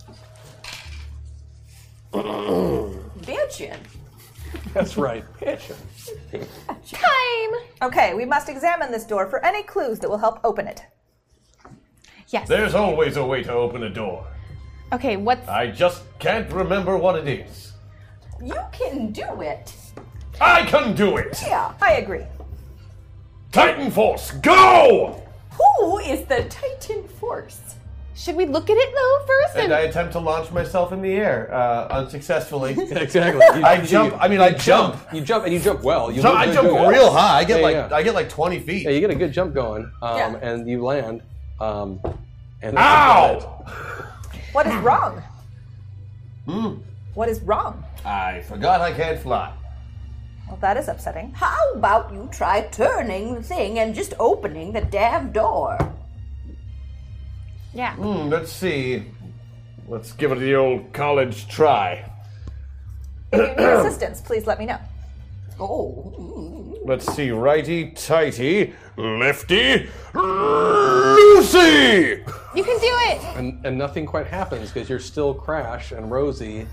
Speaker 7: Bitchin'.
Speaker 1: That's right.
Speaker 5: Time! Okay, we must examine this door for any clues that will help open it.
Speaker 6: Yes.
Speaker 16: There's always a way to open a door.
Speaker 6: Okay. What's
Speaker 16: I just can't remember what it is.
Speaker 7: You can do it.
Speaker 16: I can do it!
Speaker 5: Yeah, I agree.
Speaker 16: Titan Force, go!
Speaker 7: Who is the Titan Force?
Speaker 6: Should we look at it though first?
Speaker 3: And I attempt to launch myself in the air uh, unsuccessfully.
Speaker 1: exactly.
Speaker 3: I jump. I mean, I jump.
Speaker 1: You jump and you jump well. You
Speaker 3: So
Speaker 1: look
Speaker 3: I
Speaker 1: really
Speaker 3: jump
Speaker 1: good.
Speaker 3: real high. I get
Speaker 1: Yeah,
Speaker 3: like
Speaker 1: yeah.
Speaker 3: I get like twenty feet.
Speaker 1: Yeah, you get a good jump going, um,
Speaker 5: Yeah.
Speaker 1: and you land. Um, and
Speaker 3: Ow!
Speaker 5: What is wrong?
Speaker 3: Mm.
Speaker 5: What is wrong?
Speaker 3: I forgot I can't fly.
Speaker 5: Well, that is upsetting.
Speaker 7: How about you try turning the thing and just opening the damn door?
Speaker 6: Yeah.
Speaker 16: Hmm, let's see. Let's give it the old college try.
Speaker 5: If you need assistance, please let me know.
Speaker 7: Oh.
Speaker 16: Let's see. Righty tighty, lefty loosey!
Speaker 6: You can do it.
Speaker 1: And, and nothing quite happens because you're still Crash and Rosie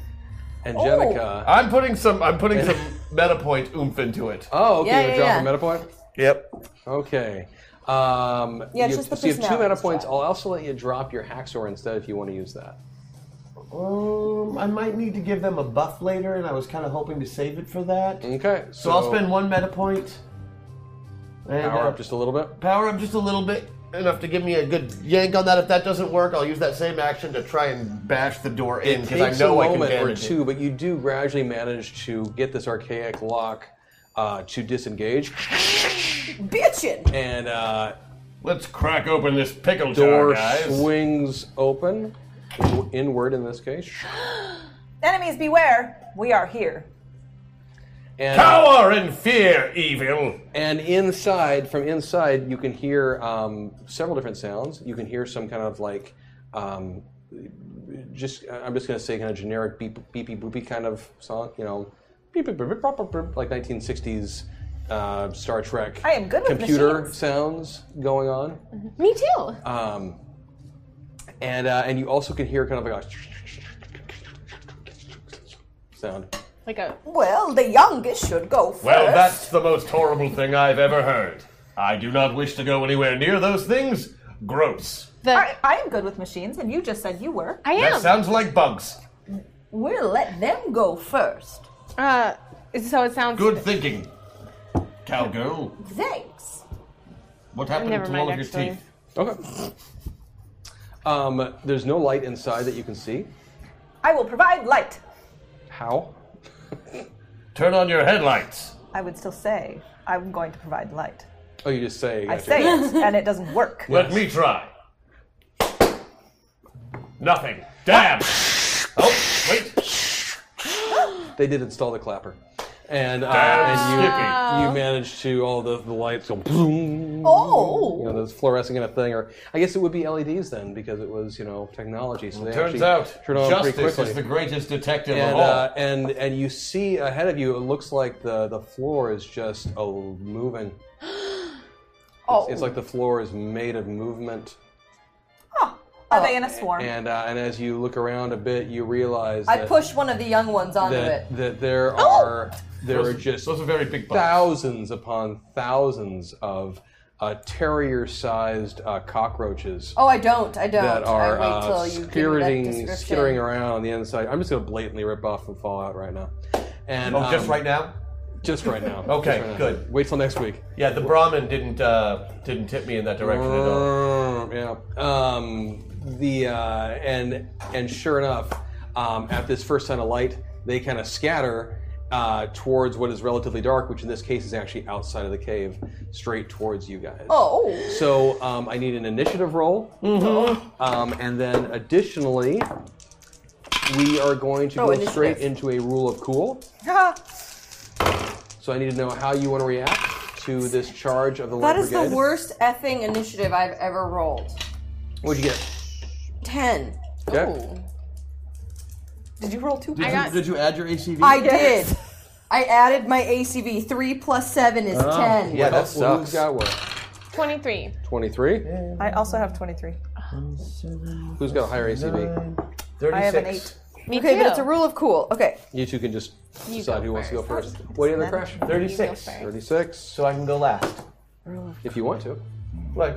Speaker 1: and
Speaker 16: Oh.
Speaker 1: Jenica.
Speaker 16: I'm putting some. I'm putting some
Speaker 3: meta point oomph into it.
Speaker 1: Oh, okay. you have a drop a meta point.
Speaker 3: Yep.
Speaker 1: Okay. Um,
Speaker 3: Yeah, it's
Speaker 1: you,
Speaker 3: just the
Speaker 1: so you have two
Speaker 3: personality
Speaker 1: meta points. I'll also let you drop your hacksaw instead if you want to use that.
Speaker 3: Um, I might need to give them a buff later, and I was kind of hoping to save it for that.
Speaker 1: Okay.
Speaker 3: So, I'll spend one meta point. And,
Speaker 1: power
Speaker 3: uh,
Speaker 1: up just a little bit.
Speaker 3: Power up just a little bit, enough to give me a good yank on that. If that doesn't work, I'll use that same action to try and bash the door in
Speaker 1: It
Speaker 3: because I
Speaker 1: takes
Speaker 3: know
Speaker 1: a
Speaker 3: I can
Speaker 1: moment or
Speaker 3: damage
Speaker 1: two, but you do gradually manage to get this archaic lock uh, to disengage,
Speaker 17: Bitchin'!
Speaker 1: and uh,
Speaker 16: let's crack open this pickle jar,
Speaker 1: door
Speaker 16: guys.
Speaker 1: swings open w- inward in this case.
Speaker 5: Enemies beware! We are here.
Speaker 1: And,
Speaker 16: Cower in fear, evil.
Speaker 1: And inside, from inside, you can hear um, several different sounds. You can hear some kind of like, um, just I'm just gonna say kind of generic beep beepy boopy kind of song. You know, beep beep beep beep, beep, beep, beep like 1960s uh, Star Trek.
Speaker 6: I am good with
Speaker 1: computer
Speaker 6: machines.
Speaker 1: sounds going on.
Speaker 6: Me too.
Speaker 1: Um, and uh, and you also can hear kind of like a sound.
Speaker 6: Like a
Speaker 17: well, the youngest should go first.
Speaker 16: Well, that's the most horrible thing I've ever heard. I do not wish to go anywhere near those things. Gross.
Speaker 5: I, I am good with machines, and you just said you were. I
Speaker 16: That sounds like bugs.
Speaker 17: We'll let them go first.
Speaker 6: Uh, so it sounds
Speaker 16: Good thinking, cowgirl.
Speaker 17: Thanks.
Speaker 16: What happened
Speaker 6: Never
Speaker 16: to
Speaker 6: mind,
Speaker 16: all of your
Speaker 6: actually.
Speaker 16: teeth?
Speaker 1: Okay. Um, there's no light inside that you can see.
Speaker 5: I will provide light.
Speaker 1: How?
Speaker 16: Turn on your headlights.
Speaker 5: I would still say I'm going to provide light.
Speaker 1: Oh, you just say.
Speaker 5: I
Speaker 1: gotcha.
Speaker 5: say it, and it doesn't work.
Speaker 16: Let me try. Nothing. Damn. oh, wait.
Speaker 1: They did install the clapper, and uh,
Speaker 16: Damn
Speaker 1: and you
Speaker 16: Skippy.
Speaker 1: you managed to all the, the lights go boom.
Speaker 17: Oh.
Speaker 1: You know those fluorescent kind of thing, or I guess it would be LEDs then because it was you know technology. So they
Speaker 16: Turns
Speaker 1: actually
Speaker 16: out,
Speaker 1: turn on pretty
Speaker 16: justice
Speaker 1: quickly.
Speaker 16: is the greatest detective
Speaker 1: and,
Speaker 16: of all.
Speaker 1: uh, and and you see ahead of you, it looks like the the floor is just oh, moving.
Speaker 5: Oh.
Speaker 1: It's, it's like the floor is made of movement.
Speaker 5: Are they in a swarm?
Speaker 1: And uh, and as you look around a bit, you realize
Speaker 17: I
Speaker 1: that,
Speaker 17: pushed one of the young ones onto it.
Speaker 1: that, that there are there
Speaker 16: Those-
Speaker 1: are just
Speaker 16: those are very big bugs.
Speaker 1: thousands upon thousands of uh, terrier-sized uh, cockroaches.
Speaker 17: Oh, I don't. I don't.
Speaker 1: That
Speaker 17: I
Speaker 1: are
Speaker 17: wait till
Speaker 1: uh,
Speaker 17: you give me that
Speaker 1: skirting,
Speaker 17: description.
Speaker 1: skittering around on the inside. I'm just gonna blatantly rip off and fall out right now. And
Speaker 3: Oh, just
Speaker 1: um,
Speaker 3: right now?
Speaker 1: Just right now.
Speaker 3: Okay,
Speaker 1: Just right now.
Speaker 3: good.
Speaker 1: Wait till next week.
Speaker 3: Yeah, the Brahmin didn't uh, didn't tip me in that direction at all.
Speaker 1: Mm, Yeah. Um, the uh, and and sure enough, um, at this first sign of light, they kind of scatter uh, towards what is relatively dark, which in this case is actually outside of the cave, straight towards you guys.
Speaker 17: Oh.
Speaker 1: So um, I need an initiative roll, um, and then additionally, we are going to
Speaker 17: Oh,
Speaker 1: go
Speaker 17: initiative.
Speaker 1: straight into a rule of cool.
Speaker 7: Ah,
Speaker 1: So I need to know how you want to react to this charge of the
Speaker 17: That
Speaker 1: light
Speaker 17: is
Speaker 1: brigade.
Speaker 17: the worst effing initiative I've ever rolled.
Speaker 1: What'd you get?
Speaker 17: Ten.
Speaker 1: Okay.
Speaker 17: Did you roll two?
Speaker 1: Did, you, did you add your ACV?
Speaker 17: I did. I added my ACV. Three plus seven is
Speaker 1: Oh,
Speaker 17: ten.
Speaker 1: Yeah, that
Speaker 3: Well,
Speaker 1: sucks.
Speaker 3: who's
Speaker 1: got what?
Speaker 6: 23.
Speaker 1: 23?
Speaker 5: I also have 23.
Speaker 1: Who's got a higher ACV?
Speaker 5: I have an 8.
Speaker 6: Me
Speaker 17: okay, but
Speaker 5: too.
Speaker 17: it's a
Speaker 7: Oh,
Speaker 17: rule of cool. Okay.
Speaker 1: You two can just
Speaker 17: You
Speaker 1: decide
Speaker 17: go
Speaker 1: who wants to go first. What do you have the crash?
Speaker 3: 36.
Speaker 1: 36. So
Speaker 3: I can go last.
Speaker 1: If you want to.
Speaker 3: Like,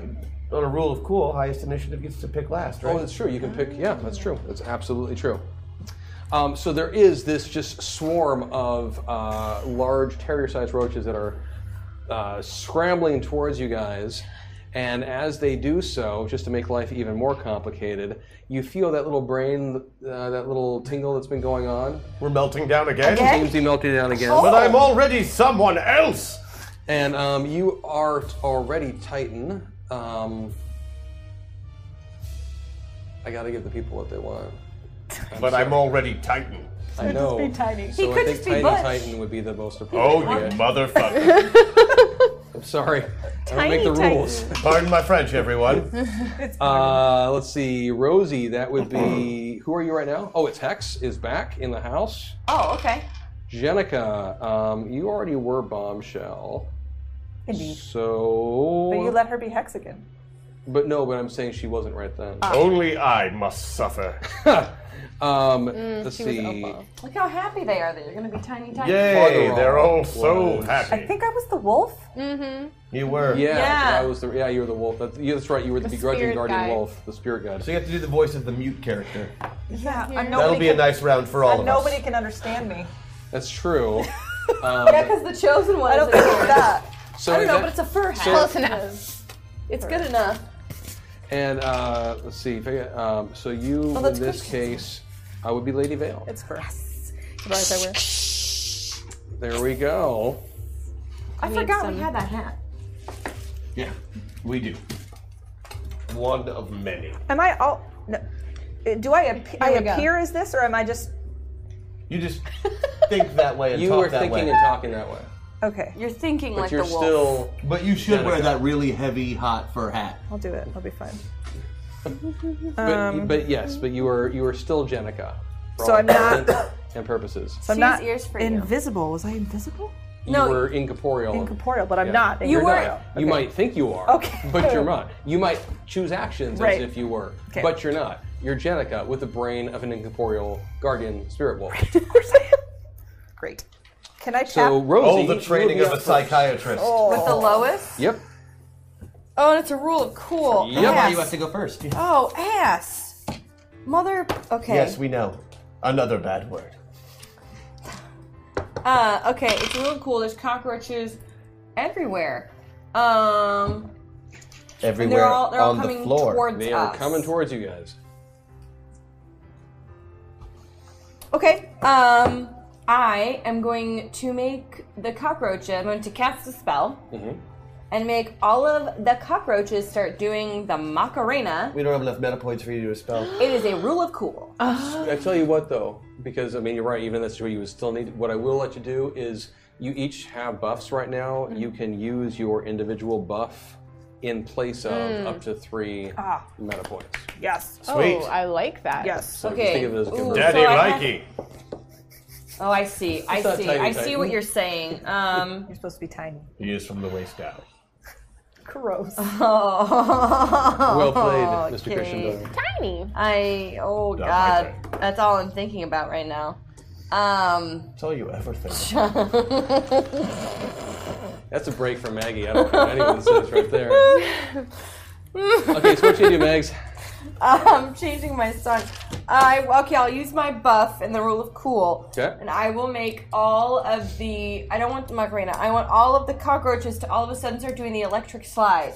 Speaker 3: on a rule of cool, highest initiative gets to pick last, right?
Speaker 1: Oh, that's true. You can pick. Yeah, that's true. That's absolutely true. Um, so there is this just swarm of uh, large terrier-sized roaches that are uh, scrambling towards you guys. And as they do so, just to make life even more complicated, you feel that little brain, uh, that little tingle that's been going on.
Speaker 3: We're melting down again. Again?
Speaker 1: Seems to be melting down again.
Speaker 3: But I'm already someone else.
Speaker 1: And um, you are t- already Titan. Um, I gotta give the people what they want.
Speaker 3: But I'm already Titan.
Speaker 1: I know.
Speaker 5: tiny.
Speaker 1: So I think Tiny Titan would be the most
Speaker 3: Oh,
Speaker 1: appropriate.
Speaker 3: you
Speaker 1: way.
Speaker 3: motherfucker.
Speaker 1: I'm sorry. I don't
Speaker 3: Tiny
Speaker 1: make the
Speaker 3: Titan.
Speaker 1: rules.
Speaker 3: Pardon my French, everyone.
Speaker 1: Uh, let's see, Rosie. That would be who are you right now? Oh, it's Hex is back in the house.
Speaker 17: Oh, okay.
Speaker 1: Jenica, um, you already were bombshell.
Speaker 5: Indeed.
Speaker 1: So
Speaker 5: But you let her be hex again.
Speaker 1: But no, but I'm saying she wasn't right then.
Speaker 7: Ah.
Speaker 18: Only I must suffer.
Speaker 1: um,
Speaker 7: Mm,
Speaker 1: let's
Speaker 7: she was
Speaker 1: see.
Speaker 7: Look how happy they are that you're going to be tiny, tiny.
Speaker 18: Yay, they're all so
Speaker 1: was-
Speaker 18: happy.
Speaker 7: think I was the wolf. Mm-hmm.
Speaker 3: You were.
Speaker 1: Yeah,
Speaker 7: Yeah.
Speaker 1: I was the, yeah, you were the wolf. That's, yeah, that's right. You were the,
Speaker 7: The
Speaker 1: begrudging
Speaker 7: spirit
Speaker 1: guardian
Speaker 7: guide.
Speaker 1: wolf, the spirit guide.
Speaker 3: So you have to do the voice of the mute character.
Speaker 5: Yeah, and
Speaker 3: That'll
Speaker 5: nobody
Speaker 3: be a
Speaker 5: can-
Speaker 3: nice round for
Speaker 7: Uh,
Speaker 3: all
Speaker 5: and
Speaker 3: of us.
Speaker 5: nobody can understand me.
Speaker 1: That's true. Um,
Speaker 7: yeah, because the chosen one. I don't that.
Speaker 1: So
Speaker 7: I don't know,
Speaker 1: that-
Speaker 7: but it's a fur hat.
Speaker 1: so- Close
Speaker 7: enough. It's good enough.
Speaker 1: And uh, let's see. If I, get- um, so you, in this case, I would be Lady Vale.
Speaker 5: Oh, It's fur. Yes.
Speaker 1: There we go.
Speaker 7: I
Speaker 5: Need
Speaker 7: forgot
Speaker 5: some-
Speaker 7: Oh, we had that hat.
Speaker 18: Yeah, we do.
Speaker 9: Oh.
Speaker 18: One of many.
Speaker 5: Am I all? No. Uh, Do I, ap- I
Speaker 18: Here we go.
Speaker 5: appear as this, or am I just
Speaker 3: You just think that way and
Speaker 1: You
Speaker 3: talk
Speaker 1: were
Speaker 3: that
Speaker 1: thinking
Speaker 3: way.
Speaker 1: and talking that way.
Speaker 5: okay? You're thinking
Speaker 1: But like the you're wolf. still-
Speaker 3: But you should wear
Speaker 1: Jenica.
Speaker 3: that really heavy, hot fur hat.
Speaker 5: I'll do it. I'll be fine.
Speaker 1: But,
Speaker 5: Um,
Speaker 1: but yes, but you were you were still Jenica. for
Speaker 5: So
Speaker 1: all
Speaker 5: I'm not-
Speaker 1: intents and purposes.
Speaker 5: So I'm not invisible. Was I invisible?
Speaker 1: You were incorporeal.
Speaker 5: incorporeal, but I'm
Speaker 1: Yeah.
Speaker 5: not.
Speaker 1: You're
Speaker 5: incorporeal.
Speaker 1: not. You might think you are,
Speaker 5: Okay.
Speaker 1: but you're not. You might choose actions
Speaker 5: Right.
Speaker 1: as if you were,
Speaker 5: Okay.
Speaker 1: but you're not. You're Jenica with the brain of an incorporeal guardian spirit wolf.
Speaker 5: Great. Can I tap?
Speaker 1: So Rosie,
Speaker 3: All the
Speaker 1: you
Speaker 3: training
Speaker 1: would be
Speaker 3: of a
Speaker 1: up first.
Speaker 3: psychiatrist.
Speaker 7: With the lowest.
Speaker 1: Yep.
Speaker 7: Oh, and it's a rule of cool.
Speaker 3: That's why you
Speaker 7: Ass.
Speaker 3: have to go first.
Speaker 7: Oh, ass. Mother. Okay.
Speaker 3: Yes, we know. Another bad word.
Speaker 7: Uh, okay, it's real cool. There's cockroaches everywhere. Um,
Speaker 3: Everywhere
Speaker 7: they're all- they're all
Speaker 3: on the
Speaker 7: coming
Speaker 3: floor.
Speaker 7: towards
Speaker 1: They are
Speaker 7: us.
Speaker 1: coming towards you guys.
Speaker 7: okay. Um, I am going to make the cockroach. I'm going to cast a spell
Speaker 3: Mm-hmm.
Speaker 7: and make all of the cockroaches start doing the Macarena.
Speaker 3: We don't have enough meta points for you to do a spell.
Speaker 7: It is a rule of cool.
Speaker 5: Ah.
Speaker 1: I tell you what, though, because I mean, you're right. Even that's what you would still need. What I will let you do is, you each have buffs right now.
Speaker 7: Mm-hmm.
Speaker 1: You can use your individual buff in place of
Speaker 9: Mm.
Speaker 1: up to three
Speaker 9: Ah.
Speaker 1: meta points.
Speaker 5: Yes.
Speaker 1: Sweet.
Speaker 9: Oh, I like that.
Speaker 5: Yes.
Speaker 1: So just think of it as a good
Speaker 7: Ooh,
Speaker 1: word.
Speaker 7: so I have- Oh, I see. I
Speaker 1: It's not
Speaker 7: see.
Speaker 1: tiny,
Speaker 7: I
Speaker 1: tiny.
Speaker 7: see what you're saying. Um,
Speaker 5: you're supposed to be tiny.
Speaker 18: He is from the waist down.
Speaker 5: Gross.
Speaker 7: Oh.
Speaker 18: Well played, Mr. Christian Doyle.
Speaker 7: Tiny. I oh
Speaker 3: Not
Speaker 7: god,
Speaker 3: my
Speaker 7: that's all I'm thinking about right now. Um.
Speaker 3: It's all you ever think.
Speaker 1: That's a break for Maggie. I don't know what anyone says right there. Okay, so what you do, Mags?
Speaker 7: I'm changing my song. I okay. I'll use my buff and the rule of cool,
Speaker 1: Okay.
Speaker 7: and I will make all of the. I don't want the Macarena. I want all of the cockroaches to all of a sudden start doing the electric slide,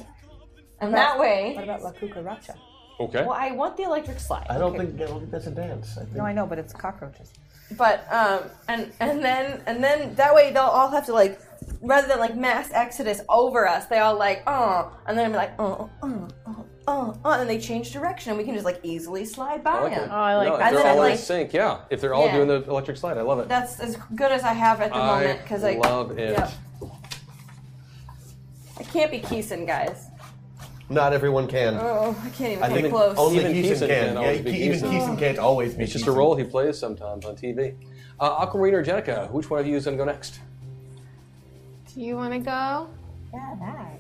Speaker 7: and that way.
Speaker 5: What about La Cucaracha?
Speaker 1: Okay.
Speaker 7: Well, I want the electric slide.
Speaker 3: I don't
Speaker 7: Okay.
Speaker 3: think I don't think that's a dance. I think
Speaker 5: No, I know, but it's cockroaches.
Speaker 7: But um, and and then and then that way they'll all have to like, rather than like mass exodus over us, they all like oh, and then I'm like oh oh oh oh, oh, and then they change direction, and we can just like easily slide by
Speaker 1: Oh, I like it. no,
Speaker 9: Oh,
Speaker 7: them.
Speaker 1: if
Speaker 7: and
Speaker 1: they're
Speaker 7: then I'm
Speaker 1: all in
Speaker 7: like,
Speaker 1: sync, yeah. If they're all
Speaker 7: Yeah.
Speaker 1: doing the electric slide, I love it.
Speaker 7: that's as good as I have at the
Speaker 1: I
Speaker 7: moment because I
Speaker 1: love it.
Speaker 7: yeah. I can't be Keeson, guys.
Speaker 3: not everyone can.
Speaker 7: Oh, I can't even
Speaker 3: I
Speaker 7: come
Speaker 3: think
Speaker 7: close.
Speaker 3: only
Speaker 1: Even
Speaker 3: Keeson
Speaker 1: Keeson
Speaker 3: can.
Speaker 1: can
Speaker 3: Yeah,
Speaker 1: always be
Speaker 3: even
Speaker 1: Keeson.
Speaker 3: Keeson can't always be.
Speaker 1: It's just a
Speaker 3: Keeson.
Speaker 1: role he plays sometimes on TV. Uh, Aquarina or Jenica, which one of you is going to go next?
Speaker 9: Do you want to go?
Speaker 5: Yeah,
Speaker 9: Yeah,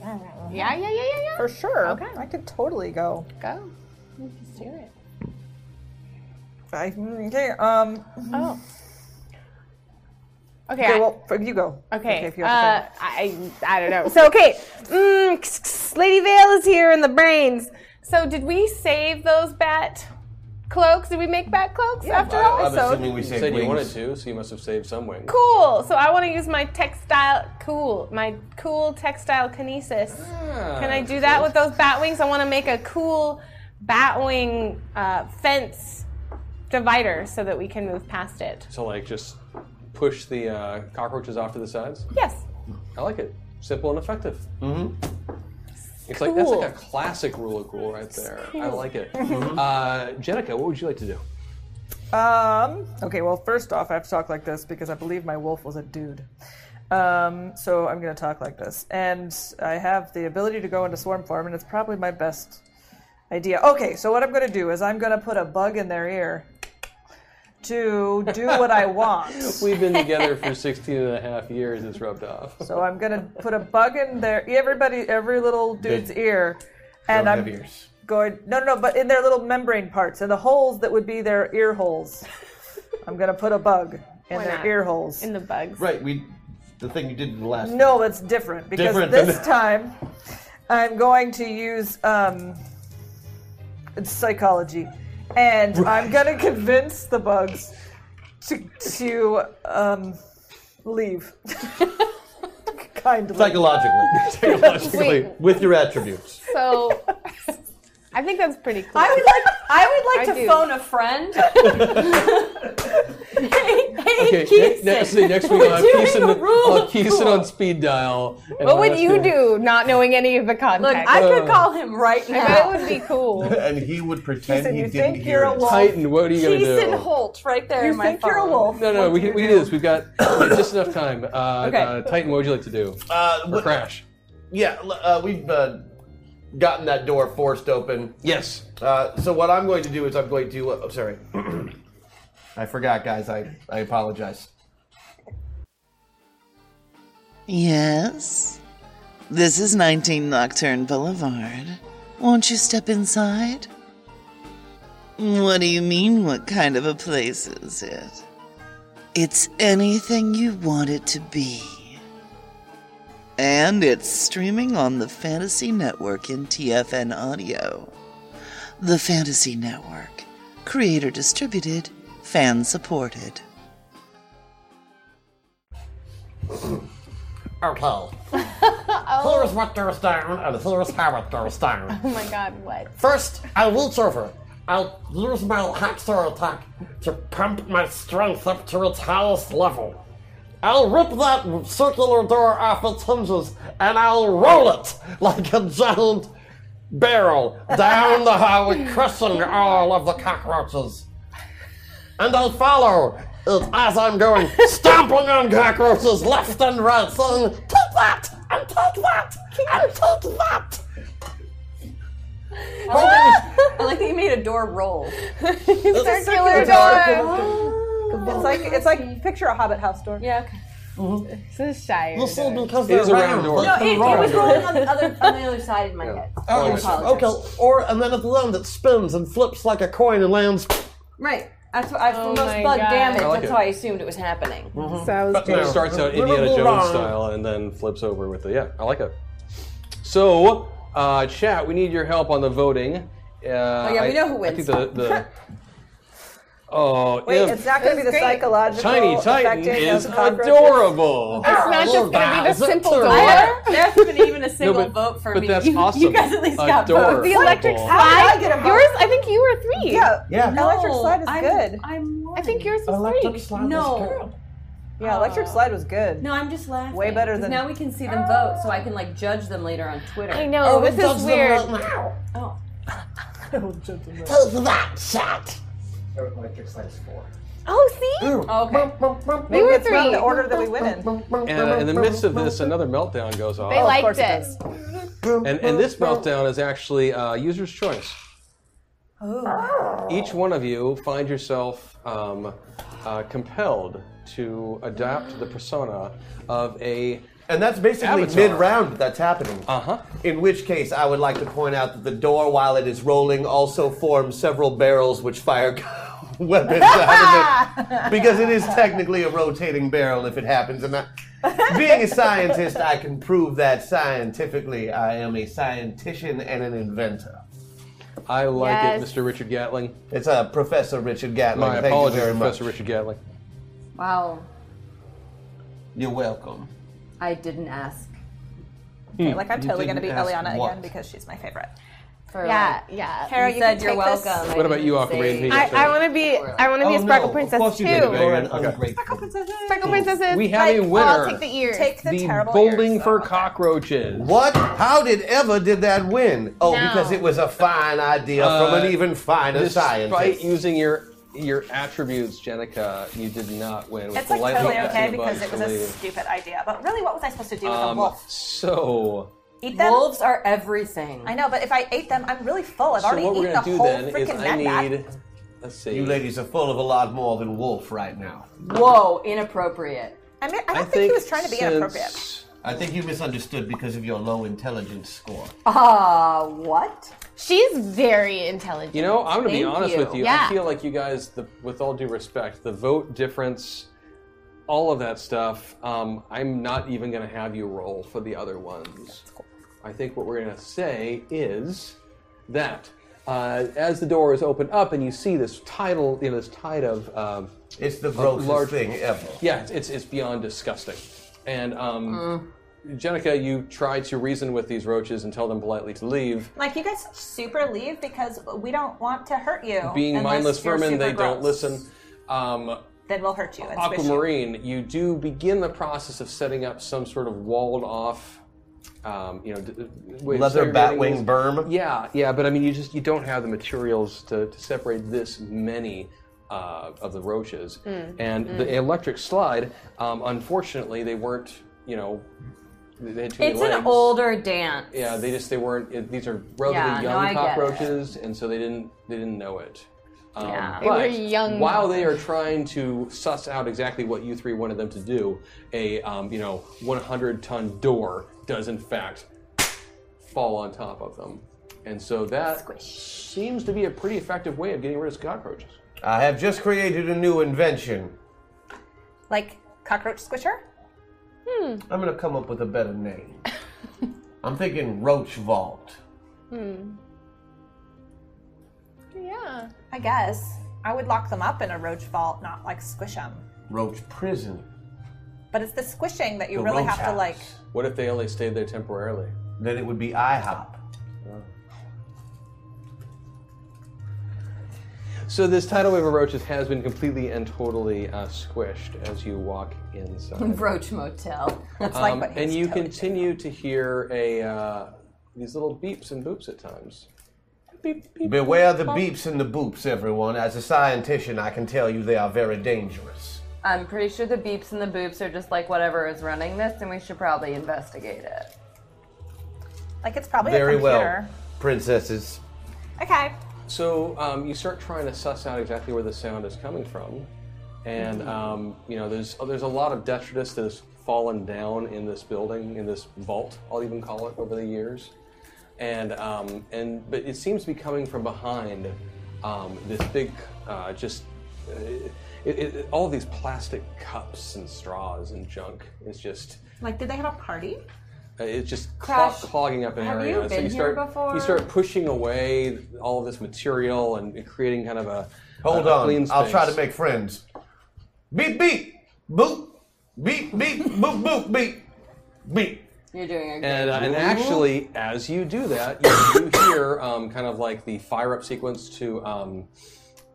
Speaker 9: yeah, yeah, yeah, yeah.
Speaker 5: For sure.
Speaker 9: Okay.
Speaker 5: I could totally go.
Speaker 9: Go. Let's do it.
Speaker 5: I, okay. Um.
Speaker 9: Oh. Okay.
Speaker 5: Okay.
Speaker 9: I-
Speaker 5: Well, you go.
Speaker 9: Okay.
Speaker 5: if
Speaker 9: uh,
Speaker 5: you have
Speaker 9: I, I don't know. So okay, mm, kss, kss, Lady Vale is here in the brains. So did we save those bat cloaks? Did we make bat cloaks after all? So-
Speaker 1: you said you wanted to, so you must have saved some wings.
Speaker 9: cool. So I want to use my textile cool, my cool textile kinesis.
Speaker 4: Ah,
Speaker 9: Can I do that with those bat wings? I want to make a cool bat wing uh, fence divider so that we can move past it.
Speaker 1: So like just push the uh, cockroaches off to the sides.
Speaker 9: Yes.
Speaker 1: I like it. Simple and effective. Mm-hmm. It's like that's
Speaker 9: Cool.
Speaker 1: like a classic rule of cool right there. I
Speaker 5: cool.
Speaker 1: like it.
Speaker 5: Mhm.
Speaker 1: Uh, Jenica, what would you like to do?
Speaker 5: to. Um. Okay. Well, first off, I have to talk like this because I believe my wolf was a dude. Um. So I'm gonna talk like this, and I have the ability to go into swarm form, and it's probably my best idea. Okay. So what I'm gonna do is I'm gonna put a bug in their ear to do what I want.
Speaker 1: We've been together for 16 and a half years. It's rubbed off.
Speaker 5: So I'm gonna put a bug in there. Everybody, every little dude's ear.
Speaker 3: don't
Speaker 5: and
Speaker 3: have
Speaker 5: I'm
Speaker 3: ears.
Speaker 5: going. No, no, no, but in their little membrane parts and the holes that would be their ear holes. I'm gonna put a bug in
Speaker 3: Why
Speaker 5: their
Speaker 3: not?
Speaker 5: ear holes. In
Speaker 9: the bugs.
Speaker 3: Right, we the thing you did in the last.
Speaker 5: No, that's different because
Speaker 3: Different than
Speaker 5: this
Speaker 3: that.
Speaker 5: time I'm going to use um, it's psychology, and I'm going to convince the bugs to to um, leave. Kindly.
Speaker 3: Psychologically, psychologically,
Speaker 9: Wait.
Speaker 3: with your attributes.
Speaker 9: So I think that's pretty cool.
Speaker 4: I would like. I would like
Speaker 9: I
Speaker 4: to
Speaker 9: do.
Speaker 4: phone a friend.
Speaker 1: Okay, ne- next, next week
Speaker 9: We're
Speaker 1: I'll have
Speaker 9: doing
Speaker 1: Keeson
Speaker 9: a
Speaker 1: on-
Speaker 9: rule
Speaker 1: I'll have Keeson on speed dial. and
Speaker 9: What
Speaker 1: I'll
Speaker 9: would
Speaker 1: ask
Speaker 9: you
Speaker 1: him-
Speaker 9: do, not knowing any of the context?
Speaker 1: Look, I could Uh. call
Speaker 9: him right
Speaker 4: now.
Speaker 9: That would be cool.
Speaker 3: and he would pretend
Speaker 9: Keeson,
Speaker 3: he
Speaker 9: you
Speaker 3: didn't
Speaker 9: think
Speaker 3: hear
Speaker 9: you're a
Speaker 3: it.
Speaker 9: wolf?
Speaker 1: Titan, what are you gonna do?
Speaker 4: Holt, right there
Speaker 5: You
Speaker 4: in my
Speaker 5: think you're a
Speaker 4: phone.
Speaker 5: wolf?
Speaker 1: No, no, we can, we can do this. We've got just enough time. Uh,
Speaker 4: Okay.
Speaker 1: uh, Titan, what would you like to do?
Speaker 3: Uh,
Speaker 1: or crash?
Speaker 3: Yeah, l- uh, we've uh, gotten that door forced open.
Speaker 1: Yes.
Speaker 3: Uh, so what I'm going to do is I'm going to. Uh, oh, sorry, I forgot, guys. I I apologize.
Speaker 19: Yes. This is 19 Nocturne Boulevard. Won't you step inside? What do you mean, what kind of a place is it? It's anything you want it to be. And it's streaming on the Fantasy Network in TFN Audio. The Fantasy Network. Creator distributed, fan supported.
Speaker 20: Okay. Here's what goes down, and here's how it goes down.
Speaker 9: Oh my god, what?
Speaker 20: First, I reach over. I use my hacksaw attack to pump my strength up to its highest level. I'll rip that circular door off its hinges and I'll roll it like a giant barrel down the highway, crushing all of the cockroaches. And I'll follow it as I'm going, stomping on cockroaches left and right, saying, Take that! And take that! And take that!
Speaker 4: I like, that you, I like that you made a door roll.
Speaker 5: circular
Speaker 4: door.
Speaker 5: It's like it's like picture a Hobbit house door.
Speaker 4: Yeah.
Speaker 9: Mm-hmm. This is shy.
Speaker 20: You see, because
Speaker 5: It
Speaker 20: they're
Speaker 5: is a
Speaker 20: round,
Speaker 5: round door.
Speaker 20: they
Speaker 4: No,
Speaker 20: can
Speaker 4: it, it
Speaker 20: roll.
Speaker 4: was rolling on the other on the other side of my head.
Speaker 20: Oh,
Speaker 4: I
Speaker 20: so-
Speaker 4: apologize.
Speaker 20: okay. Or and then at the end it spins and flips like a coin and lands.
Speaker 4: Right. That's what I
Speaker 9: Oh
Speaker 4: most
Speaker 9: my
Speaker 4: bug
Speaker 9: God.
Speaker 4: damage.
Speaker 1: I like
Speaker 4: that's
Speaker 1: it.
Speaker 4: how I assumed it was happening.
Speaker 9: Sounds
Speaker 1: But it starts out Indiana Jones style and then flips over with the yeah. I like it. So, uh, chat, we need your help on the voting. Uh,
Speaker 17: Oh, yeah, we
Speaker 1: I-
Speaker 17: know who
Speaker 1: I think the, the oh,
Speaker 5: Wait,
Speaker 1: if
Speaker 5: it's not going to be the psychological
Speaker 1: Tiny Titan
Speaker 5: affecting
Speaker 1: is
Speaker 5: of cockroaches.
Speaker 1: adorable.
Speaker 5: not just going to be the simple
Speaker 4: I- There hasn't been even a single
Speaker 1: but-
Speaker 4: vote for
Speaker 1: but
Speaker 4: me.
Speaker 1: that's
Speaker 4: You- You
Speaker 1: awesome.
Speaker 4: guys at least got
Speaker 1: Adorable.
Speaker 4: votes.
Speaker 1: The electric
Speaker 5: How did I get a vote?
Speaker 9: Yours, I think you were three.
Speaker 5: Yeah,
Speaker 9: Yeah.
Speaker 5: Electric
Speaker 9: No,
Speaker 5: slide is
Speaker 9: I'm-
Speaker 5: good.
Speaker 4: I'm
Speaker 9: I think yours was three.
Speaker 4: no. Oh.
Speaker 5: Yeah, electric slide was good.
Speaker 4: No, I'm just laughing.
Speaker 5: Way better
Speaker 4: 'Cause
Speaker 5: than-
Speaker 4: now we can see them vote, so I can like judge them later on Twitter.
Speaker 9: I know, this is weird.
Speaker 4: Oh.
Speaker 20: Take that shot.
Speaker 3: Electric slides four.
Speaker 9: Oh, see?
Speaker 4: Okay.
Speaker 5: Maybe
Speaker 9: were
Speaker 5: it's not
Speaker 9: three.
Speaker 5: the order that we went in.
Speaker 1: And uh, in the midst of this, another meltdown goes off.
Speaker 9: They liked it.
Speaker 1: and, and this meltdown is actually uh, user's choice.
Speaker 5: Oh.
Speaker 1: Each one of you find yourself um, uh, compelled to adopt the persona of a.
Speaker 3: And that's basically mid round that's happening. Uh
Speaker 1: Uh-huh.
Speaker 3: huh. In which case, I would like to point out that the door, while it is rolling, also forms several barrels which fire weapons out of it. Because it is technically a rotating barrel if it happens. And I, being a scientist, I can prove that scientifically. I am a scientician and an inventor.
Speaker 1: I like it,
Speaker 3: Yes.
Speaker 1: Mr. Richard Gatling.
Speaker 3: It's uh, Professor Richard Gatling.
Speaker 1: My
Speaker 3: Thank
Speaker 1: apologies,
Speaker 3: you very
Speaker 1: Professor
Speaker 3: much.
Speaker 1: Richard Gatling.
Speaker 4: Wow.
Speaker 3: You're welcome.
Speaker 4: I didn't ask.
Speaker 5: Okay, like I'm totally going to be Eliana
Speaker 3: what.
Speaker 5: again because she's my favorite.
Speaker 4: For,
Speaker 9: Yeah, yeah.
Speaker 5: Kara,
Speaker 9: You
Speaker 5: you
Speaker 9: said
Speaker 5: can
Speaker 9: you're
Speaker 5: take this.
Speaker 9: welcome.
Speaker 1: What about you, Aquamarine?
Speaker 9: I, I want to be I want to be
Speaker 3: Oh,
Speaker 9: a sparkle princess too. Sparkle princesses.
Speaker 1: We have a
Speaker 9: like,
Speaker 1: winner.
Speaker 9: Oh, I'll take the ears.
Speaker 5: Take
Speaker 1: the bowling for cockroaches.
Speaker 3: What? How did ever did that win? Oh,
Speaker 1: No.
Speaker 3: because it was a fine idea uh, from
Speaker 1: Uh,
Speaker 3: an even finer
Speaker 1: despite
Speaker 3: scientist.
Speaker 1: using your your attributes, Jenica, you did not win.
Speaker 5: It's like
Speaker 1: politely
Speaker 5: totally okay
Speaker 1: asking the
Speaker 5: because
Speaker 1: bugs
Speaker 5: it
Speaker 1: to
Speaker 5: was a
Speaker 1: leave.
Speaker 5: stupid idea. But really, what was I supposed to do with a
Speaker 1: Um,
Speaker 5: wolf?
Speaker 1: so,
Speaker 5: Eat them?
Speaker 4: Wolves are everything.
Speaker 5: I know, but if I ate them, I'm really full. I've
Speaker 1: so
Speaker 5: already
Speaker 1: what we're
Speaker 5: eaten a
Speaker 1: gonna do
Speaker 5: whole
Speaker 1: then is
Speaker 5: freaking
Speaker 1: I
Speaker 5: net bag.
Speaker 1: need. Let's see.
Speaker 3: You ladies are full of a lot more than wolf right now.
Speaker 4: Whoa, inappropriate.
Speaker 5: I mean, I
Speaker 3: I
Speaker 5: don't think,
Speaker 3: think
Speaker 5: he was trying to be
Speaker 3: since-
Speaker 5: inappropriate.
Speaker 3: I think you misunderstood because of your low intelligence score.
Speaker 9: Uh,
Speaker 4: Ah, what?
Speaker 9: She's very intelligent.
Speaker 1: You know, I'm going to be
Speaker 9: Thank
Speaker 1: honest with you.
Speaker 9: Yeah.
Speaker 1: I feel like you guys, the, with all due respect, the vote difference, all of that stuff, um, I'm not even going to have you roll for the other ones. I think what we're going to say is that uh, as the door is opened up and you see this tidal, you know, this tide of. Um,
Speaker 3: it's the
Speaker 1: of
Speaker 3: grossest thing ever.
Speaker 1: Yeah, it's, it's, it's beyond disgusting. And,
Speaker 9: Mm.
Speaker 1: um, Jenica, you try to reason with these roaches and tell them politely to leave.
Speaker 5: Like you guys super leave because we don't want to hurt you.
Speaker 1: Being
Speaker 5: Oh, unless
Speaker 1: mindless
Speaker 5: you're
Speaker 1: vermin,
Speaker 5: super
Speaker 1: they don't
Speaker 5: gross.
Speaker 1: listen. Um,
Speaker 5: Then we'll hurt you. And squish you.
Speaker 1: Aquamarine, you do begin the process of setting up some sort of walled off, um, you know, d- d- way of
Speaker 3: Leather bat
Speaker 1: segregating
Speaker 3: wing
Speaker 1: this.
Speaker 3: berm.
Speaker 1: Yeah, yeah, but I mean, you just you don't have the materials to, to separate this many uh, of the roaches,
Speaker 5: Hmm,
Speaker 2: Mm,
Speaker 1: and
Speaker 2: mm.
Speaker 1: the electric slide. Um, unfortunately, they weren't, you know, they they had too many
Speaker 7: It's
Speaker 1: legs.
Speaker 7: an older dance.
Speaker 1: Yeah, they just they weren't. It, these are relatively
Speaker 7: Yeah, no, I
Speaker 1: young
Speaker 7: get it.
Speaker 1: cockroaches, and so they didn't they didn't know it. Um,
Speaker 7: Yeah.
Speaker 9: They were
Speaker 1: but
Speaker 9: young.
Speaker 1: While they are trying to suss out exactly what you three wanted them to do, a um, you know 100 ton door does in fact fall on top of them, and so that seems to be a pretty effective way of getting rid of cockroaches.
Speaker 3: I have just created a new invention.
Speaker 5: Like cockroach squisher. Hmm.
Speaker 3: I'm gonna come up with a better name. I'm thinking Roach Vault.
Speaker 5: Hmm.
Speaker 9: Yeah.
Speaker 5: I guess I would lock them up in a roach vault, not like squish them.
Speaker 3: Roach Prison.
Speaker 5: But it's the squishing that you
Speaker 1: The
Speaker 5: really
Speaker 1: roach
Speaker 5: have to
Speaker 1: house.
Speaker 5: like.
Speaker 1: What if they only stayed there temporarily?
Speaker 3: Then it would be IHOP.
Speaker 1: So this tidal wave of roaches has been completely and totally uh, squished as you walk inside.
Speaker 7: Roach Motel.
Speaker 1: Um, and you continue to hear a uh, these little beeps and boops at times.
Speaker 3: Beware the beeps and the boops, everyone. As a scientist, I can tell you they are very dangerous.
Speaker 7: I'm pretty sure the beeps and the boops are just like whatever is running this, and we should probably investigate it.
Speaker 5: Like it's probably
Speaker 3: very
Speaker 5: a
Speaker 3: well,
Speaker 5: computer.
Speaker 3: princesses.
Speaker 5: Okay.
Speaker 1: So um, you start trying to suss out exactly where the sound is coming from, and um, you know there's there's a lot of detritus that has fallen down in this building, in this vault, I'll even call it, over the years, and um, and but it seems to be coming from behind um, this big, uh, just uh, it, it, it- all these plastic cups and straws and junk is just.
Speaker 5: Like, did they have a party?
Speaker 1: Uh, It's just clog,
Speaker 5: Crash,
Speaker 1: clogging up an
Speaker 5: have
Speaker 1: area.
Speaker 5: you
Speaker 1: so
Speaker 5: been
Speaker 1: you
Speaker 5: here
Speaker 1: start
Speaker 5: before?
Speaker 1: you start pushing away all of this material and and creating kind of a
Speaker 3: Hold
Speaker 1: a- a
Speaker 3: on,
Speaker 1: clean
Speaker 3: I'll
Speaker 1: space.
Speaker 3: try to make friends. Beep beep, boop, beep beep, boop boop beep, beep.
Speaker 7: You're doing a good
Speaker 1: And, uh, and
Speaker 7: job.
Speaker 1: actually, as you do that, you do hear um, kind of like the fire up sequence to um,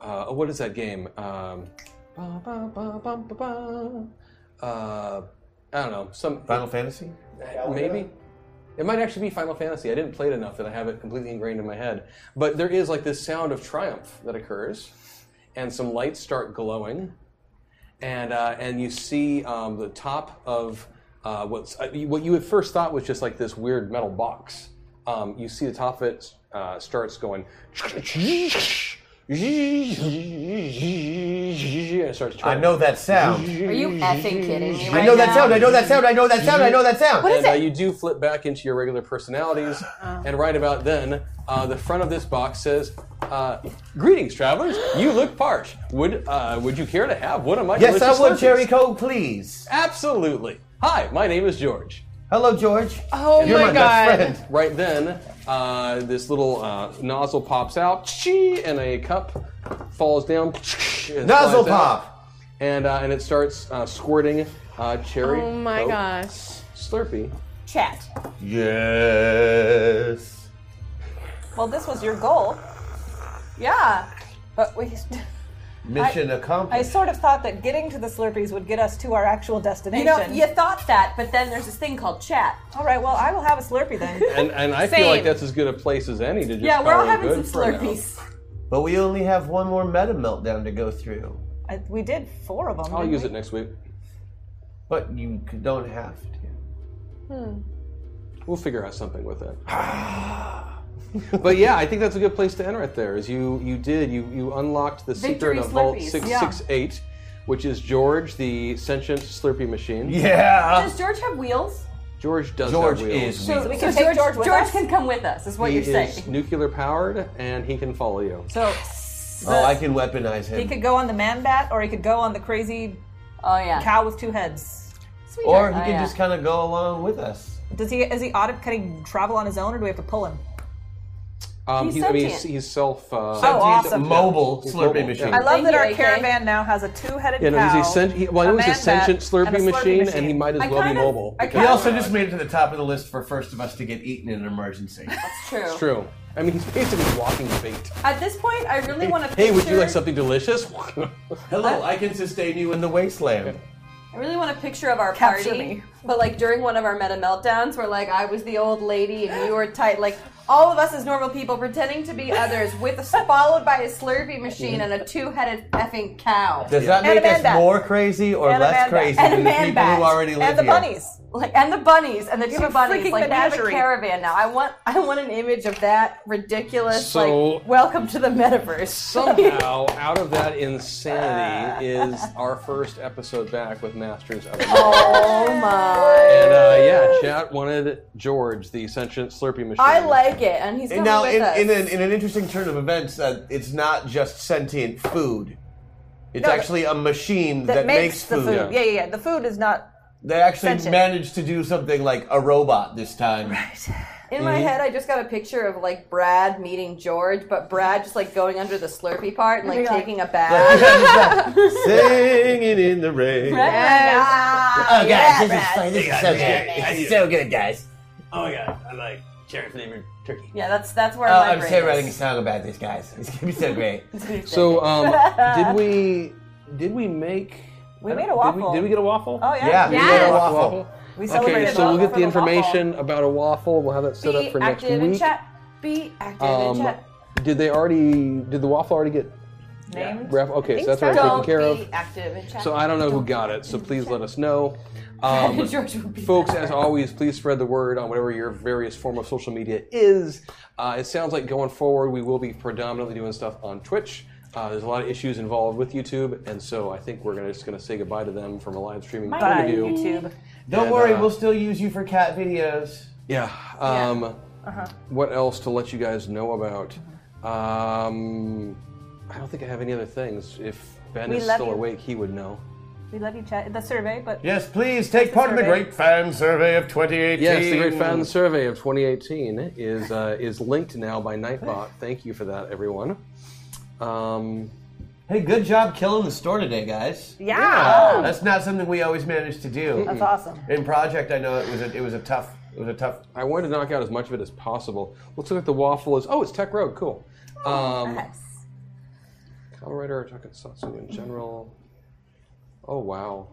Speaker 1: uh, what is that game? Um, uh, I don't know. Some
Speaker 3: Final Fantasy.
Speaker 1: Maybe. It might actually be Final Fantasy. I didn't play it enough that I have it completely ingrained in my head. But there is like this sound of triumph that occurs, and some lights start glowing, and uh, and you see um, the top of uh, what's uh, what you at first thought was just like this weird metal box. Um, you see the top of it uh, starts going. And it starts
Speaker 3: I know that sound.
Speaker 7: Are you effing kidding me?
Speaker 3: I
Speaker 7: right
Speaker 3: know that
Speaker 7: now?
Speaker 3: sound, I know that sound, I know that sound, I know that sound. What is
Speaker 1: and, Uh,
Speaker 3: it? Uh.
Speaker 1: you do flip back into your regular personalities, and right about then, uh, the front of this box says, uh, "Greetings, travelers. You look parched. Would uh, would you care to have one of my
Speaker 3: Yes, I
Speaker 1: delicious
Speaker 3: would,
Speaker 1: lunches?"
Speaker 3: Jerry Cole, please.
Speaker 1: Absolutely. Hi, my name is George.
Speaker 3: Hello, George.
Speaker 9: Oh
Speaker 1: You're
Speaker 9: my, god.
Speaker 1: best friend. Right then, uh, this little uh, nozzle pops out, and a cup falls down. and
Speaker 3: Nozzle
Speaker 1: slides out.
Speaker 3: pop.
Speaker 1: and uh, and it starts uh, squirting uh, cherry.
Speaker 9: Oh my
Speaker 1: Coke
Speaker 9: gosh.
Speaker 1: Slurpee.
Speaker 5: Chat.
Speaker 3: Yes.
Speaker 5: Well, this was your goal. Yeah. But we.
Speaker 3: Mission
Speaker 5: I-
Speaker 3: accomplished.
Speaker 5: I sort of thought that getting to the Slurpees would get us to our actual
Speaker 4: You
Speaker 5: destination.
Speaker 4: know, you thought that, but then there's this thing called chat.
Speaker 5: All right, well, I will have a Slurpee then.
Speaker 1: And, and I feel
Speaker 5: Same.
Speaker 1: like that's as good a place as any to just
Speaker 5: Yeah, we're
Speaker 1: call
Speaker 5: all
Speaker 1: it
Speaker 5: having
Speaker 1: good
Speaker 5: some
Speaker 1: for now.
Speaker 5: Slurpees.
Speaker 3: But we only have one more meta meltdown to go through.
Speaker 5: I, we did four of them.
Speaker 1: I'll
Speaker 5: didn't
Speaker 1: use
Speaker 5: we?
Speaker 1: it next week.
Speaker 3: But you c- don't have to.
Speaker 5: Hmm.
Speaker 1: We'll figure out something with it. but yeah, I think that's a good place to end right there. Is you you did you you unlocked the
Speaker 2: Victory
Speaker 1: secret of Vault
Speaker 2: Slurpees,
Speaker 1: six
Speaker 2: yeah.
Speaker 1: six eight, which is George the sentient Slurpee machine.
Speaker 3: Yeah.
Speaker 4: Does George have wheels?
Speaker 1: George does
Speaker 3: George
Speaker 1: have wheels.
Speaker 3: is
Speaker 7: So, we can take George, George, can come with us. Is what
Speaker 1: he
Speaker 7: you're saying.
Speaker 1: is nuclear powered, and he can follow you.
Speaker 5: So
Speaker 3: Oh, I can weaponize
Speaker 5: he
Speaker 3: him.
Speaker 5: could go on the man bat, or he could go on the crazy
Speaker 7: oh, yeah.
Speaker 5: cow with two heads.
Speaker 3: or he can
Speaker 5: uh,
Speaker 3: just kind of go along with us.
Speaker 5: Does he? Is he auto? Can he travel on his own, or do we have to pull him?
Speaker 1: Um,
Speaker 5: He's
Speaker 1: he's, I mean, he's,
Speaker 5: sentient.
Speaker 1: he's self. Uh,
Speaker 5: Oh, awesome.
Speaker 3: Mobile
Speaker 1: He's
Speaker 3: Slurpee
Speaker 1: mobile,
Speaker 3: machine.
Speaker 1: yeah.
Speaker 5: I love
Speaker 3: Thank
Speaker 5: that
Speaker 3: you,
Speaker 5: our
Speaker 3: AK.
Speaker 5: caravan now has a two-headed
Speaker 1: You know,
Speaker 5: cow.
Speaker 1: he's a sent- he- well, he was a
Speaker 5: man
Speaker 1: sentient
Speaker 5: bat,
Speaker 1: Slurpee
Speaker 5: and a
Speaker 1: machine, and he might as
Speaker 5: I
Speaker 1: well be
Speaker 5: kind of-
Speaker 1: mobile.
Speaker 5: I
Speaker 1: because-
Speaker 3: He also just made it to the top of the list for first of us to get eaten in an emergency. That's
Speaker 7: true.
Speaker 1: It's true. I mean, he's basically walking bait.
Speaker 5: At this point, I really want to.
Speaker 1: Hey, would you like something delicious?
Speaker 3: Hello, I can sustain you in the wasteland.
Speaker 7: I really want a picture of our
Speaker 5: Capture
Speaker 7: party,
Speaker 5: me.
Speaker 7: but like during one of our meta meltdowns, where like I was the old lady and you were tight, like all of us as normal people pretending to be others, with followed by a Slurpee machine and a two-headed effing cow.
Speaker 3: Does that
Speaker 7: And a
Speaker 3: make us
Speaker 7: man bat.
Speaker 3: more crazy or
Speaker 7: And a
Speaker 3: less
Speaker 7: man bat.
Speaker 3: crazy
Speaker 7: And a
Speaker 3: than the
Speaker 7: man
Speaker 3: people
Speaker 7: bat.
Speaker 3: who already live here?
Speaker 7: like and the bunnies and the
Speaker 5: You
Speaker 7: two
Speaker 5: have a
Speaker 7: bunnies.
Speaker 5: freaking
Speaker 7: Like we have a
Speaker 5: menagerie.
Speaker 7: caravan now. I want I want an image of that ridiculous
Speaker 1: So-
Speaker 7: like welcome to the metaverse.
Speaker 1: Somehow, out of that insanity
Speaker 5: Ah.
Speaker 1: is our first episode back with Masters of
Speaker 7: oh my!
Speaker 1: And uh, yeah, chat wanted George, the sentient Slurpee machine.
Speaker 7: I like it, and he's coming
Speaker 3: And now,
Speaker 7: with
Speaker 3: in,
Speaker 7: us.
Speaker 3: in, an, in an interesting turn of events, uh, it's not just sentient food. It's
Speaker 5: No, that-
Speaker 3: actually a machine that,
Speaker 5: that makes, the
Speaker 3: food.
Speaker 5: food. Yeah. yeah, yeah, The food is not.
Speaker 3: They actually
Speaker 5: Sentient.
Speaker 3: managed to do something like a robot this time. Right.
Speaker 7: In my
Speaker 3: Mhm.
Speaker 7: head, I just got a picture of like Brad meeting George, but Brad just like going under the Slurpee part and like
Speaker 5: Yeah.
Speaker 7: taking a bath.
Speaker 3: Singing in the rain.
Speaker 7: Ah,
Speaker 3: Oh, God,
Speaker 7: yeah,
Speaker 3: this is
Speaker 7: Brad.
Speaker 3: so- this is so good. It's so good, guys. Oh my god, I like cherry flavored turkey.
Speaker 7: Yeah, that's that's where
Speaker 3: Oh,
Speaker 7: my
Speaker 3: I'm
Speaker 7: brain
Speaker 3: still
Speaker 7: is.
Speaker 3: writing a song about this, guys. It's gonna be so great.
Speaker 1: So, um, did we did we make?
Speaker 5: We
Speaker 1: I
Speaker 5: made a
Speaker 1: don't- Did
Speaker 5: waffle.
Speaker 1: we, did we get a waffle?
Speaker 5: Oh, yeah. Yeah, we made a waffle. We
Speaker 1: okay,
Speaker 5: celebrated
Speaker 1: so we'll get
Speaker 5: waffle
Speaker 1: the
Speaker 5: for the
Speaker 1: information about a waffle. We'll have that set
Speaker 7: Be
Speaker 1: up for next
Speaker 7: active in
Speaker 1: week.
Speaker 7: chat. Be active in
Speaker 1: Um,
Speaker 7: chat.
Speaker 1: did they already? Did the waffle already get
Speaker 7: Named.
Speaker 1: wrapped? Okay, so that's
Speaker 7: right.
Speaker 1: already taken care
Speaker 7: Don't be
Speaker 1: of.
Speaker 7: active in chat.
Speaker 1: So I don't know who got it. So please let us know. Um,
Speaker 7: George would be
Speaker 1: folks, as always, please spread the word on whatever your various form of social media is. Uh, it sounds like going forward, we will be predominantly doing stuff on Twitch. Uh, there's a lot of issues involved with YouTube, and so I think we're gonna, just going to say goodbye to them from a live streaming point
Speaker 5: Bye,
Speaker 1: of view.
Speaker 5: YouTube.
Speaker 3: Don't
Speaker 1: And,
Speaker 3: worry,
Speaker 1: uh,
Speaker 3: we'll still use you for cat videos.
Speaker 1: Yeah. Um,
Speaker 5: Uh-huh.
Speaker 1: What else to let you guys know about? Um, I don't think I have any other things. If Ben
Speaker 5: We
Speaker 1: is
Speaker 5: love
Speaker 1: still
Speaker 5: you.
Speaker 1: awake, he would know.
Speaker 5: We love you, chat. The survey, but
Speaker 3: Yes, please take part in the
Speaker 5: survey.
Speaker 3: great fan survey of 2018.
Speaker 1: Yes, the Great Fan Survey of 2018 is uh, is linked now by Nightbot. Thank you for that, everyone. Um,
Speaker 3: Hey, good job killing the store today, guys.
Speaker 5: Yeah.
Speaker 1: Yeah.
Speaker 3: that's not something we always manage to do.
Speaker 5: That's Mm-mm. awesome.
Speaker 3: In project, I know it was a, it was a tough it was a tough.
Speaker 1: I wanted to knock out as much of it as possible. Looks like the waffle is. Oh, it's Tech Road. Cool.
Speaker 9: Oh,
Speaker 1: Um, Colorado or Tokusatsu in general. Oh wow.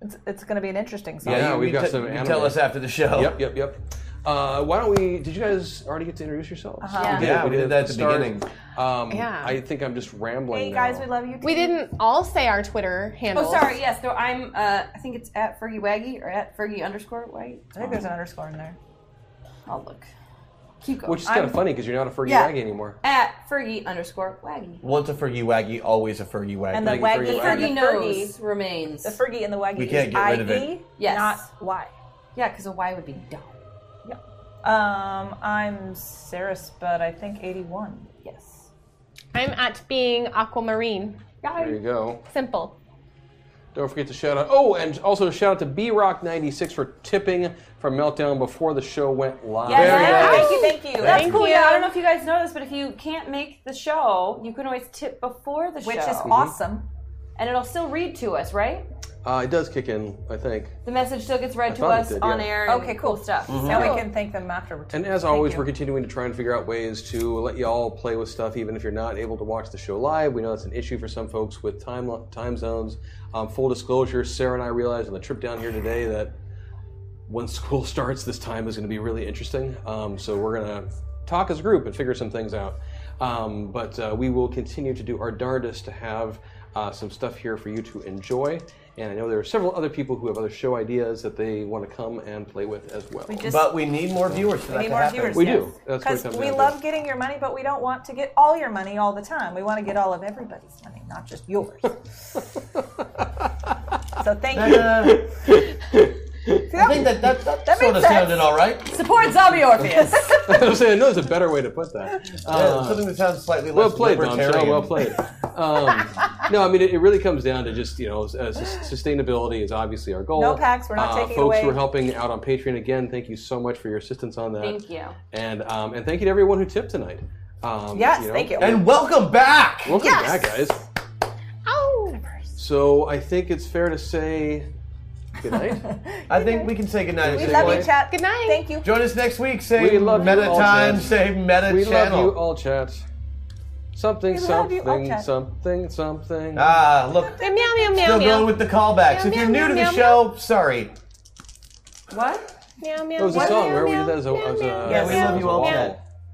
Speaker 5: it's, it's going to be an interesting song.
Speaker 1: Yeah,
Speaker 3: you-
Speaker 1: we've
Speaker 3: you
Speaker 1: got
Speaker 3: te-
Speaker 1: some.
Speaker 3: you
Speaker 1: anime.
Speaker 3: tell us after the show.
Speaker 1: Yep, yep, yep. Uh, why don't we? Did you guys already get to introduce yourselves?
Speaker 5: Uh-huh.
Speaker 1: We
Speaker 5: Yeah.
Speaker 1: did,
Speaker 3: Yeah,
Speaker 1: we
Speaker 3: we
Speaker 1: did
Speaker 3: did
Speaker 1: that
Speaker 3: that at the
Speaker 1: start.
Speaker 3: beginning.
Speaker 1: Um,
Speaker 9: Yeah.
Speaker 1: I think I'm just rambling.
Speaker 9: Hey, guys,
Speaker 1: now.
Speaker 9: we
Speaker 5: love you.
Speaker 9: We didn't all say our Twitter handle.
Speaker 7: Oh, sorry. Yes, no, I'm. Uh, I think it's at Fergie Waggy or at Fergie underscore Waggy.
Speaker 5: I think there's an underscore in there.
Speaker 7: I'll look. Keep going.
Speaker 1: Which is kind
Speaker 7: I'm
Speaker 1: of funny because you're not a Fergie
Speaker 7: Yeah.
Speaker 1: Waggy anymore.
Speaker 7: At Fergie underscore Waggy.
Speaker 3: Once a Fergie Waggy, always a Fergie Waggy.
Speaker 5: And the Waggy,
Speaker 7: The
Speaker 5: and the
Speaker 7: Fergie nose remains.
Speaker 5: The Fergie and the Waggy.
Speaker 3: We can't
Speaker 5: is
Speaker 3: get rid of
Speaker 5: I-E,
Speaker 3: it.
Speaker 7: Yes.
Speaker 5: Not Y.
Speaker 7: Yeah, because a Y would be dumb.
Speaker 5: Um, I'm Saris, but I think 81.
Speaker 7: Yes.
Speaker 9: I'm at being aquamarine.
Speaker 1: There you go.
Speaker 9: Simple.
Speaker 1: Don't forget to shout out. Oh, and also shout out to B Rock 96 for tipping from Meltdown before the show went live.
Speaker 7: Yes, thank you, thank you.
Speaker 1: Thank
Speaker 7: That's
Speaker 1: you.
Speaker 7: cool. Yeah, I don't know if you guys know this, but if you can't make the show, you can always tip before the
Speaker 5: Which
Speaker 7: show,
Speaker 5: is Mhm. awesome.
Speaker 7: and it'll still read to us, right?
Speaker 1: Uh, it does kick in, I think.
Speaker 7: The message still gets read
Speaker 1: I
Speaker 7: to
Speaker 1: thought it
Speaker 7: us
Speaker 1: did,
Speaker 7: on
Speaker 1: yeah.
Speaker 7: air. Okay, cool stuff.
Speaker 1: Mhm.
Speaker 5: Now
Speaker 1: Yeah.
Speaker 5: we can thank them after.
Speaker 1: And as always, we're continuing to try and figure out ways to let y'all play with stuff, even if you're not able to watch the show live. We know that's an issue for some folks with time time zones. Um, full disclosure: Sarah and I realized on the trip down here today that when school starts, this time is going to be really interesting. Um, so we're going to talk as a group and figure some things out. Um, but uh, we will continue to do our darndest to have uh, some stuff here for you to enjoy. And I know there are several other people who have other show ideas that they want to come and play with as well.
Speaker 5: We just-
Speaker 3: But we need more viewers for
Speaker 5: We
Speaker 3: that
Speaker 5: need
Speaker 3: to
Speaker 5: more
Speaker 3: happen.
Speaker 5: viewers.
Speaker 1: We do. That's what it
Speaker 5: Because
Speaker 1: comes
Speaker 5: we
Speaker 1: down to.
Speaker 5: love getting your money, but we don't want to get all your money all the time. We want to get all of everybody's money, not just yours. so thank you.
Speaker 3: I think that that, that, sort of sounded all right.
Speaker 17: Support Zombie Orpheus.
Speaker 1: I was saying, no, there's a better way to put that. Uh,
Speaker 3: something that sounds slightly
Speaker 1: well
Speaker 3: less
Speaker 1: played, Dom.
Speaker 3: libertarian.
Speaker 1: Cheryl, Well played. Um, no, I mean it, it really comes down to just you know s- uh, sus- sustainability is obviously our goal.
Speaker 5: No packs, we're not
Speaker 1: Uh,
Speaker 5: taking
Speaker 1: folks
Speaker 5: away-
Speaker 1: who are helping out on Patreon again. Thank you so much for your assistance on that.
Speaker 5: Thank you.
Speaker 1: And um, and thank you to everyone who tipped tonight. Um,
Speaker 5: Yes, thank you. And
Speaker 3: welcome back.
Speaker 1: Welcome
Speaker 5: Yes.
Speaker 1: back, guys.
Speaker 9: Oh.
Speaker 1: So I think it's fair to say good night.
Speaker 3: I think we can say goodnight.
Speaker 5: We
Speaker 3: at this
Speaker 5: love you,
Speaker 3: point.
Speaker 5: chat. Good night. Thank you.
Speaker 3: Join us next week. Say
Speaker 1: We love you
Speaker 3: meta
Speaker 1: all,
Speaker 3: time.
Speaker 1: chat.
Speaker 3: Say meta
Speaker 1: we
Speaker 3: channel.
Speaker 1: love you all, chat. Something,
Speaker 3: We love you all,
Speaker 1: something,
Speaker 3: chat.
Speaker 1: something, something.
Speaker 3: Ah, look.
Speaker 9: Meow, meow, meow,
Speaker 3: Still
Speaker 9: meow.
Speaker 3: going with the callbacks.
Speaker 9: Meow,
Speaker 3: if you're
Speaker 9: meow,
Speaker 3: new to
Speaker 9: meow,
Speaker 3: the show, sorry.
Speaker 5: What?
Speaker 9: Meow, meow,
Speaker 1: That was a
Speaker 9: meow,
Speaker 1: song.
Speaker 9: meow,
Speaker 1: Where we
Speaker 9: meow.
Speaker 1: did that as a, as a
Speaker 5: Yes.
Speaker 1: as a wall.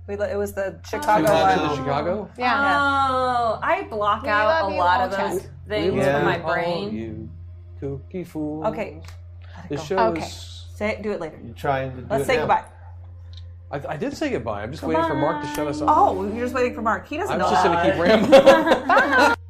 Speaker 5: We lo- it was the
Speaker 1: We
Speaker 5: Chicago
Speaker 1: went
Speaker 5: one.
Speaker 1: to Chicago.
Speaker 4: Oh, I block out a lot of those things
Speaker 1: We
Speaker 4: from my
Speaker 1: love
Speaker 4: brain.
Speaker 1: You kooky fool.
Speaker 5: Okay.
Speaker 1: The show
Speaker 5: Okay.
Speaker 1: is.
Speaker 5: Say it, do it later.
Speaker 3: You're trying to.
Speaker 5: Let's say goodbye.
Speaker 1: I, I did say goodbye. I'm just waiting for Mark to shut us off.
Speaker 5: Oh, you're just waiting for Mark. He doesn't
Speaker 1: I'm
Speaker 5: know
Speaker 1: just
Speaker 5: that.
Speaker 1: gonna keep rambling.